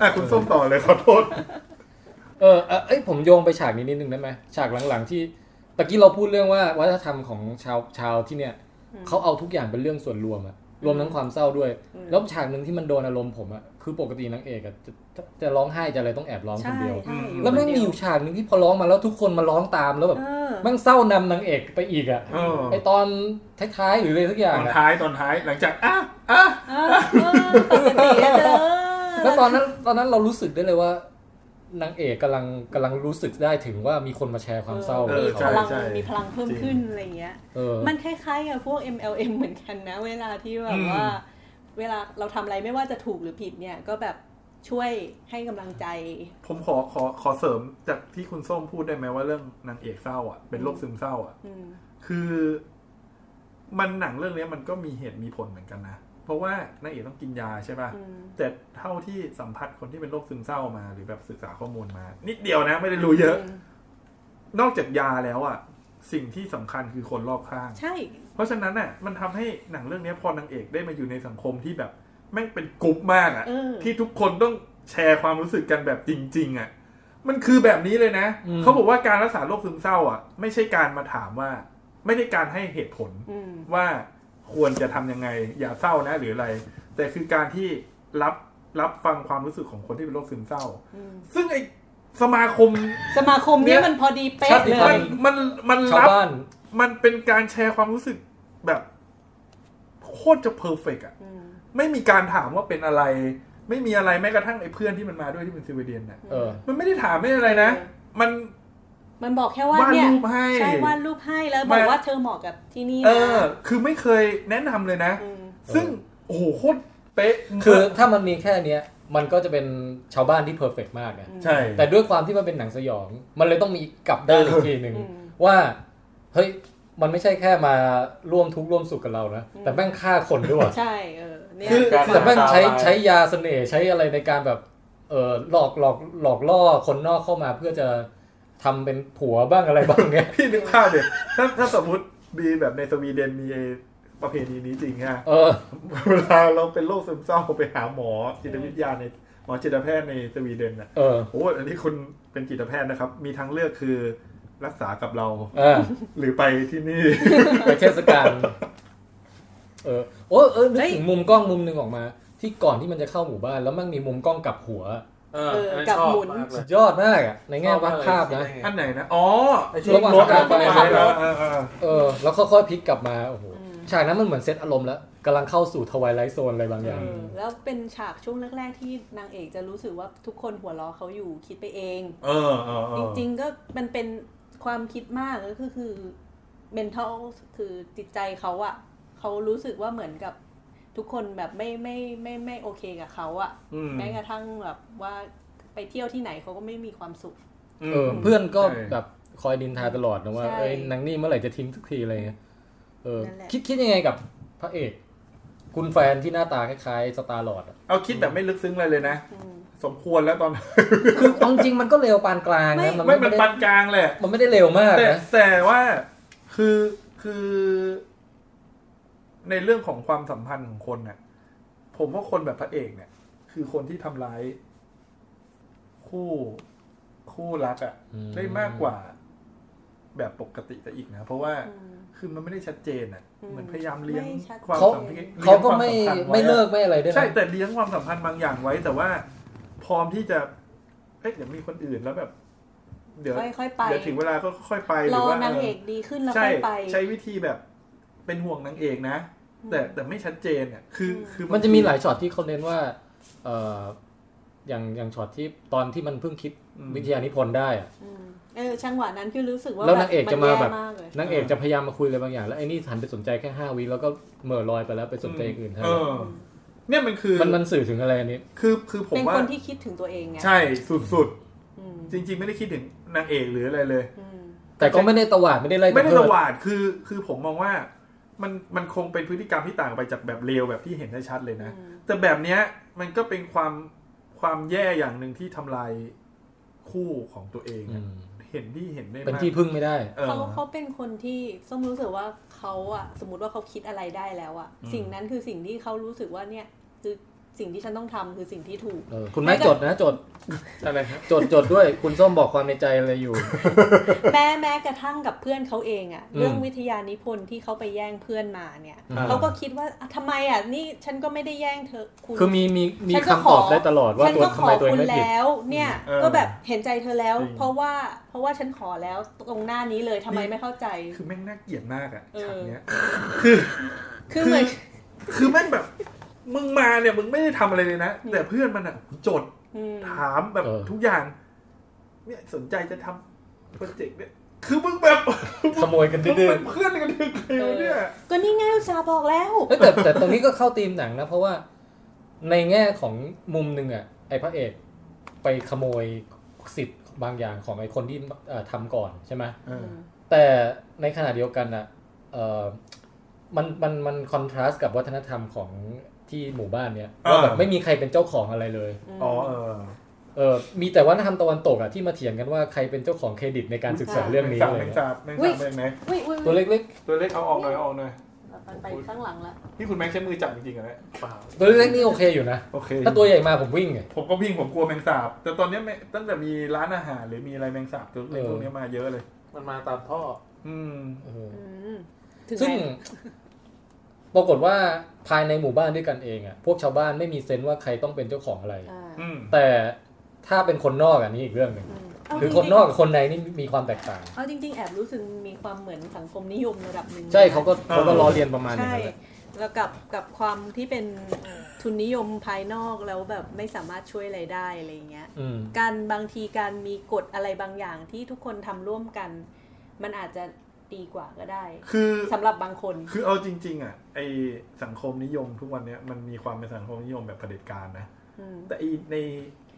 [SPEAKER 3] อ่ะคุณส้มต่อเลยขอโทษ
[SPEAKER 2] เออเอ่อเอ้ยผมโยงไปฉากนี้นิดนึงได้ไหมฉากหลังๆที่ตะกี้เราพูดเรื่องว่าวัฒนธรรมของชาวชาวที่เนี่ยเขาเอาทุกอย่างเป็นเรื่องส่วนรวมอะรวมทั้งความเศร้าด้วย แล้วฉากหนึ่งที่มันโดนอารมณ์ผมอะคือปกตินางเอกอะจะจะจะร้องไห้จะอะไรต้องแอบร้องคน
[SPEAKER 4] ใช่
[SPEAKER 2] เดียว
[SPEAKER 4] ใช่อยู่
[SPEAKER 2] แล้วแม่งมีอยู่ฉากหนึ่งที่พอร้องมาแล้วทุกคนมาร้องตามแล้วแบบ
[SPEAKER 4] เออ
[SPEAKER 2] แม่งเศร้านำนางเอกไปอีกอะ
[SPEAKER 3] เออ
[SPEAKER 2] ไอตอนท้ายๆหรืออะไรสักอย่าง
[SPEAKER 3] ตอน
[SPEAKER 2] อะ
[SPEAKER 3] ท้ายตอนท้ายหลังจากอ่ะอ่ะ
[SPEAKER 4] เออเออปกติอะเด้อ
[SPEAKER 2] แล้วตอนนั้นตอนนั้นเรารู้สึกได้เลยว่านางเอกกำลังกำลังรู้สึกได้ถึงว่ามีคนมาแชร์ความเศร้า
[SPEAKER 4] อ
[SPEAKER 2] ของ
[SPEAKER 4] อมีพ
[SPEAKER 2] เขา
[SPEAKER 4] ลังมีพลังเพิ่มขึ้นอะไรเงี้ย
[SPEAKER 2] เออ
[SPEAKER 4] มันคล้ายๆกับพวก MLM เหมือนกันนะ เวลาที่แบบว่า เวลาเราทำอะไรไม่ว่าจะถูกหรือผิดเนี่ย ก็แบบ ช่วยให้กำลังใจ
[SPEAKER 3] ผมขอขอขอเสริมจากที่คุณส้มพูดได้ไหมว่าเรื่องนางเอกเศร้าอ่ะเป็นโรคซึมเศร้าอ่ะ
[SPEAKER 4] อืม
[SPEAKER 3] คือมันหนังเรื่องเนี้ยมันก็มีเหตุมีผลเหมือนกันนะ เพราะว่านางเอกต้องกินยาใช่ป่ะ
[SPEAKER 4] อืม
[SPEAKER 3] แต่เท่าที่สัมผัสคนที่เป็นโรคซึมเศร้ามา หรือแบบศึกษาข้อมูลมา นิดเดียวนะไม่ได้รู้เยอะ นอกจากยาแล้วอ่ะ สิ่งที่สำคัญคือคนรอบข้าง
[SPEAKER 4] ใช่
[SPEAKER 3] เพราะฉะนั้นน่ะมันทำให้หนังเรื่องเนี้ยพอนางเอกได้มาอยู่ในสังคมที่แบบแม่งเป็นกรุ๊ปมาก
[SPEAKER 4] เออ
[SPEAKER 3] อะ่ะที่ทุกคนต้องแชร์ความรู้สึกกันแบบจริง ๆอะ่ะมันคือแบบนี้เลยนะ
[SPEAKER 2] อืม
[SPEAKER 3] เขาบอกว่าการรักษาโรคซึมเศร้าอะ่ะ ไม่ใช่การมาถามว่า ไม่ได้การให้เหตุผล
[SPEAKER 4] อืม
[SPEAKER 3] ว่าควรจะทำยังไง อย่าเศร้านะหรืออะไร แต่คือการที่รับรับฟังความรู้สึกของคนที่เป็นโรคซึมเศร้า
[SPEAKER 4] อืม
[SPEAKER 3] ซึ่งไอสมาคม
[SPEAKER 4] สมาคมเนี้ยมันพอดีเป๊ะ
[SPEAKER 2] ชาติ
[SPEAKER 4] เล
[SPEAKER 2] พั
[SPEAKER 3] มั
[SPEAKER 2] น
[SPEAKER 3] น
[SPEAKER 4] ย
[SPEAKER 2] ธุ์
[SPEAKER 3] มันมัน
[SPEAKER 2] ชาว
[SPEAKER 3] รับ
[SPEAKER 2] บ้าน
[SPEAKER 3] มันเป็นการแชร์ความรู้สึกแบบโคตรจะเพอร์เฟกอะ
[SPEAKER 4] อืม
[SPEAKER 3] ไม่มีการถามว่าเป็นอะไร ไม่มีอะไรแม้กระทั่งไอ้เพื่อนที่มันมาด้วยที่เป็นซิวเดียนน่ะ
[SPEAKER 2] เออ
[SPEAKER 3] มันไม่ได้ถามไม่อะไรนะ มัน
[SPEAKER 4] มันบอกแค่ว่าว
[SPEAKER 3] าด
[SPEAKER 4] เนี่ย
[SPEAKER 3] รูปให้
[SPEAKER 4] ใช่วาดรูปให้แล้วบ
[SPEAKER 3] มา
[SPEAKER 4] อกว่าเธอเหมาะกับที่นี่
[SPEAKER 3] เอ
[SPEAKER 4] นะ
[SPEAKER 3] อ คือไม่เคยแนะนำเลยนะ
[SPEAKER 4] อืม
[SPEAKER 3] ซึ่งโอ้โหโคตรเป๊ะ
[SPEAKER 2] คือถ้ามันมีแค่เนี้ยมันก็จะเป็นชาวบ้านที่เพอร์เฟกมากนะ
[SPEAKER 3] ใช่
[SPEAKER 2] แต่ด้วยความที่มันเป็นหนังสยอง มันเลยต้องมีกลับด้านอีกทีหนึ่ง
[SPEAKER 4] อืม
[SPEAKER 2] ว่า เฮ้ย มันไม่ใช่แค่มาร่วมทุกข์ร่วมสุขกับเรานะ
[SPEAKER 4] อืม
[SPEAKER 2] แต่แม่งฆ่าคนด้วยว่ะ
[SPEAKER 4] ใช่เออเนี่ย
[SPEAKER 2] คือ
[SPEAKER 7] การ
[SPEAKER 2] แต่แม่งใช้
[SPEAKER 7] ตามตาม
[SPEAKER 2] ใช้ยาเสน่ห์ใช้อะไรในการแบบเออหลอกหลอกหลอกล่อคนนอกเข้ามาเพื่อจะทำเป็นผัวบ้างอะไรบ้างเนี่ย
[SPEAKER 3] พี่นึกภาพเลยถ้าถ้าสมมติมีแบบในสวีเดนมีไอ้ประเพณีนี้จริงฮะ
[SPEAKER 2] เออ
[SPEAKER 3] เวลาเราเป็นโรคซึมเศร้าไปหาหมอจิตวิทยาในหมอจิตแพทย์ในสวีเดนน่ะ
[SPEAKER 2] เออ
[SPEAKER 3] โอ้อันนี้คุณเป็นจิตแพทย์นะครับ มีทางเลือกคือรักษากับเรา
[SPEAKER 2] เออ
[SPEAKER 3] หรือไปที่นี่
[SPEAKER 2] ไปเทศกาลเออโอ้เออนึกถึงมุมกล้องมุมหนึ่งออกมา ที่ก่อนที่มันจะเข้าหมู่บ้านแล้วแมันมีมุมกล้องกลับ หัว
[SPEAKER 7] เอออันนั้น
[SPEAKER 4] กับ
[SPEAKER 7] ชอบ
[SPEAKER 4] หมุน
[SPEAKER 7] มากเล
[SPEAKER 2] สุ
[SPEAKER 7] ย
[SPEAKER 2] ดยอดมากอะในแง่วัดภาพนะ
[SPEAKER 3] อันไหนนะ อ๋อ
[SPEAKER 7] ไอ้ช่วง
[SPEAKER 2] ระหว่าง
[SPEAKER 7] รถอะ
[SPEAKER 2] ขับรถ
[SPEAKER 7] ขับรถ
[SPEAKER 2] เออแล้วค่อยๆพลิกกลับมาโอ้โห
[SPEAKER 4] อืม
[SPEAKER 2] ฉากนั้นมันเหมือนเซตอารมณ์แล้วกำลังเข้าสู่ทวายไลท์โซนอะไรบางอย่าง
[SPEAKER 4] เออแล้วเป็นฉากช่วงแรก ๆ ที่นางเอกจะรู้สึกว่าทุกคนหัวเราะเขาอยู่คิดไปเอง
[SPEAKER 3] เออเออเอ
[SPEAKER 4] จ
[SPEAKER 3] อ
[SPEAKER 4] ริง ๆ ก็มันเป็นความคิดมากก็คือคือ mental คือจิตใจเขาอะเขารู้สึกว่าเหมือนกับทุกคนแบบไม่ไม่ไม่ไม่โอเคกับเขาอะ
[SPEAKER 3] อืม
[SPEAKER 4] แม้กระทั่งแบบว่าไปเที่ยวที่ไหนเขาก็ไม่มีความสุข
[SPEAKER 3] อืม
[SPEAKER 2] เออเพื่อนก็
[SPEAKER 3] ใช่
[SPEAKER 2] แบบคอยดินทาตลอดนะว่า
[SPEAKER 4] ใช่
[SPEAKER 2] เอ้ยนางนี่เมื่อไหร่จะทิ้งสักทีอะไรเงี้ยเออ
[SPEAKER 4] นั่นแหละ
[SPEAKER 2] คิดคิดยังไงกับพระเอก คุณแฟนที่หน้าตาคล้ายๆสตาร์ลอร์ดอะ
[SPEAKER 3] เอาคิดแบบไม่ลึกซึ้งอะไรเลยนะ
[SPEAKER 4] อืม
[SPEAKER 3] สมควรแล้วตอน
[SPEAKER 2] คือเอาจริงๆมันก็เร็วปานกลาง
[SPEAKER 4] ไม่
[SPEAKER 2] นะมัน
[SPEAKER 3] ไม่
[SPEAKER 2] ไม่
[SPEAKER 3] มัน
[SPEAKER 2] ได้
[SPEAKER 3] ปานกลางแหละ
[SPEAKER 2] มันไม่ได้เร็วมาก
[SPEAKER 3] แต่
[SPEAKER 2] นะ
[SPEAKER 3] แต่ว่าคือคือ ในเรื่องของความสัมพันธ์ของคนเนี่ยผมว่าคนแบบพระเอกเนี่ย คือคนที่ทำร้าย คู่คู่รักอะได้มากกว่า แบบปกติแต่อีกนะ เพราะว่า
[SPEAKER 4] อืม
[SPEAKER 3] คือมันไม่ได้ชัดเจนอ่ะ
[SPEAKER 4] อืม
[SPEAKER 3] เหมือนพยายามเลี้ยง
[SPEAKER 4] ไม่ชัด
[SPEAKER 3] ความ
[SPEAKER 2] เขา
[SPEAKER 3] สัมพันธ์
[SPEAKER 2] เขาก็ไม่
[SPEAKER 3] ลี้ยงควาสันธ์ว้อะ
[SPEAKER 2] ไม่เลิกไม่อะไรด้วยนะ
[SPEAKER 3] ใช่แต่เลี้ยงความสัมพันธ์บางอย่างไว้ แต่ว่า พร้อมที่จะเอ๊ะเดี๋ยวมีคนอื่นแล้วแบบ เดี๋ยว
[SPEAKER 4] ค่อยๆไป
[SPEAKER 3] เดี๋ยวถึงเวลาก็ค่อยๆไปห
[SPEAKER 4] ร
[SPEAKER 3] รือ อว่าน
[SPEAKER 4] างเอกดีขึ้นแล้ว
[SPEAKER 3] ใช่
[SPEAKER 4] ค่อยไป
[SPEAKER 3] ใช้วิธีแบบ เป็นห่วงนางเอกนะแต่แต่ไม่ชัดเจนอ่ะคือ
[SPEAKER 4] อืม
[SPEAKER 3] คือ
[SPEAKER 2] มันจะมีหลายช็อตที่เขาเน้นว่าเอออย่างอย่างช็อตที่ตอนที่มันเพิ่งคิดวิทยานิพนธ์ได้อะ
[SPEAKER 4] อืมเออช่างหวะนั้นคือรู้สึกว่า
[SPEAKER 2] แล้วนางเอกจะมาแบบ
[SPEAKER 4] นย่กเลย
[SPEAKER 2] นางเอกจะพยายามมาคุยอะไรบางอย่าง แล้วไอ้นี่หันไปสนใจแค่ห้าวิแล้วก็เหม่อลอยไปแล้วไปสนใจอย่างอื่นแทน
[SPEAKER 3] เออ เนี่ยมันคือ
[SPEAKER 2] มันมันสื่อถึงอะไรอันนี้
[SPEAKER 3] คือคือผม
[SPEAKER 4] เป็น
[SPEAKER 3] ว่า
[SPEAKER 4] คนที่คิดถึงตัวเองไง
[SPEAKER 3] ใช่สุด
[SPEAKER 4] อืม
[SPEAKER 3] ๆ จริง ๆ ไม่ได้คิดถึงนางเอกหรืออะไรเลย
[SPEAKER 4] อืม
[SPEAKER 2] แต่ก็ไม่ได้ตวาดไม่ได้ไล่
[SPEAKER 3] ไม่ได้
[SPEAKER 2] กำเนิ
[SPEAKER 3] ตวาดคือ คือผมมองว่า มัน มันคงเป็นพฤติกรรมที่ต่างไปจากแบบเลวแบบที่เห็นได้ชัดเลยนะ
[SPEAKER 4] อืม
[SPEAKER 3] แต่แบบเนี้ย มันก็เป็นความ ความแย่อย่างหนึ่งที่ทำลายคู่ของตัวเอง
[SPEAKER 2] อื
[SPEAKER 3] อะ
[SPEAKER 2] ม
[SPEAKER 3] เห็นที่เห็นได้มาก
[SPEAKER 2] เป็นที่พึ่งไม่ได้
[SPEAKER 3] เออ
[SPEAKER 4] เขาเขาเป็นคนที่ส้มรู้สึกว่าเขาอะสมมติว่าเขาคิดอะไรได้แล้วอะ
[SPEAKER 3] อืม
[SPEAKER 4] สิ่งนั้นคือสิ่งที่เขารู้สึกว่าเนี่ยคือสิ่งที่ฉันต้องทำคือสิ่งที่ถูก
[SPEAKER 2] เออคุณแม่
[SPEAKER 4] ไม่ได้
[SPEAKER 2] จดนะจด
[SPEAKER 7] อะไรครับ
[SPEAKER 2] จดจดด้วย คุณส้มบอกความในใจอะไรอยู่
[SPEAKER 4] แม้แม้กระทั่งกับเพื่อนเขาเองอะ
[SPEAKER 2] อืม
[SPEAKER 4] เรื่องวิทยานิพนธ์ที่เขาไปแย่งเพื่อนมาเนี่ย
[SPEAKER 7] อ่า
[SPEAKER 4] เขาก็คิดว่าอ่ะทำไมอะนี่ฉันก็ไม่ได้แย่งเธอคุณ
[SPEAKER 2] คือมีมีมี
[SPEAKER 4] ฉันก็
[SPEAKER 2] คำตอบ
[SPEAKER 4] ขอ
[SPEAKER 2] ได้ตลอดว่า
[SPEAKER 4] ฉัน
[SPEAKER 2] ตัว
[SPEAKER 4] ก็
[SPEAKER 2] ทำ
[SPEAKER 4] ขอ
[SPEAKER 2] ไมตัวเอ
[SPEAKER 4] คุ
[SPEAKER 2] ง
[SPEAKER 4] ณ
[SPEAKER 2] ไม่ผิด
[SPEAKER 4] แล้วเนี่ย
[SPEAKER 3] เออ
[SPEAKER 4] ก็แบบเห็นใจเธอแล้ว
[SPEAKER 3] จริง
[SPEAKER 4] เพราะว่าเพราะว่าฉันขอแล้วตรงหน้านี้เลยทำไม
[SPEAKER 3] นี่
[SPEAKER 4] ไม่เข้าใจ
[SPEAKER 3] คือแม่งน่าเกลียดมากอะ
[SPEAKER 4] เออ
[SPEAKER 3] ฉากเนี้ย
[SPEAKER 4] คือเหมือน
[SPEAKER 3] คือแม่งแบบ มึงมาเนี่ย มึงไม่ได้ทำอะไรเลยนะ
[SPEAKER 4] อืม
[SPEAKER 3] แต่เพื่อนมันอะจด
[SPEAKER 4] อืม
[SPEAKER 3] ถามแบบ
[SPEAKER 2] เออ
[SPEAKER 3] ทุกอย่าง เนี่ยสนใจจะทำโปรเจกต์เนี่ย คือมึงแบบ
[SPEAKER 2] ขโมยกัน
[SPEAKER 3] มึง
[SPEAKER 2] ดื้อ
[SPEAKER 3] เป็นเพื่อนกันยังไงวะเนี่ย
[SPEAKER 4] ก็นี่ไงอุตส่าห์บอกแล้ว
[SPEAKER 2] ๆเอ้ยแต่แต่ตรงนี้ก็เข้าธีมหนังนะ เพราะว่าในแง่ของมุมหนึ่งอ่ะไอ ไอ้พระเอกไปขโมยสิทธิ์บางอย่างของไอ้คนที่เอ่อทำก่อนใช่ไหม
[SPEAKER 3] เออ
[SPEAKER 2] แต่ในขณะเดียวกันอ่ะเอ่อมันมันมันคอนทราสกับวัฒนธรรมของที่หมู่บ้านเนี้ยว่าแบบไม่มีใครเป็นเจ้าของอะไรเลย
[SPEAKER 3] อ๋อเออ
[SPEAKER 2] เออมีแต่วัฒนธรรมตะวันตกอะที่มาเถียงกันว่าใครเป็นเจ้าของเครดิตในการศึกษาเรื่องนี้
[SPEAKER 3] แมงสาบ
[SPEAKER 2] อะไร
[SPEAKER 3] แมง
[SPEAKER 2] เงี้ย
[SPEAKER 3] สาบแมง
[SPEAKER 4] อุ๊
[SPEAKER 3] สาย บเป็นไง
[SPEAKER 4] อุ้ยอุ้ย
[SPEAKER 2] ตัวเล็ก
[SPEAKER 3] ตัวเล็กเอาออกหน่อยเอาออกหน่อย
[SPEAKER 4] ไปข้างหลังละ
[SPEAKER 3] นี่คุณแม็กซ์ใช้มือจับจริงๆเหรอเนี่ย
[SPEAKER 7] เปล่า
[SPEAKER 2] ๆตัวเล็กๆนี่โอเคอยู่นะ
[SPEAKER 3] โอเค
[SPEAKER 2] ถ้าตัวใหญ่มาผมวิ่งไง
[SPEAKER 3] ผมก็วิ่งผมกลัวแมงสาบ แต่ตอนเนี้ยไม่ตั้งแต่มีร้านอาหารหรือมีอะไรแมงสาบตัวเล็
[SPEAKER 2] เอ
[SPEAKER 3] ก
[SPEAKER 2] อ
[SPEAKER 3] พวกเนี้ยมาเยอะเลย
[SPEAKER 7] มันมาตามท่อ
[SPEAKER 3] อืม
[SPEAKER 2] เออ
[SPEAKER 4] อืมถึง
[SPEAKER 2] ซึ่ง
[SPEAKER 4] ไหน
[SPEAKER 2] ปรากฏว่าภายในหมู่บ้านด้วยกันเองอะพวกชาวบ้านไม่มีเซนส์ว่าใครต้องเป็นเจ้าของอะไร
[SPEAKER 6] อ่า
[SPEAKER 3] อืม
[SPEAKER 2] แต่ถ้าเป็นคนนอกอันนี้อีกเรื่องหนึ่ง
[SPEAKER 6] อืม
[SPEAKER 4] เา
[SPEAKER 2] คือ
[SPEAKER 4] จริงๆ
[SPEAKER 2] คนนอกกับคนในนี่มีความแตกต่าง
[SPEAKER 4] เอาจริง ๆ แอบรู้สึกมีความเหมือนสังคมนิยมระดับหนึ่ง
[SPEAKER 2] ใช่เขาก็
[SPEAKER 3] เออ
[SPEAKER 2] เขาก็ล้อเลียนประมาณนี้
[SPEAKER 4] ใช่
[SPEAKER 2] นแหละ
[SPEAKER 4] แล้วกับกับความที่เป็นทุนนิยมภายนอกแล้วแบบไม่สามารถช่วยอะไรได้อะไรอย่างเงี้ย
[SPEAKER 2] อืม
[SPEAKER 4] การบางทีการมีกฎอะไรบางอย่างที่ทุกคนทำร่วมกัน มันอาจจะดีกว่าก็ได้
[SPEAKER 3] คือ
[SPEAKER 4] สำหรับบางคน
[SPEAKER 3] คือเอาจริง ๆ อ่ะ ไอสังคมนิยมทุกวันเนี้ยมันมีความเป็นสังคมนิยมแบบเผด็จการนะ
[SPEAKER 4] อืม
[SPEAKER 3] แต่ไอใน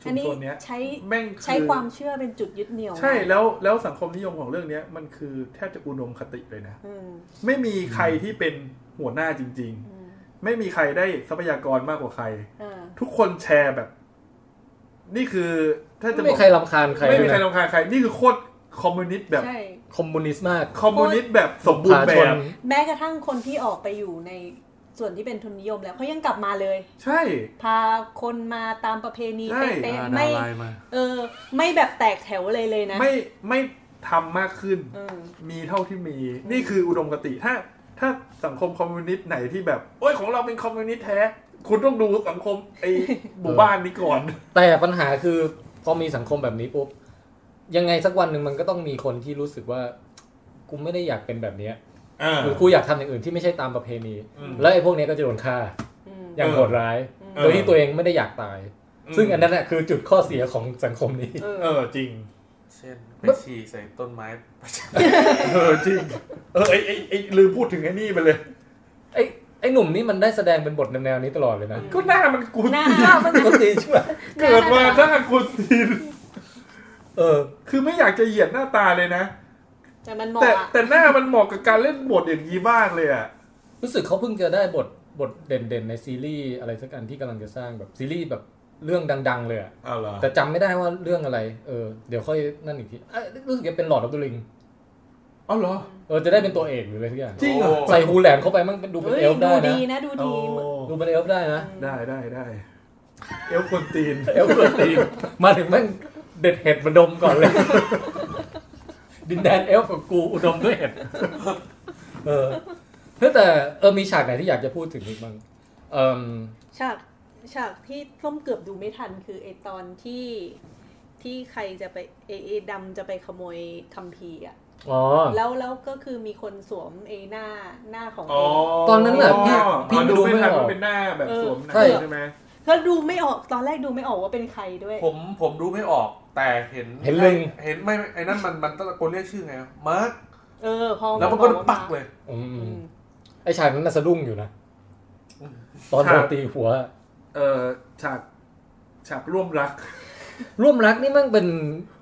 [SPEAKER 3] ชุ
[SPEAKER 4] อั
[SPEAKER 3] ม
[SPEAKER 4] นนี้
[SPEAKER 3] ชนเนี้ย
[SPEAKER 4] ใช้
[SPEAKER 3] แม่งอ
[SPEAKER 4] ใช้ความเชื่อเป็นจุดยึดเหนี่ยว
[SPEAKER 3] ใช่แล้วแล้วสังคมนิยมของเรื่องเนี้ยมันคือแทบจะอุดมคติเลยนะ
[SPEAKER 4] อืม
[SPEAKER 3] ไม่มีใครที่เป็นหัวหน้าจริง
[SPEAKER 4] อืม
[SPEAKER 3] ๆ ไม่มีใครได้ทรัพยากรมากกว่าใคร
[SPEAKER 4] เออ
[SPEAKER 3] ทุกคนแชร์แบบ นี่คือถ้าจะ
[SPEAKER 2] ไม่
[SPEAKER 3] บอ
[SPEAKER 2] มี
[SPEAKER 3] ก
[SPEAKER 2] ใครรำคาญใคร
[SPEAKER 3] ไม่
[SPEAKER 2] ด้
[SPEAKER 3] มี
[SPEAKER 2] วย
[SPEAKER 3] ใคร
[SPEAKER 2] นะ
[SPEAKER 3] รำคาญใคร นี่คือโคตรคอมมิวนิสต์แบบ
[SPEAKER 4] ใช่
[SPEAKER 2] คอมมิวนิสต์มาก
[SPEAKER 3] คอมมิวนิสต์แบบสมบูรณ์แบ
[SPEAKER 2] ชน
[SPEAKER 3] บ
[SPEAKER 4] แม้กระทั่งคนที่ออกไปอยู่ในส่วนที่เป็นทุนนิยมแล้วเขายังกลับมาเลย
[SPEAKER 3] ใช่
[SPEAKER 4] พาคนมาตามประเพณี
[SPEAKER 3] ใช่
[SPEAKER 4] เป๊ะ
[SPEAKER 5] อ่า
[SPEAKER 4] ๆ
[SPEAKER 5] ดา
[SPEAKER 4] ไม่
[SPEAKER 5] วไลน์มา
[SPEAKER 4] เออ ไม่แบบแตกแถวเลยเลยนะ
[SPEAKER 3] ไม่ไม่ทำมากขึ้น
[SPEAKER 4] เออ
[SPEAKER 3] มีเท่าที่มี นี่คืออุดมคติ ถ้า ถ้าสังคมคอมมิวนิสต์ไหนที่แบบ โอ้ยของเราเป็นคอมมิวนิสต์แท้ คุณต้องดูสังคมไอ้หมู่บ้านนี้ก่อน
[SPEAKER 2] แต่ปัญหาคือพอมีสังคมแบบนี้ปุ๊บยังไงสักวันหนึ่งมันก็ต้องมีคนที่รู้สึกว่ากูไม่ได้อยากเป็นแบบเนี้ยหรือกูอยากทำอย่างอื่นที่ไม่ใช่ตามประเพณี
[SPEAKER 3] อืม
[SPEAKER 2] แล้วไอ้พวกเนี้ยก็จะโดนฆ่า
[SPEAKER 4] อืม
[SPEAKER 2] อย่าง
[SPEAKER 3] เออ
[SPEAKER 2] โหดร้าย
[SPEAKER 3] เออ
[SPEAKER 2] โดยที่ตัวเองไม่ได้อยากตาย ซึ่งอันนั้นน่ะคือจุดข้อเสียของสังคมนี้
[SPEAKER 4] เออ
[SPEAKER 3] เออจริง
[SPEAKER 7] เช่นไปฉี่ใส่ต้นไม้ประจำ
[SPEAKER 3] เออจริง เออไอ้ไอ้ไอ้ลืมพูดถึงไอ้นี่ไปเลย
[SPEAKER 2] ไอ้ไอ้หนุ่มนี่มันได้แสดงเป็นบทแนวๆนี้ตลอดเลยนะ
[SPEAKER 3] ก็หน้ามันกู
[SPEAKER 4] หน้า
[SPEAKER 3] ตีน
[SPEAKER 2] มันปกติใช่ไหม
[SPEAKER 3] เกิดมาหน้ากูตีน
[SPEAKER 2] เออ
[SPEAKER 3] คือไม่อยากจะเหยียดหน้าตาเลยนะ
[SPEAKER 4] แต่มันเหมาะ
[SPEAKER 3] แต่
[SPEAKER 4] อะ
[SPEAKER 3] แต่หน้ามันเหมาะกับการเล่นบทอย่างนี้มากเลยอ่ะ
[SPEAKER 2] รู้สึกเขาเพิ่งจะได้บทบทเด่นๆ ในซีรีส์อะไรสักอันที่กำลังจะสร้างแบบซีรีส์แบบเรื่องดัง ๆ เลยอะ
[SPEAKER 3] เอาเหรอ
[SPEAKER 2] แต่จำไม่ได้ว่าเรื่องอะไร เออเดี๋ยวค่อยนั่นอีกทีเอ้ยรู้สึกจะเป็นหลอดอับดุลิง
[SPEAKER 3] เอาเหรอ
[SPEAKER 2] เออจะได้เป็นตัวเอกหรืออะไรสักอย่าง
[SPEAKER 3] จริงเหรอ
[SPEAKER 2] ใส่ฮูแลนเข้าไปมันเป็นดูเป็น
[SPEAKER 4] เฮ้ย
[SPEAKER 2] เอลฟ์
[SPEAKER 4] ดู
[SPEAKER 2] ได้นะ
[SPEAKER 4] ดีนะดูดี
[SPEAKER 2] ดูเป็นเอลฟ์ได้นะ
[SPEAKER 3] ได้ได้ได้เอลคนตีน
[SPEAKER 2] เอลฟ์เกิดตีมาถึงแม่งเด็ดเห็ดมาดมก่อนเลย ดินแดนเอลฟ์กับกูอุดมด้วยเห็ดเออเฮ้ยแต่เออมีฉากไหนที่อยากจะพูดถึงอีกบ้างเออ
[SPEAKER 4] ฉากฉากที่ส้มเกือบดูไม่ทันคือไอตอนที่ที่ใครจะไปเอเอดำจะไปขโมยคัมภีร์อ่ะ
[SPEAKER 2] อ๋อ
[SPEAKER 4] แล้วแล้วก็คือมีคนสวมไอหน้าหน้าของเอ
[SPEAKER 3] อ๋อ
[SPEAKER 2] ตอนนั้นน่ะพี่พี่
[SPEAKER 3] อ๋อดูไม่ทัน
[SPEAKER 2] ดูไม่ออก
[SPEAKER 3] ว่าเป็นหน้าแบบ
[SPEAKER 4] เออ
[SPEAKER 3] สวมหนัง
[SPEAKER 2] ใช่
[SPEAKER 3] ใช่ไหม
[SPEAKER 4] แล้วดูไม่ออกตอนแรกดูไม่ออกว่าเป็นใครด้วย
[SPEAKER 7] ผมผมรู้ไม่ออกแต่เห็น
[SPEAKER 2] เห็นลึง
[SPEAKER 7] ไอ้เห็นไม่ไม่ไอ้นั่นมันมันตะโกนเรียกชื่อไงมาร์ค
[SPEAKER 4] เออพอ
[SPEAKER 7] แล้วมันก็
[SPEAKER 4] บอา
[SPEAKER 7] ปักเลย
[SPEAKER 2] อืม
[SPEAKER 4] อืม
[SPEAKER 2] ไอฉากนั้นน่ะสะดุ้งอยู่นะ ตอนโดนตีหัว
[SPEAKER 3] เออฉากฉากร่วมรัก
[SPEAKER 2] ร่วมรักนี่มันเป็น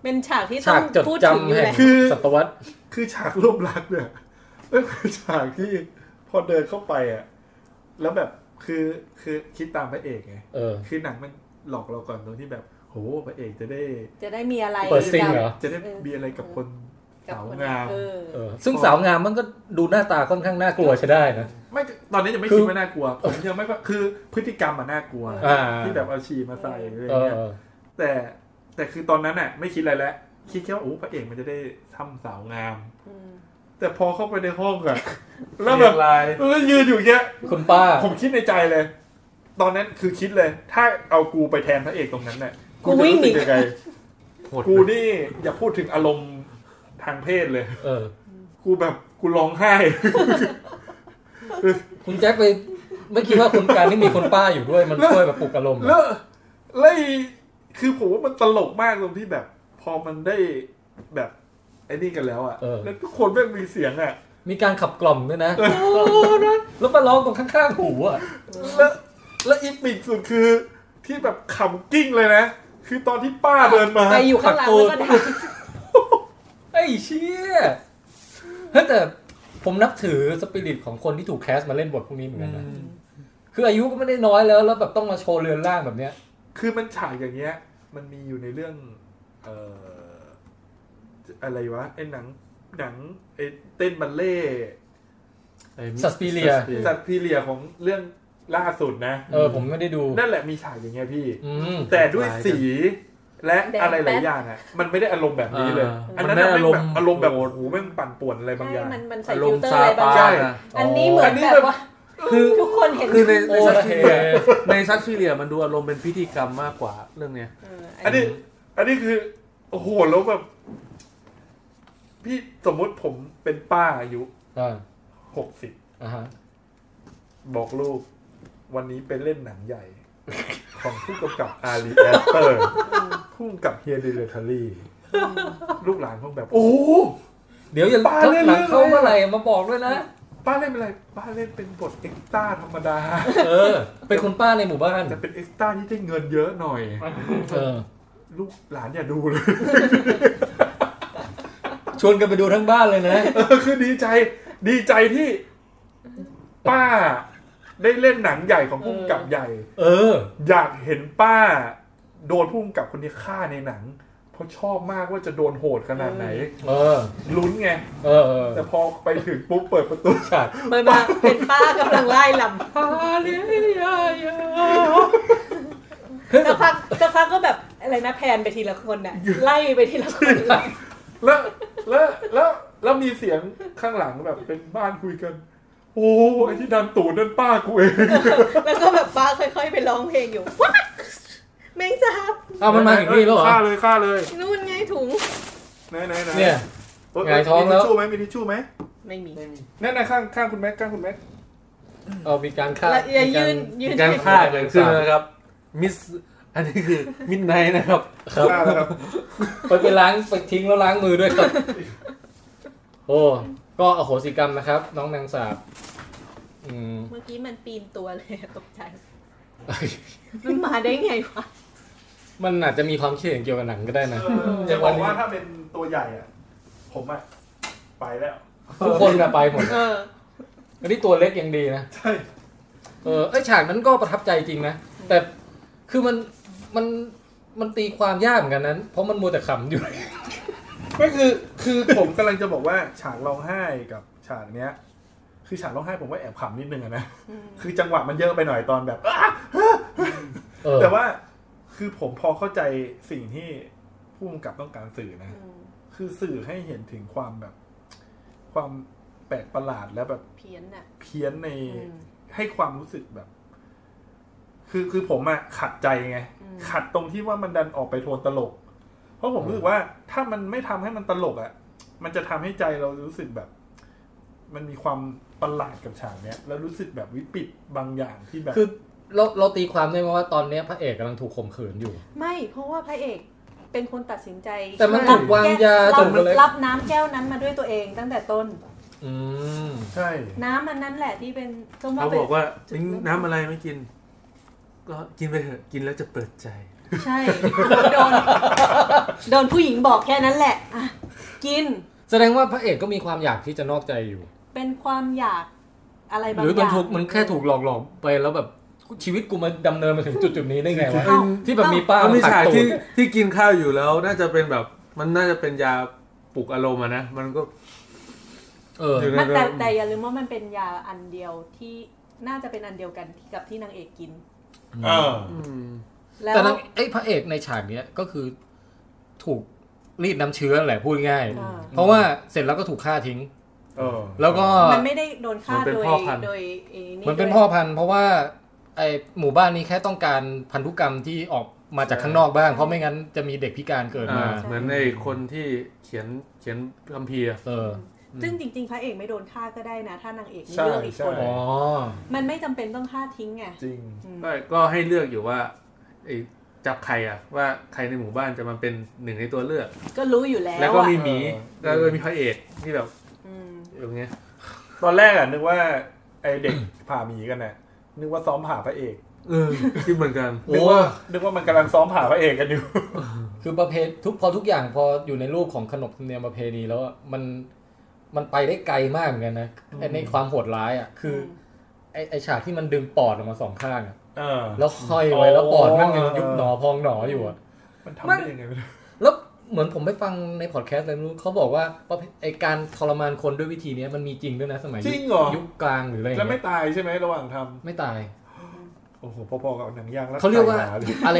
[SPEAKER 4] เป็นฉากที่
[SPEAKER 2] ฉา
[SPEAKER 4] ต้อก ง
[SPEAKER 2] จด
[SPEAKER 4] พูดถึงอ
[SPEAKER 2] จำ
[SPEAKER 4] ยู่
[SPEAKER 2] แห่
[SPEAKER 4] แห
[SPEAKER 2] ง
[SPEAKER 4] ละ
[SPEAKER 3] คือ
[SPEAKER 2] ศตวรรษ
[SPEAKER 3] คือฉากร่วมรักเนี่ย ก็คือฉากที่พอเดินเข้าไปอ่ะแล้วแบบคือคือคิดตามพระเอกไง
[SPEAKER 2] เออ
[SPEAKER 3] คือหนังมันหลอกเราก่อนตรงที่แบบ โหพระเอกจะได้
[SPEAKER 4] จะได้มีอะไร
[SPEAKER 2] เปิดซิงเหรอ
[SPEAKER 3] จะได้มีอะไรกับคน
[SPEAKER 4] กั
[SPEAKER 3] สา
[SPEAKER 4] บ
[SPEAKER 3] ว
[SPEAKER 4] คน
[SPEAKER 3] งาม
[SPEAKER 4] เออ
[SPEAKER 2] เออ ซึ่งสาวงามมันก็ดูหน้าตาค่อนข้างน่ากลัวใช่ได้นะ
[SPEAKER 3] ไม่ตอนนี้ยังไม่
[SPEAKER 2] คือ
[SPEAKER 3] คิดว่าน่ากลัวผมยังไม่ว่าคือพฤติกรรมมันน่ากลัว
[SPEAKER 2] อ่า
[SPEAKER 3] ที่แบบเอาฉี่มาใส่อะไร
[SPEAKER 2] เออ
[SPEAKER 3] เงี้ยแต่แต่คือตอนนั้นน่ะ ไม่คิดอะไรแล้วคิดแค่ว่าโอ้พระเอกมันจะได้ทำสาวงาม
[SPEAKER 4] อืม
[SPEAKER 3] แต่พอเข้าไปในห้องอะแล้วแบบ
[SPEAKER 7] ลาย
[SPEAKER 3] แล้วยืนอยู่เงี้ย
[SPEAKER 2] คุณป้า
[SPEAKER 3] ผมคิดในใจเลย ตอนนั้นคือคิดเลย ถ้าเอากูไปแทนพระเอกตรงนั้นเนี่ย
[SPEAKER 4] กูวิ่งหนี
[SPEAKER 3] จะรู้สึยังไง
[SPEAKER 5] โหด
[SPEAKER 3] กูนี่อย่าพูดถึงอารมณ์ทางเพศเลย
[SPEAKER 2] เออ
[SPEAKER 3] กูแบบกูร้องไห้
[SPEAKER 2] คุณแจ็คไปไม่คิดว่าคุณการที่มีคุณป้าอยู่ด้วยมันช่วยแบบปลุกอารมณ์เหรอ
[SPEAKER 3] แล้วแล้วไอ้คือผมว่ามันตลกมากตรงที่แบบ พอมันได้แบบไอ้นี่กันแล้วอ่ะ แล้วทุกคนแม่งมีเสียงอ่ะ
[SPEAKER 2] มีการขับกล่อมด้วยนะแล้วมาร้องตรงข้างๆหูอ่ะ
[SPEAKER 3] แล้วแล้วอีกปิดสุดคือ ที่แบบขำกิ้งเลยนะ คือตอนที่ป้าเดินมา
[SPEAKER 4] ไปอยู่ข้างหลังแล้วก็ด่า
[SPEAKER 2] ไอ้เชี่ยเฮ้ยแต่ผมนับถือสปิริตของคนที่ถูกแคสมาเล่นบทพวกนี้เหมือนกันนะ คืออายุก็ไม่ได้น้อยแล้ว แล้วแบบต้องมาโชว์เรือนร่างแบบเนี้ย
[SPEAKER 3] คือมันฉากอย่างเงี้ย มันมีอยู่ในเรื่อง เอ่อ อะไรวะไอ้หนัง หนังไอ้เต้นบัลเล่ต์
[SPEAKER 5] ไอ้มิ
[SPEAKER 2] Suspiria
[SPEAKER 3] จัดพีเรียของเรื่องล่าสุดนะ
[SPEAKER 2] เออผมไม่ได้ดู
[SPEAKER 3] นั่นแหละมีฉากอย่างเงี้ยพี่
[SPEAKER 2] อืม
[SPEAKER 3] แต่ด้วยสีและอะไรหลายอย่างอ่ะ มันไม่ได้อารมณ์แบบนี้เลย
[SPEAKER 5] อ่า
[SPEAKER 3] อันนั้นน่ะ
[SPEAKER 5] มันไม่
[SPEAKER 3] แม่งแบบ
[SPEAKER 5] อา
[SPEAKER 3] อาร ร
[SPEAKER 5] ม
[SPEAKER 3] ม
[SPEAKER 5] ณ์
[SPEAKER 3] ณ์แบบโอ้โหแม่งปั่นป่วนอะไรบางอ
[SPEAKER 4] ใช่
[SPEAKER 3] ย่าง
[SPEAKER 4] มันมันใส่
[SPEAKER 5] อาร
[SPEAKER 4] ฟิล
[SPEAKER 5] มณ์
[SPEAKER 4] เตอร์
[SPEAKER 5] ซา
[SPEAKER 4] อะไรบาง
[SPEAKER 5] ปา
[SPEAKER 4] อย่าง
[SPEAKER 5] นะ
[SPEAKER 4] อันนี้เหมือนแบบว่า
[SPEAKER 2] คือ
[SPEAKER 4] ทุกคนเห็น
[SPEAKER 5] คือใน
[SPEAKER 2] โอ
[SPEAKER 5] ในซัต
[SPEAKER 2] เค
[SPEAKER 5] ฟิเลียในซัตฟิเลียมันดูอารมณ์เป็นพิธีกรรมมากกว่าเรื่องเนี้ย
[SPEAKER 4] เออ
[SPEAKER 3] อันนี้ อันนี้คือ โอ้โหแล้วแบบ พี่สมมุติผมเป็นป้าอายุ
[SPEAKER 2] อ่า
[SPEAKER 3] หกสิบ
[SPEAKER 2] อ่าฮะ
[SPEAKER 3] บอกลูก วันนี้ไปเล่นหนังใหญ่ ของผู้กำกับอารีแอสเตอร์ผู้กำกับเฮียดิเลทารีลูกหลานพวกแบบ โอ้โห
[SPEAKER 2] เดี๋ยวอย่า
[SPEAKER 3] ปาเล่น
[SPEAKER 2] หลัง
[SPEAKER 3] เรื่อง
[SPEAKER 2] เข้าเมื่อไหร่มาบอกด้วยนะ
[SPEAKER 3] ป้าเล่นเป็นอะไร ป้าเล่นเป็นบทเอ็กซ์ต้าธรรมดา
[SPEAKER 2] เออ เป็นคนป้าในหมู่บ้าน
[SPEAKER 3] แต่เป็นเอ็กซ์ต้าที่ได้เงินเยอะหน่อย
[SPEAKER 2] เออ
[SPEAKER 3] ลูกหลานอย่าดูเลย
[SPEAKER 2] ชวนกันไปดูทั้งบ้านเลยนะ
[SPEAKER 3] เออคือดีใจ ดีใจที่ ป้า ได้เล่นหนังใหญ่ของพุ่มกับใหญ่
[SPEAKER 2] เออ
[SPEAKER 3] อยากเห็นป้า โดนพุ่มกับคนนี้ฆ่าในหนัง เพราะชอบมากว่าจะโดนโหดขนาดไหน
[SPEAKER 2] เออ
[SPEAKER 3] ลุ้นไง
[SPEAKER 2] เออ เออ
[SPEAKER 3] แต่พอไปถึงปุ๊บเปิดประตู
[SPEAKER 2] ฉาก
[SPEAKER 4] ไม่มาเป็นป้ากำลังไล่ลำ สักพักสักพักก็แบบอะไรนะแพนไปทีละคนน่ะไล่ไปทีละคน
[SPEAKER 3] แล้วแล้วแล้วแล้วมีเสียงข้างหลังแบบเป็นบ้านคุยกัน โอ้ไอ้ที่ดันตูดนั่นป้ากูเอง
[SPEAKER 4] แล้วก็แบบป้าค่อยๆไปร้องเพลงอยู่ว้าแมงสาบ
[SPEAKER 2] เอามันมาถึงนี่แล้วเหรอ
[SPEAKER 3] ฆ่าเลยฆ่าเลย
[SPEAKER 4] นู่นไงถุง
[SPEAKER 3] ไหนไหนไหน
[SPEAKER 2] เนี่ย
[SPEAKER 3] เย
[SPEAKER 2] หงายท้องแล้ว
[SPEAKER 3] มีทิชชู่ไหมมีทิชชู่ไหม
[SPEAKER 4] ไม่มี
[SPEAKER 3] นั่นนะข้างข้างคุณแม็กข้างคุณแม็ก
[SPEAKER 2] เออมีการฆ่า
[SPEAKER 4] แล้วอย่า
[SPEAKER 2] มีกร
[SPEAKER 4] ยืนยืน
[SPEAKER 5] การฆ่าเกิดขึ้นนะครับมิสอันนี้คือมิดไนท์นะครับ
[SPEAKER 2] ครับ
[SPEAKER 3] ข้างนะครับ
[SPEAKER 2] ไปไปล้างไปทิ้งแล้วล้างมือด้วยครับ โอ้ ก็อโหสิกรรมนะครับ น้องนางสาบอืม
[SPEAKER 4] เมื่อกี้มันปีนตัวเลยตกใจมันมาได้ไงวะ
[SPEAKER 2] มันอาจจะมีความคิดเห็นเกี่ยวกับหนังก็ได้นะ
[SPEAKER 3] เออจะบอกว่าถ้าเป็นตัวใหญ่อะผมอะไปแล้ว
[SPEAKER 2] ทุกคนน่ะไปหมด
[SPEAKER 4] เออ
[SPEAKER 2] อันนี้ตัวเล็กยังดีนะ
[SPEAKER 3] ใช่
[SPEAKER 2] เออไอยฉากนั้นก็ประทับใจจริงนะ แต่คือมันมันมันตีความยากเหมือนกันนั้น เพราะมันมัวแต่ขำอยู่
[SPEAKER 3] ก็คือคือผมกำลังจะบอกว่าฉากร้องไห้กับฉากเนี้ย คือฉากร้องไห้ผมว่าแอบขำนิดนึงอะนะ คือจังหวะมันเยอะไปหน่อยตอนแบบ
[SPEAKER 2] เออ
[SPEAKER 3] แต่ว่าคือผมพอเข้าใจสิ่งที่ผู้กำกับต้องการสื่อนะ คือสื่อให้เห็นถึงความแบบ ความแปลกประหลาดและแบบ
[SPEAKER 4] เพี้ยนน่ะ
[SPEAKER 3] เพี้ยนใน
[SPEAKER 4] อืม
[SPEAKER 3] ให้ความรู้สึกแบบ คือคือผมอะขัดใจไง
[SPEAKER 4] อืม
[SPEAKER 3] ขัดตรงที่ว่ามันดันออกไปโทนตลก เพราะผมรู้สึกว่า ถ้ามันไม่ทำให้มันตลกอะมันจะทำให้ใจเรารู้สึกแบบ มันมีความประหลาดกับฉากเนี้ย แล้วรู้สึกแบบวิปริตบางอย่างที่แบบ
[SPEAKER 2] คือเราเราตีความได้ไหมว่าตอนเนี้ยพระเอกกำลังถูกข่มขืนอยู่
[SPEAKER 4] ไม่เพราะว่าพระเอกเป็นคนตัดสินใจ
[SPEAKER 2] แต่มันถูกวางยา
[SPEAKER 4] รับ
[SPEAKER 2] ถูกอะไร
[SPEAKER 4] รับน้ำแก้วนั้นมาด้วยตัวเองตั้งแต่ต้น
[SPEAKER 2] อืม
[SPEAKER 3] ใช่
[SPEAKER 4] น้ำมันนั่นแหละที่เป็นส้ม
[SPEAKER 5] เขา
[SPEAKER 4] เป็น
[SPEAKER 5] บอกว่า
[SPEAKER 4] จุดเริ่มต้น
[SPEAKER 5] น้ำอะไรไม่กิน ก็กินไปเถอะกินแล้วจะเปิดใจ
[SPEAKER 4] ใช่โดน โดนผู้หญิงบอกแค่นั้นแหละอ่ะกิน
[SPEAKER 2] แสดงว่าพระเอกก็มีความอยากที่จะนอกใจอยู่
[SPEAKER 4] เป็นความอยากอะไรบา
[SPEAKER 2] ห
[SPEAKER 4] งอ
[SPEAKER 2] รือมัน
[SPEAKER 4] ย่าง
[SPEAKER 2] ถูกมันแค่ถูกหลอกหลอกไปแล้วแบบชีวิตกูมาดำเนินมาถึงจุดจุดๆนี้ได้ไงวะ
[SPEAKER 5] เอ้า
[SPEAKER 2] ที่แบบมีป้า
[SPEAKER 5] มันมี
[SPEAKER 2] ตัด
[SPEAKER 5] ฉาก
[SPEAKER 2] ตู
[SPEAKER 5] ที่
[SPEAKER 2] ด
[SPEAKER 5] ที่กินข้าวอยู่แล้ว น่าจะเป็นแบบมันน่าจะเป็นยาปลุกอารมณ์อะนะมันก็
[SPEAKER 2] เออ
[SPEAKER 5] อยู่ใน
[SPEAKER 4] มันแต่
[SPEAKER 5] ระ
[SPEAKER 4] แต่อย่าลืมว่ามันเป็นยาอันเดียวที่น่าจะเป็นอันเดียวกันที่กับที่นางเอกกิน
[SPEAKER 3] เออ
[SPEAKER 5] อืม
[SPEAKER 4] แล้ว
[SPEAKER 2] แต่นางไอ้พระเอกในฉากเนี้ยก็คือถูกรีดน้ำเชื้อแหละพูดง่าย
[SPEAKER 4] อ่า
[SPEAKER 2] เพราะว่าเสร็จแล้วก็ถูกฆ่าทิ้ง
[SPEAKER 3] เออ
[SPEAKER 2] แล้วก็
[SPEAKER 4] มันไม่ได้โดนฆ่าโดยโดยไอ้นี่
[SPEAKER 2] มันเป็นพ่อพันธุ์เพราะว่าไอ้หมู่บ้านนี้แค่ต้องการพันธุกรรมที่ออกมาจากข้างนอกบ้าง เพราะไม่งั้นจะมีเด็กพิการเกิด
[SPEAKER 5] อ่า
[SPEAKER 2] มา
[SPEAKER 5] เหมือนในคนที่เขียนเขียนคัมภีร์อะ
[SPEAKER 2] เออ
[SPEAKER 4] ซึ่งจริง ๆ พระเอกไม่โดนฆ่าก็ได้นะ ถ้านางเอกไม่
[SPEAKER 3] ใช่
[SPEAKER 4] เลือกอีก
[SPEAKER 3] ใช่
[SPEAKER 4] คน
[SPEAKER 2] อ๋อ
[SPEAKER 4] มันไม่จำเป็นต้องฆ่าทิ้งไง
[SPEAKER 3] จริง
[SPEAKER 4] อืม
[SPEAKER 5] ก็ก็ให้เลือกอยู่ว่าไอ้จับใครอะว่าใครในหมู่บ้านจะมาเป็นหนึ่งในตัวเลือก
[SPEAKER 4] ก็รู้อยู่แล้ว
[SPEAKER 5] แล้วก็มี
[SPEAKER 4] อ่ะ
[SPEAKER 5] หมี
[SPEAKER 3] เอ
[SPEAKER 5] แล้
[SPEAKER 3] อ
[SPEAKER 5] วก็มีพระเอกที่แบบ
[SPEAKER 4] อืม
[SPEAKER 5] อย่างเงี้ย
[SPEAKER 3] ตอนแรกอะนึกว่า ไอเด็กผ่าหมีกันน่ะนึกว่าซ้อมผ่าพระเอก
[SPEAKER 5] เออคิดเหมือนกัน
[SPEAKER 3] นึกว่านึกว่ามันกำลังซ้อมผ่าพระเอกกันอยู่
[SPEAKER 2] คือประเพณทุกพอทุกอย่างพออยู่ในรูปของขนบธรรมเนียมประเพณีแล้วอะมันมันไปได้ไกลมากเหมือนกันนะไอ้ในความโหดร้ายอ่ะคืออไอ้ไอ้ฉากที่มันดึงปอดออกมาสองข้างอะ
[SPEAKER 3] เออ
[SPEAKER 2] แล้วห้อยไว้แล้วปอดมันยังยุบห
[SPEAKER 3] อ๋อ
[SPEAKER 2] นอพองหนออยู่อ่ะ
[SPEAKER 3] มันทำได้ยังไงไม่รู้
[SPEAKER 2] แล้วเหมือนผมไปฟังในพอดแคสต์อะไรไม่รู้เขาบอกว่าประเภทไอการทรมานคนด้วยวิธีเนี้ยมันมีจริงด้วยนะสมัย
[SPEAKER 3] จริงเหรอ
[SPEAKER 2] ยุคกลางหรืออะไรอย่าง
[SPEAKER 3] แล้วไม่
[SPEAKER 2] เงี้ย
[SPEAKER 3] ตายใช่ไหมระหว่างทำ
[SPEAKER 2] ไม่ตาย
[SPEAKER 3] โอ้โหพอๆกับหนังยางด
[SPEAKER 2] เขาเรียกว่า
[SPEAKER 3] ไก่หมล
[SPEAKER 2] อะไร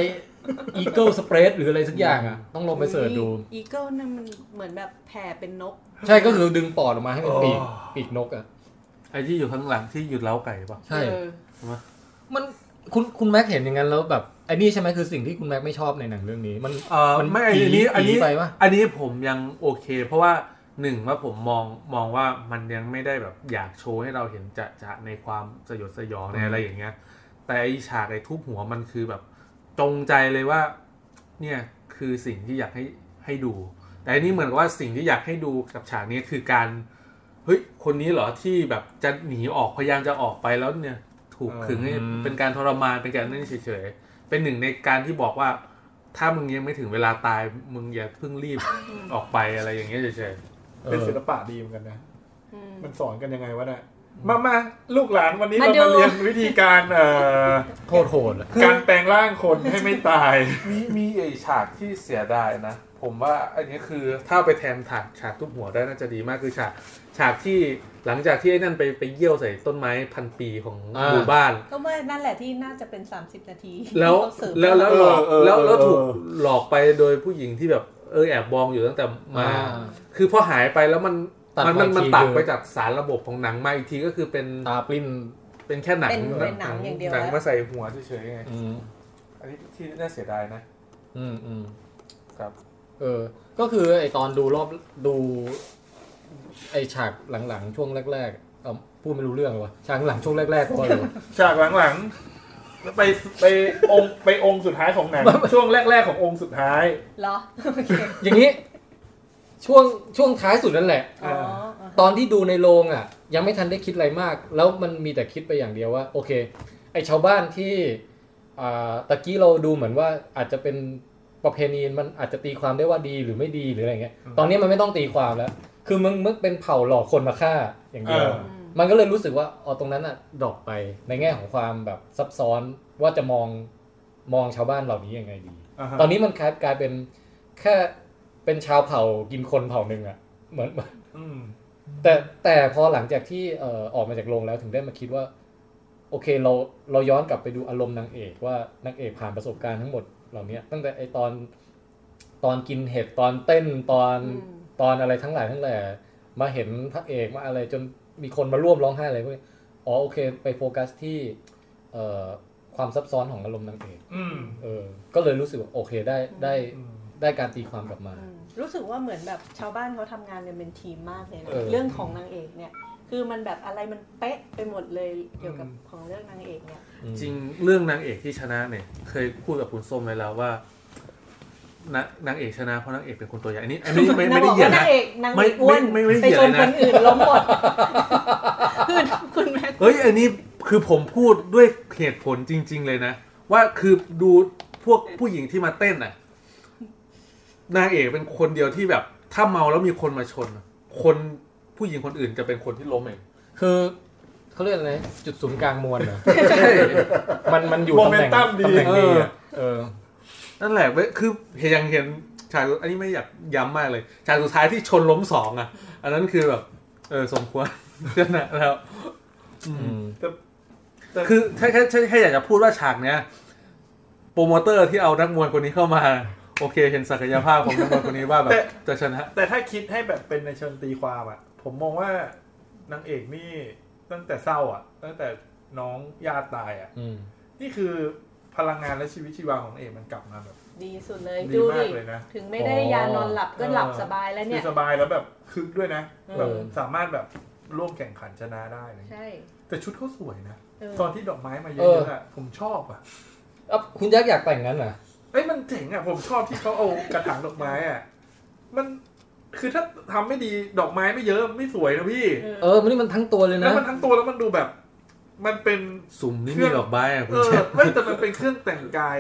[SPEAKER 2] อีเกิลสเปรดหรืออะไรสักอย่างอ่ะ ต้องลงไปเสิร์ชดู
[SPEAKER 4] อีเกิลนั่นมันเหมือนแบบแผ่เป็นนก
[SPEAKER 2] ใช่ก็คือดึงปอดออกมาให้เป็นปีกปีกนกอ่ะ
[SPEAKER 5] ไอ้ที่อยู่ข้างหลังที่หยุดเล้าไก่ป่ะ
[SPEAKER 2] ใช่
[SPEAKER 4] เออ
[SPEAKER 2] มันคุณคุณแม็กเห็นอย่างนั้นแล้วแบบไอ้นี่ใช่ไหมคือสิ่งที่คุณแม็กไม่ชอบในหนังเรื่องนี้ มัน
[SPEAKER 5] เออ
[SPEAKER 2] มั
[SPEAKER 5] ไม่อันนี้อันนี้
[SPEAKER 2] ผีไปปะ
[SPEAKER 5] อันนี้ผมยังโอเค เพราะว่าหนึ่งว่าผมมองมองว่ามันยังไม่ได้แบบอยากโชว์ให้เราเห็นจะจะในความสยดสยองในอะไรอย่างเงี้ย แต่ไอฉากไอทุบหัวมันคือแบบจงใจเลยว่า เนี่ยคือสิ่งที่อยากให้ให้ดู แต่อันนี้เหมือนกับว่าสิ่งที่อยากให้ดูกับฉากนี้คือการเฮ้ยคนนี้เหรอที่แบบจะหนีออกพยายามจะออกไปแล้วเนี่ย ถูกขึงให้เป็นการทรมานเป็นการนั่นเฉยๆเป็นหนึ่งในการที่บอกว่า ถ้ามึงยังไม่ถึงเวลาตายมึงอย่าเพิ่งรีบ ออกไปอะไรอย่างเงี้ยเฉย
[SPEAKER 2] เอ
[SPEAKER 3] เป็น
[SPEAKER 2] อ
[SPEAKER 3] ศิลปะดีเหมือนกันนะ
[SPEAKER 4] อืม
[SPEAKER 3] มันสอนกันยังไงวะเนี่ยมามาลูกหลานวันนี้เรา
[SPEAKER 4] มาดู
[SPEAKER 3] มาเรียนวิธีการเอ่อ
[SPEAKER 2] โคตรโหดอะ
[SPEAKER 3] การแปลงร่างคนให้ไม่ตาย
[SPEAKER 5] มีมีไอฉากที่เสียดายนะ ผมว่าอันนี้คือถ้าไปแทนฉากฉากทุบหัวได้น่าจะดีมากคือฉากฉากที่หลังจากที่ไอ้นั่นไปไปเยี่ยวใส่ต้นไม้พันปีของหมู่บ้าน
[SPEAKER 4] ก็ว่านั่นแหละที่น่าจะเป็น 30 นาที
[SPEAKER 5] แล้ว
[SPEAKER 4] ที่เขาเสิร์ฟ
[SPEAKER 5] แล้วแล้ว
[SPEAKER 3] เอ
[SPEAKER 5] หล
[SPEAKER 3] อ
[SPEAKER 5] อก
[SPEAKER 3] เออ
[SPEAKER 5] แล้วแล้ว
[SPEAKER 3] เออ
[SPEAKER 5] ถูกหลอกไปโดยผู้หญิงที่แบบเออแอบมองอยู่ตั้งแต่มา
[SPEAKER 2] อ่า
[SPEAKER 5] คือพอหายไปแล้วมัน
[SPEAKER 2] ตัด
[SPEAKER 5] มันมัน
[SPEAKER 2] มาอีก
[SPEAKER 5] มัน
[SPEAKER 2] ที
[SPEAKER 5] ตัด
[SPEAKER 2] คือ
[SPEAKER 5] ไปจากสารระบบของหนังมาอีกทีก็คือเป็น
[SPEAKER 2] ตาปริ้น
[SPEAKER 5] เป็นแค่หนัง
[SPEAKER 4] เป็นเป็นหนังอย่างเดียว
[SPEAKER 5] หนัง
[SPEAKER 4] แล้ว
[SPEAKER 5] มาใส่หัวเฉยๆไง
[SPEAKER 2] อืม
[SPEAKER 5] อันนี้ที่น่าเสียดายนะ
[SPEAKER 2] อืมอืม
[SPEAKER 5] ครับ
[SPEAKER 2] เออ ก็คือไอตอนดูรอบดูไอฉากหลังๆ ช่วงแรกๆเออพูดไม่รู้เรื่องเลยวะฉากหลังช่วงแรกๆก็เลย
[SPEAKER 3] ฉากหลังๆแล้วไปไปองค์ไปองค์สุดท้ายของหนัง ช่วงแรก ๆขององค์สุดท้าย
[SPEAKER 4] เหรอ โอเค
[SPEAKER 2] อย่างนี้ ช่วงช่วงท้ายสุดนั่นแหละ
[SPEAKER 4] อ๋ออ่ะ
[SPEAKER 2] ตอนที่ดูในโรงอ่ะ ยังไม่ทันได้คิดอะไรมาก แล้วมันมีแต่คิดไปอย่างเดียวว่า โอเค ไอชาวบ้านที่อ่าตะกี้เราดูเหมือนว่าอาจจะเป็นประเพณีมันอาจจะตีความได้ว่าดีหรือไม่ดีหรืออะไรเงี้ย ตอนนี้มันไม่ต้องตีความแล้ว คือมึงมึงเป็นเผ่าหลอกคนมาฆ่าอย่างเดียว
[SPEAKER 3] เออ
[SPEAKER 4] อืม
[SPEAKER 2] มันก็เลยรู้สึกว่าอ๋อตรงนั้นอะดรอปไปในแง่ของความแบบซับซ้อนว่าจะมองมองชาวบ้านเหล่านี้ยังไงดี
[SPEAKER 3] อ่าฮะ
[SPEAKER 2] ตอนนี้มันกลายกลายเป็นแค่เป็นชาวเผ่ากินคนเผ่าหนึ่งอะเหมือน
[SPEAKER 3] อืม
[SPEAKER 2] แต่แต่พอหลังจากที่เอ่อออกมาจากโรงแล้วถึงได้มาคิดว่า โอเคเราเราย้อนกลับไปดูอารมณ์นางเอกว่านางเอกผ่านประสบการณ์ทั้งหมดเหล่านี้ตั้งแต่ไอตอนตอนกินเห็ดตอนเต้นตอน
[SPEAKER 4] อืม
[SPEAKER 2] ตอนอะไรทั้งหลายทั้งแหล่มาเห็นพระเอกมาอะไรจนมีคนมาร่วมร้องไห้อะไรพวกนี้อ๋อโอเค ไปโฟกัสที่เอ่อความซับซ้อนของอารมณ์นางเอก
[SPEAKER 3] อืม
[SPEAKER 2] เออก็เลยรู้สึกว่าโอเคได้ได้
[SPEAKER 3] อืม
[SPEAKER 2] ได้การตีความกลับมา
[SPEAKER 4] อืมรู้สึกว่าเหมือนแบบชาวบ้านเขาทำงานกันเป็นทีมมากเลยนะ
[SPEAKER 2] เออ
[SPEAKER 4] เรื่องของนางเอกเนี่ย คือมันแบบอะไรมันเป๊ะไปหมดเลยเกี่ยวกับ
[SPEAKER 3] อืม
[SPEAKER 4] ของเรื่องนางเอกเนี่ย
[SPEAKER 2] อืม
[SPEAKER 5] จริงเรื่องนางเอกที่ชนะเนี่ย เคยพูดกับคุณส้มไว้แล้วว่า นะนางเอกชนะเพราะนางเอกเป็นคนตัวใหญ่อันนี้อันนี้ ไม่ไม่ได้เหยียด
[SPEAKER 4] นางบ
[SPEAKER 5] นะ
[SPEAKER 4] อกว่านางเอกนาง
[SPEAKER 5] ไม่
[SPEAKER 4] เอกอ้วน
[SPEAKER 5] ไม่ไม่ไม่
[SPEAKER 4] ไป
[SPEAKER 5] เหยียด
[SPEAKER 4] ชน
[SPEAKER 5] เลยนะ
[SPEAKER 4] คนอื่นล้มหม ดคือคุณแม่
[SPEAKER 5] เฮ้ยอันนี้คือผมพูดด้วยเหตุผลจริง ๆ เลยนะ ว่าคือดูพวกผู้หญิงที่มาเต้นน่ะนางเอกเป็นคนเดียวที่แบบ ถ้าเมาแล้วมีคนมาชน คนผู้หญิงคนอื่นจะเป็นคนที่ล้มเอง
[SPEAKER 2] คือเขาเรียกอะไรนะจุดศูนย์กลางมวลเหรอ
[SPEAKER 5] ใช่
[SPEAKER 2] มันมันอยู่ตำแหน่ง
[SPEAKER 3] Momentum ดี
[SPEAKER 2] ตำแหน่งดีอะเออ
[SPEAKER 5] นั่นแหละเว้ยคือเห็นอย่างเห็นฉากอันนี้ไม่อยากย้ำมากเลยฉากสุดท้ายที่ชนล้มสองอ่ะ อันนั้นคือแบบ เออสมควร ชนะแล้วอืมคือแค่แค่แค่แค่อยากจะพูดว่าฉากเนี้ยโปรโมเตอร์ที่เอานักมวยคนนี้เข้ามา โอเค เห็นศักยภาพของนักมวยคนนี้ว่าแบบ
[SPEAKER 3] แต่
[SPEAKER 5] จะชนะ
[SPEAKER 3] แต่ถ้าคิดให้แบบเป็นในเชิงตีความอ่ะ ผมมองว่านางเอกนี่ตั้งแต่เศร้าอ่ะ ตั้งแต่น้องญาติตายอ่ะ
[SPEAKER 2] อืม
[SPEAKER 3] นี่คือพลังงานและชีวิตชีวาของเอกมันกลับมาแบบ
[SPEAKER 4] ดีสุดเลย
[SPEAKER 3] ดี
[SPEAKER 4] ดู
[SPEAKER 3] มา
[SPEAKER 4] ดิ
[SPEAKER 3] กเลยนะ
[SPEAKER 4] ถึงไม่ได้ยานอนหลับก็หลับสบายแล้ว
[SPEAKER 3] คื
[SPEAKER 4] เนี่
[SPEAKER 3] อย สบายแล้วแบบคึกด้วยนะแบบ
[SPEAKER 2] เออ
[SPEAKER 3] สามารถแบบร่วมแข่งขันชนะได้อะไรอย่างเลย
[SPEAKER 4] ใช่
[SPEAKER 3] แต่ชุดเขาสวยนะ
[SPEAKER 4] เออ
[SPEAKER 3] ตอนที่ดอกไม้มาเยอะๆอะผมชอบอ่ะ
[SPEAKER 2] อ่ะคุณยักษ์อยากแต่งงั้นเหรอ
[SPEAKER 3] เอ้ยมันเจ๋งอ่ะผมชอบที่เขาเอากระถางดอกไม้อ่ะมันคือถ้าทำไม่ดีดอกไม้ไม่เยอะไม่สวยนะพี่
[SPEAKER 2] เออ มันนี่มันทั้งตัวเลย
[SPEAKER 3] แล้ว
[SPEAKER 2] นะ
[SPEAKER 3] มันทั้งตัวแล้วมันดูแบบ มันเป็น
[SPEAKER 5] สุ่มนี่มีดอกไม้อะคุ
[SPEAKER 3] เอ
[SPEAKER 5] ณ
[SPEAKER 3] อ
[SPEAKER 5] เชฟ
[SPEAKER 3] ไม่แต่มันเป็นเครื่องแต่งกาย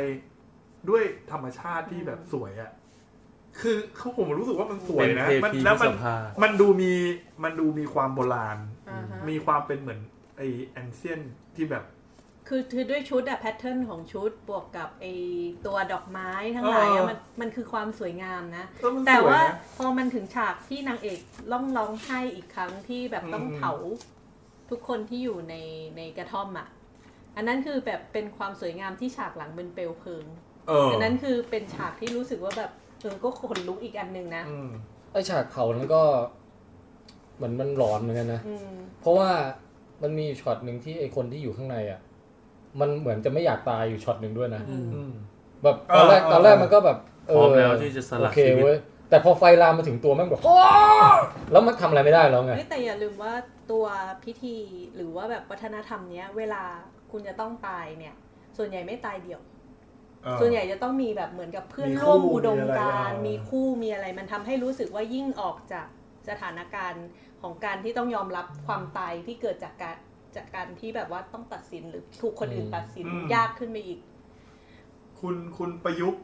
[SPEAKER 3] ด้วยธรรมชาติที่แบบสวยอะคือเขาผมรู้สึกว่ามันสวย
[SPEAKER 5] เป็น
[SPEAKER 3] นะ
[SPEAKER 5] เท
[SPEAKER 3] มัน
[SPEAKER 5] พี
[SPEAKER 3] แล้ว
[SPEAKER 5] ส
[SPEAKER 3] มัน
[SPEAKER 5] ภา
[SPEAKER 3] มันดูมีมันดูมีความโบราณ
[SPEAKER 6] อ่าฮะ
[SPEAKER 3] มีความเป็นเหมือนไอแอนเซียนที่แบบ
[SPEAKER 4] คือคือด้วยชุดอะแพทเทิร์นของชุดบวกกับไอตัวดอกไม้ทั้งหลายอะ
[SPEAKER 3] เออ
[SPEAKER 4] มันมันคือความสวยงามนะ
[SPEAKER 3] เออมัน
[SPEAKER 4] แต่
[SPEAKER 3] สวย
[SPEAKER 4] ว่า
[SPEAKER 3] นะ
[SPEAKER 4] พอมันถึงฉากที่นางเอกร้องร้องไห้อีกครั้งที่แบบต้อง
[SPEAKER 3] อืม
[SPEAKER 4] เผาทุกคนที่อยู่ในในกระท่อมอ่ะ อันนั้นคือแบบเป็นความสวยงามที่ฉากหลังเป็นเปลวเพลิง
[SPEAKER 3] เออ
[SPEAKER 4] อั
[SPEAKER 3] อั
[SPEAKER 4] นนั้นคือเป็นฉากที่รู้สึกว่าแบบเออก็ขนลุกอีกอันหนึ่งนะ
[SPEAKER 2] ไอฉากเผานั้นก็ เหมือนมันหลอนเหมือนกันนะ
[SPEAKER 4] อืม
[SPEAKER 2] เพราะว่ามันมีอยู่ช็อตหนึ่งที่ไอคนที่อยู่ข้างในอ่ะ มันเหมือนจะไม่อยากตายอยู่ช็อตหนึ่งด้วยนะ
[SPEAKER 4] อืม
[SPEAKER 3] อืม
[SPEAKER 2] แบบ
[SPEAKER 3] เอ
[SPEAKER 2] ตอ
[SPEAKER 3] อน
[SPEAKER 2] แรก
[SPEAKER 3] เออ
[SPEAKER 2] ตอนแรกมันก็แบบเพ
[SPEAKER 5] ร้อมแล้วที่จะส
[SPEAKER 2] โอ
[SPEAKER 5] ละ
[SPEAKER 2] เค
[SPEAKER 5] ชีวิต
[SPEAKER 2] เว้ยแต่พอไฟลามมาถึงตัวแม่งแบบ แล้วมันทำอะไรไม่ได้แล้วไง
[SPEAKER 4] เฮ้ยแต่อย่าลืมว่าตัวพิธีหรือว่าแบบวัฒนธรรมเนี้ย เวลาคุณจะต้องตายเนี่ย ส่วนใหญ่ไม่ตายเดี่ยว
[SPEAKER 3] เออ
[SPEAKER 4] ส่วนใหญ่จะต้องมีแบบเหมือนกับเพื่อน
[SPEAKER 3] มีคู่
[SPEAKER 4] ร่วมอุดมการณ์
[SPEAKER 3] มี
[SPEAKER 4] มี
[SPEAKER 3] อะไรอ่ะ
[SPEAKER 4] คู่มีอะไรมันทำให้รู้สึกว่ายิ่งออกจากสถานการณ์ของการที่ต้องยอมรับความตายที่เกิดจากการจากการที่แบบว่าต้องตัดสินหรือถูกคนอื่นตัดสินยากขึ้นไปอีก
[SPEAKER 3] คุณคุณประยุกต์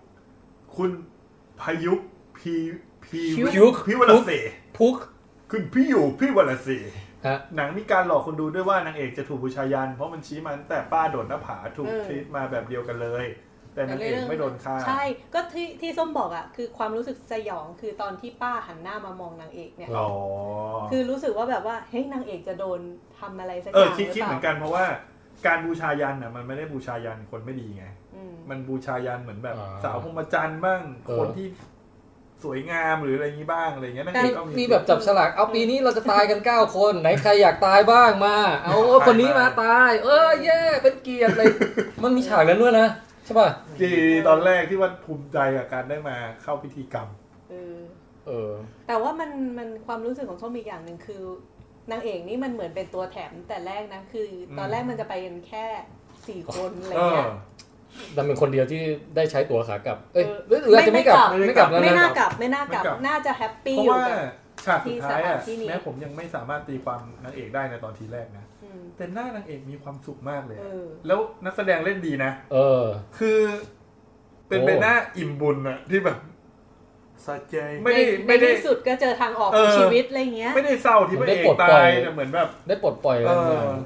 [SPEAKER 3] คุณพายุกต์พีพี
[SPEAKER 2] พยุกต์
[SPEAKER 3] พี่วรเส
[SPEAKER 2] พุก
[SPEAKER 3] คุณพี่อยู่พี่วรเส
[SPEAKER 2] ฮะ
[SPEAKER 3] หนังมีการหลอกคนดูด้วยว่านางเอกจะถูกบูชายัน เพราะมันชี้มาตั้งแต่ป้าโดดหน้าผาถูก
[SPEAKER 4] เออ
[SPEAKER 3] ทรีตมาแบบเดียวกันเลย แต่นางเอกไม่โดนฆ่า
[SPEAKER 4] ใช่ก็ที่ที่ส้มบอกอ่ะคือความรู้สึกสยองคือตอนที่ป้าหันหน้ามามองนางเอกเนี่ย
[SPEAKER 3] อ๋อ
[SPEAKER 4] คือรู้สึกว่าแบบว่าเฮ้ยนางเอกจะโดนทำอะไรสักอ
[SPEAKER 3] เออย่าง
[SPEAKER 4] ห
[SPEAKER 3] คิด
[SPEAKER 4] รือ
[SPEAKER 3] คิด
[SPEAKER 4] เป
[SPEAKER 3] เหมือน
[SPEAKER 4] ล่า
[SPEAKER 3] กันเพราะว่าการบูชายันน่ะมันไม่ได้บูชายันคนไม่ดีไง
[SPEAKER 4] อืม
[SPEAKER 3] มันบูชายันเหมือนแบบ สาวพรหมจันทร์บ้างคนที่สวยงามหรืออะไรอย่างนี้บ้างอะไรอย่างเงี้ยนางเอกก็มี
[SPEAKER 2] มีแบบจับฉลากเอาปีนี้เราจะตายกัน 9 คน ไหนใครอยากตายบ้างมา เอาเออคนนี้มาตาย เออเย่เป็นเกียรติ เลยมันมีฉากนั้นด้วยนะใช่ป่ะ
[SPEAKER 3] ที่ตอนแรกที่ว่าภูมิใจกับการได้มาเข้าพิธีกรรม
[SPEAKER 4] เออ
[SPEAKER 2] เออ
[SPEAKER 4] แต่ว่ามันมันความรู้สึกของส้มอีกอย่างหนึ่งคือนางเอกนี่มันเหมือนเป็นตัวแถมแต่แรกนะคือ ตอนแรกมันจะไปกันแค่สี่คนอะไร
[SPEAKER 3] เอ
[SPEAKER 4] เงี้
[SPEAKER 3] อ
[SPEAKER 4] ย
[SPEAKER 2] ดันเป็นคนเดียวที่ได้ใช้ตั๋วขากลับ เอ้ย
[SPEAKER 4] เออ
[SPEAKER 2] หรือหรืออาจจะไม่กลับ
[SPEAKER 4] ไม่
[SPEAKER 2] ไม่กลับแล้ว
[SPEAKER 4] ไม่
[SPEAKER 2] นะ
[SPEAKER 4] น่ากลับไม่น่ากลับ
[SPEAKER 3] ไม่กลับ
[SPEAKER 4] น่าจะแฮปปี้
[SPEAKER 3] เพราะ
[SPEAKER 4] อยู่
[SPEAKER 3] ว่า
[SPEAKER 4] กับ
[SPEAKER 3] ฉากสุดท้ายอะ
[SPEAKER 4] ที่สถานที่นี้
[SPEAKER 3] แม้ผมยังไม่สามารถตีความนางเอกได้ในตอนทีแรกนะ
[SPEAKER 4] อืม
[SPEAKER 3] แต่หน้านางเอกมีความสุขมากเลย
[SPEAKER 4] เอ
[SPEAKER 3] อะ
[SPEAKER 4] อ
[SPEAKER 3] แล้วนักแสดงเล่นดีนะ
[SPEAKER 2] เออ
[SPEAKER 3] คือ เป็น
[SPEAKER 2] โอ้
[SPEAKER 3] ใบหน้าอิ่มบุญอะที่แบบ
[SPEAKER 7] สะใจ
[SPEAKER 3] ไม่ได้
[SPEAKER 4] ใน
[SPEAKER 3] ไม่ได้
[SPEAKER 4] ในที่สุดก็เจอทางออก
[SPEAKER 3] เอ
[SPEAKER 4] ขอ
[SPEAKER 3] อ
[SPEAKER 4] งชีวิตอะไรเงี้ย
[SPEAKER 3] ไม่ได้เศร้าที่พระเอกตายแต่เหมือนแบบ
[SPEAKER 2] ได้ปลดปล่อยอะไรบางอย่าง
[SPEAKER 3] เออ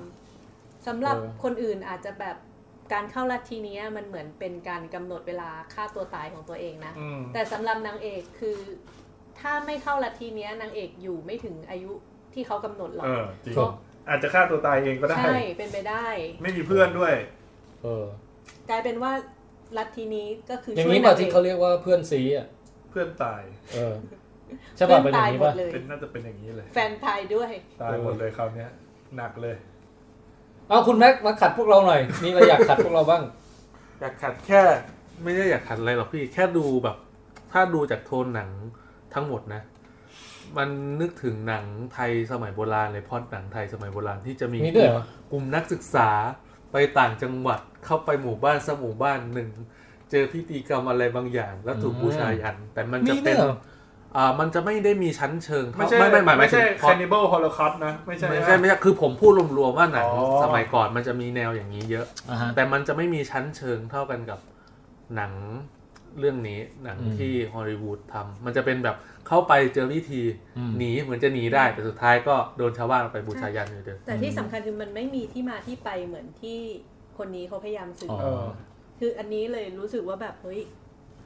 [SPEAKER 4] สำหรับ
[SPEAKER 2] เออ
[SPEAKER 4] คนอื่นอาจจะแบบการเข้าลัทธิเนี้ยมันเหมือนเป็นการกำหนดเวลาฆ่าตัวตายของตัวเองนะ
[SPEAKER 3] อืม
[SPEAKER 4] แต่สำหรับนางเอกคือ ถ้าไม่เข้าลัทธิเนี้ยนางเอกอยู่ไม่ถึงอายุที่เขากำหนดหรอก
[SPEAKER 3] เออจริง
[SPEAKER 2] จบ
[SPEAKER 3] อาจจะฆ่าตัวตายเองก็ได้
[SPEAKER 4] ใช่เป็นไปได้
[SPEAKER 3] ไม่มีเพื่อนด้วย
[SPEAKER 2] เออ
[SPEAKER 4] กลายเป็นว่าลัทธินี้ก็คือ
[SPEAKER 2] อ
[SPEAKER 4] อย่าง
[SPEAKER 2] นี้
[SPEAKER 4] ช่ว
[SPEAKER 2] ป่ะ
[SPEAKER 4] ง
[SPEAKER 2] ที่เขาเรียกว่าเพื่อนซีอ่ะ
[SPEAKER 3] เพื่อนตาย
[SPEAKER 2] เออใช่ป่ะเป็นอ
[SPEAKER 4] เพื่นตา
[SPEAKER 2] ย่าย งนี้
[SPEAKER 4] หม
[SPEAKER 2] ป่ะ
[SPEAKER 4] ดเลย
[SPEAKER 3] เป็นน่าจะเป็นอย่างนี้เลย
[SPEAKER 4] แฟนตายด้วย
[SPEAKER 3] ตายหมดเลยคราวเนี้ยหนักเลย
[SPEAKER 2] เอาคุณแม็กมาขัดพวกเราหน่อยมีอะไรอยากขัดพวกเราบ้าง
[SPEAKER 7] อยากขัดแค่
[SPEAKER 5] ไม่ได้อยากขัดอะไรหรอกพี่แค่ดูแบบ ถ้าดูจากโทนหนังทั้งหมดนะ มันนึกถึงหนังไทยสมัยโบราณเลยพล็อดหนังไทยสมัยโบราณที่จะมี
[SPEAKER 2] มีด้วยเหรอ
[SPEAKER 5] กลุ่มนักศึกษาไปต่างจังหวัดเข้าไปหมู่บ้านสักหมู่บ้านหนึ่ง เจอพิธีกรรมอะไรบางอย่าง แล้วถูกบูชายัน แต่มันจะ
[SPEAKER 2] มีด้
[SPEAKER 5] เป็
[SPEAKER 2] วย
[SPEAKER 5] น
[SPEAKER 2] เหรอ
[SPEAKER 5] อ่ามันจะไม่ได้มีชั้นเชิงเท่า
[SPEAKER 3] ไม่ใช่
[SPEAKER 5] ไม่ไม่หมาย
[SPEAKER 3] ไม่
[SPEAKER 5] ถึ
[SPEAKER 3] ใช่
[SPEAKER 5] งพ
[SPEAKER 3] แค
[SPEAKER 5] ล็อด
[SPEAKER 3] นิบอลฮอลคอสนะ ไม่ใช่
[SPEAKER 5] ไม่ใช่
[SPEAKER 3] นะ
[SPEAKER 5] ไม่ใช่คือผมพูดรวมๆว่าหนัง
[SPEAKER 3] อ๋อ
[SPEAKER 5] สมัยก่อนมันจะมีแนวอย่างนี้เยอะ
[SPEAKER 2] อ่าฮะ
[SPEAKER 5] แต่มันจะไม่มีชั้นเชิงเท่ากันกับหนังเรื่องนี้หนัง
[SPEAKER 2] อืม
[SPEAKER 5] ที่ฮอลลีวูดทำมันจะเป็นแบบเข้าไปเจอวิธี
[SPEAKER 2] อืม
[SPEAKER 5] หนีเหมือนจะหนีได้ แต่สุดท้ายก็โดนชาวบ้านไปบูชายันอยู่เดิม
[SPEAKER 4] แต่ที่สำคัญคือมันไม่มีที่มาที่ไปเหมือนที่คนนี้เขาพยายามสื่อ
[SPEAKER 2] อ๋อ
[SPEAKER 4] อคืออันนี้เลยรู้สึกว่าแบบเฮ้ย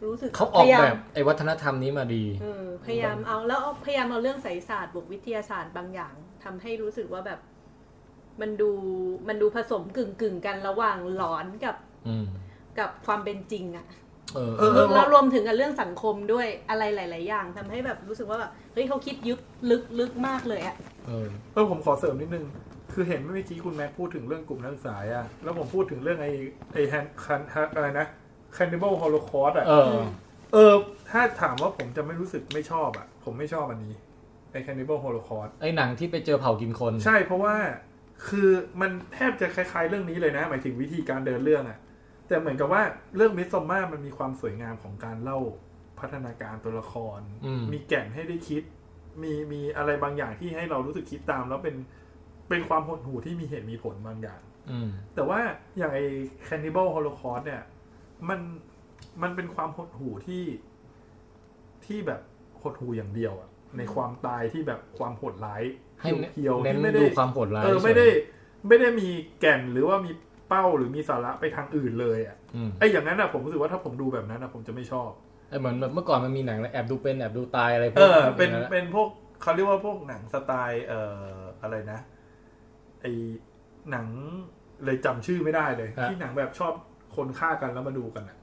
[SPEAKER 4] รู้สึก
[SPEAKER 2] เขาออก
[SPEAKER 4] พยย
[SPEAKER 2] แบ
[SPEAKER 4] ม
[SPEAKER 2] บไอ้วัฒนธรรมนี้มาดี
[SPEAKER 4] เออพยายามเอาแล้วเอาพยายามเอาเรื่องไสยศาสตร์บวกวิทยาศาสตร์บางอย่างทำให้รู้สึกว่าแบบ มันดูมันดูผสมกึ่งกึ่งๆกันระหว่างหลอนกับ
[SPEAKER 2] อืม
[SPEAKER 4] กับความเป็นจริงอะ
[SPEAKER 2] เออ
[SPEAKER 3] เออ
[SPEAKER 4] แล้วรวมถึงกับเรื่องสังคมด้วยอะไรหลาย ๆ อย่างทำให้แบบรู้สึกว่าแบบเฮ้ยเขาคิดยึกลึกลึกมากเลยอะ
[SPEAKER 2] เออ
[SPEAKER 3] เออผมขอเสริมนิดนึง คือเห็นเมื่อกี้คุณแม็กพูดถึงเรื่องกลุ่มนักศึกษาอะแล้วผมพูดถึงเรื่องไอ้ไอ้แฮนคันอะไรนะ Cannibal Holocaust อะ
[SPEAKER 2] เออ
[SPEAKER 3] เออ ถ้าถามว่าผมจะไม่รู้สึกไม่ชอบอะผมไม่ชอบอันนี้ ไอ้ Cannibal Holocaust
[SPEAKER 2] ไอ้หนังที่ไปเจอเผ่ากินคน
[SPEAKER 3] ใช่เพราะว่าคือมันแทบจะคล้าย ๆ เรื่องนี้เลยนะ หมายถึงวิธีการเดินเรื่องอะแต่เหมือนกับว่าเรื่องมิสซอมมามันมีความสวยงามของการเล่าพัฒนาการตัวละคร
[SPEAKER 2] อืม
[SPEAKER 3] มีแก่นให้ได้คิด มีมีอะไรบางอย่างที่ให้เรารู้สึกคิดตาม แล้วเป็นเป็นความหดหู่ที่มีเหตุมีผลบางอย่าง
[SPEAKER 2] อืม
[SPEAKER 3] แต่ว่าอย่างไอ้ Cannibal Holocaust เนี่ย มันมันเป็นความหดหู่ที่ที่แบบหดหู่อย่างเดียวอะในความตายที่แบบความโหดร้าย
[SPEAKER 2] ให้
[SPEAKER 3] เพียวๆ
[SPEAKER 2] เน้น
[SPEAKER 3] ที่ไม่ได้
[SPEAKER 2] ดูความโหดร้าย
[SPEAKER 3] เออ
[SPEAKER 2] เฉย
[SPEAKER 3] ไม่ได้ไม่ได้มีแก่นหรือว่ามีเป้าหรือมีสาระไปทางอื่นเลยอะ
[SPEAKER 2] อืม
[SPEAKER 3] ไอ้อย่างนั้นอะผมรู้สึกว่าถ้าผมดูแบบนั้นอะผมจะไม่ชอบ
[SPEAKER 2] ไอ้เหมือนแบบเมื่อก่อนมันมีหนังแอบดูเป็นแอบดูตายอะไรพว
[SPEAKER 3] เอก อเป็น
[SPEAKER 2] อย่างนั้น
[SPEAKER 3] เป็นพวกเขาเรียกว่าพวกหนังสไตล์เอ่ออะไรนะไอหนังเลยจำชื่อไม่ได้เลย
[SPEAKER 2] ฮะ
[SPEAKER 3] ที่หนังแบบชอบคนฆ่ากันแล้วมาดูกันอะ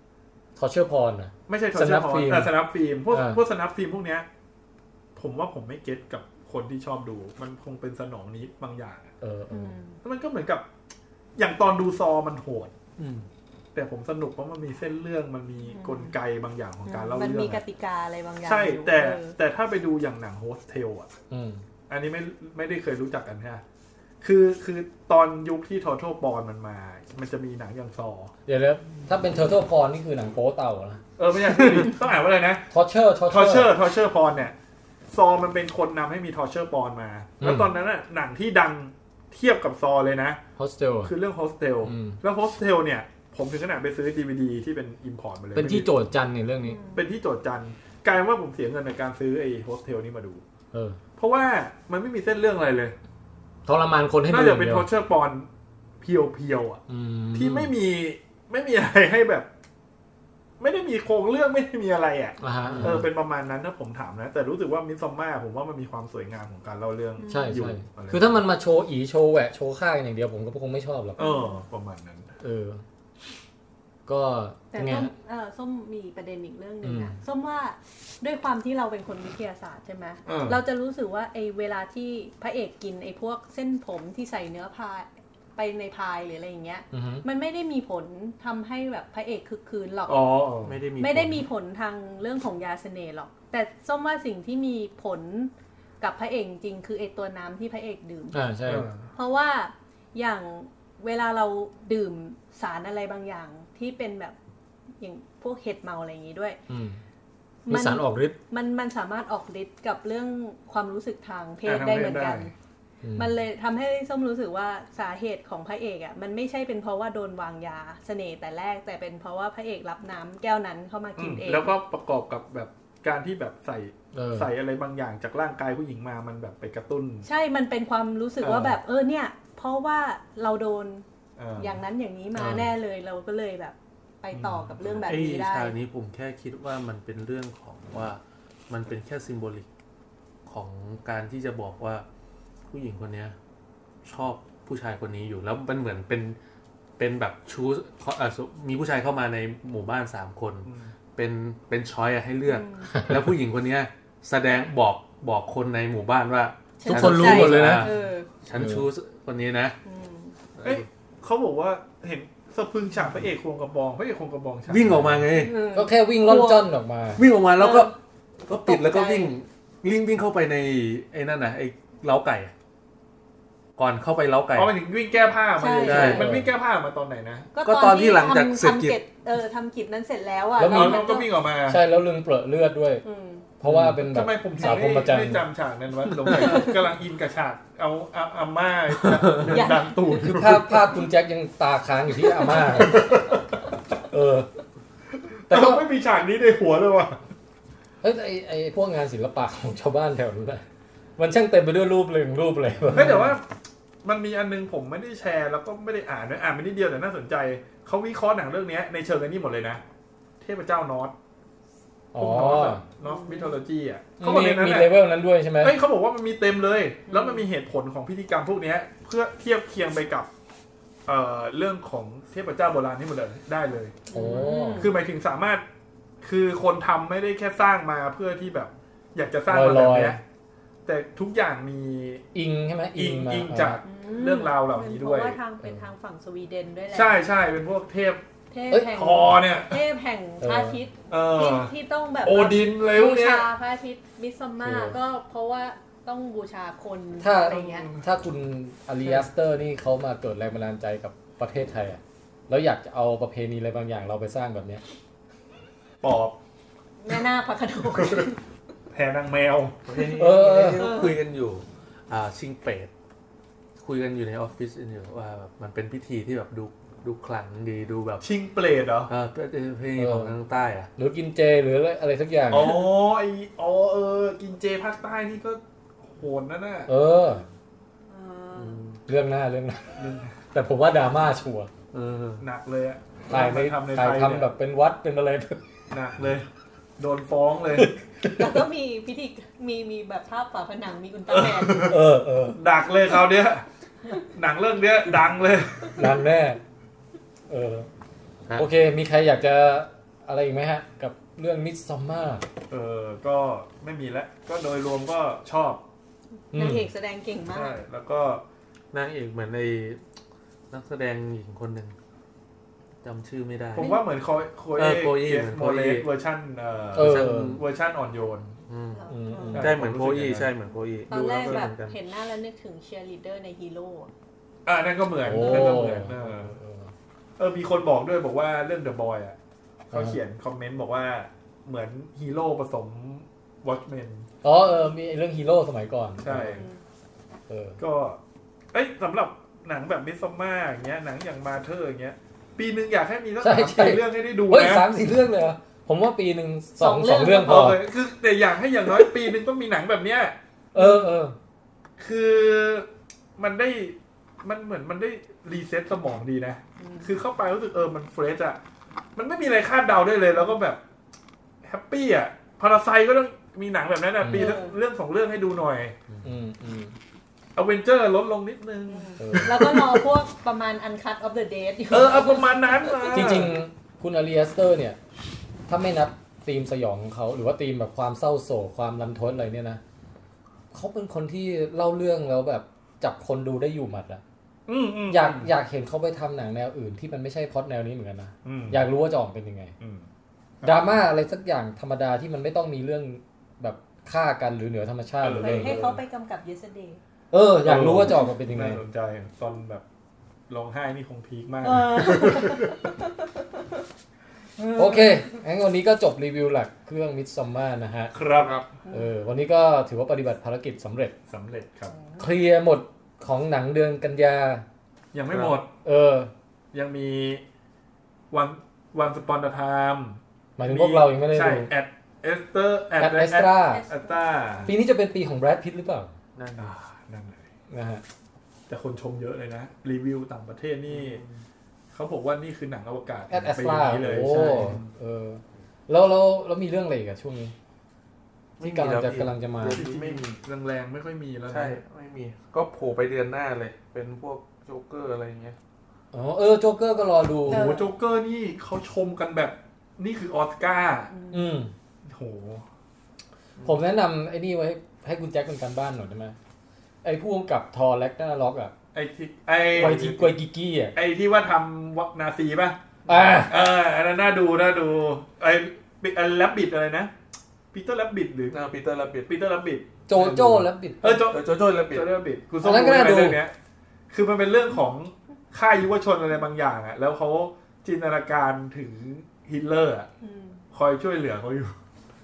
[SPEAKER 2] ทอเชอร์พรนะ
[SPEAKER 3] ไม่ใช่ทอ
[SPEAKER 2] ส
[SPEAKER 3] เช
[SPEAKER 2] นั
[SPEAKER 3] อบ ร์ฮอ
[SPEAKER 2] ฟิ
[SPEAKER 3] น
[SPEAKER 2] ล์ม
[SPEAKER 3] แต่สนับฟิล์มพวก
[SPEAKER 2] อ่า
[SPEAKER 3] พวกสนับฟิล์มพวกเนี้ย ผมว่าผมไม่เก็ตกับคนที่ชอบดู มันคงเป็นสนองนี้บางอย่างอะ
[SPEAKER 2] เออเออ
[SPEAKER 3] แล้วมันก็เหมือนกับ อย่างตอนดูซอมันโหด
[SPEAKER 5] อืม
[SPEAKER 3] แต่ผมสนุกเพราะมันมีเส้นเรื่องมันมีกลไกบางอย่างของการเล่า
[SPEAKER 4] มัน
[SPEAKER 3] เรื่อ
[SPEAKER 4] มี
[SPEAKER 3] ง
[SPEAKER 4] ก
[SPEAKER 3] อะ
[SPEAKER 4] ติกาอะไรบางอย่าง
[SPEAKER 3] ใช่ แต่
[SPEAKER 4] เออ
[SPEAKER 3] แต่ถ้าไปดูอย่างหนังโฮสเทลอะ
[SPEAKER 2] อืม
[SPEAKER 3] อันนี้ไม่ไม่ได้เคยรู้จักกันฮะ คือคือตอนยุคที่ทอทัลปอนมันมา มันจะมีหนังอย่างซอ
[SPEAKER 2] เดี๋ยวแล้วถ้าเป็นเทอร์เทลพรนี่คือหนังโป๊เต่านะ
[SPEAKER 3] เออไม่ใช่ ต้องอ่านว่าอะไรนะ
[SPEAKER 2] ทอเชอร์ทอ
[SPEAKER 3] ทอเช
[SPEAKER 2] เช
[SPEAKER 3] อ
[SPEAKER 2] อร์
[SPEAKER 3] ร์ทอเชอร์ปอนเนี่ย ซอมันเป็นคนนำให้มีทอเชอร์ปอนมา แล้ว
[SPEAKER 2] อืม
[SPEAKER 3] ตอนนั้นน่ะหนังที่ดังเทียบกับซอเลยนะ
[SPEAKER 2] โฮสเทล
[SPEAKER 3] คือเรื่องโฮสเทล
[SPEAKER 2] อืม
[SPEAKER 3] แล้วโฮสเทลเนี่ย ผมถึงขนาดไปซื้อดีวดีที่เป็นอิมพอร์ตมาเลย
[SPEAKER 2] เป็นที่โจทย์จันในเรื่องนี้
[SPEAKER 3] เป็นที่โจทย์จันทร์กลายเป็นว่าผมเสียเงินในการซื้อไอ้โฮสเทลนี่มาดู
[SPEAKER 2] เออ
[SPEAKER 3] เพราะว่ามันไม่มีเส้นเรื่องอะไรเลย
[SPEAKER 2] ทรมานคนให้
[SPEAKER 3] น่า
[SPEAKER 2] ดู
[SPEAKER 3] จะเป็น
[SPEAKER 2] เดีย
[SPEAKER 3] ท
[SPEAKER 2] ว
[SPEAKER 3] อเชอร์ปอนเพียวๆอ่ะ
[SPEAKER 2] อื
[SPEAKER 3] ที่ไม่มีไม่มีอะไรให้แบบ ไม่ได้มีโครงเรื่องไม่ได้มีอะไรอ่ะ
[SPEAKER 2] อ่าฮะ
[SPEAKER 3] เออเป็นประมาณนั้นถ้าผมถามนะ แต่รู้สึกว่ามิซอมมาผมว่ามันมีความสวยงามของการเล่าเรื่อง
[SPEAKER 2] ใช่
[SPEAKER 3] อยู่
[SPEAKER 2] ใช่
[SPEAKER 3] ะไร
[SPEAKER 2] คือถ้ามันมาโชว์อีโชว์แหวะโชว์ข้างอย่างเดียวผมก็คงไม่ชอบหรอก
[SPEAKER 3] เออ ประมาณนั้น
[SPEAKER 2] เออ ก็
[SPEAKER 4] แต่
[SPEAKER 2] ไง
[SPEAKER 4] ส้ม
[SPEAKER 2] ฮะ
[SPEAKER 4] เออส้มมีประเด็นอีกเรื่องหนึ่ง
[SPEAKER 2] อืม
[SPEAKER 4] อะส้มว่าด้วยความที่เราเป็นคนวิทยาศาสตร์ใช่ไหม
[SPEAKER 3] เออ
[SPEAKER 4] เราจะรู้สึกว่าไอเวลาที่พระเอกกินไอพวกเส้นผมที่ใส่เนื้อพายไปในพายหรืออะไรอย่างเงี้ย
[SPEAKER 2] อือฮึ
[SPEAKER 4] มันไม่ได้มีผลทำให้แบบพระเอกคึกคืนหรอก
[SPEAKER 3] อ๋อ
[SPEAKER 7] ไม่ได้มี
[SPEAKER 4] ไม่ได้มีผลทางเรื่องของยาเสน่ห์หรอก แต่ส้มว่าสิ่งที่มีผลกับพระเอกจริงๆคือไอตัวน้ำที่พระเอกดื่ม
[SPEAKER 2] อ่าใช่
[SPEAKER 3] เออ
[SPEAKER 4] เพราะว่าอย่างเวลาเราดื่มสารอะไรบางอย่างที่เป็นแบบอย่างพวกเห็ดเมาอะไรอย่างนี้ด้วย
[SPEAKER 2] อืมมี
[SPEAKER 4] มั
[SPEAKER 2] สารออกฤทธิ์
[SPEAKER 4] มันมันสามารถออกฤทธิ์กับเรื่องความรู้สึกทางเพศ
[SPEAKER 3] อ่ะทำ
[SPEAKER 4] ได้
[SPEAKER 3] ให้
[SPEAKER 4] เหมือน
[SPEAKER 3] ได้
[SPEAKER 4] กัน
[SPEAKER 2] อื
[SPEAKER 4] มันเลยทำให้ส้มรู้สึกว่าสาเหตุของพระเอกอะ่ะมันไม่ใช่เป็นเพราะว่าโดนวางยาเสน่ห์แต่แรก แต่เป็นเพราะว่าพระเอกรับน้ำแก้วนั้นเข้ามา
[SPEAKER 3] อื
[SPEAKER 4] กิน
[SPEAKER 3] ม
[SPEAKER 4] เอง
[SPEAKER 3] แล้วก็ประกอบกับแบบการที่แบบใส่
[SPEAKER 2] เออ
[SPEAKER 3] ใส่อะไรบางอย่างจากร่างกายผู้หญิงมามันแบบไปกระตุ้น
[SPEAKER 4] ใช่มันเป็นความรู้สึกว่า
[SPEAKER 3] เออ
[SPEAKER 4] แบบเออเนี่ย เพราะว่าเราโดน
[SPEAKER 3] เออ
[SPEAKER 4] อย่างนั้นอย่างนี้มา
[SPEAKER 2] เออ
[SPEAKER 4] แน่เลยเราก็เลยแบบ ไปต่อกับเรื่องแบบ
[SPEAKER 7] ไอ้
[SPEAKER 4] นี้ได้
[SPEAKER 7] ฉากนี้ผมแค่คิดว่ามันเป็นเรื่องของว่า มันเป็นแค่ซิมโบลิกของการที่จะบอกว่าผู้หญิงคนเนี้ย ชอบผู้ชายคนนี้อยู่แล้วมันเหมือนเป็นเป็นแบบชูสเอ่อมีผู้ชายเข้ามาในหมู่บ้านสามคน
[SPEAKER 3] อืม
[SPEAKER 7] เป็นเป็นช้อยให้เลือก แล้วผู้หญิงคนเนี้ยแสดงบอกบอกคนในหมู่บ้านว่า
[SPEAKER 4] ฉั
[SPEAKER 2] ทุกคนรู้หมดเลยนะ
[SPEAKER 4] เออ
[SPEAKER 7] ฉันชูสคนนี้นะ
[SPEAKER 4] อืม
[SPEAKER 3] เอ้ยเขาบอกว่าเห็นสะพรึงฉากพระเอกควงกระบองพระเอกควงกระบองฉาก
[SPEAKER 7] วิ่งออกมาไง
[SPEAKER 4] เออ
[SPEAKER 2] ก็แค่วิ่งล่อนจ้อนออกมา
[SPEAKER 7] วิ่งออกมาแล้วก็ก็ปิด
[SPEAKER 4] ตกใจ
[SPEAKER 7] แล้วก็วิ่งวิ่งวิ่งเข้าไปในไอ้นั่นนะไอ้เล้าไก่อะก่อนเข้าไปเล้าไก่
[SPEAKER 3] อ๋อมันถึงวิ่งแก้ผ้ามาเลย
[SPEAKER 4] ใช่
[SPEAKER 3] ใช่มันวิ่งแก้ผ้ามาตอนไหนนะ
[SPEAKER 7] ก็ตอนที่หลังจาก
[SPEAKER 4] ทำ
[SPEAKER 7] เสร็จกิจ
[SPEAKER 4] ทำเออทำกิจนั้นเสร็จแล้วอ่ะ
[SPEAKER 2] แล้ว
[SPEAKER 3] อ๋อแล้ว
[SPEAKER 4] มั
[SPEAKER 3] มันก็วิ่งออกมา
[SPEAKER 2] ใช่แล้วลึงเปลอะเลือดด้วย
[SPEAKER 4] อืม
[SPEAKER 2] เพราะว่าเป็นแบ
[SPEAKER 3] ทำ
[SPEAKER 2] บ
[SPEAKER 3] ไมผมถึง
[SPEAKER 2] สาวพรหม
[SPEAKER 3] ไม่
[SPEAKER 2] จันท
[SPEAKER 3] ไม่
[SPEAKER 2] ร์
[SPEAKER 3] จำฉากนั้นวะสง สัยกำลังอินกับฉาก เอาอาอาม่าเดิน
[SPEAKER 4] อย่า
[SPEAKER 3] ดันตูด
[SPEAKER 2] คือภาพภาพคุณแจ็คยังตาค้างอยู่ที่อา ม่าเออ
[SPEAKER 3] แต่
[SPEAKER 2] แต่
[SPEAKER 3] ก็
[SPEAKER 2] ก็
[SPEAKER 3] ไม่มีฉากนี้ในหัวเลยว่ะ
[SPEAKER 2] เฮ้ยแต่ไอไอพวกงานศิลปะของชาวบ้านแถวนั้นน่ะมันช่างเต็มไปด้วยรูปเลึงรูปอะไรวะ
[SPEAKER 3] ไม่แต่ว่า มันมีอันนึงผมไม่ได้แชร์แล้วก็ไม่ได้อ่านด้วยอ่านไปนิดเดียวแต่น่าสนใจ เขาวิเคราะห์หนังเรื่องเนี้ยในเชิงอันนี้หมดเลยนะ เทพเจ้านอร์สพ
[SPEAKER 2] อ๋
[SPEAKER 3] ว
[SPEAKER 2] อก
[SPEAKER 3] นอร์สอะนอร์สมิทโลจีอ่ะเขาบอก
[SPEAKER 2] มี
[SPEAKER 3] ในนั้น
[SPEAKER 2] มี
[SPEAKER 3] แหละ
[SPEAKER 2] เลเวลนั้นด้วยใช่ไหม
[SPEAKER 3] เอ้ยเขาบอกว่ามันมีเต็มเลย แล้วมันมีเหตุผลของพิธีกรรมพวกเนี้ย เพื่อเทียบเคียงไปกับ เอ่อเรื่องของเทพเจ้าโบราณที่หมดเลยได้เลย
[SPEAKER 2] โอ้
[SPEAKER 3] คือหมายถึงสามารถ คือคนทำไม่ได้แค่สร้างมาเพื่อที่แบบ อยากจะสร้างมาแบบเนี้ยแต่ทุกอย่างมี
[SPEAKER 2] อิงใช่ไหม
[SPEAKER 3] อิง
[SPEAKER 2] มา
[SPEAKER 3] อิงจาก
[SPEAKER 4] ม
[SPEAKER 3] เรื่องราวเหล่านี้ด้วย
[SPEAKER 4] เพราะว่าทางเป็นทางฝั่งสวีเดนด้วยแหละ
[SPEAKER 3] ใช่ใช่เป็นพวกเทพ
[SPEAKER 4] เทพแห่ง
[SPEAKER 3] ทอเนี่ย
[SPEAKER 4] เทพแห่งพระอาทิตย์
[SPEAKER 3] เออ
[SPEAKER 4] ที่ที่ต้องแบบ
[SPEAKER 3] โอดินเลยพ
[SPEAKER 4] บู
[SPEAKER 3] วกเนี้ย
[SPEAKER 4] ชาพระอาทิตย์มิสซัมมาก็เพราะว่าต้องบูชาคน
[SPEAKER 2] ถ้า
[SPEAKER 4] อะไรเงี้ย
[SPEAKER 2] ถ้าคุณอลิยาสเตอร์นี่เขามาเกิดแรงบันดาลใจกับประเทศไทยอะแล้วอยากจะเอาประเพณีอะไรบางอย่างเราไปสร้างแบบเนี้ย
[SPEAKER 3] ปอบ
[SPEAKER 4] แม่นาคพระโขนง
[SPEAKER 3] แพนางแมว
[SPEAKER 7] เออคุยกันอยู่ อ่าชิงเป็ด คุยกันอยู่ในออฟฟิศกันอยู่ว่าแบบมันเป็นพิธีที่แบบดูดูขลังดีดูแบบ
[SPEAKER 3] ชิงเปลดเหรอ
[SPEAKER 7] เออเพลงของทางใต้อะ
[SPEAKER 2] หรือกินเจหรืออะไรอะไรสักอย่าง
[SPEAKER 3] อ๋อไออ๋อเออ กินเจภาคใต้นี่ก็โหดนะน่ะ
[SPEAKER 2] เออ
[SPEAKER 4] อ่า
[SPEAKER 2] เรื่องหน้าเรื่องหน้าแต่ผมว่าดราม่าชัวร์
[SPEAKER 7] เออ
[SPEAKER 3] หนักเลยอะ
[SPEAKER 2] ถ่ายใน
[SPEAKER 3] ทำในไท
[SPEAKER 2] ถ่าย
[SPEAKER 3] ยเนี่ย
[SPEAKER 2] ทำแบบเป็นวัดเป็นอะไร
[SPEAKER 3] หนักเลย โดนฟ้องเลย
[SPEAKER 4] แล้วก็มีพิธีมีมีแบบภาพฝาผนังมีอุลตร้าแมน
[SPEAKER 2] เออเออ
[SPEAKER 3] ดักเลยคราวเนี้ย หนังเรื่องเนี้ย ดังเลย
[SPEAKER 2] นานแน่เออ
[SPEAKER 7] ครับ
[SPEAKER 2] โอเค มีใครอยากจะอะไรอีกไหมฮะ กับเรื่องมิสซอมมา
[SPEAKER 3] เออ ก็ไม่มีแล้ว ก็โดยรวมก็ชอบ
[SPEAKER 4] นางเอกแสดงเก่งมา
[SPEAKER 3] ใช่
[SPEAKER 4] ก
[SPEAKER 3] แล้วก็
[SPEAKER 7] นางเอกเหมือนในนักแสดงหญิงคนหนึ่งจำชื่อไม่ได้
[SPEAKER 3] ผมว่าเหมือนโคยโคย
[SPEAKER 7] เออโคเย่
[SPEAKER 3] เกส
[SPEAKER 7] เหมื
[SPEAKER 3] โม
[SPEAKER 7] อนโค
[SPEAKER 3] เล
[SPEAKER 7] เย่
[SPEAKER 3] สเวอร์ชันเอ่อ
[SPEAKER 2] เออ
[SPEAKER 7] ช่าง
[SPEAKER 3] เวอร์ชันอ่อนโยน
[SPEAKER 7] อืม
[SPEAKER 2] อืมอืม
[SPEAKER 7] ใช่เหมือนโคอี้ใช่เหมือนโคอี้
[SPEAKER 4] ตอนแรก
[SPEAKER 7] ดู
[SPEAKER 4] แบ
[SPEAKER 7] ล้วเห
[SPEAKER 4] บ
[SPEAKER 7] มือนกัน
[SPEAKER 4] เห็นหน้าแล้วนึกถึงเชียร์ลีดเดอร์ในฮีโร่อะ
[SPEAKER 3] อ่านั่นก็เหมือน
[SPEAKER 2] โอ้
[SPEAKER 3] นั่นก็เหมือนเออเออ มีคนบอกด้วยบอกว่าเรื่องเดอะบอยอ่ะเขาเขียนคอมเมนต์บอกว่าเหมือนฮีโร่ผสมวอชแมน
[SPEAKER 2] อ๋อเออ มีเรื่องฮีโร่สมัยก่อน
[SPEAKER 3] ใช่
[SPEAKER 2] เออ
[SPEAKER 3] ก็ เอ้ยสำหรับหนังแบบมิสซัมมาอย่างเงี้ยหนังอย่างมาเธออย่างเงี้ย ปีหนึ่งอยากให้มีสัก
[SPEAKER 2] ใช่
[SPEAKER 3] สาม
[SPEAKER 2] ใช่
[SPEAKER 3] สี่เรื่องให้ได้ดู
[SPEAKER 2] เฮ้ย
[SPEAKER 3] นะ
[SPEAKER 2] สามสี่เรื่องเลยเหรอผมว่าปีหนึ่งสอง
[SPEAKER 4] ส
[SPEAKER 2] ส
[SPEAKER 4] อ
[SPEAKER 2] อง ง
[SPEAKER 4] เรื่
[SPEAKER 2] เรื่
[SPEAKER 4] อ
[SPEAKER 2] อง ง
[SPEAKER 3] พ
[SPEAKER 2] พ
[SPEAKER 3] อ
[SPEAKER 2] อ
[SPEAKER 3] เลยคือแต่อยากให้อย่างน้อยปีหนึ่งต้องมีหนังแบบเนี้ย
[SPEAKER 2] เออเออ
[SPEAKER 3] คือมันได้มันเหมือนมันได้รีเซ็ตสมองดีนะ คือเข้าไปรู้สึกเออมันเฟรชอะมันไม่มีอะไรคาดเดาได้เลย แล้วก็แบบแฮปปี้อะพาราไซก็ต้องมีหนังแบบนั้นอะ
[SPEAKER 2] อืม
[SPEAKER 3] ปีละเรื่องสองเรื่องให้ดูหน่อย
[SPEAKER 2] อืมอืม
[SPEAKER 3] อเวนเจอร์ลดลงนิดนึง
[SPEAKER 2] เออ
[SPEAKER 4] แล้วก็รอพวกประมาณ Uncut of the Dead อยู่
[SPEAKER 3] เออเอาประมาณนั้นอะ
[SPEAKER 2] จริงๆ คุณอารีอัสเตอร์เนี่ย ถ้าไม่นับธีมสยองของเขาหรือว่าธีมแบบความเศร้าโศกความรันทดอะไรเนี่ยนะเขาเป็นคนที่เล่าเรื่องแล้วแบบจับคนดูได้อยู่หมัดอะ
[SPEAKER 3] อืมอืม
[SPEAKER 2] อยากอยากเห็นเขาไปทำหนังแนวอื่นที่มันไม่ใช่พล็อดแนวนี้เหมือนกันนะ
[SPEAKER 3] อืม
[SPEAKER 2] อยากรู้ว่าจะออกเป็นยังไง
[SPEAKER 3] อืม
[SPEAKER 2] ดราม่าอะไรสักอย่างธรรมดาที่มันไม่ต้องมีเรื่องแบบฆ่ากันหรือเหนือธรรมชาติหรืออะ
[SPEAKER 4] เล
[SPEAKER 2] ไรอย ย่าง
[SPEAKER 4] ให้
[SPEAKER 2] เงี้ย
[SPEAKER 4] เขาไปกำกับ yesterday
[SPEAKER 2] เอออยากรู้ว่าจะออกมาเป็นยังไง
[SPEAKER 3] น่าสนใจตอนแบบร้องไห้นี่คงพีคมาก
[SPEAKER 4] เออ
[SPEAKER 2] โอเคงั้นวันนี้ก็จบรีวิวหลักเครื่องมิดซัมมานะฮะ
[SPEAKER 3] ครับ
[SPEAKER 2] เออวันนี้ก็ถือว่าปฏิบัติภารกิจสำเร็จ
[SPEAKER 3] สำเร็จครับ
[SPEAKER 2] เคลียร์หมดของหนังเดือนกันยา
[SPEAKER 3] ยังไม่หมด
[SPEAKER 2] เออ
[SPEAKER 3] ยังมีวันวันสปอนเซอร์ไทม์
[SPEAKER 2] หมายถึงพวกเรายังไม่ได้
[SPEAKER 3] ใช่
[SPEAKER 2] ดู
[SPEAKER 3] แอดเอสเตอร์แอด
[SPEAKER 2] แอดเอสตรา
[SPEAKER 3] แอสตา
[SPEAKER 2] ปีนี้จะเป็นปีของแบรดพิตหรือเปล่า
[SPEAKER 7] นั่น
[SPEAKER 3] อ่านั่นเลย
[SPEAKER 2] นะฮะ
[SPEAKER 3] แต่คนชมเยอะเลยนะ รีวิวต่างประเทศนี่ เขาบอกว่านี่คือหนังอวกาศ
[SPEAKER 2] แอดเอสตรา
[SPEAKER 3] ปีนี้เลย
[SPEAKER 2] โอ้
[SPEAKER 3] ใช่
[SPEAKER 2] เออแล้วแล้วแล้วมีเรื่องอะไรอีกอะช่วงนี้ ที่กำลังจะกำลังจะมา
[SPEAKER 3] จริงๆไม่มีแรงๆไม่ค่อยมีแล้วนะ
[SPEAKER 7] ใช่ไม่มี ก็โผล่ไปเดือนหน้าเลย เป็นพวกโจ๊กเกอร์อะไรอย่างเงี้ย
[SPEAKER 2] อ๋อเออโจ๊กเกอร์ก็รอดู
[SPEAKER 3] โอ้โหโจ๊กเกอร์นี่เขาชมกันแบบนี่คือออสการ์
[SPEAKER 2] อืม
[SPEAKER 3] โอ้โห
[SPEAKER 2] ผมแนะนำไอ้นี่ไว้ให้ให้คุณแจ็คเป็นการบ้านหน่อยได้ไหมไอ้ผู้กำกับทอร์แล็กนาล็อกอะ
[SPEAKER 3] ไอที่ไอ
[SPEAKER 2] ไวทิกไวกิกี้อะ
[SPEAKER 3] ไอที่ว่าทำวักนาซีป่ะ
[SPEAKER 2] อ่า
[SPEAKER 3] เอออันนั้นน่าดูน่าดูไอ้แลบบิดอะไรนะปีเตอร์แลบบิดหรือ
[SPEAKER 7] หน้าปีเตอร์ลาปิด
[SPEAKER 3] ปีเตอร์แลบบิด
[SPEAKER 2] โจโจ้แล้วปิด
[SPEAKER 3] เออโจ
[SPEAKER 7] เออโจโจ้ลาปิด
[SPEAKER 3] โจเดอร์บิดกู
[SPEAKER 2] อันนั้นก็
[SPEAKER 3] รู้
[SPEAKER 2] น่าดู
[SPEAKER 3] เรื่องเนี้ย คือมันเป็นเรื่องของค่ายยุวชนอะไรบางอย่างอะแล้วเขาจินตนาการถึงฮิตเลอร์อะคอยช่วยเหลือเขาอยู่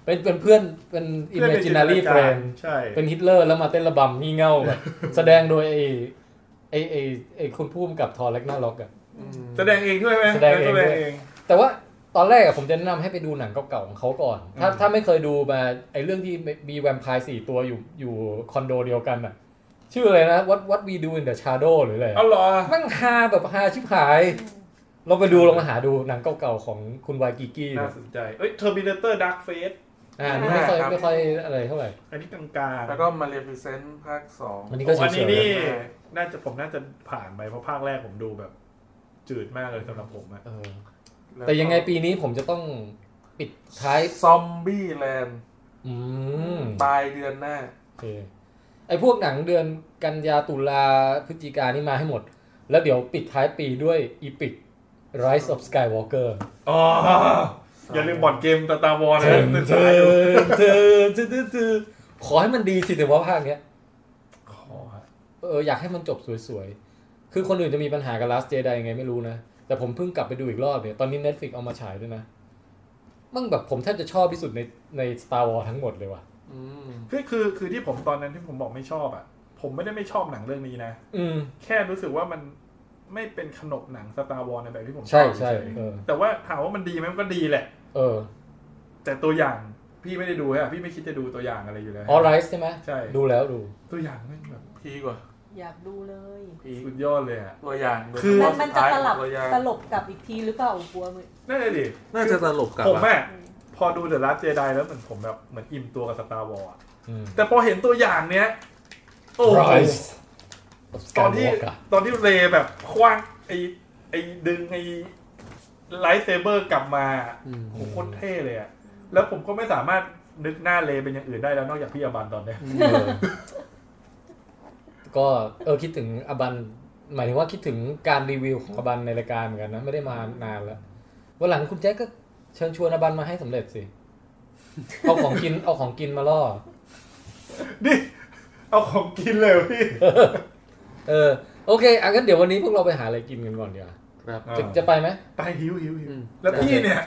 [SPEAKER 2] เป็นเป็นเพื่อนเป็นอิมเมจินารีเฟรน
[SPEAKER 3] ใช่
[SPEAKER 2] เป็นฮิตเลอร์แล้วมาเต้นระบำงี่เง่า แบบ แสดงโดยไอ้ไอ้ไอ้ไอ้คนพูดกับทอร์แล็กนาล็อกอะ
[SPEAKER 3] แสดงเองด้วยไหม
[SPEAKER 2] แสดงเอง
[SPEAKER 3] แส
[SPEAKER 2] ด้
[SPEAKER 3] ด
[SPEAKER 2] วย
[SPEAKER 3] งเอง
[SPEAKER 2] แต่ว่าตอนแรกอะผมจะแนะนำให้ไปดูหนังเก่าๆของเขาก่อน ถ้า
[SPEAKER 3] อืม
[SPEAKER 2] ถ้าไม่เคยดูมาไอ้เรื่องที่มีแวมไพร์สี่ตัวอยู่อยู่คอนโดเดียวกันอะชื่ออะไรนะ what what we do in the shadow หรืออะไร
[SPEAKER 3] เอาเหรอ
[SPEAKER 2] มั่งฮาแบบฮาชิบหายลองไปดูลองมาหาดูหนังเก่าๆของคุณวายกิกี้
[SPEAKER 3] น่าสนใจเอ้ยเทอร์มินาเตอร์ดักเฟส
[SPEAKER 2] อ่าอันนี่ไม่ค่อยไม่ค่อยอะไรเท่าไหร่
[SPEAKER 3] อันนี้กลางๆ
[SPEAKER 7] แล้วก็มาเลฟิเซนต์ภาคสอง
[SPEAKER 2] อันนี้ก็
[SPEAKER 3] โอ้
[SPEAKER 2] เฉ
[SPEAKER 3] อันนี้
[SPEAKER 2] ย
[SPEAKER 3] นี่น่าจะผมน่าจะผ่านไปเพราะภาคแรกผมดูแบบ จืดมากเลยสำหรับผมอะ
[SPEAKER 2] ๆเออแต่ยังไงปีนี้ผมจะต้องปิดท้าย
[SPEAKER 7] ซอมบี้แลนด์
[SPEAKER 2] อืม
[SPEAKER 7] ปลายเดือนหน้า
[SPEAKER 2] โอเคไอ้พวกหนังเดือนกันยาตุลาพฤศจิกานี่มาให้หมด แล้วเดี๋ยวปิดท้ายปีด้วย Epic Rise of Skywalker
[SPEAKER 3] อ๋ออย่าลืมบอร์ดเกมตาตาวอนะศึกษาอยู่
[SPEAKER 2] นเธอเธอเธอเธอขอให้มันดีสิแต่ว่าภาคเนี้ย
[SPEAKER 3] ขอ
[SPEAKER 2] เอออยากให้มันจบสวยๆ คือคนอื่นจะมีปัญหากับ Last Jedi ยังไงไม่รู้นะ แต่ผมเพิ่งกลับไปดูอีกรอบเนี่ย ตอนนี้ Netflix เอามาฉายด้วยนะมั่งแบบผมแทบจะชอบที่สุดในใน Star Wars ทั้งหมดเลยว่ะ
[SPEAKER 7] อืม
[SPEAKER 3] คือคือคือที่ผมตอนนั้นที่ผมบอกไม่ชอบอ่ะ ผมไม่ได้ไม่ชอบหนังเรื่องนี้นะ
[SPEAKER 2] อืม
[SPEAKER 3] แค่รู้สึกว่ามันไม่เป็นขนบหนังสตาร์วอลในแบบที่ผม
[SPEAKER 2] ใช่
[SPEAKER 3] ชอบ
[SPEAKER 2] ใช่
[SPEAKER 3] เฉยๆ
[SPEAKER 2] เออ
[SPEAKER 3] แต่ว่าถามว่ามันดีไหมมันก็ดีแหละ
[SPEAKER 2] เออ
[SPEAKER 3] แต่ตัวอย่างพี่ไม่ได้ดูอะพี่ไม่คิดจะดูตัวอย่างอะไรอยู่แล้ว
[SPEAKER 2] ออไรส์ใช่ไหม
[SPEAKER 3] ใช่
[SPEAKER 2] ดูแล้วดู
[SPEAKER 3] ตัวอย่างแม่งแบบ
[SPEAKER 7] พีกว่า
[SPEAKER 4] อยากดูเลย
[SPEAKER 7] พีก
[SPEAKER 3] สุดยอดเลยอะ
[SPEAKER 7] ตัวอย่างโดย
[SPEAKER 3] คือ
[SPEAKER 7] เฉ
[SPEAKER 4] มัน
[SPEAKER 7] พา
[SPEAKER 4] มัน
[SPEAKER 7] สุด
[SPEAKER 4] จะต
[SPEAKER 7] ท้าย
[SPEAKER 4] ลับ
[SPEAKER 7] ตัวอย่าง
[SPEAKER 4] ตลบกลับอีกทีหรือเปล่ากลัวมึง
[SPEAKER 3] นั่นเลยดิ
[SPEAKER 7] น่าจะตลกกับ
[SPEAKER 3] ผม
[SPEAKER 7] อะ
[SPEAKER 3] แม่พอดูเดอะลัสเจไดแล้วเหมือนผมแบบเหมือนอิ่มตัวกับสตาร์วอล
[SPEAKER 2] อืม
[SPEAKER 3] แต่พอเห็นตัวอย่างเนี้ยโอ้โห
[SPEAKER 2] Rise of
[SPEAKER 3] ตอนที่
[SPEAKER 2] Skywalker
[SPEAKER 3] ตอนที่เรย์แบบคว้างไอไอดึงไอไลท์เซเบอร์กลับมา
[SPEAKER 7] อืม
[SPEAKER 3] โหโคตรเท่เลยอะแล้วผมก็ไม่สามารถนึกหน้าเลย์เป็นอย่างอื่นได้แล้วนอกจากพี่อาบันตอนเนี้ย
[SPEAKER 2] เออก็เออคิดถึงอบัน หมายถึงว่าคิดถึงการรีวิวของอบันในรายการเหมือนกันนะ ไม่ได้มานานแล้ววันหลังคุณแจ็คก็เชิญชวนอบันมาให้สำเร็จสิ เอาของกิน เอาของกินมาล่อ
[SPEAKER 3] นี่ เอาของกินเลยพี่
[SPEAKER 2] เออ โอเคอ่ะงั้นเดี๋ยววันนี้พวกเราไปหาอะไรกินกันก่อนดีกว่า
[SPEAKER 7] ครับ
[SPEAKER 2] จะจะไปไหม
[SPEAKER 3] ไปหิวหิวหิว
[SPEAKER 7] อืม
[SPEAKER 3] แล้วพี่เนี่ย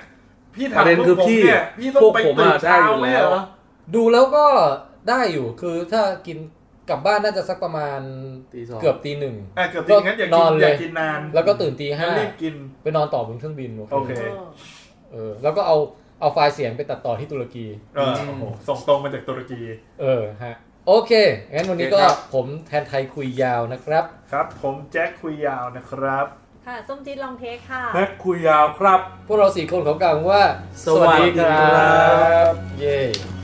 [SPEAKER 3] พี่ถา
[SPEAKER 7] ป
[SPEAKER 3] ม
[SPEAKER 7] ระเด็น
[SPEAKER 3] พวก
[SPEAKER 7] คือ
[SPEAKER 3] ผม
[SPEAKER 7] พี่
[SPEAKER 3] เนี่ย พี่ต้อ
[SPEAKER 7] พว
[SPEAKER 3] ง
[SPEAKER 7] ก
[SPEAKER 3] ไป
[SPEAKER 7] ผม
[SPEAKER 3] ตื่
[SPEAKER 7] อะ
[SPEAKER 3] น
[SPEAKER 7] ได้
[SPEAKER 3] เช้า
[SPEAKER 7] อยู่
[SPEAKER 3] เลย
[SPEAKER 7] แล้
[SPEAKER 3] เห
[SPEAKER 7] ว
[SPEAKER 3] รอ
[SPEAKER 2] ดูแล้วก็ได้อยู่คือถ้ากินกลับบ้านน่าจะสักประมาณ
[SPEAKER 7] ตีสอง
[SPEAKER 2] เกือบตีหนึ่ง
[SPEAKER 3] อ่ะเกือบจริงงั้นอย่า
[SPEAKER 2] น
[SPEAKER 3] กิ
[SPEAKER 2] อน นเลย
[SPEAKER 3] อย่ากินนาน
[SPEAKER 2] แล้วก็ตื่นตีห้า
[SPEAKER 3] รีบกิน
[SPEAKER 2] ไปนอนต่อบนเครื่องบิน
[SPEAKER 3] โอเค
[SPEAKER 4] เออ
[SPEAKER 2] เออแล้วก็เอาเอาไฟล์เสียงไปตัดต่อที่ตุรกี
[SPEAKER 3] เออโอ้โหส่งตรงมาจากตุรกี
[SPEAKER 2] เออฮะ โอเคงั้นวันนี้ก็
[SPEAKER 7] โอเคครับ
[SPEAKER 2] ผมแทนไทยคุยยาวนะครับ
[SPEAKER 3] ครับ ผมแจ็คคุยยาวนะครับ
[SPEAKER 4] ค่ะส้มจีดลองเทคค่ะ
[SPEAKER 7] แม็กคุยยาวครับ
[SPEAKER 2] พวกเราสี่คนขอกล่าวว่า
[SPEAKER 7] สวัสดีครับ
[SPEAKER 2] บเย้